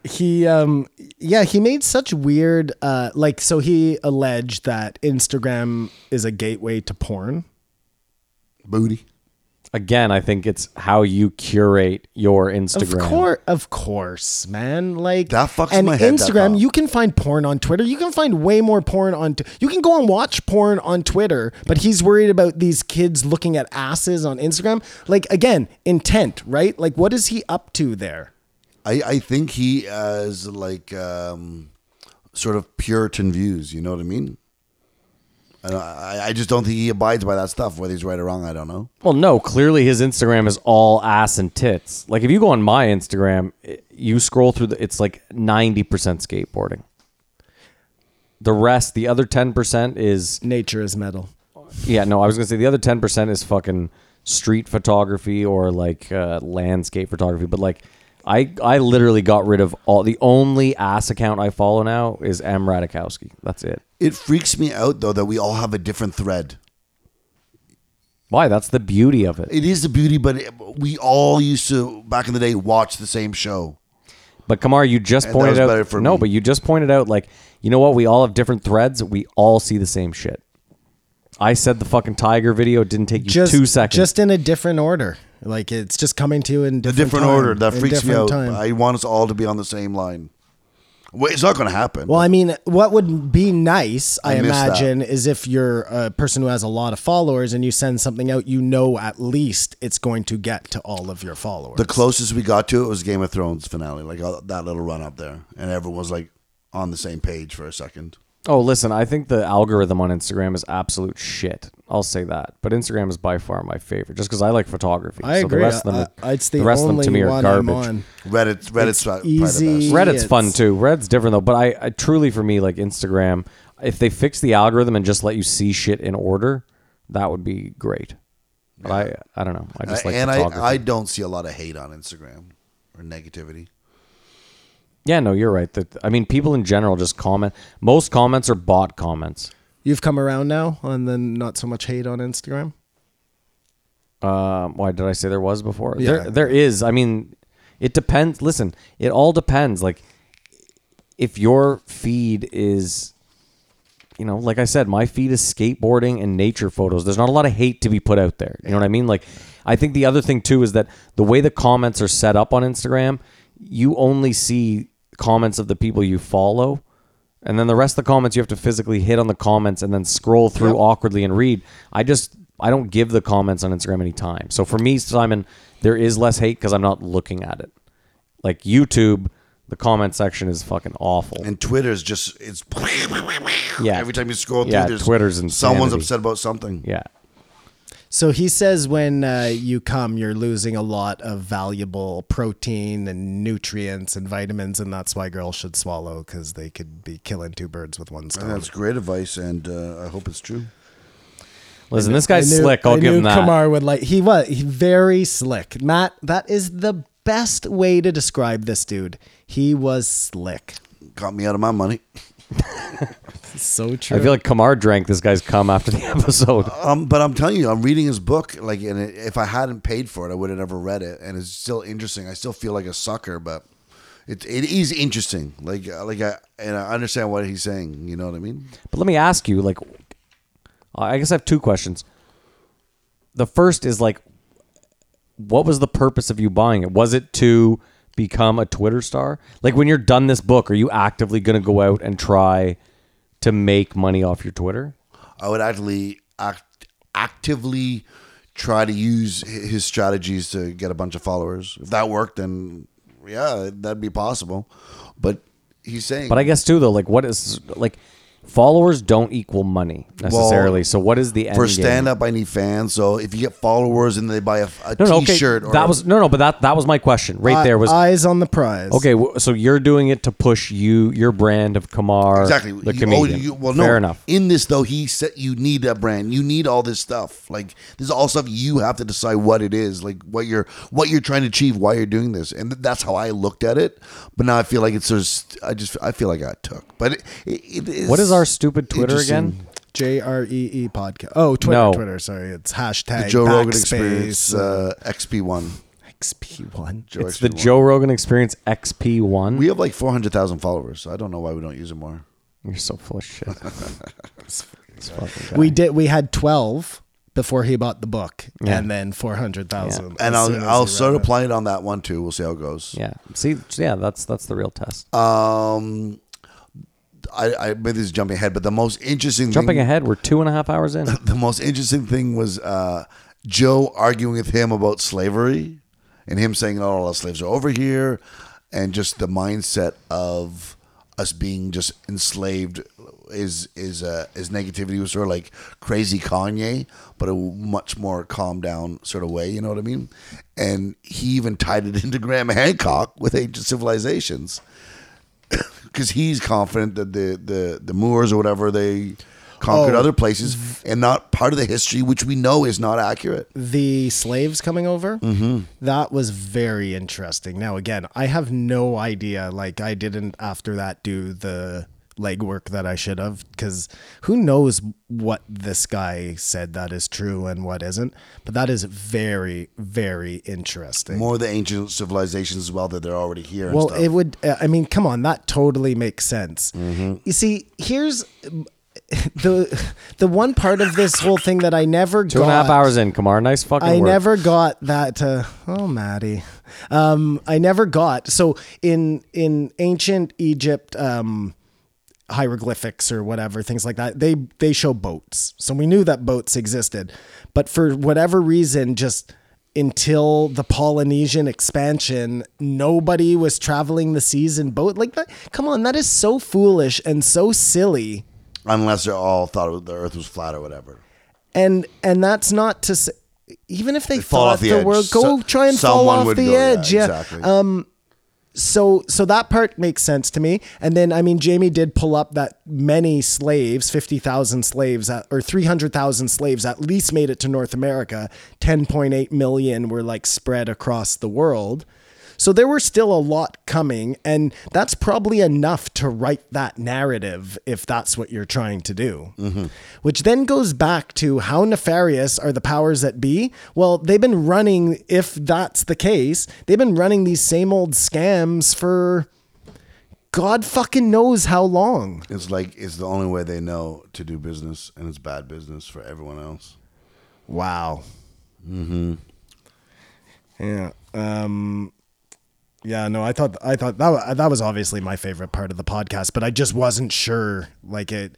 Speaker 3: he um yeah he made such weird uh like so he alleged that instagram is a gateway to porn
Speaker 2: Booty.
Speaker 1: Again, I think it's how you curate your Instagram.
Speaker 3: of course of course man like
Speaker 2: That fucks
Speaker 3: and
Speaker 2: my head, that
Speaker 3: instagram
Speaker 2: thought.
Speaker 3: you can find porn on twitter you can find way more porn on t- you can go and watch porn on twitter but he's worried about these kids looking at asses on instagram like again intent right like what is he up to there
Speaker 2: I, I think he has like um, sort of Puritan views. You know what I mean? I, I I just don't think he abides by that stuff. Whether he's right or wrong, I don't know.
Speaker 1: Well, no, clearly his Instagram is all ass and tits. Like if you go on my Instagram, i- you scroll through the it's like 90% skateboarding. The rest, the other 10% is
Speaker 3: nature is metal
Speaker 1: yeah, no, I was going to say the other 10% is fucking street photography or like uh, landscape photography, but like I I literally got rid of all the only ass account I follow now is M Radikowski. That's it.
Speaker 2: It freaks me out though that we all have a different thread.
Speaker 1: Why? That's the beauty of it.
Speaker 2: It is the beauty, but it, we all used to back in the day watch the same show.
Speaker 1: But Kamar, you just
Speaker 2: And that
Speaker 1: pointed
Speaker 2: was better
Speaker 1: out
Speaker 2: for
Speaker 1: no,
Speaker 2: me.
Speaker 1: but you just pointed out like you know what? We all have different threads. We all see the same shit. I said the fucking tiger video it didn't take you
Speaker 3: just
Speaker 1: two seconds.
Speaker 3: just in a different order like it's just coming to you in
Speaker 2: A
Speaker 3: different
Speaker 2: different
Speaker 3: time,
Speaker 2: order that
Speaker 3: in
Speaker 2: freaks me
Speaker 3: different
Speaker 2: out.
Speaker 3: time.
Speaker 2: I want us all to be on the same line. Well, it's not going to happen.
Speaker 3: Well, I mean, what would be nice, I,
Speaker 2: miss that.
Speaker 3: imagine, is if you're a person who has a lot of followers and you send something out, you know at least it's going to get to all of your followers.
Speaker 2: the closest we got to it was Game of Thrones finale, like all, that little run up there, and everyone was like on the same page for a second.
Speaker 1: oh, listen, I think the algorithm on Instagram is absolute shit. I'll say that. But Instagram is by far my favorite, just because I like photography.
Speaker 3: I
Speaker 1: so
Speaker 3: agree.
Speaker 1: The rest of them,
Speaker 3: I- I- it's the,
Speaker 1: rest
Speaker 3: only
Speaker 1: of them to me are
Speaker 3: one
Speaker 1: garbage.
Speaker 3: I'm on.
Speaker 2: Reddit, Reddit's
Speaker 3: It's
Speaker 2: probably the best.
Speaker 3: easy.
Speaker 1: Reddit's fun
Speaker 3: It's-
Speaker 1: too. Reddit's different though, but I, I truly for me like Instagram, if they fix the algorithm and just let you see shit in order, that would be great. But I I don't know. I just like
Speaker 2: and
Speaker 1: photography.
Speaker 2: I, I don't see a lot of hate on Instagram or negativity.
Speaker 1: yeah, no, you're right. That I mean, people in general just comment. Most comments are bot comments.
Speaker 3: You've come around now on the not so much hate on Instagram.
Speaker 1: Um, why did I say there was before?
Speaker 3: Yeah.
Speaker 1: There, there is. I mean, it depends. Listen, it all depends. Like, if your feed is, you know, like I said, my feed is skateboarding and nature photos. There's not a lot of hate to be put out there. You know what I mean? Like, I think the other thing too is that the way the comments are set up on Instagram, you only see comments of the people you follow. And then the rest of the comments you have to physically hit on the comments and then scroll through awkwardly and read. I just I don't give the comments on Instagram any time. So for me, Simon, there is less hate because I'm not looking at it. Like YouTube, the comment section is fucking awful.
Speaker 2: And Twitter's just it's
Speaker 1: Yeah.
Speaker 2: Every time you scroll
Speaker 1: Yeah,
Speaker 2: through, there's
Speaker 1: Twitter's
Speaker 2: someone's
Speaker 1: insanity.
Speaker 2: upset about something.
Speaker 1: yeah.
Speaker 3: So he says when uh, you come, you're losing a lot of valuable protein and nutrients and vitamins, and that's why girls should swallow because they could be killing two birds with one
Speaker 2: And
Speaker 3: stone.
Speaker 2: that's great advice, and uh, I hope it's true.
Speaker 1: Listen, this
Speaker 3: I
Speaker 1: guy's
Speaker 3: knew-
Speaker 1: slick. I'll
Speaker 3: I
Speaker 1: give
Speaker 3: knew
Speaker 1: him that.
Speaker 3: Kamar would like. He was he, very slick. Matt, that is the best way to describe this dude. He was slick.
Speaker 2: Got me out of my money.
Speaker 3: So true.
Speaker 1: I feel like Kamar drank this guy's cum after the episode.
Speaker 2: Um, but I'm telling you, I'm reading his book. Like, and it, if I hadn't paid for it, I would have never read it. And it's still interesting. I still feel like a sucker, but it it is interesting. Like, uh, like I and I understand what he's saying. You know what I mean?
Speaker 1: But let me ask you, like, I guess I have two questions. The first is like, what was the purpose of you buying it? Was it to become a Twitter star? Like, when you're done this book, are you actively going to go out and try to make money off your Twitter?
Speaker 2: I would actually act, actively try to use hi- his strategies to get a bunch of followers. If that worked, then yeah, that'd be possible. But he's saying,
Speaker 1: But I guess too, though, like, what is like, Followers don't equal money necessarily. so what is the end
Speaker 2: For
Speaker 1: game?
Speaker 2: stand up, I need fans. So if you get followers and they buy a a
Speaker 1: No, no, okay.
Speaker 2: shirt or
Speaker 1: that was no, no, but that that was my question. Right there was
Speaker 3: eyes on the prize.
Speaker 1: okay. w- So you're doing it to push you your brand of Kamar,
Speaker 2: exactly
Speaker 1: the
Speaker 2: You- oh,
Speaker 1: comedian.
Speaker 2: you- well, no.
Speaker 1: Fair enough.
Speaker 2: In this though, he said you need a brand. You need all this stuff. Like this is all stuff you have to decide what it is, like what you're what you're trying to achieve, why you're doing this, and th- that's how I looked at it. But now I feel like it's just I just I feel like I took. But it, it, it is,
Speaker 1: What is our stupid Twitter again?
Speaker 3: J R E E podcast. Oh, Twitter,
Speaker 1: No.
Speaker 3: Twitter. Sorry, it's hashtag
Speaker 2: The Joe Rogan
Speaker 3: backspace,
Speaker 2: Experience uh, XP one.
Speaker 3: XP1.
Speaker 1: It's the Joe Rogan Experience XP1.
Speaker 2: We have like four hundred thousand followers, so I don't know why we don't use it more.
Speaker 1: You're so full of shit. This fucking guy.
Speaker 3: We did. We had twelve before he bought the book, and then four hundred thousand.
Speaker 2: And I'll I'll sort of plan it on that one too. We'll see how it goes.
Speaker 1: yeah. See, yeah, that's that's the real test.
Speaker 2: Um, I, I maybe this is jumping ahead, but the most interesting
Speaker 1: Jumping
Speaker 2: thing,
Speaker 1: ahead, we're two and a half hours in.
Speaker 2: the most interesting thing was uh, Joe arguing with him about slavery, and him saying, "Oh, all our slaves are over here," and just the mindset of us being just enslaved is is uh, is negativity was sort of like crazy Kanye, but a much more calm down sort of way. You know what I mean? And he even tied it into Graham Hancock with Ancient Civilizations because he's confident that the the the Moors or whatever they conquered
Speaker 3: Oh.
Speaker 2: other places and not part of the history, which we know is not accurate.
Speaker 3: the slaves coming over. Mm-hmm. That was very interesting. Now, again, I have no idea. Like, I didn't after that do the legwork that I should have because who knows what this guy said that is true and what isn't. But that is very, very interesting.
Speaker 2: More the ancient civilizations as well that they're already here. and
Speaker 3: Well,
Speaker 2: stuff.
Speaker 3: it would. uh, I mean, come on, that totally makes sense.
Speaker 1: Mm-hmm.
Speaker 3: You see, here's um, the the one part of this whole thing that I never
Speaker 1: Two
Speaker 3: got.
Speaker 1: and a half hours in, Kamar. Nice fucking
Speaker 3: I
Speaker 1: work.
Speaker 3: never got that. Uh, oh, Maddie, um, I never got. So in in ancient Egypt. Um, hieroglyphics or whatever things like that they they show boats so we knew that boats existed but for whatever reason just until the polynesian expansion nobody was traveling the seas in boat like that come on that is so foolish and so silly
Speaker 2: unless they all thought the Earth was flat or whatever.
Speaker 3: and and that's not to say even if they,
Speaker 2: fall
Speaker 3: thought
Speaker 2: off the
Speaker 3: the
Speaker 2: edge.
Speaker 3: world go
Speaker 2: So-
Speaker 3: try and fall
Speaker 2: someone
Speaker 3: off the
Speaker 2: would go, yeah,
Speaker 3: edge yeah,
Speaker 2: exactly.
Speaker 3: um so so that part makes sense to me and then i mean jamie did pull up that many slaves 50,000 slaves uh, or 300,000 slaves at least made it to north america 10.8 million were like spread across the world so there were still a lot coming and that's probably enough to write that narrative if that's what you're trying to do which then goes back to how nefarious are the powers that be? Well, they've been running, if that's the case, they've been running these same old scams for God fucking knows how long.
Speaker 2: It's like it's the only way they know to do business, and it's bad business for everyone else.
Speaker 3: Wow. Mm-hmm. Yeah. Um, yeah. No, I thought I thought that wa- that was obviously my favorite part of the podcast, but I just wasn't sure. Like it.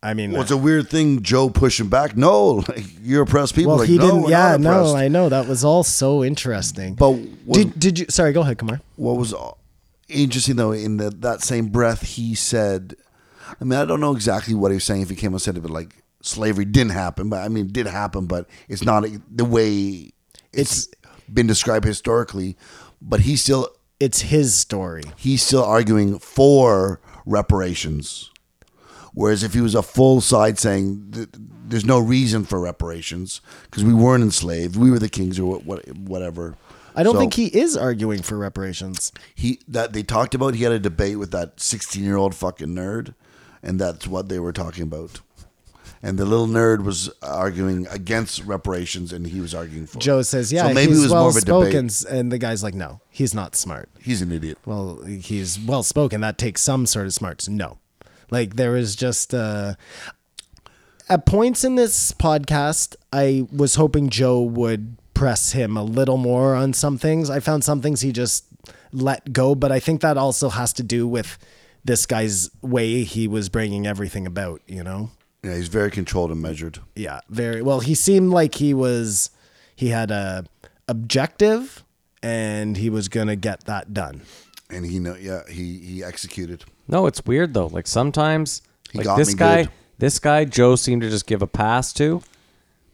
Speaker 3: I mean,
Speaker 2: Well, it's a weird thing, Joe pushing back. No, like you oppress people.
Speaker 3: well,
Speaker 2: like,
Speaker 3: he
Speaker 2: no,
Speaker 3: didn't.
Speaker 2: we're
Speaker 3: Yeah.
Speaker 2: not
Speaker 3: No,
Speaker 2: oppressed.
Speaker 3: I know that was all so interesting.
Speaker 2: but what,
Speaker 3: did did you? Sorry, go ahead, Kamar.
Speaker 2: what was interesting though in the, that same breath he said i mean i don't know exactly what he was saying if he came and said it but like slavery didn't happen but i mean it did happen but it's not the way it's been described historically but he's still
Speaker 3: it's his story.
Speaker 2: he's still arguing for reparations whereas if he was a full side saying th- there's no reason for reparations because we weren't enslaved we were the kings or what, whatever
Speaker 3: I don't
Speaker 2: So-
Speaker 3: think he is arguing for reparations.
Speaker 2: he that they talked about he had a debate with that 16 year old fucking nerd and that's what they were talking about and the little nerd was arguing against reparations and he was arguing for it.
Speaker 3: Joe says, "Yeah,
Speaker 2: so maybe
Speaker 3: he's
Speaker 2: it was
Speaker 3: well
Speaker 2: more of a
Speaker 3: spoken,"
Speaker 2: debate
Speaker 3: and the guy's like, "No, he's not smart.
Speaker 2: he's an idiot
Speaker 3: Well, he's well spoken. That takes some sort of smarts. No, like there was just uh, at points in this podcast, I was hoping Joe would press him a little more on some things. I found some things he just let go, but I think that also has to do with this guy's way he was bringing everything about. You know."
Speaker 2: yeah he's very controlled and measured
Speaker 3: Yeah, very well. He seemed like he was he had a objective and he was gonna get that done.
Speaker 2: and he know yeah he he executed
Speaker 1: No, it's weird though. Like sometimes
Speaker 2: He
Speaker 1: Like
Speaker 2: got
Speaker 1: this
Speaker 2: me
Speaker 1: guy,
Speaker 2: good.
Speaker 1: this guy Joe seemed to just give a pass to,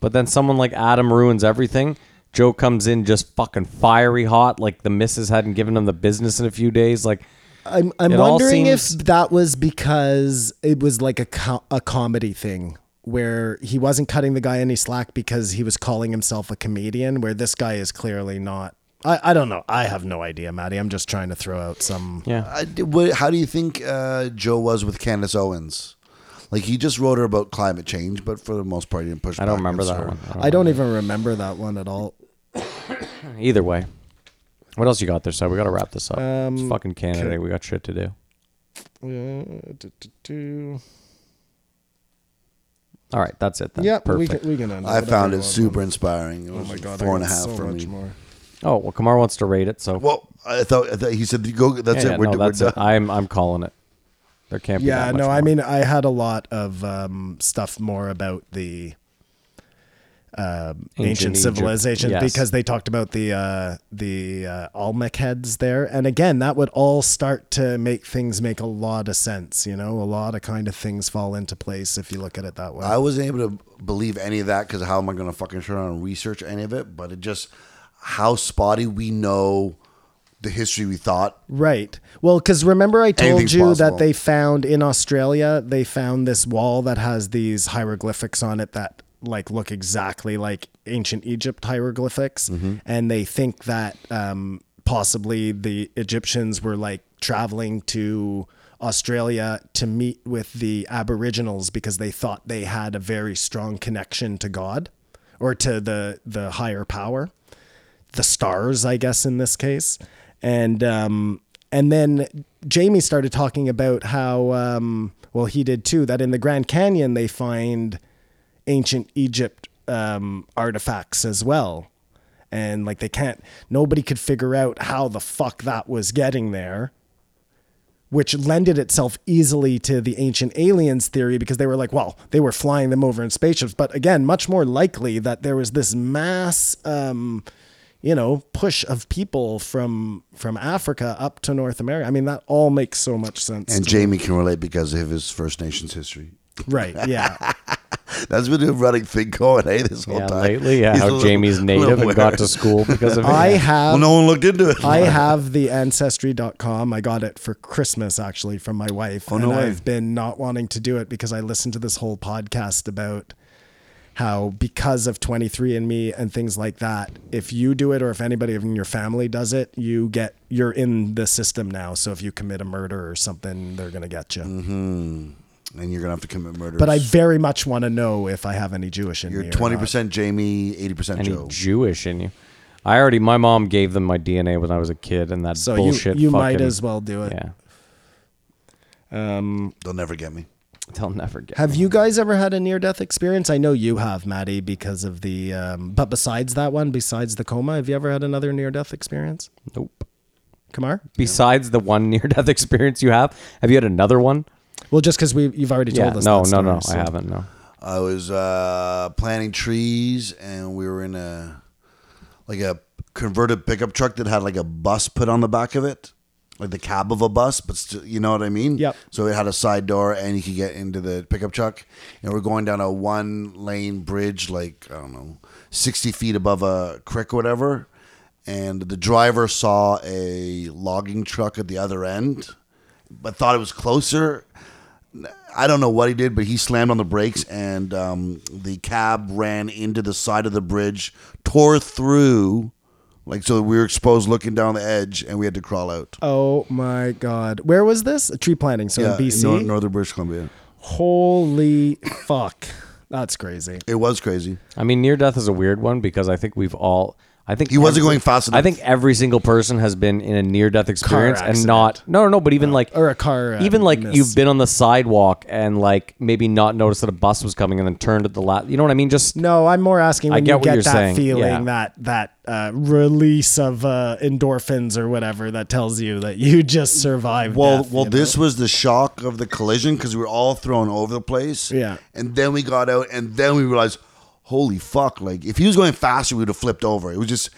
Speaker 1: but then someone like Adam ruins everything. Joe comes in just fucking fiery hot, like the missus hadn't given him the business in a few days. Like
Speaker 3: I'm I'm
Speaker 1: It all
Speaker 3: wondering
Speaker 1: seems-
Speaker 3: if that was because it was like a co- a comedy thing where he wasn't cutting the guy any slack because he was calling himself a comedian where this guy is clearly not I, I don't know. I have no idea, Maddie. I'm just trying to throw out some
Speaker 1: yeah,
Speaker 2: I, did- what, how do you think uh, Joe was with Candace Owens? Like he just wrote her about climate change, but for the most part, he didn't push.
Speaker 1: I don't
Speaker 2: back
Speaker 1: remember
Speaker 2: against
Speaker 1: that
Speaker 2: her.
Speaker 1: one. Uh,
Speaker 3: I don't even remember that one at all.
Speaker 1: Either way, what else you got there? So we got to wrap this up.
Speaker 3: Um,
Speaker 1: it's fucking Canada. We got shit to do. All right, that's it then.
Speaker 3: Yeah, we
Speaker 1: perfect.
Speaker 3: can, we can end
Speaker 2: I
Speaker 3: it,
Speaker 2: found
Speaker 3: whatever
Speaker 2: it
Speaker 3: was.
Speaker 2: super inspiring. It was
Speaker 3: Oh my god,
Speaker 2: four and a
Speaker 3: I got
Speaker 2: half
Speaker 3: so
Speaker 2: for
Speaker 3: much
Speaker 2: me.
Speaker 3: more.
Speaker 1: Oh well, Kamar wants to rate it, so
Speaker 2: Well, I thought, I thought he said go. That's
Speaker 1: Yeah,
Speaker 2: it. We're,
Speaker 1: no,
Speaker 2: d-
Speaker 1: that's
Speaker 2: we're
Speaker 1: it.
Speaker 2: done.
Speaker 1: I'm I'm calling it. There can't be.
Speaker 3: Yeah,
Speaker 1: that much
Speaker 3: no, I
Speaker 1: more.
Speaker 3: mean, I had a lot of um, stuff more about the um
Speaker 1: Egypt.
Speaker 3: ancient, civilization
Speaker 1: Yes.
Speaker 3: because they talked about the uh, the uh, Olmec heads there, and again, that would all start to make things make a lot of sense. You know, a lot of kind of things fall into place if you look at it that way.
Speaker 2: I wasn't able to believe any of that because how am I going to fucking turn around and research any of it? But it just how spotty we know the history we thought.
Speaker 3: Right. Well, because remember I told
Speaker 2: Anything's
Speaker 3: you
Speaker 2: possible.
Speaker 3: that they found in Australia, they found this wall that has these hieroglyphics on it that like look exactly like ancient Egypt hieroglyphics.
Speaker 2: Mm-hmm.
Speaker 3: And they think that um, possibly the Egyptians were like traveling to Australia to meet with the Aboriginals because they thought they had a very strong connection to God or to the, the higher power the stars, I guess, in this case. And um, and then Jamie started talking about how um, well he did too. That in the Grand Canyon they find ancient Egypt um, artifacts as well, and like they can't. Nobody could figure out how the fuck that was getting there. Which lended itself easily to the ancient aliens theory because they were like, well, they were flying them over in spaceships. But again, much more likely that there was this mass um, you know push of people from from Africa up to North America. I mean, that all makes so much sense.
Speaker 2: And
Speaker 3: to-
Speaker 2: Jamie can relate because of his First Nations history.
Speaker 3: right? Yeah,
Speaker 2: That's been a running thing going, hey, this whole
Speaker 1: yeah,
Speaker 2: time.
Speaker 1: lately, yeah,
Speaker 2: He's a
Speaker 1: how
Speaker 2: little-
Speaker 1: Jamie's
Speaker 2: little
Speaker 1: native and got
Speaker 2: aware.
Speaker 1: to school because of it.
Speaker 3: I
Speaker 1: Yeah.
Speaker 3: have.
Speaker 2: Well, no one looked into it.
Speaker 3: I have the ancestry.com. I got it for Christmas actually from my wife.
Speaker 2: Oh, no
Speaker 3: and
Speaker 2: way.
Speaker 3: I've been not wanting to do it because I listened to this whole podcast about how because of 23andme and things like that, if you do it or if anybody in your family does it, you get you're in the system now. So if you commit a murder or something, they're going to get you.
Speaker 2: Mm-hmm. and you're gonna have to commit murder.
Speaker 3: But I very much want to know if I have any Jewish in
Speaker 2: you're
Speaker 3: me. or
Speaker 2: twenty
Speaker 3: not.
Speaker 2: percent Jamie, eighty percent
Speaker 1: any
Speaker 2: Joe.
Speaker 1: Jewish in you. I already, my mom gave them my DNA when I was a kid, and that
Speaker 3: So
Speaker 1: bullshit.
Speaker 3: you, you
Speaker 1: fucking,
Speaker 3: might as well do it. Um,
Speaker 1: Yeah,
Speaker 2: They'll never get me.
Speaker 1: they'll never get.
Speaker 3: Have you guys ever had a near death experience? I know you have, Maddie, because of the. Um, but besides that one, besides the coma, have you ever had another near death experience?
Speaker 1: nope.
Speaker 3: Kamar?
Speaker 1: Besides the one near-death experience you have, have you had another one?
Speaker 3: Well, just because we you've already
Speaker 1: Yeah,
Speaker 3: told
Speaker 1: no,
Speaker 3: us.
Speaker 1: no,
Speaker 3: that story,
Speaker 1: no,
Speaker 3: so-
Speaker 1: I haven't. No,
Speaker 2: I was uh, planting trees, and we were in a like a converted pickup truck that had like a bus put on the back of it, like the cab of a bus, but still, you know what I mean?
Speaker 3: Yep.
Speaker 2: So it had a side door, and you could get into the pickup truck, and we're going down a one lane bridge, like I don't know, sixty feet above a creek or whatever, and the driver saw a logging truck at the other end, but thought it was closer. I don't know what he did, but he slammed on the brakes and um, the cab ran into the side of the bridge, tore through, like so we were exposed looking down the edge, and we had to crawl out.
Speaker 1: Uh,
Speaker 3: Oh my God! Where was this? Tree planting. So in
Speaker 2: in
Speaker 3: BC.
Speaker 2: nor- northern British Columbia.
Speaker 3: Holy fuck! That's crazy.
Speaker 2: It was crazy.
Speaker 1: I mean, near death is a weird one because I think we've all. I think
Speaker 2: He wasn't going fast
Speaker 1: I
Speaker 2: enough.
Speaker 1: think every single person has been in a near death experience and
Speaker 3: accident.
Speaker 1: not. No, no, no, but even like
Speaker 3: Or a car. uh,
Speaker 1: even like
Speaker 3: miss.
Speaker 1: you've been on the sidewalk and like maybe not noticed that a bus was coming and then turned at the last. You know what I mean? Just
Speaker 3: No, I'm more asking
Speaker 1: I
Speaker 3: when
Speaker 1: get
Speaker 3: you
Speaker 1: what
Speaker 3: get
Speaker 1: you're
Speaker 3: that
Speaker 1: saying,
Speaker 3: feeling,
Speaker 1: yeah.
Speaker 3: that that uh, release of uh, endorphins or whatever that tells you that you just survived.
Speaker 2: Well,
Speaker 3: death,
Speaker 2: well,
Speaker 3: you know?
Speaker 2: this was the shock of the collision because we were all thrown over the place.
Speaker 3: Yeah.
Speaker 2: and then we got out, and then we realized, holy fuck! Like if he was going faster, we would have flipped over. It was just.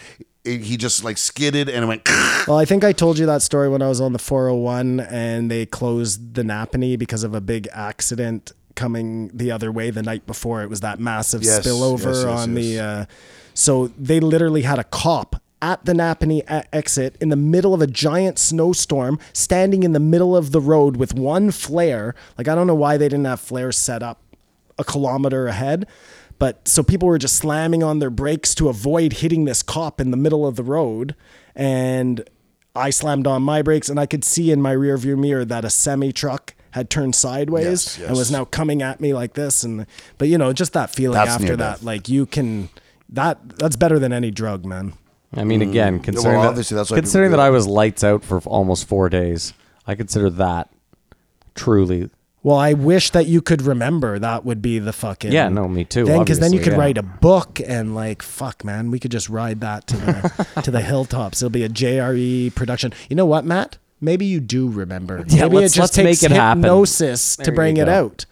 Speaker 2: it, he just like skidded and it went.
Speaker 3: Well, I think I told you that story when I was on the 401 and they closed the Napanee because of a big accident coming the other way the night before. It was that massive
Speaker 2: Yes,
Speaker 3: spillover
Speaker 2: yes, yes,
Speaker 3: on the.
Speaker 2: yes.
Speaker 3: Uh, so they literally had a cop at the Napanee e- exit in the middle of a giant snowstorm standing in the middle of the road with one flare. Like, I don't know why they didn't have flares set up a kilometer ahead. But so people were just slamming on their brakes to avoid hitting this cop in the middle of the road. And I slammed on my brakes and I could see in my rearview mirror that a semi truck had turned sideways
Speaker 2: Yes,
Speaker 3: and was
Speaker 2: yes.
Speaker 3: now coming at me like this. And, but you know, just that feeling
Speaker 2: That's
Speaker 3: after
Speaker 2: near
Speaker 3: that,
Speaker 2: death.
Speaker 3: like you can, that that's better than any drug, man.
Speaker 1: I mean, again, considering that,
Speaker 2: Mm. obviously that's why people
Speaker 1: considering
Speaker 2: do
Speaker 1: that
Speaker 2: it.
Speaker 1: I was lights out for almost four days, I consider that truly.
Speaker 3: Well, I wish that you could remember. That would be the fucking
Speaker 1: Yeah, no, me too,
Speaker 3: Then, because then you
Speaker 1: obviously,
Speaker 3: could
Speaker 1: yeah.
Speaker 3: write a book and like, fuck, man, we could just ride that to the to the hilltops. It'll be a JRE production. You know what, Matt? Maybe you do remember.
Speaker 1: Yeah,
Speaker 3: Maybe
Speaker 1: let's-
Speaker 3: it just
Speaker 1: let's
Speaker 3: takes
Speaker 1: make it happen.
Speaker 3: hypnosis
Speaker 1: There
Speaker 3: to
Speaker 1: you
Speaker 3: bring it
Speaker 1: go.
Speaker 3: out.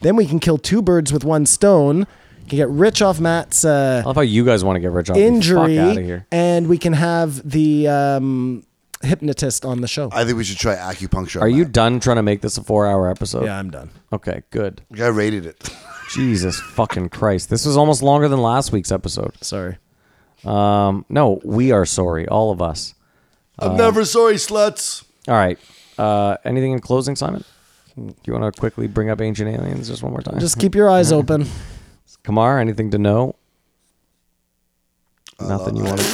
Speaker 3: Then we can kill two birds with one stone. You can get rich off Matt's uh,
Speaker 1: I love how you guys want to get rich off me.
Speaker 3: injury,
Speaker 1: Fuck out of here.
Speaker 3: and we can have the um, hypnotist on the show.
Speaker 2: I think we should try acupuncture.
Speaker 1: Are you done trying to make this a four-hour episode?
Speaker 3: yeah, I'm done.
Speaker 1: Okay, good.
Speaker 2: I rated it.
Speaker 1: Jesus fucking Christ! This was almost longer than last week's episode.
Speaker 3: Sorry.
Speaker 1: Um, no, we are sorry, all of us.
Speaker 2: I'm never sorry, sluts.
Speaker 1: All right. Uh, anything in closing, Simon? Do you want to quickly bring up Ancient Aliens just one more time?
Speaker 3: Just keep your eyes open.
Speaker 1: Kamar, anything to know?
Speaker 3: Uh,
Speaker 1: Nothing you want to.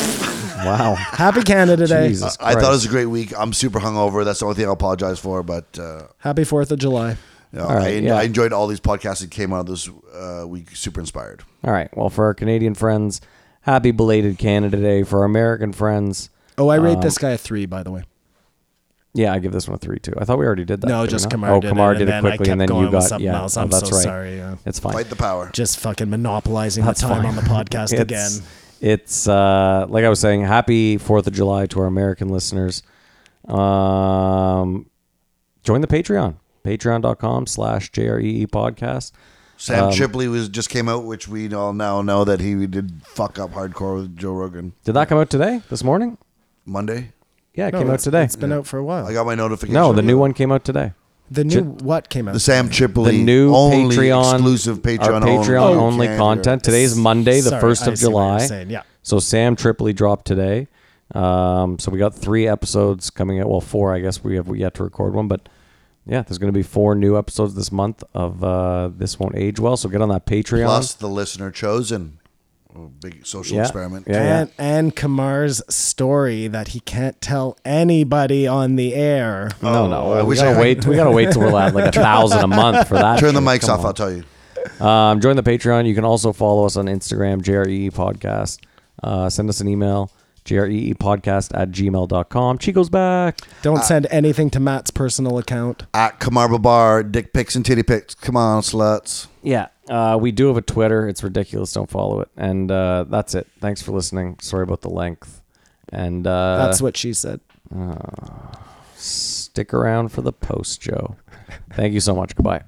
Speaker 1: wow.
Speaker 3: Happy Canada Day.
Speaker 1: Jesus
Speaker 2: I
Speaker 1: Christ.
Speaker 2: thought it was a great week. I'm super hungover. That's the only thing I apologize for. But uh,
Speaker 3: Happy Fourth of July.
Speaker 2: you know,
Speaker 1: All right,
Speaker 2: I,
Speaker 1: yeah.
Speaker 2: I enjoyed all these podcasts that came out of this uh, week. Super inspired.
Speaker 1: All right. Well, for our Canadian friends, happy belated Canada Day. For our American friends,
Speaker 3: Oh, I rate
Speaker 1: Um,
Speaker 3: this guy a three, by the way.
Speaker 1: yeah, I give this one a three too. I thought we already did that.
Speaker 3: No,
Speaker 1: did we
Speaker 3: just
Speaker 1: not?
Speaker 3: Kamar
Speaker 1: Oh,
Speaker 3: did it,
Speaker 1: Kamar
Speaker 3: and
Speaker 1: did it
Speaker 3: then I
Speaker 1: quickly,
Speaker 3: kept
Speaker 1: and then
Speaker 3: going
Speaker 1: you
Speaker 3: with
Speaker 1: got
Speaker 3: something
Speaker 1: yeah.
Speaker 3: else.
Speaker 1: oh,
Speaker 3: I'm
Speaker 1: that's
Speaker 3: so
Speaker 1: right.
Speaker 3: sorry, yeah.
Speaker 1: It's fine.
Speaker 2: Fight the power.
Speaker 3: Just fucking monopolizing
Speaker 1: That's
Speaker 3: the time
Speaker 1: fine.
Speaker 3: on the podcast
Speaker 1: It's-
Speaker 3: again.
Speaker 1: It's uh, like I was saying, happy Fourth of July to our American listeners. Um, join the Patreon, patreon.com slash JREE E podcast.
Speaker 2: Sam
Speaker 1: Um,
Speaker 2: Chipley was just came out, which we all now know that he did fuck up hardcore with Joe Rogan
Speaker 1: Did that come out today, this morning?
Speaker 2: Monday.
Speaker 1: Yeah, it
Speaker 3: No,
Speaker 1: came out
Speaker 3: it's-
Speaker 1: today.
Speaker 3: It's been out for a while.
Speaker 2: I got my notification.
Speaker 1: No, the new one came out today.
Speaker 3: the new what came out?
Speaker 2: the Sam Chipley,
Speaker 1: The new
Speaker 2: only
Speaker 1: Patreon,
Speaker 2: exclusive
Speaker 1: our
Speaker 2: Patreon,
Speaker 1: Patreon
Speaker 3: Oh,
Speaker 1: only,
Speaker 2: Canada.
Speaker 1: content. Today's Monday, the
Speaker 3: Sorry,
Speaker 1: first
Speaker 3: I
Speaker 1: of
Speaker 3: see what
Speaker 1: July.
Speaker 3: you're saying, yeah.
Speaker 1: So Sam Tripoli dropped today. Um, so we got three episodes coming out. Well, four, I guess. We have yet to record one, but yeah, there's going to be four new episodes this month of uh, this won't age well. So get on that Patreon.
Speaker 2: Plus, the listener chosen. A big social
Speaker 1: yeah,
Speaker 2: experiment.
Speaker 1: Yeah, yeah.
Speaker 3: and, and Kamar's story that he can't tell anybody on the air.
Speaker 2: Oh,
Speaker 1: Oh, no, no. we
Speaker 2: wish
Speaker 1: gotta
Speaker 2: I had-
Speaker 1: wait. We gotta wait till we're at like a thousand a month for that.
Speaker 2: Turn the
Speaker 1: shit.
Speaker 2: mics
Speaker 1: Come
Speaker 2: off.
Speaker 1: on.
Speaker 2: I'll tell you.
Speaker 1: Um, join the Patreon. You can also follow us on Instagram, JREE E Podcast. Uh, send us an email, JREE E Podcast at gmail.com. Chico's back.
Speaker 3: Don't send anything to Matt's personal account.
Speaker 2: At Kamarba Bar, dick pics and titty pics. Come on, sluts.
Speaker 1: Yeah. Uh, we do have a Twitter. It's ridiculous. Don't follow it. And uh, that's it. Thanks for listening. Sorry about the length. And uh,
Speaker 3: That's what she said.
Speaker 1: stick around for the post, Joe. Thank you so much. Goodbye.